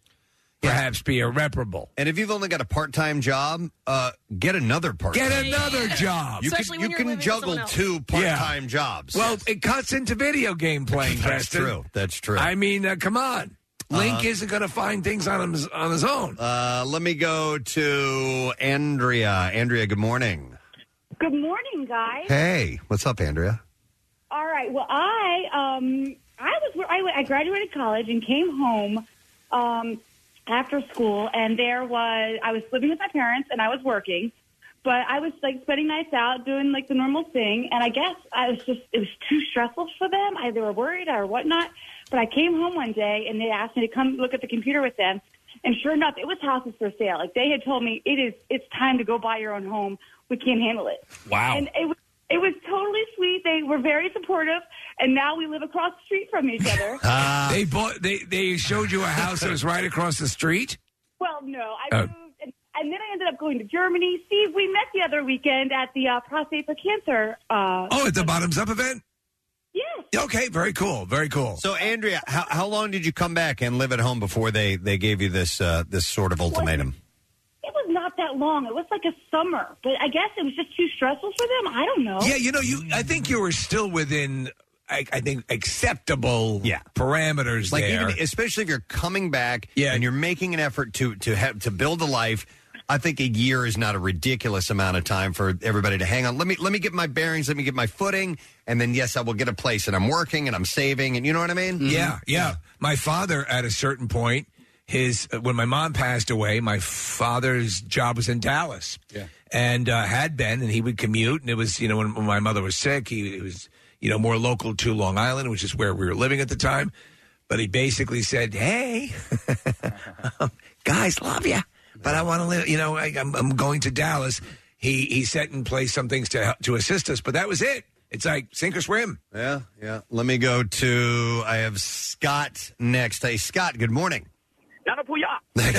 [SPEAKER 4] perhaps be irreparable.
[SPEAKER 2] And if you've only got a part-time job, uh, get another part-time.
[SPEAKER 4] Get another job.
[SPEAKER 2] You can, you can juggle two part-time jobs.
[SPEAKER 4] Well, it cuts into video game playing.
[SPEAKER 2] That's
[SPEAKER 4] Preston.
[SPEAKER 2] true. That's true.
[SPEAKER 4] I mean, uh, come on. Link
[SPEAKER 2] Uh,
[SPEAKER 4] isn't going to find things on his on his own.
[SPEAKER 2] Uh, let me go to Andrea. Andrea, good morning.
[SPEAKER 28] Good morning, guys.
[SPEAKER 2] Hey, what's up, Andrea?
[SPEAKER 28] All right. Well, I um, I was I, I graduated college and came home um, after school, and there was I was living with my parents and I was working, but I was like spending nights out doing like the normal thing, and I guess I was just it was too stressful for them. I, they were worried or whatnot, but I came home one day and they asked me to come look at the computer with them. And sure enough, it was houses for sale. Like they had told me, it is it's time to go buy your own home. We can't handle it.
[SPEAKER 3] Wow.
[SPEAKER 28] And it was it was totally sweet. They were very supportive, and now we live across the street from each other.
[SPEAKER 2] Ah.
[SPEAKER 4] they bought. They they showed you a house that was right across the street.
[SPEAKER 28] well, no, I
[SPEAKER 4] Oh.
[SPEAKER 28] moved, and, and then I ended up going to Germany. Steve, we met the other weekend at the uh, prostate for cancer. Uh,
[SPEAKER 4] Oh, at the bottoms up event. Yes. Okay. Very cool. Very cool.
[SPEAKER 2] So, Andrea, how, how long did you come back and live at home before they, they gave you this uh, this sort of ultimatum?
[SPEAKER 28] it was not that long. It was like a summer, but I guess it was just too stressful for them. I don't know.
[SPEAKER 4] Yeah, you know, you. I think you were still within. I, I think acceptable parameters
[SPEAKER 2] Like,
[SPEAKER 4] there.
[SPEAKER 2] even especially if you're coming back and you're making an effort to to have, to build a life. I think a year is not a ridiculous amount of time for everybody to hang on. Let me let me get my bearings. Let me get my footing, and then yes, I will get a place. And I'm working and I'm saving, and you know what I mean?
[SPEAKER 4] Yeah, yeah. My father, at a certain point, his uh, when my mom passed away, my father's job was in Dallas,
[SPEAKER 3] Yeah.
[SPEAKER 4] and uh, had been, and he would commute, and it was you know when, when my mother was sick, he it was you know more local to Long Island, which is where we were living at the time. But he basically said, "Hey, um, guys, love you, but I want to live. You know, I, I'm, I'm going to Dallas." He he set in place some things to help, to assist us, but that was it. It's like sink or swim.
[SPEAKER 2] Yeah, yeah. Let me go to. I have Scott next. Hey, Scott. Good morning.
[SPEAKER 23] Nanapuya.
[SPEAKER 2] There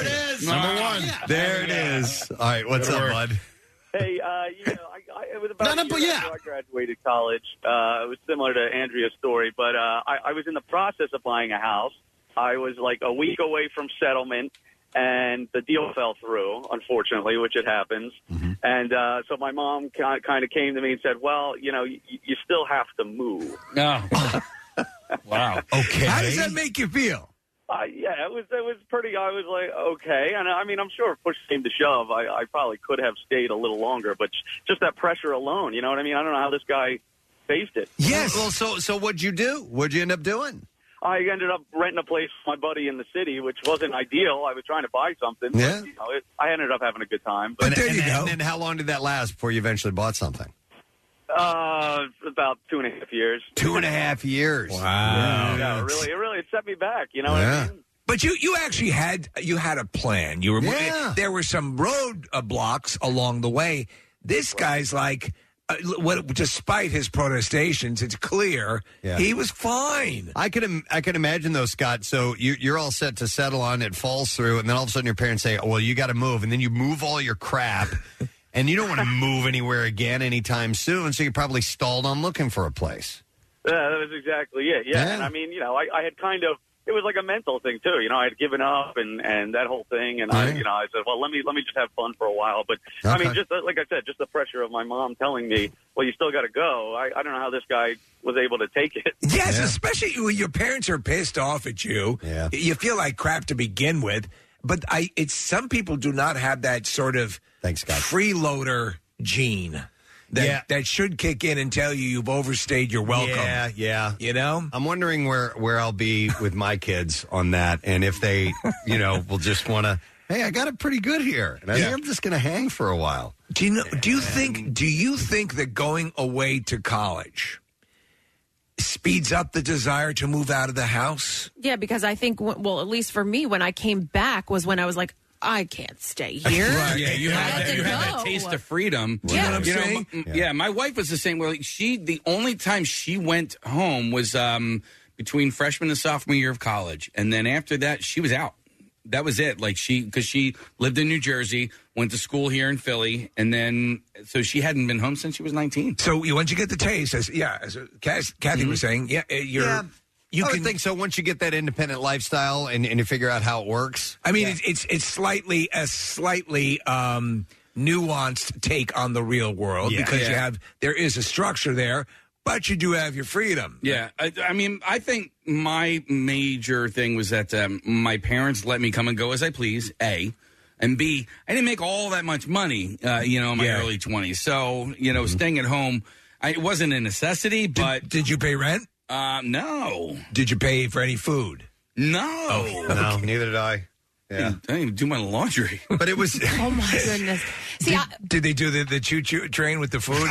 [SPEAKER 2] it is.
[SPEAKER 23] Number
[SPEAKER 4] Ah,
[SPEAKER 23] one.
[SPEAKER 2] There it is. All right, what's
[SPEAKER 23] Good
[SPEAKER 2] up,
[SPEAKER 23] work.
[SPEAKER 2] bud?
[SPEAKER 23] Hey, uh, you know, I, I, it was about a year after I graduated college. Uh, it was similar to Andrea's story, but uh, I, I was in the process of buying a house. I was like a week away from settlement, and the deal fell through, unfortunately, which it happens. And uh, so my mom kind of came to me and said, "Well, you know, you, you still have to move."
[SPEAKER 3] No.
[SPEAKER 4] Oh.
[SPEAKER 3] wow.
[SPEAKER 2] Okay.
[SPEAKER 4] How does that make you feel?
[SPEAKER 23] Uh, yeah, it was it was pretty. I was like, okay, and I mean, I'm sure if push came to shove, I, I probably could have stayed a little longer, but just that pressure alone, you know what I mean? I don't know how this guy faced it.
[SPEAKER 2] Yes. Well, so so what'd you do? What'd you end up doing?
[SPEAKER 23] I ended up renting a place with my buddy in the city, which wasn't ideal. I was trying to buy something.
[SPEAKER 2] Yeah.
[SPEAKER 23] But, you know, it, I ended up having a good time. But,
[SPEAKER 2] and, and, and then how long did that last before you eventually bought something?
[SPEAKER 23] Uh, about two and a half years.
[SPEAKER 2] Two and a half years.
[SPEAKER 4] Wow.
[SPEAKER 23] Yeah, really, it really set me back. You know what I mean?
[SPEAKER 4] Yeah. But you, you actually had you had a plan. You were
[SPEAKER 23] Yeah.
[SPEAKER 4] there were some road uh, blocks along the way This guy's like, uh, l- what, despite his protestations, it's clear he was fine.
[SPEAKER 2] I could Im- I could imagine though, Scott. So you, you're all set to settle on it, falls through, and then all of a sudden your parents say, oh, "Well, you got to move," and then you move all your crap, and you don't want to move anywhere again anytime soon. So you probably stalled on looking for a place.
[SPEAKER 23] Yeah, that was exactly it. Yeah, and I mean, you know, I, I had kind of it was like a mental thing too. You know, I had given up and and that whole thing, and I, you know, I said, well, let me let me just have fun for a while. But I mean, just uh, like I said, just the pressure of my mom telling me, well, you still got to go. I, I don't know how this guy was able to take it.
[SPEAKER 4] Yes, especially when your parents are pissed off at you. Yeah. You feel like crap to begin with. But I it's some people do not have that sort of
[SPEAKER 2] Thanks, guys.
[SPEAKER 4] freeloader gene that that should kick in and tell you you've overstayed your welcome.
[SPEAKER 2] Yeah, yeah.
[SPEAKER 4] You know,
[SPEAKER 2] I'm wondering where where I'll be with my kids on that, and if they, you know, will just want to. Hey, I got it pretty good here, and I think I'm just going to hang for a while.
[SPEAKER 4] Do you know, do you think do you think that going away to college speeds up the desire to move out of the house?
[SPEAKER 6] Yeah, because I think, w- well, at least for me, when I came back was when I was like, I can't stay here.
[SPEAKER 3] Yeah, you had that, you had that taste of freedom.
[SPEAKER 6] Do you know what I'm
[SPEAKER 3] You
[SPEAKER 6] saying?
[SPEAKER 3] m- m- yeah. my wife was the same. Well, she the only time she went home was um, between freshman and sophomore year of college, and then after that, she was out. That was it. Like she, because she lived in New Jersey, went to school here in Philly, and then so she hadn't been home since she was nineteen.
[SPEAKER 4] So you- once you get the taste, as yeah, as uh, Cas- Kathy was saying, yeah, uh, you're.
[SPEAKER 2] Yeah.
[SPEAKER 4] You
[SPEAKER 2] I would
[SPEAKER 4] can
[SPEAKER 2] think so. Once you get that independent lifestyle and, and you figure out how it works,
[SPEAKER 4] I mean, it's, it's it's slightly a slightly um, nuanced take on the real world
[SPEAKER 3] Yeah.
[SPEAKER 4] because you
[SPEAKER 3] Yeah.
[SPEAKER 4] have there is a structure there, but you do have your freedom.
[SPEAKER 3] Yeah, I, I mean, I think my major thing was that um, my parents let me come and go as I please. A and B, I didn't make all that much money, uh, you know, in my
[SPEAKER 4] Yeah. Mm-hmm.
[SPEAKER 3] early twenties. So you know, staying at home, I, it wasn't a necessity. But
[SPEAKER 4] did, you pay rent?
[SPEAKER 3] Uh, no.
[SPEAKER 4] Did you pay for any food? Oh,
[SPEAKER 3] No.
[SPEAKER 2] no, neither did I. Yeah,
[SPEAKER 3] I didn't even do my laundry.
[SPEAKER 2] But it was.
[SPEAKER 6] Oh my goodness! See, I,
[SPEAKER 4] Did they do the, the choo choo train with the food?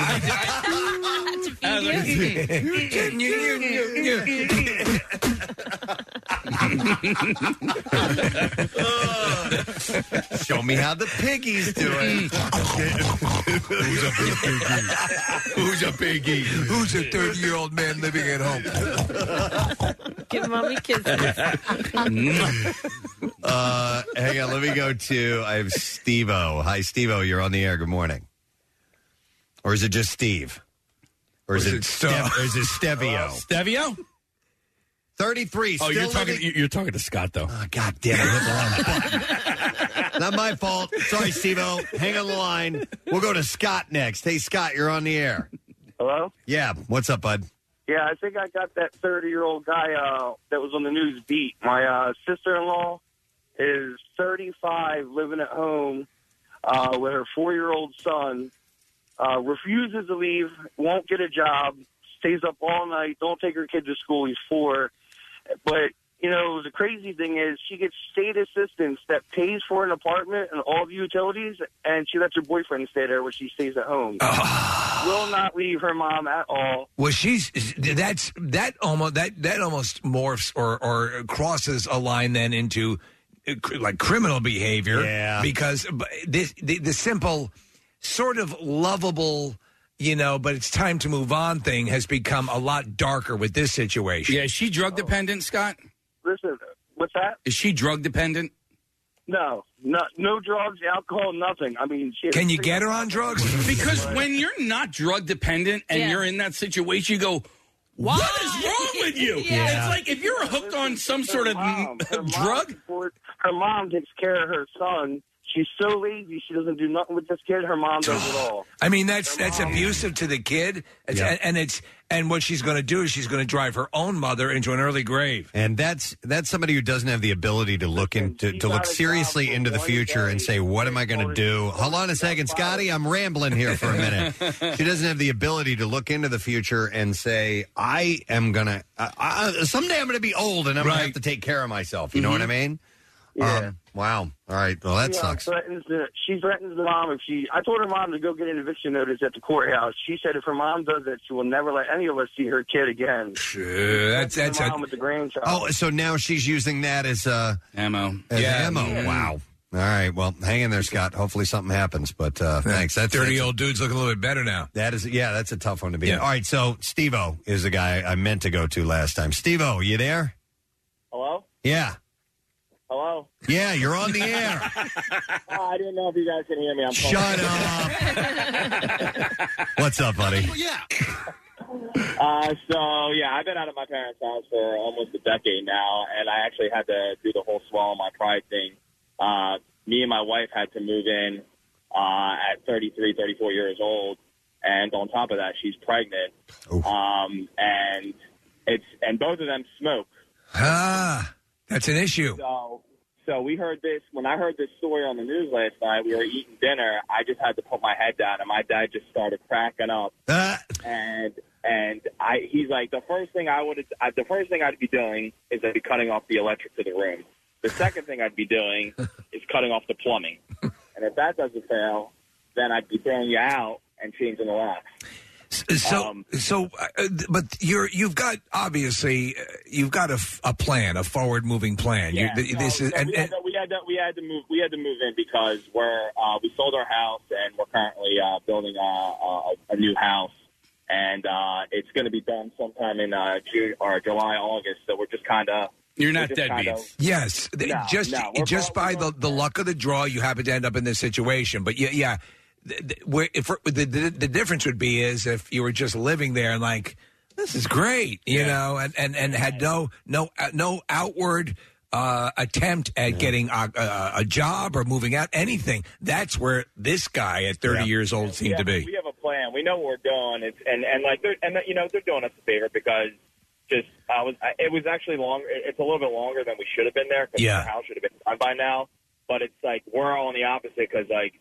[SPEAKER 2] Show me how the piggies do it.
[SPEAKER 4] Who's a big piggy? Who's a piggy? Who's a 30 year old man living at home?
[SPEAKER 6] give mommy kisses.
[SPEAKER 2] uh, hang on, let me go to. I have Steve O. Hi, Steve O. You're on the air. Good morning. Or is it just Steve? Or is, it, Stev- or is it Stevio?
[SPEAKER 3] Stevio?
[SPEAKER 2] 33.
[SPEAKER 3] Oh,
[SPEAKER 2] still
[SPEAKER 3] you're talking.
[SPEAKER 2] living-
[SPEAKER 3] you- You're talking to Scott though. Oh,
[SPEAKER 2] God damn it! Not my fault. Sorry, Steve O. Hang on the line. We'll go to Scott next. Hey, Scott, you're on the air.
[SPEAKER 9] Hello?
[SPEAKER 2] Yeah. What's up, bud?
[SPEAKER 9] Yeah, I think I got that 30 year old guy uh, that was on the news beat. My uh, sister in law is 35, living at home uh, with her four year old son, uh, refuses to leave, won't get a job, stays up all night, don't take her kid to school. He's four. But, you know, the crazy thing is she gets state assistance that pays for an apartment and all the utilities, and she lets her boyfriend stay there when she stays at home. Will not leave her mom at all.
[SPEAKER 4] Well, she's that's that almost that that almost morphs or or crosses a line then into uh, cr- like criminal behavior.
[SPEAKER 2] Yeah.
[SPEAKER 4] because but this the, the simple sort of lovable. You know, but it's time to move on. Thing has become a lot darker with this situation.
[SPEAKER 3] Yeah, is she drug dependent, Scott?
[SPEAKER 9] Listen, what's that?
[SPEAKER 3] Is she drug dependent?
[SPEAKER 9] No, no, no drugs, alcohol, nothing. I mean, shit.
[SPEAKER 3] Can you
[SPEAKER 4] get her on drugs?
[SPEAKER 3] Because when you're not drug dependent and
[SPEAKER 9] Yeah.
[SPEAKER 3] you're in that situation, you go, What is wrong with you?
[SPEAKER 9] Yeah.
[SPEAKER 3] It's like if you're hooked on some sort of
[SPEAKER 9] mom, her mom
[SPEAKER 3] drug.
[SPEAKER 9] supports- her mom takes care of her son. She's so lazy. She doesn't do nothing with this kid. Her mom does it all.
[SPEAKER 4] I mean, that's that's abusive to the kid, it's, and, and it's and what she's going to do is she's going to drive her own mother into an early grave.
[SPEAKER 2] And that's that's somebody who doesn't have the ability to look into to look seriously into the future and say, "What am I going to do?" Hold on a second, Scotty. I'm rambling here for a minute. she doesn't have the ability to look into the future and say, "I am gonna I, I, someday I'm going to be old and I'm going to have to take care of myself." You know what I mean? Yeah. Um, wow. All right. Well, that
[SPEAKER 9] She, uh,
[SPEAKER 2] sucks.
[SPEAKER 9] Threatens the, she threatens the mom if she. I told her mom to go get an eviction notice at the courthouse. She said if her mom does it, she will never let any of us see her kid again.
[SPEAKER 4] that's that's
[SPEAKER 9] the
[SPEAKER 4] a-
[SPEAKER 9] mom with the grandchild.
[SPEAKER 2] Oh, so now she's using that as uh,
[SPEAKER 3] ammo.
[SPEAKER 2] As ammo. Wow. All right. Well, hang in there, Scott. Hopefully something happens. But uh, thanks. That's
[SPEAKER 4] Thirty
[SPEAKER 2] that's-
[SPEAKER 4] old dudes looking a little bit better now.
[SPEAKER 2] That is, yeah, that's a tough one to be. All right. So Steve-O is the guy I meant to go to last time. Steve-O, you there?
[SPEAKER 10] Hello?
[SPEAKER 2] Yeah.
[SPEAKER 10] Hello?
[SPEAKER 2] Yeah, you're on the air.
[SPEAKER 10] Oh, I didn't know if you guys can hear me. I'm
[SPEAKER 2] Shut What's up, buddy?
[SPEAKER 10] yeah. Uh, so, yeah, I've been out of my parents' house for almost a decade now, and I actually had to do the whole swallow my pride thing. Uh, me and my wife had to move in uh, at 33, 34 years old, and on top of that, she's pregnant. Um, and it's and both of them smoke.
[SPEAKER 4] Ah, that's an issue.
[SPEAKER 10] So, so we heard this when I heard this story on the news last night. We were eating dinner. I just had to put my head down, and my dad just started cracking up.
[SPEAKER 4] Uh,
[SPEAKER 10] And and I, he's like, the first thing I would, I, the first thing I'd be doing is I'd be cutting off the electric to the room. The second thing I'd be doing is cutting off the plumbing. And if that doesn't fail, then I'd be throwing you out and changing the locks.
[SPEAKER 4] So, so, uh, but you're you've got obviously uh, you've got a, f- a plan, a forward moving plan. You- th-
[SPEAKER 10] so-
[SPEAKER 4] this is
[SPEAKER 10] so
[SPEAKER 4] and,
[SPEAKER 10] we, had
[SPEAKER 4] and-
[SPEAKER 10] to, we had to we had to move we had to move in because we're uh, we sold our house and we're currently uh, building a, a, a new house and uh, it's going to be done sometime in uh, June or July August. So we're just kind of
[SPEAKER 3] You're not
[SPEAKER 10] deadbeats.
[SPEAKER 4] yes, th-
[SPEAKER 10] No,
[SPEAKER 4] just
[SPEAKER 10] no, we're
[SPEAKER 4] just by the, the luck of the draw, you happen to end up in this situation. But yeah, yeah, th- th- where if the, the the difference would be is if you were just living there and like this is great, you know, and and and had no no uh, no outward. Uh, attempt at getting a, a, a job or moving out, anything. That's where this guy at 30 years old seemed
[SPEAKER 10] we
[SPEAKER 4] to
[SPEAKER 10] have,
[SPEAKER 4] be.
[SPEAKER 10] We have a plan. We know what we're doing. It's and and like they're, and you know they're doing us a favor because just I was I, it was actually longer. It's a little bit longer than we should have been there because
[SPEAKER 12] Yeah.
[SPEAKER 10] our house should have been done by now. But it's like we're all on the opposite because like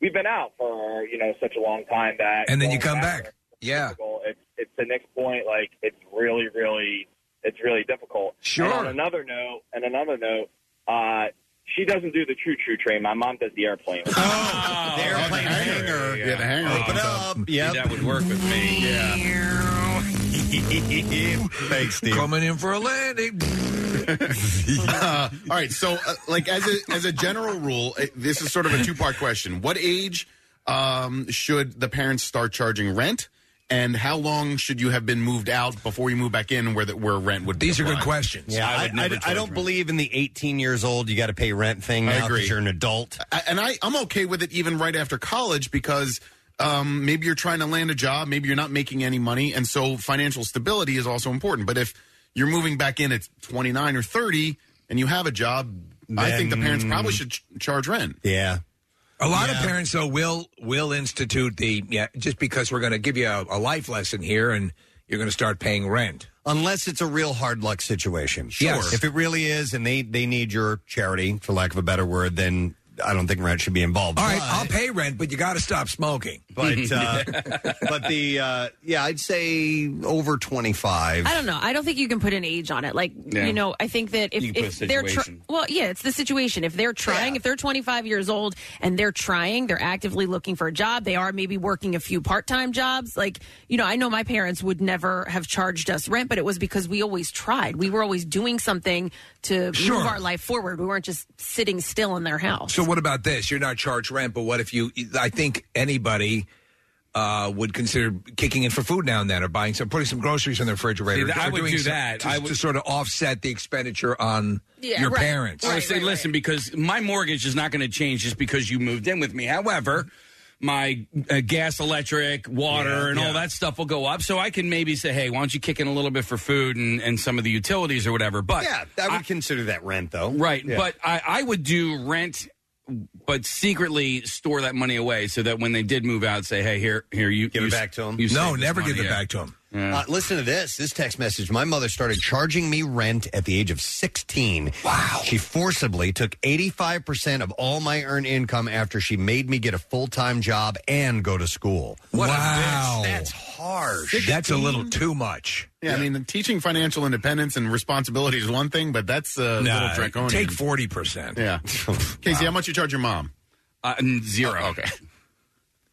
[SPEAKER 10] we've been out for you know such a long time that
[SPEAKER 4] And then you
[SPEAKER 10] going
[SPEAKER 4] come back.
[SPEAKER 10] there, it's
[SPEAKER 4] Yeah.
[SPEAKER 10] difficult. It's it's the next point. Like it's really really it's really difficult.
[SPEAKER 4] Sure.
[SPEAKER 10] And on another note, and another note, uh, she doesn't do the choo choo train. My mom does the airplane.
[SPEAKER 4] Oh.
[SPEAKER 2] Oh, the airplane hanger.
[SPEAKER 10] Yeah, the hanger
[SPEAKER 2] Open up. Yep.
[SPEAKER 3] That would work with me.
[SPEAKER 4] Yeah.
[SPEAKER 2] Thanks, Steve.
[SPEAKER 4] Coming in for a landing.
[SPEAKER 7] Uh, all right. So, uh, like as a as a general rule, uh, this is sort of a two part question. What age um, should the parents start charging rent, and how long should you have been moved out before you move back in, where the, where rent would?
[SPEAKER 4] These are good
[SPEAKER 7] apply?
[SPEAKER 4] questions.
[SPEAKER 2] Yeah, I, I, I don't believe in the 18 years old you got to pay rent thing now 'cause you're an adult.
[SPEAKER 7] I- and I, I'm okay with it even right after college because um, maybe you're trying to land a job, maybe you're not making any money, and so financial stability is also important. But if you're moving back in at 29 or 30 and you have a job, I think the parents
[SPEAKER 4] Then-
[SPEAKER 7] probably should ch- charge rent.
[SPEAKER 2] Yeah.
[SPEAKER 4] A lot of parents though will will institute the yeah just because we're going to give you a, a life lesson here and you're going to start paying rent.
[SPEAKER 2] Unless it's a real hard luck situation.
[SPEAKER 4] Yes.
[SPEAKER 2] If it really is and they, they need your charity, for lack of a better word, then I don't think rent should be involved.
[SPEAKER 4] All right, I'll pay rent, but you got to stop smoking.
[SPEAKER 2] But uh, but the uh, yeah, I'd say over twenty five.
[SPEAKER 6] I don't know. I don't think you can put an age on it. Like
[SPEAKER 2] Yeah.
[SPEAKER 6] you know, I think that if,
[SPEAKER 2] You can put
[SPEAKER 6] if
[SPEAKER 2] a
[SPEAKER 6] they're tr-
[SPEAKER 2] situation.
[SPEAKER 6] well, yeah, it's the situation. If they're trying, if they're 25 years old and they're trying, they're actively looking for a job. They are maybe working a few part time jobs. Like you know, I know my parents would never have charged us rent, but it was because we always tried. We were always doing something to
[SPEAKER 4] Sure.
[SPEAKER 6] move our life forward. We weren't just sitting still in their house.
[SPEAKER 4] So what about this? You're not charged rent, but what if you? I think anybody uh, would consider kicking in for food now and then, or buying some, putting some groceries in the refrigerator.
[SPEAKER 3] See, I
[SPEAKER 4] or
[SPEAKER 3] would
[SPEAKER 4] doing
[SPEAKER 3] do
[SPEAKER 4] some-
[SPEAKER 3] that.
[SPEAKER 4] to,
[SPEAKER 3] I would-
[SPEAKER 4] to sort of offset the expenditure on your parents.
[SPEAKER 3] I would say, listen, because my mortgage is not going to change just because you moved in with me. However, my uh, gas, electric, water,
[SPEAKER 24] Yeah,
[SPEAKER 3] and all that stuff will go up. So I can maybe say, hey, why don't you kick in a little bit for food and, and some of the utilities or whatever. But
[SPEAKER 2] yeah, I would consider that rent though.
[SPEAKER 3] Right.
[SPEAKER 2] Yeah.
[SPEAKER 3] But I, I would do rent, but secretly store that money away so that when they did move out, say, hey, here, here, you
[SPEAKER 2] Give
[SPEAKER 3] you
[SPEAKER 2] it
[SPEAKER 3] s-
[SPEAKER 2] back to 'em.
[SPEAKER 3] you
[SPEAKER 2] No,
[SPEAKER 3] saved this
[SPEAKER 2] never give
[SPEAKER 3] money,
[SPEAKER 2] it
[SPEAKER 3] yeah.
[SPEAKER 2] back to 'em.
[SPEAKER 3] Yeah.
[SPEAKER 2] Uh, listen to this. This text message. My mother started charging me rent at the age of 16. Wow. She forcibly took 85% of all my earned income after she made me get a full time job and go to school.
[SPEAKER 4] wow,
[SPEAKER 2] that's harsh.
[SPEAKER 4] That's a little too much.
[SPEAKER 7] Yeah, I mean, teaching financial independence and responsibility is one thing, but that's a
[SPEAKER 4] Nah,
[SPEAKER 7] little draconian.
[SPEAKER 4] take 40%.
[SPEAKER 7] Yeah. Casey, how much you charge your mom? Oh,
[SPEAKER 3] Uh, zero. okay.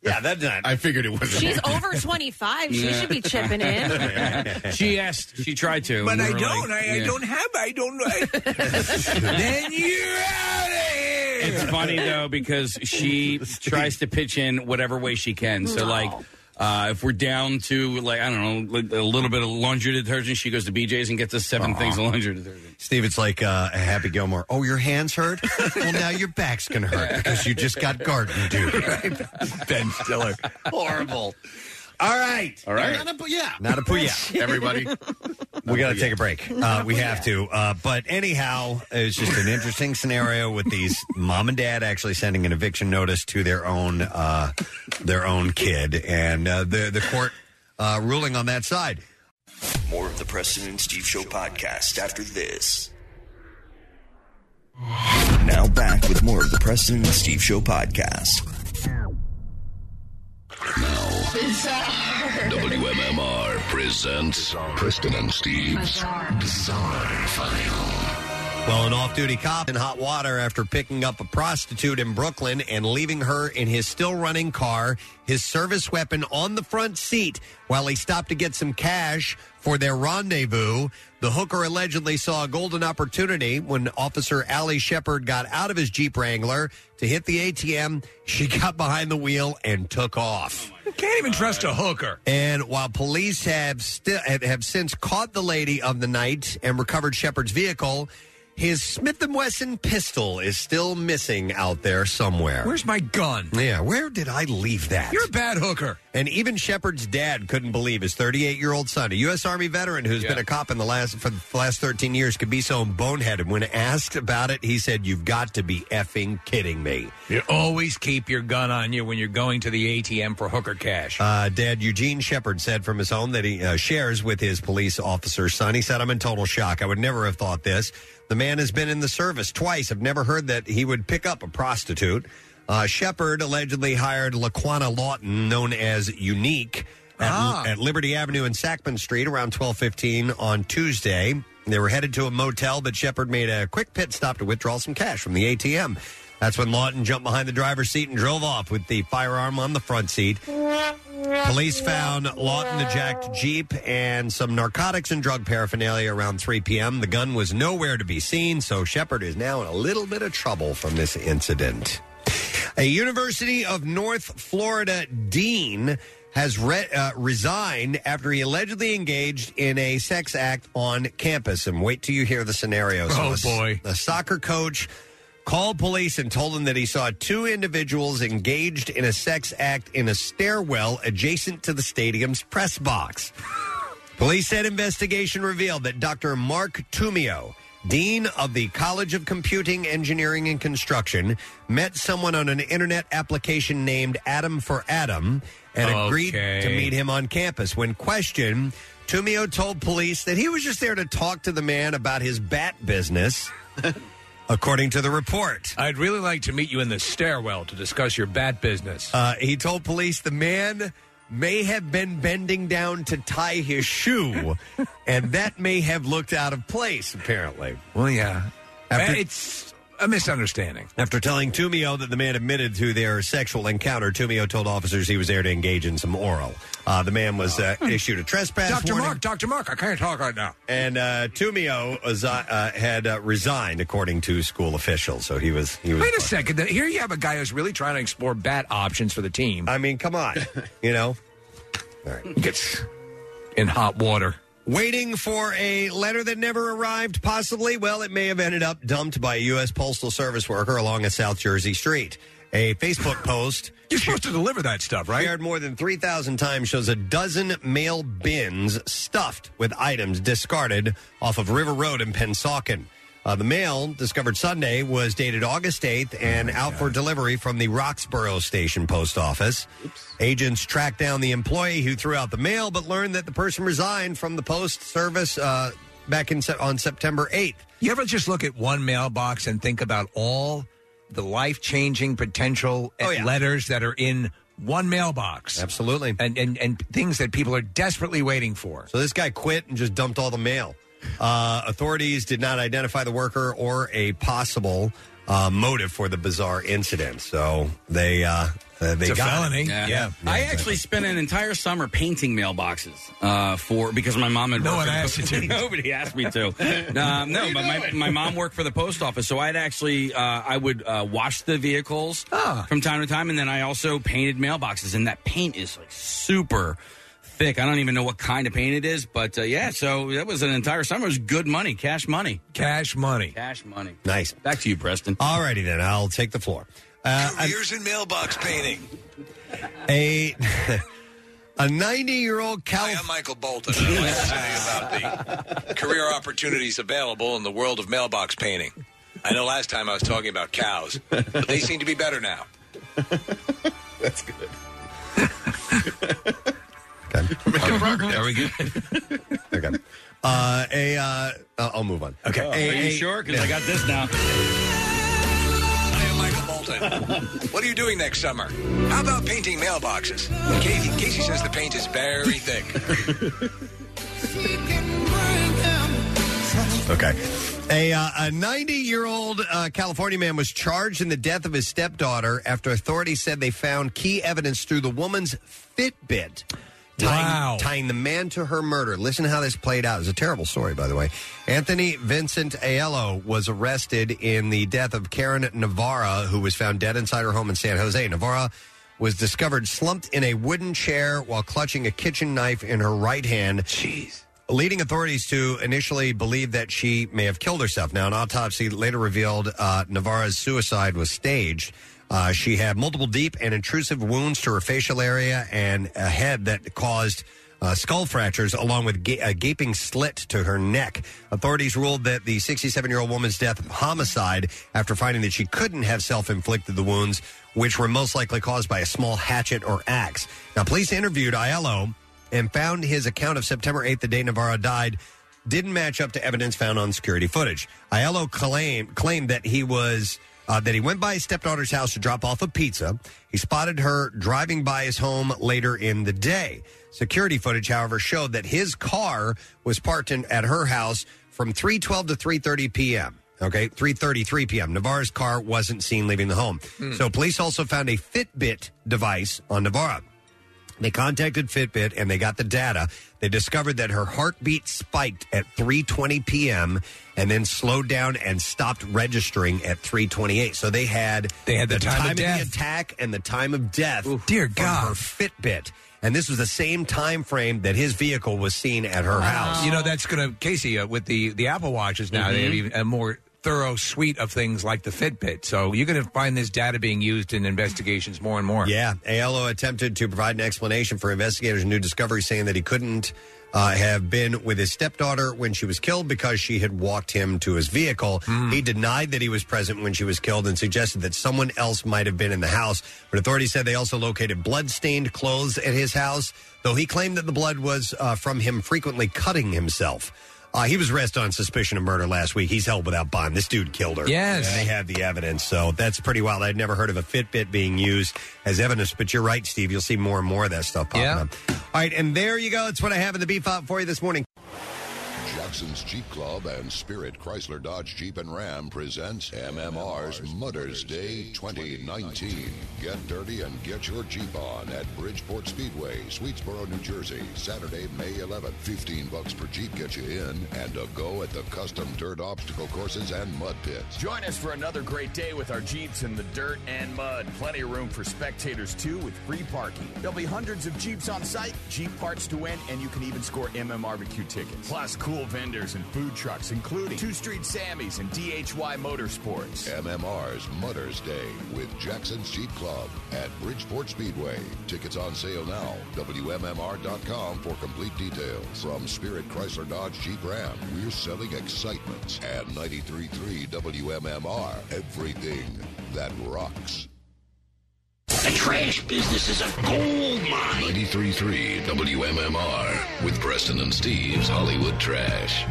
[SPEAKER 2] Yeah, that's not.
[SPEAKER 7] I figured it was.
[SPEAKER 6] She's over 25. She should be chipping in.
[SPEAKER 3] she asked. She tried to.
[SPEAKER 4] But
[SPEAKER 3] and we
[SPEAKER 4] I
[SPEAKER 3] were
[SPEAKER 4] don't.
[SPEAKER 3] like,
[SPEAKER 4] I,
[SPEAKER 3] yeah.
[SPEAKER 4] I don't have. I don't. I, then you're out of here.
[SPEAKER 3] It's funny though because she tries to pitch in whatever way she can. So like. Uh, if we're down to like I don't know like, a little bit of laundry detergent, she goes to BJ's and gets us 7 things of laundry detergent.
[SPEAKER 2] Steve, it's like uh, a Happy Gilmore. Oh, your hands hurt? well, now your back's going to hurt because you just got garden dude. ben Stiller. Horrible. All right. All right.
[SPEAKER 1] Not a bu- yeah.
[SPEAKER 2] Not a puya.
[SPEAKER 1] Everybody.
[SPEAKER 2] we got to take a break. Uh, we have to. Uh, but anyhow, it's just an interesting scenario with these mom and dad actually sending an eviction notice to their own uh, their own kid, and uh, the the court uh, ruling on that side.
[SPEAKER 16] More of the Preston and Steve Show podcast after this. Now back with more of the Preston and Steve Show podcast.
[SPEAKER 1] WMMR presents Preston and Steve's Bizarre File.
[SPEAKER 2] Well, an off duty cop in hot water after picking up a prostitute in Brooklyn and leaving her in his still running car, his service weapon on the front seat while he stopped to get some cash for their rendezvous. The hooker allegedly saw a golden opportunity when Officer Allie Shepard got out of his Jeep Wrangler to hit the ATM. She got behind the wheel and took off.
[SPEAKER 4] Can't even trust a hooker.
[SPEAKER 2] And while police have still have, have since caught the lady of the night and recovered Shepard's vehicle, his Smith and Wesson pistol is still missing out there somewhere.
[SPEAKER 4] Where's my gun?
[SPEAKER 2] Yeah, where did I leave that? You're a
[SPEAKER 4] bad hooker.
[SPEAKER 2] And even Shepard's dad couldn't believe his 38 year old son, a U.S. Army veteran who's been a cop in the last for the last 13 years, could be so boneheaded. When asked about it, he said, "You've got to be effing kidding me."
[SPEAKER 4] You always keep your gun on you when you're going to the ATM for hooker cash.
[SPEAKER 2] Uh, Dad Eugene Shepard said from his home that he uh, shares with his police officer son. He said, I'm in total shock. I would never have thought this. The man has been in the service twice. I've never heard that he would pick up a prostitute. Uh, Shepard allegedly hired Laquana Lawton, known as Unique, at,
[SPEAKER 1] Ah.
[SPEAKER 2] at Liberty Avenue and Sacman Street around 1215 on Tuesday. They were headed to a motel, but Shepard made a quick pit stop to withdraw some cash from the ATM. That's when Lawton jumped behind the driver's seat and drove off with the firearm on the front seat. Police found Lawton, the jacked Jeep, and some narcotics and drug paraphernalia around 3 p.m. The gun was nowhere to be seen, so Shepard is now in a little bit of trouble from this incident. A University of North Florida dean has re- uh, resigned after he allegedly engaged in a sex act on campus. And wait till you hear the scenario.
[SPEAKER 4] Oh,
[SPEAKER 2] a s-
[SPEAKER 4] boy.
[SPEAKER 2] A soccer coach called police and told them that he saw two individuals engaged in a sex act in a stairwell adjacent to the stadium's press box. Police said investigation revealed that Dr. Mark Tumio, dean of the College of Computing, Engineering, and Construction, met someone on an internet application named Adam for Adam and agreed
[SPEAKER 1] Okay.
[SPEAKER 2] to meet him on campus. When questioned, Tumio told police that he was just there to talk to the man about his bat business. According to the report,
[SPEAKER 4] I'd really like to meet you in the stairwell to discuss your bat business.
[SPEAKER 2] Uh, he told police the man may have been bending down to tie his shoe, and that may have looked out of place, apparently.
[SPEAKER 4] Well, yeah.
[SPEAKER 2] After-
[SPEAKER 4] Uh, it's a misunderstanding.
[SPEAKER 2] After telling Tumio that the man admitted to their sexual encounter, Tumio told officers he was there to engage in some oral. Uh, the man was uh, issued a trespass
[SPEAKER 4] Dr.
[SPEAKER 2] warning.
[SPEAKER 4] Mark, Dr. Hmm. Mark, I can't talk right now.
[SPEAKER 2] And uh, Tumio was, uh, uh, had uh, resigned, according to school officials. So he was he was.
[SPEAKER 4] Wait a second. Here you have a guy who's really trying to explore bat options for the team.
[SPEAKER 2] I mean, come on. you know, all right.
[SPEAKER 4] Gets in hot water.
[SPEAKER 2] Waiting for a letter that never arrived, possibly? Well, it may have ended up dumped by a U.S. Postal Service worker along a South Jersey street. A Facebook post.
[SPEAKER 4] You're supposed to deliver that stuff, right?
[SPEAKER 2] Shared more than 3,000 times shows a dozen mail bins stuffed with items discarded off of River Road in Pensauken. Uh, the mail, discovered Sunday, was dated August 8th
[SPEAKER 4] Oh
[SPEAKER 2] and out for delivery from the Roxborough Station Post Office. Agents tracked down the employee who threw out the mail, but learned that the person resigned from the post service uh, back in se- on September 8th.
[SPEAKER 4] You ever just look at one mailbox and think about all the life changing potential letters that are in one mailbox?
[SPEAKER 2] Absolutely.
[SPEAKER 4] And, and, and things that people are desperately waiting for.
[SPEAKER 2] So this guy quit and just dumped all the mail. Uh, authorities did not identify the worker or a possible uh, motive for the bizarre incident. So they uh, Uh, they
[SPEAKER 4] It's a
[SPEAKER 2] got
[SPEAKER 4] felony.
[SPEAKER 2] it.
[SPEAKER 4] Yeah.
[SPEAKER 3] I actually spent an entire summer painting mailboxes uh, for because my mom had
[SPEAKER 4] No
[SPEAKER 3] worked
[SPEAKER 4] one
[SPEAKER 3] at-
[SPEAKER 4] asked you to.
[SPEAKER 3] Nobody asked me to. Um, no, but my, my mom worked for the post office, so I'd actually uh, I would uh, wash the vehicles
[SPEAKER 4] Ah.
[SPEAKER 3] from time to time, and then I also painted mailboxes, and that paint is like super thick. I don't even know what kind of paint it is, but uh, yeah. So that was an entire summer. It was good money, cash money,
[SPEAKER 4] cash money,
[SPEAKER 3] cash money.
[SPEAKER 2] Nice.
[SPEAKER 3] Back to you, Preston.
[SPEAKER 2] All righty then. I'll take the floor. Uh, I-
[SPEAKER 16] Careers in mailbox painting.
[SPEAKER 2] a a 90 year old Cal.
[SPEAKER 12] I'm Michael Bolton. I'd like to say about the career opportunities available in the world of mailbox painting. I know last time I was talking about cows, but they seem to be better now.
[SPEAKER 1] That's good.
[SPEAKER 2] Are we good? okay. Uh, a uh, I'll move on. Okay.
[SPEAKER 3] Oh,
[SPEAKER 2] a,
[SPEAKER 3] are you sure? Because I got this now.
[SPEAKER 12] What are you doing next summer? How about painting mailboxes? Casey, Casey says the paint is very thick.
[SPEAKER 2] Okay. A uh, a 90 year old uh, California man was charged in the death of his stepdaughter after authorities said they found key evidence through the woman's Fitbit. Tying, tying the man to her murder. Listen to how this played out. It was a terrible story, by the way. Anthony Vincent Aiello was arrested in the death of Karen Navarra, who was found dead inside her home in San Jose. Navarra was discovered slumped in a wooden chair while clutching a kitchen knife in her right hand. Jeez. Leading authorities to initially believe that she may have killed herself. Now, an autopsy later revealed uh, Navarra's suicide was staged. Uh, she had multiple deep and intrusive wounds to her facial area and a head that caused uh, skull fractures, along with ga- a gaping slit to her neck. Authorities ruled that the 67 year old woman's death homicide after finding that she couldn't have self inflicted the wounds, which were most likely caused by a small hatchet or axe. Now, police interviewed Aiello and found his account of September 8th, the day Navarro died, didn't match up to evidence found on security footage. Aiello claimed claimed that he was uh, that he went by his stepdaughter's house to drop off a pizza. He spotted her driving by his home later in the day. Security footage, however, showed that his car was parked in, at her house from 3:12 to 3:30 p.m. Okay, 3:33 p.m. Navarro's car wasn't seen leaving the home. So police also found a Fitbit device on Navarro. They contacted Fitbit and they got the data. They discovered that her heartbeat spiked at 3:20 p.m. and then slowed down and stopped registering at 3:28. So they had
[SPEAKER 4] They had the time of death.
[SPEAKER 2] the attack and the time of death. Dear God, her Fitbit, and this was the same time frame that his vehicle was seen at her house.
[SPEAKER 4] You know that's going to Casey uh, with the the Apple Watches now. They have even a more thorough suite of things like the Fitbit. So you're going to find this data being used in investigations more and more.
[SPEAKER 2] Yeah, Aiello attempted to provide an explanation for investigators' new discovery, saying that he couldn't uh, have been with his stepdaughter when she was killed because she had walked him to his vehicle. He denied that he was present when she was killed and suggested that someone else might have been in the house. But authorities said they also located blood-stained clothes at his house, though he claimed that the blood was uh, from him frequently cutting himself. Uh, he was arrested on suspicion of murder last week. He's held without bond. This dude killed her.
[SPEAKER 4] Yes.
[SPEAKER 2] And they have the evidence. So that's pretty wild. I'd never heard of a Fitbit being used as evidence, but you're right, Steve. You'll see more and more of that stuff popping up. All right, and there you go. It's what I have in the beef out for you this morning.
[SPEAKER 1] Jackson's Jeep Club and Spirit Chrysler Dodge Jeep and Ram presents MMR's Mother's Day 2019. Get dirty and get your Jeep on at Bridgeport Speedway, Swetesboro, New Jersey, Saturday, May 11th. 15 bucks per Jeep gets you in and a go at the custom dirt obstacle courses and mud pits.
[SPEAKER 13] Join us for another great day with our Jeeps in the dirt and mud. Plenty of room for spectators, too, with free parking. There'll be hundreds of Jeeps on site, Jeep parts to win, and you can even score MMRBQ tickets. Plus, cool vendors and food trucks, including Two Street Sammy's and DHY Motorsports.
[SPEAKER 1] MMR's Mother's Day with Jackson's Jeep Club at Bridgeport Speedway. Tickets on sale now. WMMR.com for complete details. From Spirit Chrysler Dodge Jeep Ram, we're selling excitement at 93.3 WMMR. Everything that rocks.
[SPEAKER 16] The trash business is a gold mine.
[SPEAKER 1] 93.3 WMMR
[SPEAKER 16] with Preston and Steve's Hollywood Trash.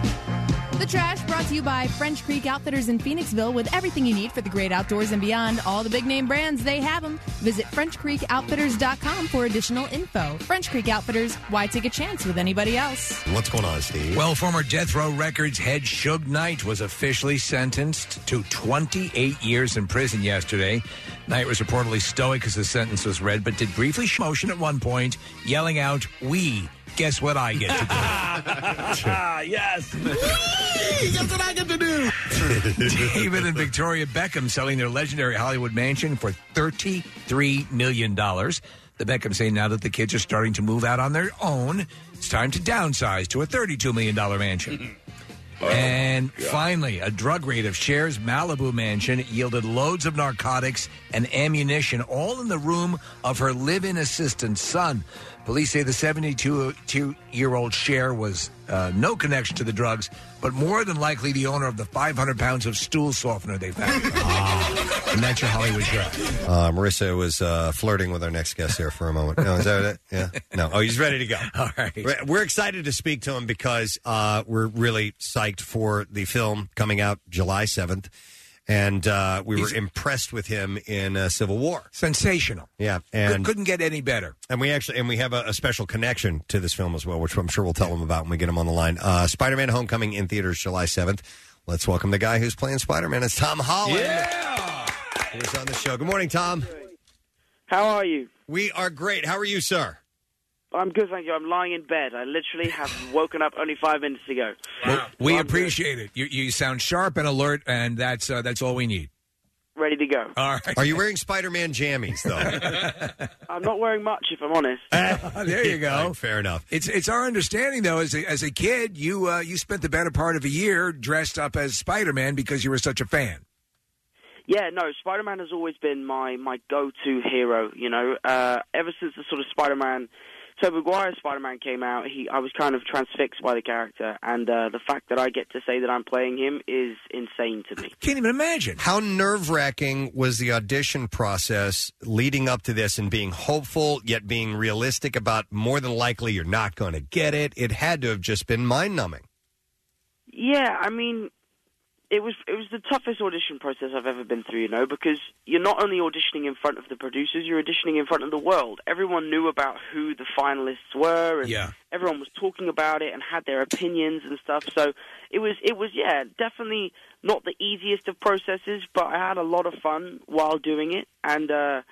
[SPEAKER 9] The Trash brought to you by French Creek Outfitters in Phoenixville with everything you need for the great outdoors and beyond. All the big name brands, they have them. Visit FrenchCreekOutfitters.com for additional info. French Creek Outfitters, why take a chance with anybody else?
[SPEAKER 2] What's going on, Steve?
[SPEAKER 4] Well, former Death Row Records head Suge Knight was officially sentenced to 28 years in prison yesterday. Knight was reportedly stoic as the sentence was read, but did briefly sh- motion at one point, yelling out, "We." Guess what I get to do?
[SPEAKER 3] yes.
[SPEAKER 4] That's what I get to do. David and Victoria Beckham selling their legendary Hollywood mansion for $33 million. The Beckham say now that the kids are starting to move out on their own, it's time to downsize to a $32 million mansion. and finally, a drug raid of Cher's Malibu mansion yielded loads of narcotics and ammunition, all in the room of her live in assistant son. Police say the 72 year old Cher was uh, no connection to the drugs, but more than likely the owner of the 500 pounds of stool softener they found. and that's your Hollywood draft.
[SPEAKER 2] Uh, Marissa was uh, flirting with our next guest here for a moment. No, is that it? Yeah. No. Oh, he's ready to go.
[SPEAKER 4] All right.
[SPEAKER 2] We're excited to speak to him because uh, we're really psyched for the film coming out July 7th. And uh, we
[SPEAKER 4] He's-
[SPEAKER 2] were impressed with him in uh, Civil War.
[SPEAKER 4] Sensational.
[SPEAKER 2] Yeah. And
[SPEAKER 4] Couldn't get any better.
[SPEAKER 2] And we actually, and we have a, a special connection to this film as well, which I'm sure we'll tell him about when we get him on the line. Uh, Spider-Man: Homecoming in theaters July 7th. Let's welcome the guy who's playing Spider-Man. It's Tom Holland. He was on the show. Good morning, Tom.
[SPEAKER 14] How are you?
[SPEAKER 2] We are great. How are you, sir?
[SPEAKER 14] I'm good, thank you. I'm lying in bed. I literally have woken up only five minutes ago.
[SPEAKER 4] We appreciate it. You, you sound sharp and alert, and that's uh, that's all we need.
[SPEAKER 14] Ready to go.
[SPEAKER 4] All right.
[SPEAKER 2] Are you wearing Spider-Man jammies though?
[SPEAKER 14] I'm not wearing much, if I'm honest.
[SPEAKER 4] there you go.
[SPEAKER 2] Fair enough.
[SPEAKER 4] It's it's our understanding though, as a, as a kid, you uh, you spent the better part of a year dressed up as Spider Man because you were such a fan.
[SPEAKER 14] Yeah, no, Spider Man has always been my, my go to hero, you know. Uh, ever since the sort of Spider Man Tobey Maguire Spider Man came out, he I was kind of transfixed by the character and uh, the fact that I get to say that I'm playing him is insane to me.
[SPEAKER 4] Can't even imagine.
[SPEAKER 2] How nerve wracking was the audition process leading up to this and being hopeful yet being realistic about more than likely you're not going to get it? It had to have just been mind numbing.
[SPEAKER 14] Yeah, I mean, it was it was the toughest audition process I've ever been through. You know, because you're not only auditioning in front of the producers, you're auditioning in front of the world. Everyone knew about who the finalists were, and
[SPEAKER 24] Yeah.
[SPEAKER 14] everyone was talking about it and had their opinions and stuff. So it was it was yeah, definitely not the easiest of processes, but I had a lot of fun while doing it, and. uh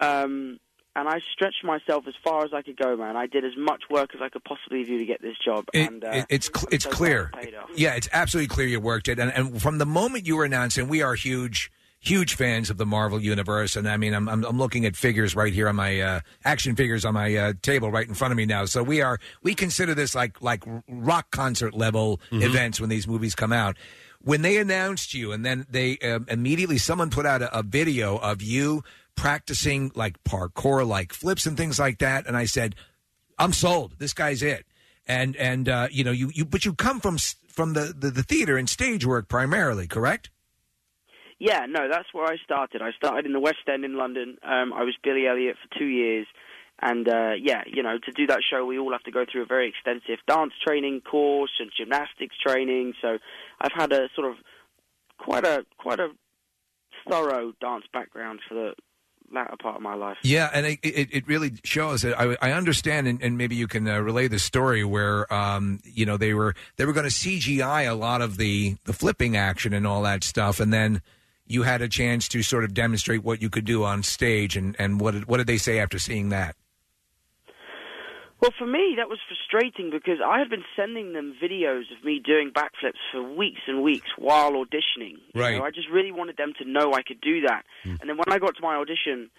[SPEAKER 14] um, and I stretched myself as far as I could go, man. I did as much work as I could possibly do to get this job.
[SPEAKER 4] It-
[SPEAKER 14] and uh,
[SPEAKER 4] it- it's cl- it's
[SPEAKER 14] so glad
[SPEAKER 4] clear.
[SPEAKER 14] it paid off.
[SPEAKER 4] Yeah, it's absolutely clear you worked it, and and from the moment you were announced, and we are huge. Huge fans of the Marvel universe, and I mean, I'm I'm, I'm looking at figures right here on my uh, action figures on my uh, table right in front of me now. So we are we consider this like like rock concert level events when these movies come out. When they announced you, and then they um, immediately someone put out a, a video of you practicing like parkour, like flips and things like that, and I said, I'm sold. This guy's it. And and uh, you know you, you but you come from s- from the, the the theater and stage work primarily, correct?
[SPEAKER 14] Yeah, no, that's where I started. I started in the West End in London. Um, I was Billy Elliot for two years. And uh, yeah, you know, to do that show, we all have to go through a very extensive dance training course and gymnastics training. So I've had a sort of quite a quite a thorough dance background for the latter part of my life.
[SPEAKER 4] Yeah, and it, it, it really shows. that I, I understand, and, and maybe you can uh, relay the story where um, you know they were they were going to CGI a lot of the the flipping action and all that stuff, and then you had a chance to sort of demonstrate what you could do on stage, and and what did, what did they say after seeing that?
[SPEAKER 14] Well, for me, that was frustrating because I had been sending them videos of me doing backflips for weeks and weeks while auditioning. You
[SPEAKER 25] Right.
[SPEAKER 14] know, I just really wanted them to know I could do that. And then when I got to my audition,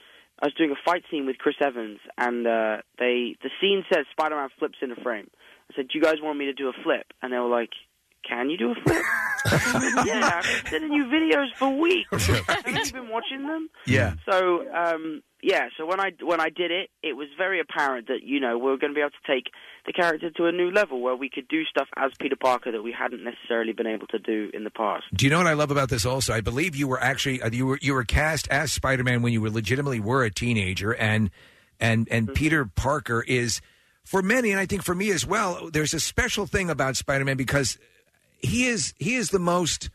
[SPEAKER 14] I was doing a fight scene with Chris Evans, and uh, they the scene says Spider-Man flips in a frame. I said, "Do you guys want me to do a flip?" And they were like, "Can you do a flip?" yeah, I've been sending you videos for weeks. Haven't you been watching them?
[SPEAKER 4] Yeah.
[SPEAKER 14] So um, yeah, so when I when I did it, it was very apparent that you know we were going to be able to take the character to a new level where we could do stuff as Peter Parker that we hadn't necessarily been able to do in the past.
[SPEAKER 4] Do you know what I love about this? Also, I believe you were actually uh, you were you were cast as Spider Man when you were legitimately were a teenager, and and and Peter Parker is for many, and I think for me as well. There's a special thing about Spider Man because he is he is the most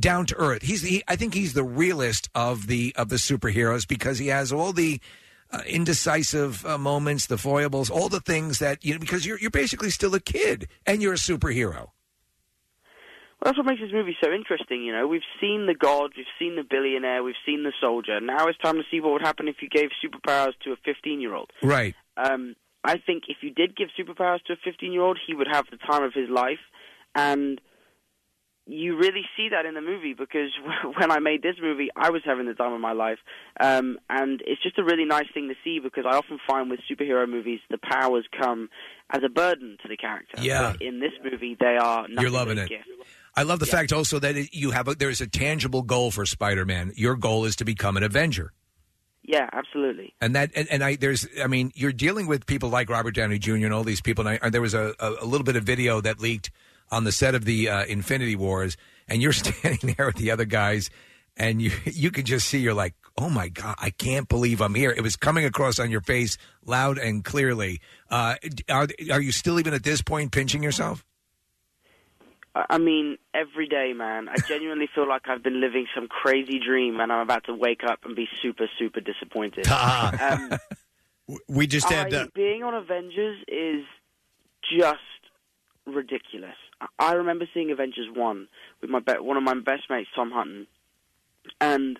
[SPEAKER 4] down to earth. He's the I think he's the realest of the of the superheroes because he has all the uh, indecisive uh, moments, the foibles, all the things that you know because you're you're basically still a kid and you're a superhero.
[SPEAKER 14] Well, that's what makes this movie so interesting. You know, we've seen the god, we've seen the billionaire, we've seen the soldier. Now it's time to see what would happen if you gave superpowers to a 15-year-old.
[SPEAKER 4] Right.
[SPEAKER 14] Um, I think if you did give superpowers to a 15-year-old, he would have the time of his life, and you really see that in the movie because when I made this movie, I was having the time of my life, um, and it's just a really nice thing to see because I often find with superhero movies the powers come as a burden to the character.
[SPEAKER 4] Yeah.
[SPEAKER 14] But in this movie, they are nothing
[SPEAKER 4] You're loving
[SPEAKER 14] but a
[SPEAKER 4] it.
[SPEAKER 14] gift.
[SPEAKER 4] I love the fact also that it, you have a, there's a tangible goal for Spider-Man. Your goal is to become an Avenger.
[SPEAKER 14] Yeah, absolutely.
[SPEAKER 4] And that, and, and I, there's, I mean, you're dealing with people like Robert Downey Jr. and all these people. And I, there was a, a, a little bit of video that leaked on the set of the uh, Infinity Wars, and you're standing there with the other guys, and you you could just see you're like, oh my god, I can't believe I'm here. It was coming across on your face loud and clearly. Uh, are are you still even at this point pinching yourself?
[SPEAKER 14] I I mean, every day, man. I genuinely feel like I've been living some crazy dream, and I'm about to wake up and be super, super disappointed.
[SPEAKER 4] Ah.
[SPEAKER 14] um,
[SPEAKER 2] We just had
[SPEAKER 14] I-
[SPEAKER 2] uh,
[SPEAKER 14] being on Avengers is just ridiculous. I- I remember seeing Avengers one with my be- one of my best mates, Tom Hutton, and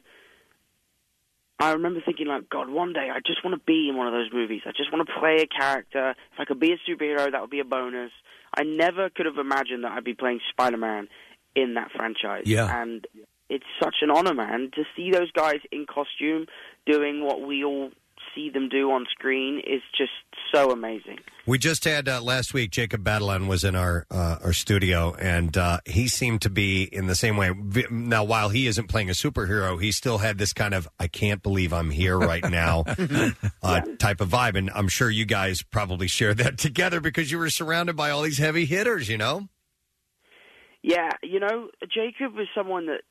[SPEAKER 14] I remember thinking, like, God, one day I just want to be in one of those movies. I just want to play a character. If I could be a superhero, that would be a bonus. I never could have imagined that I'd be playing Spider Man in that franchise.
[SPEAKER 22] Yeah.
[SPEAKER 14] and it's such an honor, man, to see those guys in costume doing what we all see them do on screen is just so amazing.
[SPEAKER 2] we just had uh, last week. Jacob Batalon was in our uh, our studio, and uh, he seemed to be in the same way. V- Now, while he isn't playing a superhero, he still had this kind of "I can't believe I'm here right now" uh, type of vibe, and I'm sure you guys probably shared that together because you were surrounded by all these heavy hitters. You know,
[SPEAKER 14] Yeah, you know, Jacob was someone that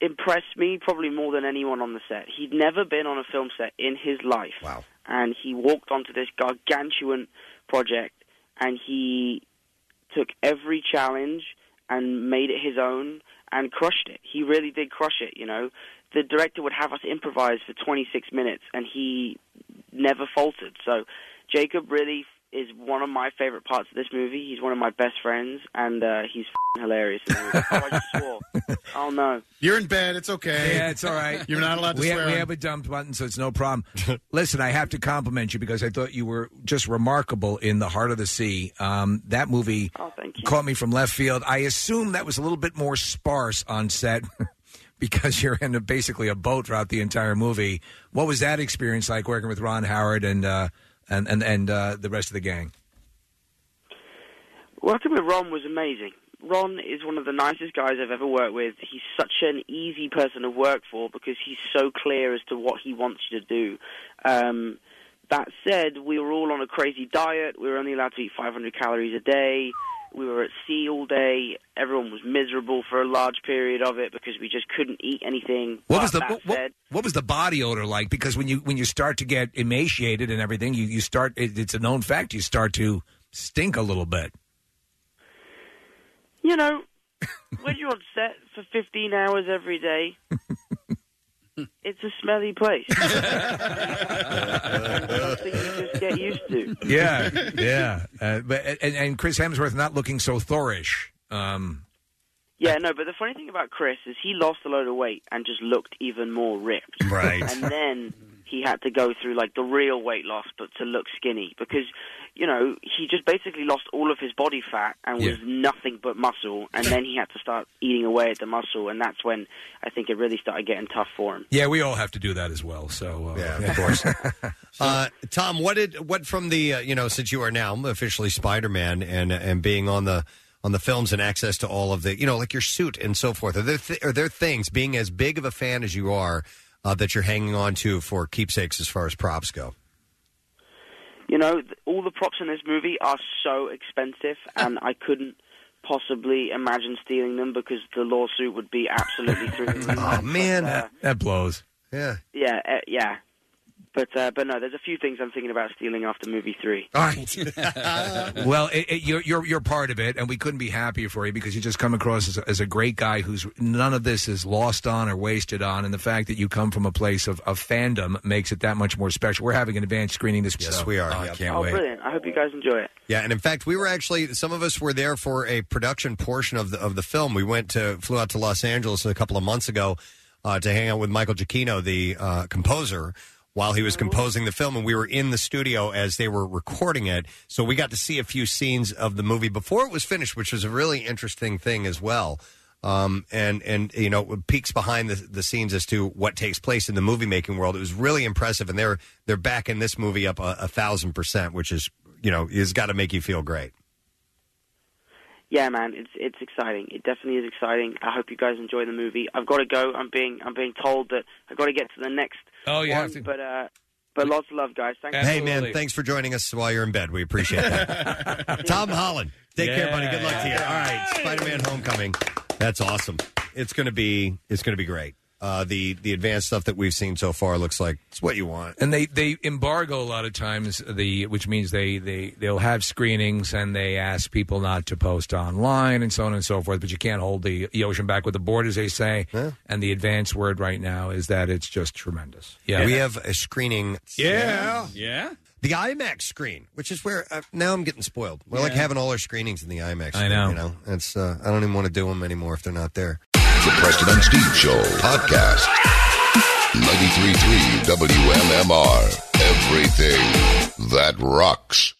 [SPEAKER 14] impressed me probably more than anyone on the set. He'd never been on a film set in his life.
[SPEAKER 2] Wow.
[SPEAKER 14] And he walked onto this gargantuan project and he took every challenge and made it his own and crushed it. He really did crush it, you know. The director would have us improvise for 26 minutes and he never faltered. So Jacob really is one of my favorite parts of this movie. He's one of my best friends and uh, he's f***ing hilarious. oh, I just swore. Oh no.
[SPEAKER 7] You're in bed. It's okay.
[SPEAKER 4] Yeah, it's all right.
[SPEAKER 7] You're not allowed to
[SPEAKER 4] we
[SPEAKER 7] swear.
[SPEAKER 4] Have, we
[SPEAKER 7] on-
[SPEAKER 4] have a dumped button, so it's no problem. Listen, I have to compliment you because I thought you were just remarkable in The Heart of the Sea. Um, that movie caught me from left field. I assume that was a little bit more sparse on set because you're in a, basically a boat throughout the entire movie. What was that experience like working with Ron Howard and uh, and and, and uh, the rest of the gang?
[SPEAKER 14] Working with Ron was amazing. Ron is one of the nicest guys I've ever worked with. He's such an easy person to work for because he's so clear as to what he wants you to do. Um, that said, we were all on a crazy diet. We were only allowed to eat 500 calories a day. We were at sea all day. Everyone was miserable for a large period of it because we just couldn't eat anything.
[SPEAKER 4] What
[SPEAKER 14] But
[SPEAKER 4] was the
[SPEAKER 14] that
[SPEAKER 4] what, what, what was the body odor like? Because when you when you start to get emaciated and everything, you you start. It, it's a known fact. You start to stink a little bit.
[SPEAKER 14] you know, when you're on set for 15 hours every day, it's a smelly place. Something you just get used to.
[SPEAKER 4] Yeah, yeah. Uh, but and, and Chris Hemsworth not looking so Thorish. Um,
[SPEAKER 14] Yeah, no, but the funny thing about Chris is he lost a load of weight and just looked even more ripped.
[SPEAKER 4] Right.
[SPEAKER 14] And then he had to go through like the real weight loss but to look skinny because you know, he just basically lost all of his body fat and was
[SPEAKER 22] Yeah.
[SPEAKER 14] nothing but muscle and then he had to start eating away at the muscle and that's when I think it really started getting tough for him.
[SPEAKER 4] yeah, we all have to do that as well. So uh, yeah, of course.
[SPEAKER 2] uh, Tom, what did what from the uh, you know since you are now officially Spider Man and and being on the on the films and access to all of the you know like your suit and so forth are there th- are there things being as big of a fan as you are uh, that you're hanging on to for keepsakes as far as props go?
[SPEAKER 14] You know, th- all the props in this movie are so expensive, and I couldn't possibly imagine stealing them because the lawsuit would
[SPEAKER 4] Oh,
[SPEAKER 14] Oh, be absolutely through the roof.
[SPEAKER 4] man, that, that blows.
[SPEAKER 2] Yeah.
[SPEAKER 14] eh, Yeah, uh, yeah. But uh, but no, there's a few things I'm thinking about stealing after movie three.
[SPEAKER 4] All right. well, it, it, you're, you're you're part of it, and we couldn't be happier for you because you just come across as, as a great guy who's none of this is lost on or wasted on, and the fact that you come from a place of, of fandom makes it that much more special. We're having an advanced screening this
[SPEAKER 2] Yes, we are. Yep.
[SPEAKER 14] oh, brilliant! I hope you guys enjoy it.
[SPEAKER 2] Yeah, and in fact, we were actually some of us were there for a production portion of the of the film. We went to flew out to Los Angeles a couple of months ago uh, to hang out with Michael Giacchino, the uh, composer, while he was composing the film, and we were in the studio as they were recording it. So we got to see a few scenes of the movie before it was finished, which was a really interesting thing as well. Um, and and you know peeks behind the, the scenes as to what takes place in the movie making world. It was really impressive, and they're they're back in this movie up a, a thousand percent, which is you know is got to make you feel great.
[SPEAKER 14] Yeah, man, it's it's exciting. It definitely is exciting. I hope you guys enjoy the movie. I've got to go. I'm being I'm being told that I've got to get to the next.
[SPEAKER 4] Oh, you
[SPEAKER 14] one,
[SPEAKER 4] have to.
[SPEAKER 14] But uh, but lots of love, guys. Thanks.
[SPEAKER 2] Hey man, thanks for joining us while you're in bed. We appreciate that. Tom Holland, take care, buddy. Good luck to you. All right, Spider-Man: Homecoming. That's awesome. It's gonna be it's gonna be great. Uh, the the advanced stuff that we've seen so far looks like it's what you want.
[SPEAKER 4] And they, they embargo a lot of times the which means they they they'll have screenings and they ask people not to post online and so on and so forth. But you can't hold the ocean back with the board, as they say. And the advanced word right now is that it's just tremendous. Yeah.
[SPEAKER 2] we have a screening.
[SPEAKER 4] Yeah.
[SPEAKER 3] yeah.
[SPEAKER 2] The IMAX screen, which is where uh, now I'm getting spoiled. We're like
[SPEAKER 3] Yeah.
[SPEAKER 2] having all our screenings in the IMAX.
[SPEAKER 4] I know.
[SPEAKER 2] You know, it's uh, I don't even want to do them anymore if they're not there.
[SPEAKER 1] The Preston and Steve Show podcast. 93.3 WMMR. Everything that rocks.